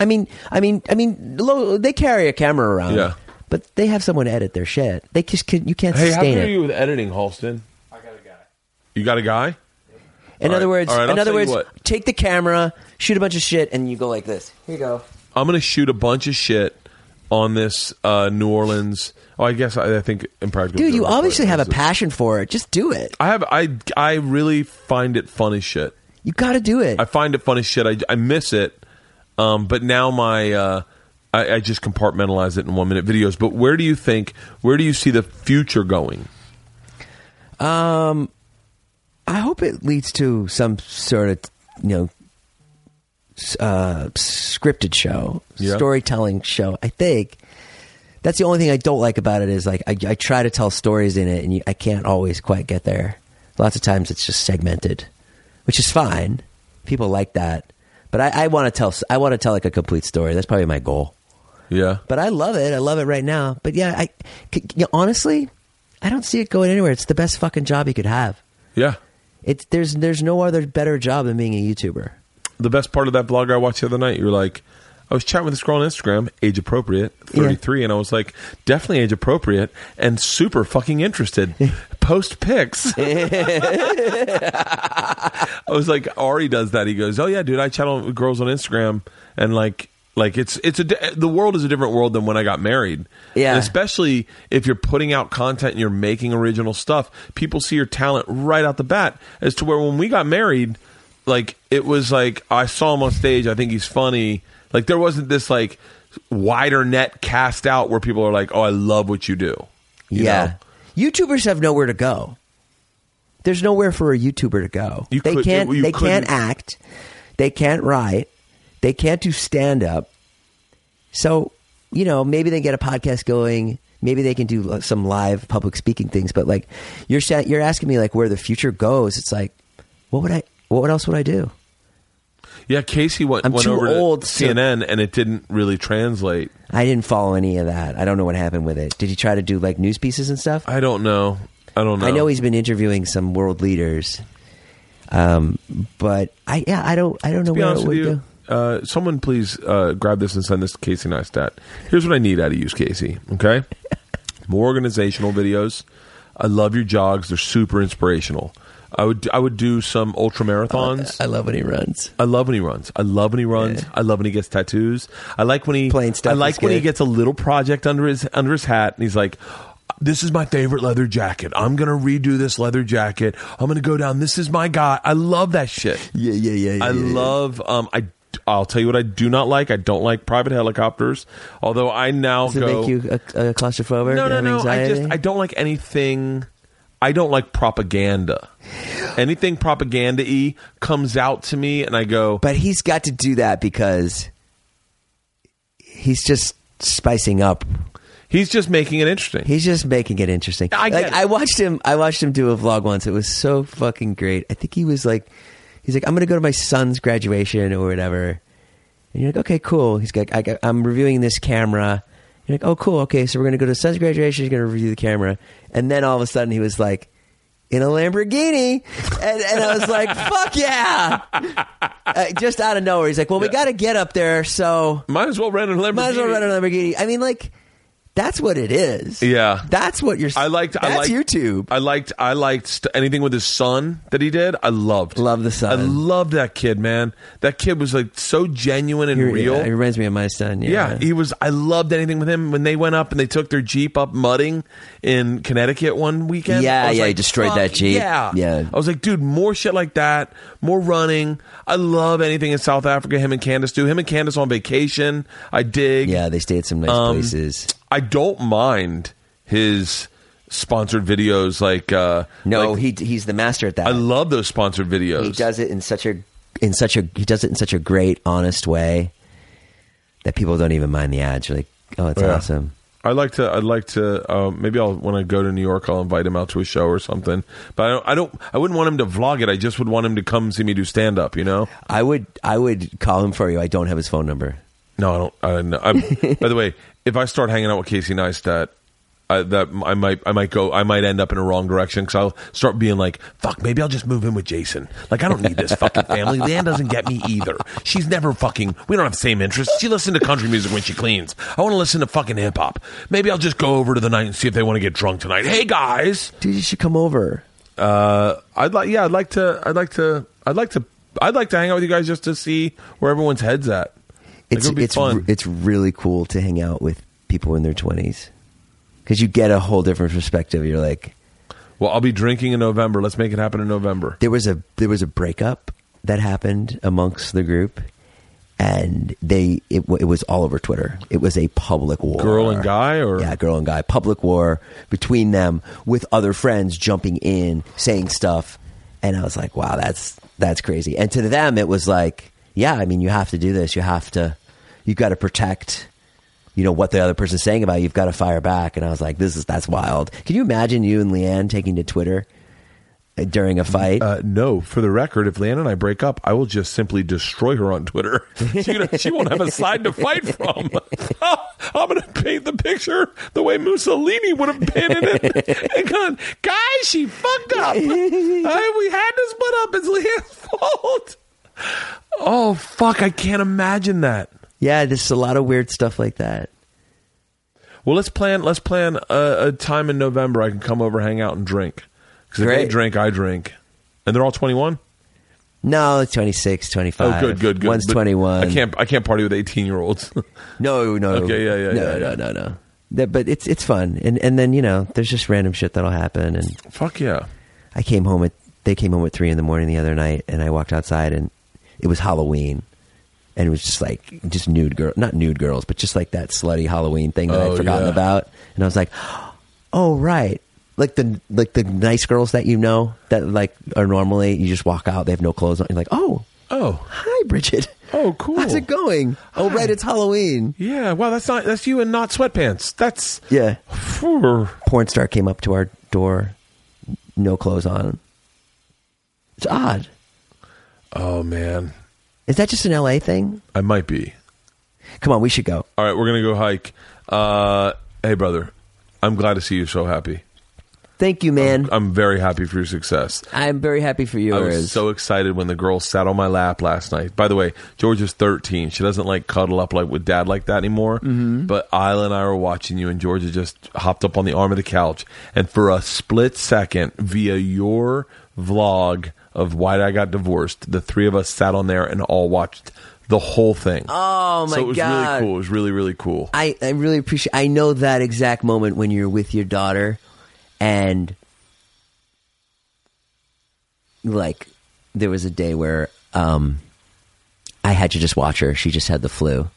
Speaker 7: I mean, I mean, I mean, Lo- they carry a camera around.
Speaker 1: Yeah.
Speaker 7: but they have someone edit their shit. They just can, you can't
Speaker 1: Hey, how
Speaker 7: sustain
Speaker 1: good are
Speaker 7: it.
Speaker 1: you with editing, Halston? I got a guy. You got a guy?
Speaker 7: in
Speaker 1: All
Speaker 7: other
Speaker 1: right,
Speaker 7: words,
Speaker 1: all right, I'll
Speaker 7: in other
Speaker 1: tell you
Speaker 7: words,
Speaker 1: what.
Speaker 7: take the camera, shoot a bunch of shit, and you go like this. Here you go.
Speaker 1: I'm gonna shoot a bunch of shit on this uh, New Orleans. Oh, I guess I, I think impractical.
Speaker 7: Dude, you
Speaker 1: Jokers,
Speaker 7: obviously
Speaker 1: but
Speaker 7: have a
Speaker 1: it's-
Speaker 7: passion for it. Just do it.
Speaker 1: I have. I I really find it fun as shit.
Speaker 7: You got to do it.
Speaker 1: I find it funny shit. I, I miss it, um, but now my uh, I, I just compartmentalize it in one minute videos. But where do you think? Where do you see the future going?
Speaker 7: Um, I hope it leads to some sort of you know s- uh, scripted show,
Speaker 1: Yeah.
Speaker 7: storytelling show. I think that's the only thing I don't like about it is like I, I try to tell stories in it, and you, I can't always quite get there. Lots of times it's just segmented, which is fine. People like that, but I, I want to tell s- I want to tell like a complete story. That's probably my goal.
Speaker 1: Yeah,
Speaker 7: But I love it. I love it right now. But yeah, I c- you know, honestly, I don't see it going anywhere. It's the best fucking job you could have.
Speaker 1: yeah.
Speaker 7: It's there's there's no other better job than being a YouTuber.
Speaker 1: The best part of that blogger I watched the other night, you were like, I was chatting with this girl on Instagram, age appropriate,
Speaker 7: Yeah.
Speaker 1: thirty three, and I was like, definitely age appropriate and super fucking interested. Post pics. I was like, Ari does that. He goes, "Oh yeah, dude, I chat with girls on Instagram, and like, like it's it's a di- the world is a different world than when I got married.
Speaker 7: Yeah.
Speaker 1: And especially if you're putting out content and you're making original stuff, people see your talent right out the bat. As to where when we got married, like it was like I saw him on stage. I think he's funny. Like there wasn't this like wider net cast out where people are like, "Oh, I love what you do." You know?
Speaker 7: YouTubers have nowhere to go. There's nowhere for a YouTuber to go.
Speaker 1: You
Speaker 7: they
Speaker 1: could-
Speaker 7: can't
Speaker 1: you
Speaker 7: they
Speaker 1: couldn't-
Speaker 7: can't act. They can't write. They can't do stand up. So, you know, maybe they get a podcast going. Maybe they can do li- some live public speaking things, but like you're sa- you're asking me like where the future goes. It's like what would I what else would I do?
Speaker 1: Yeah, Casey went,
Speaker 7: I'm
Speaker 1: went
Speaker 7: too
Speaker 1: over
Speaker 7: old
Speaker 1: to
Speaker 7: to-
Speaker 1: CNN and it didn't really translate.
Speaker 7: I didn't follow any of that. I don't know what happened with it. Did he try to do like news pieces and stuff?
Speaker 1: I don't know. I don't know.
Speaker 7: I know he's been interviewing some world leaders. Um, but I yeah, I don't I don't
Speaker 1: To
Speaker 7: know
Speaker 1: be
Speaker 7: where it
Speaker 1: honest
Speaker 7: would
Speaker 1: with
Speaker 7: go.
Speaker 1: you, uh, someone please uh, grab this and send this to Casey Neistat. Here's what I need out of you, Casey. Okay, more organizational videos. I love your jogs; they're super inspirational. I would I would do some ultra marathons.
Speaker 7: I love when he runs.
Speaker 1: I love when he runs. I love when he runs. I love when he gets tattoos. I like when he
Speaker 7: Plain stuff
Speaker 1: I like
Speaker 7: is
Speaker 1: when he
Speaker 7: good.
Speaker 1: gets a little project under his under his hat, and he's like. This is my favorite leather jacket. I'm gonna redo this leather jacket. I'm gonna go down. This is my guy. I love that shit.
Speaker 7: Yeah, yeah, yeah.
Speaker 1: I love. Um, I I'll tell you what I do not like. I don't like private helicopters. Although I now
Speaker 7: Does it
Speaker 1: go.
Speaker 7: make you a, a claustrophobe?
Speaker 1: no,
Speaker 7: and
Speaker 1: no,
Speaker 7: have
Speaker 1: no. I
Speaker 7: Anxiety?
Speaker 1: just I don't like anything. I don't like propaganda. Anything propaganda y comes out to me, and I go.
Speaker 7: But he's got to do that because he's just spicing up.
Speaker 1: He's just making it interesting.
Speaker 7: He's just making it interesting.
Speaker 1: I get
Speaker 7: like
Speaker 1: it.
Speaker 7: I watched him. I watched him do a vlog once. It was so fucking great. I think he was like, he's like, I'm gonna go to my son's graduation or whatever. And you're like, okay, cool. He's like, I, got- I'm reviewing this camera. You're like, oh, cool. Okay, so we're gonna go to son's graduation. He's gonna review the camera. And then all of a sudden, he was like, in a Lamborghini, and, and I was like, [LAUGHS] fuck yeah! Uh, just out of nowhere, he's like, well, we
Speaker 1: Yeah.
Speaker 7: got to get up there, so
Speaker 1: Might as well rent a Lamborghini.
Speaker 7: might as well rent a Lamborghini. I mean, like That's what it is.
Speaker 1: Yeah.
Speaker 7: That's what you're.
Speaker 1: I liked.
Speaker 7: That's
Speaker 1: I liked
Speaker 7: YouTube.
Speaker 1: I liked. I liked st- anything with his son that he did. I loved.
Speaker 7: Love the son.
Speaker 1: I loved that kid, man. That kid was like so genuine and
Speaker 7: You're-
Speaker 1: real.
Speaker 7: yeah, it reminds me of my son.
Speaker 1: Yeah,
Speaker 7: Yeah.
Speaker 1: he was. I loved anything with him when they went up and they took their jeep up mudding in Connecticut one weekend.
Speaker 7: Yeah,
Speaker 1: I was
Speaker 7: yeah, he
Speaker 1: like,
Speaker 7: destroyed
Speaker 1: "Fuck
Speaker 7: that Jeep."
Speaker 1: Yeah,
Speaker 7: Yeah.
Speaker 1: I was like, dude, more shit like that, more running. I love anything in South Africa. Him and Candace do. Him and Candace on vacation. I dig.
Speaker 7: yeah. They stay at some nice
Speaker 1: Um,
Speaker 7: places.
Speaker 1: I don't mind his sponsored videos. Like uh,
Speaker 7: No,
Speaker 1: like-
Speaker 7: he he's the master at that.
Speaker 1: I love those sponsored videos.
Speaker 7: he does it in such a in such a he does it in such a great, honest way that people don't even mind the ads. You're like, oh, it's
Speaker 1: Yeah.
Speaker 7: awesome.
Speaker 1: I'd like to. I'd like to. Uh, maybe I'll when I go to New York, I'll invite him out to a show or something. But I don't. I don't. I wouldn't want him to vlog it. I just would want him to come see me do stand up. You know.
Speaker 7: I would I would call him for you. I don't have his phone number.
Speaker 1: No, I don't. I don't know.
Speaker 7: [LAUGHS]
Speaker 1: I'm, by the way, if I start hanging out with Casey Neistat, I, that I might, I might go, I might end up in a wrong direction because I'll start being like, "Fuck, maybe I'll just move in with Jason." Like, I don't need this fucking
Speaker 7: [LAUGHS]
Speaker 1: family. Leanne doesn't get me either. She's never fucking. We don't have the same interests. She listens to country music when she cleans. I want to listen to fucking hip hop. Maybe I'll just go over to the night and see if they want to get drunk tonight. Hey guys,
Speaker 7: Dude, you should come over.
Speaker 1: uh, I'd like, yeah, I'd like to, I'd like to, I'd like to, I'd like to hang out with you guys just to see where everyone's heads at. Like,
Speaker 7: It's
Speaker 1: it'll be
Speaker 7: it's
Speaker 1: fun.
Speaker 7: re- it's really cool to hang out with people in their twenties because you get a whole different perspective. You're like,
Speaker 1: Well, I'll be drinking in November. Let's make it happen in November.
Speaker 7: there was a there was a breakup that happened amongst the group, and they it, wa- it was all over Twitter. It was a public war,
Speaker 1: Girl and guy, or-
Speaker 7: yeah, girl and guy, public war between them with other friends jumping in saying stuff, and I was like, wow, that's that's crazy. And to them, it was like, yeah, I mean, you have to do this. You have to, you've got to protect. You know what the other person's saying about you, you've got to fire back, and I was like, "This is that's wild." Can you imagine you and Leanne taking to Twitter uh, during a fight?
Speaker 1: Uh, no, for the record, if Leanne and I break up, I will just simply destroy her on Twitter. [LAUGHS] She, she won't have a side to fight from. [LAUGHS] I'm going to paint the picture the way Mussolini would have painted it. [LAUGHS] And gone, guys, she fucked up. I- we had to split up. It's Leanne's [LAUGHS] fault. Oh, fuck. I can't imagine that.
Speaker 7: Yeah, there's a lot of weird stuff like that.
Speaker 1: Well, let's plan. Let's plan a, a time in November. I can come over, hang out, and drink. Because if they
Speaker 7: Great.
Speaker 1: drink, I drink, and they're all twenty-one.
Speaker 7: No, it's
Speaker 1: Oh,
Speaker 7: 26, 25.
Speaker 1: good, good, good.
Speaker 7: One's
Speaker 1: But
Speaker 7: 21.
Speaker 1: I can't. I can't party with eighteen-year-olds. [LAUGHS]
Speaker 7: No, no.
Speaker 1: Okay, yeah, yeah,
Speaker 7: no,
Speaker 1: yeah,
Speaker 7: no,
Speaker 1: yeah.
Speaker 7: no, no. That, but it's it's fun, and and then you know, there's just random shit that'll happen. And
Speaker 1: Fuck yeah!
Speaker 7: I came home at they came home at three in the morning the other night, and I walked outside, and it was Halloween, and it was just like just nude girl, not nude girls, but just like that slutty Halloween thing that
Speaker 1: Oh,
Speaker 7: I'd forgotten
Speaker 1: yeah.
Speaker 7: about, and I was like, oh right. Like the like the nice girls that you know that like are normally you just walk out they have no clothes on you're like oh
Speaker 1: Oh
Speaker 7: Hi, Bridget.
Speaker 1: Oh, cool.
Speaker 7: How's it going? Oh, right, it's Halloween.
Speaker 1: yeah! Wow, that's not that's you and not sweatpants. That's
Speaker 7: Yeah.
Speaker 1: Phew.
Speaker 7: Porn star came up to our door, no clothes on. It's odd.
Speaker 1: Oh man,
Speaker 7: Is that just an LA thing?
Speaker 1: I might be.
Speaker 7: Come on, we should go.
Speaker 1: All right, we're gonna go hike. Uh, hey, brother, I'm glad to see you so happy.
Speaker 7: Thank you, man.
Speaker 1: I'm very happy for your success.
Speaker 7: I'm very happy for you.
Speaker 1: Oh, I was
Speaker 7: Erez.
Speaker 1: so excited when the girl sat on my lap last night. By the way, Georgia's 13. She doesn't like cuddle up like with dad like that anymore.
Speaker 7: Mm-hmm.
Speaker 1: But Isla and I were watching you, and Georgia just hopped up on the arm of the couch. And for a split second, via your vlog of why I got divorced, the three of us sat on there and all watched the whole thing.
Speaker 7: Oh, my
Speaker 1: So it was
Speaker 7: God.
Speaker 1: really cool. It was really really cool.
Speaker 7: I, I really appreciate I know that exact moment when you're with your daughter and like there was a day where um I had to just watch her. She just had the flu.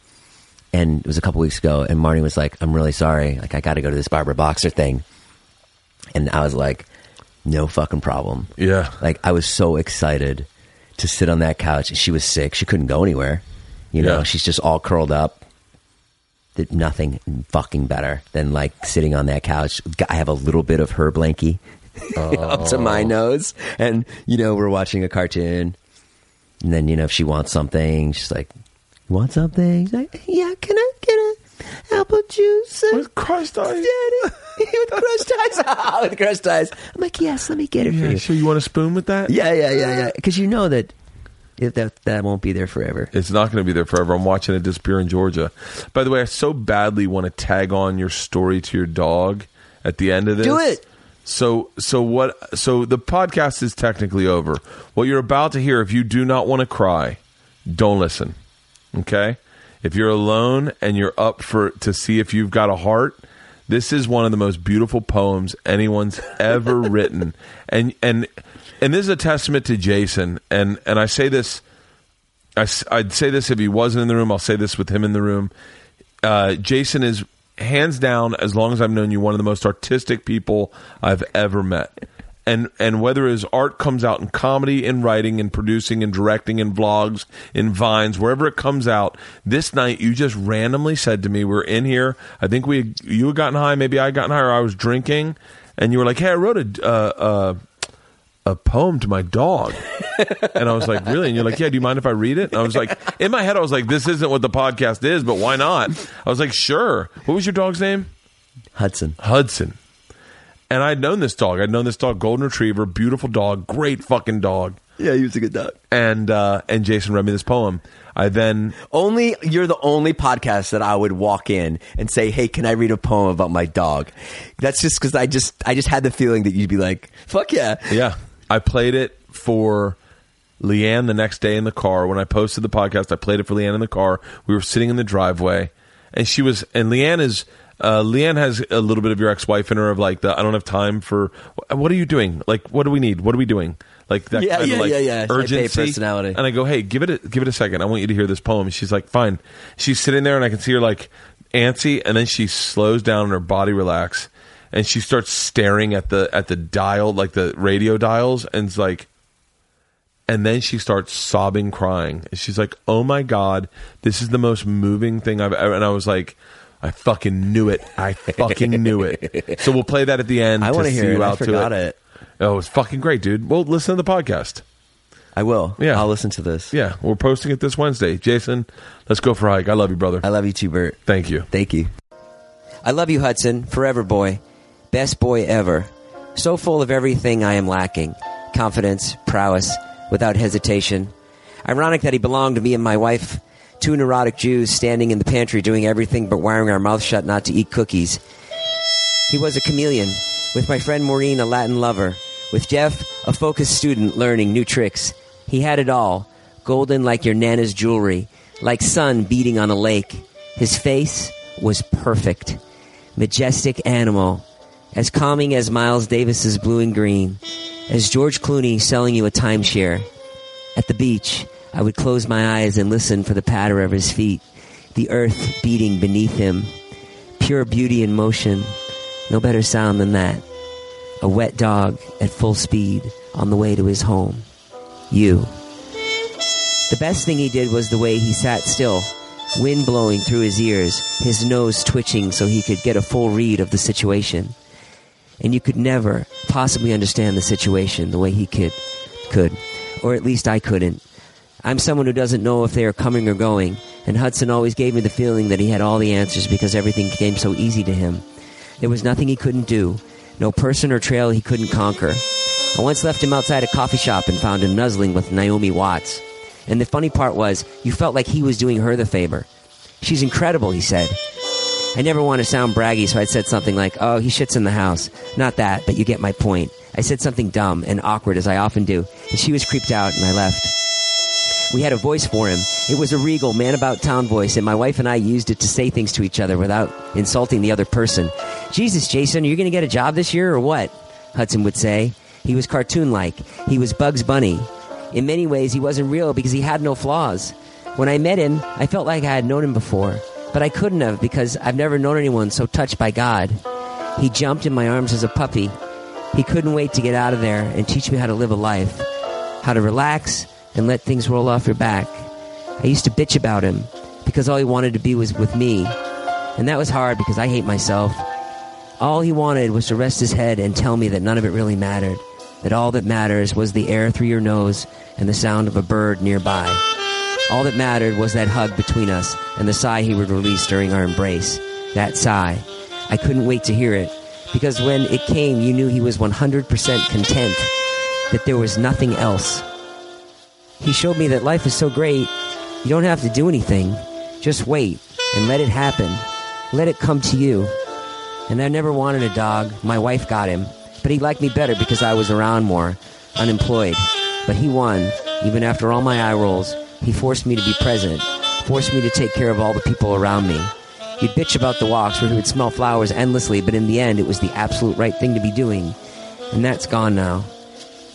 Speaker 7: And it was a couple weeks ago and Marnie was like, I'm really sorry. Like I gotta go to this Barbara Boxer thing. And I was like, No fucking problem.
Speaker 1: Yeah.
Speaker 7: Like I was so excited to sit on that couch. She was sick. She couldn't go anywhere. You know,
Speaker 1: Yeah.
Speaker 7: she's just all curled up that nothing fucking better than like sitting on that couch. I have a little bit of her blankie [LAUGHS] up to
Speaker 1: Oh.
Speaker 7: my nose, and you know we're watching a cartoon, and then you know if she wants something, she's like, "You want something?" She's like, "Yeah, can I get a apple juice?" and
Speaker 1: With crushed ice.
Speaker 7: Daddy, [LAUGHS] with crushed eyes, [LAUGHS] with crushed eyes. I'm like, "Yes, let me get it for
Speaker 1: Yeah,
Speaker 7: you."
Speaker 1: sure. You want a spoon with that?
Speaker 7: Yeah, yeah, yeah, yeah. Because you know that It, that that won't be there forever.
Speaker 1: It's not going to be there forever. I'm watching it disappear in Georgia. By the way, I so badly want to tag on your story to your dog at the end of this.
Speaker 7: Do it.
Speaker 1: So so what so the podcast is technically over. What you're about to hear if you do not want to cry, don't listen. Okay? If you're alone and you're up for to see if you've got a heart, this is one of the most beautiful poems anyone's [LAUGHS] ever written. And and and this is a testament to Jason and and I say this I, would say this if he wasn't in the room. I'll say this with him in the room. Uh, Jason is hands down, as long as I've known you, one of the most artistic people I've ever met. And and whether his art comes out in comedy, in writing, in producing, in directing, in vlogs, in vines, wherever it comes out, this night you just randomly said to me, "We're in here. I think we you had gotten high, maybe I had gotten high, or I was drinking." And you were like, "Hey, I wrote a." Uh, uh, a poem to my dog. and I was like, really? And you're like, yeah, do you mind if I read it? And I was like, in my head, I was like, this isn't what the podcast is, but why not? I was like, sure. What was your dog's name?
Speaker 7: Hudson.
Speaker 1: Hudson. And I'd known this dog. I'd known this dog, golden retriever, beautiful dog, great fucking dog.
Speaker 7: Yeah, he was a good dog.
Speaker 1: And uh, and Jason read me this poem. I then
Speaker 7: Only you're the only podcast that I would walk in and say, "Hey, can I read a poem about my dog?" That's just because I just I just had the feeling that you'd be like, "Fuck yeah,
Speaker 1: Yeah. I played it for Leanne the next day in the car. When I posted the podcast, I played it for Leanne in the car. We were sitting in the driveway and she was and Leanne is uh, Leanne has a little bit of your ex wife in her of like the I don't have time for what are you doing? Like what do we need? What are we doing? Like that
Speaker 7: Yeah,
Speaker 1: kind
Speaker 7: yeah,
Speaker 1: of like
Speaker 7: yeah, yeah. I pay
Speaker 1: urgency
Speaker 7: personality.
Speaker 1: And I go, hey, give it a, give it a second. I want you to hear this poem. And she's like, fine. She's sitting there, and I can see her like antsy, and then she slows down and her body relax, and she starts staring at the at the dial, like the radio dials, and it's like, and then she starts sobbing, crying. And she's like, "Oh my god, this is the most moving thing I've ever." And I was like, "I fucking knew it! I fucking knew
Speaker 7: [LAUGHS]
Speaker 1: it!" So we'll play that at the end.
Speaker 7: I
Speaker 1: want
Speaker 7: wanna
Speaker 1: to
Speaker 7: hear
Speaker 1: see
Speaker 7: it.
Speaker 1: you
Speaker 7: I
Speaker 1: out to
Speaker 7: forgot
Speaker 1: it.
Speaker 7: it.
Speaker 1: Oh, it's fucking great, dude. Well, listen to the podcast.
Speaker 7: I will.
Speaker 1: Yeah.
Speaker 7: I'll listen to this.
Speaker 1: Yeah, we're posting it this Wednesday. Jason, let's go for a hike. I love you, brother.
Speaker 7: I love you too, Bert.
Speaker 1: Thank you.
Speaker 7: Thank you. I love you, Hudson, forever boy, best boy ever. So full of everything I am lacking confidence, prowess, without hesitation. Ironic that he belonged to me and my wife, two neurotic Jews standing in the pantry doing everything but wiring our mouths shut not to eat cookies. He was a chameleon, with my friend Maureen, a Latin lover, with Jeff, a focused student learning new tricks. He had it all golden like your Nana's jewelry, like sun beating on a lake. His face was perfect, majestic animal, as calming as Miles Davis's blue and green, as George Clooney selling you a timeshare. At the beach, I would close my eyes and listen for the patter of his feet, the earth beating beneath him. Pure beauty in motion. No better sound than that. A wet dog at full speed on the way to his home. You. The best thing he did was the way he sat still, wind blowing through his ears, his nose twitching so he could get a full read of the situation. And you could never possibly understand the situation the way he could, could, or at least I couldn't. I'm someone who doesn't know if they are coming or going, and Hudson always gave me the feeling that he had all the answers because everything came so easy to him. There was nothing he couldn't do, no person or trail he couldn't conquer. I once left him outside a coffee shop and found him nuzzling with Naomi Watts. And the funny part was, you felt like he was doing her the favor. She's incredible, he said. I never want to sound braggy, so I said something like, Oh, he shits in the house. Not that, but you get my point. I said something dumb and awkward, as I often do, and she was creeped out, and I left. We had a voice for him. It was a regal, man about town voice, and my wife and I used it to say things to each other without insulting the other person. Jesus, Jason, are you going to get a job this year or what? Hudson would say. He was cartoon like. He was Bugs Bunny. In many ways, he wasn't real because he had no flaws. When I met him, I felt like I had known him before, but I couldn't have because I've never known anyone so touched by God. He jumped in my arms as a puppy. He couldn't wait to get out of there and teach me how to live a life how to relax and let things roll off your back. I used to bitch about him because all he wanted to be was with me. And that was hard because I hate myself. All he wanted was to rest his head and tell me that none of it really mattered, that all that matters was the air through your nose and the sound of a bird nearby. All that mattered was that hug between us and the sigh he would release during our embrace. That sigh. I couldn't wait to hear it because when it came, you knew he was 100% content that there was nothing else. He showed me that life is so great, you don't have to do anything. Just wait and let it happen. Let it come to you. And I never wanted a dog. My wife got him. But he liked me better because I was around more, unemployed. But he won. Even after all my eye rolls, he forced me to be present, forced me to take care of all the people around me. He'd bitch about the walks where he would smell flowers endlessly, but in the end, it was the absolute right thing to be doing. And that's gone now.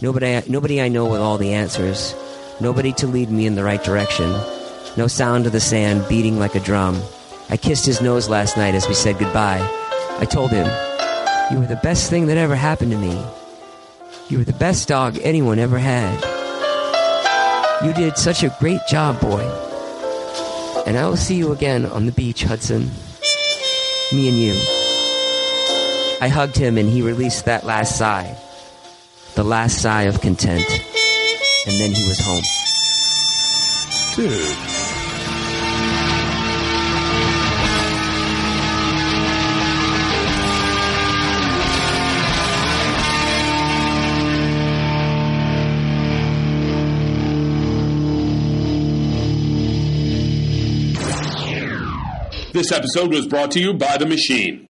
Speaker 7: Nobody, nobody I know with all the answers. Nobody to lead me in the right direction. No sound of the sand beating like a drum. I kissed his nose last night as we said goodbye. I told him, You were the best thing that ever happened to me. You were the best dog anyone ever had. You did such a great job, boy. And I will see you again on the beach, Hudson. Me and you. I hugged him and he released that last sigh. The last sigh of content. And then he was home.
Speaker 10: Dude.
Speaker 9: This episode was brought to you by The Machine.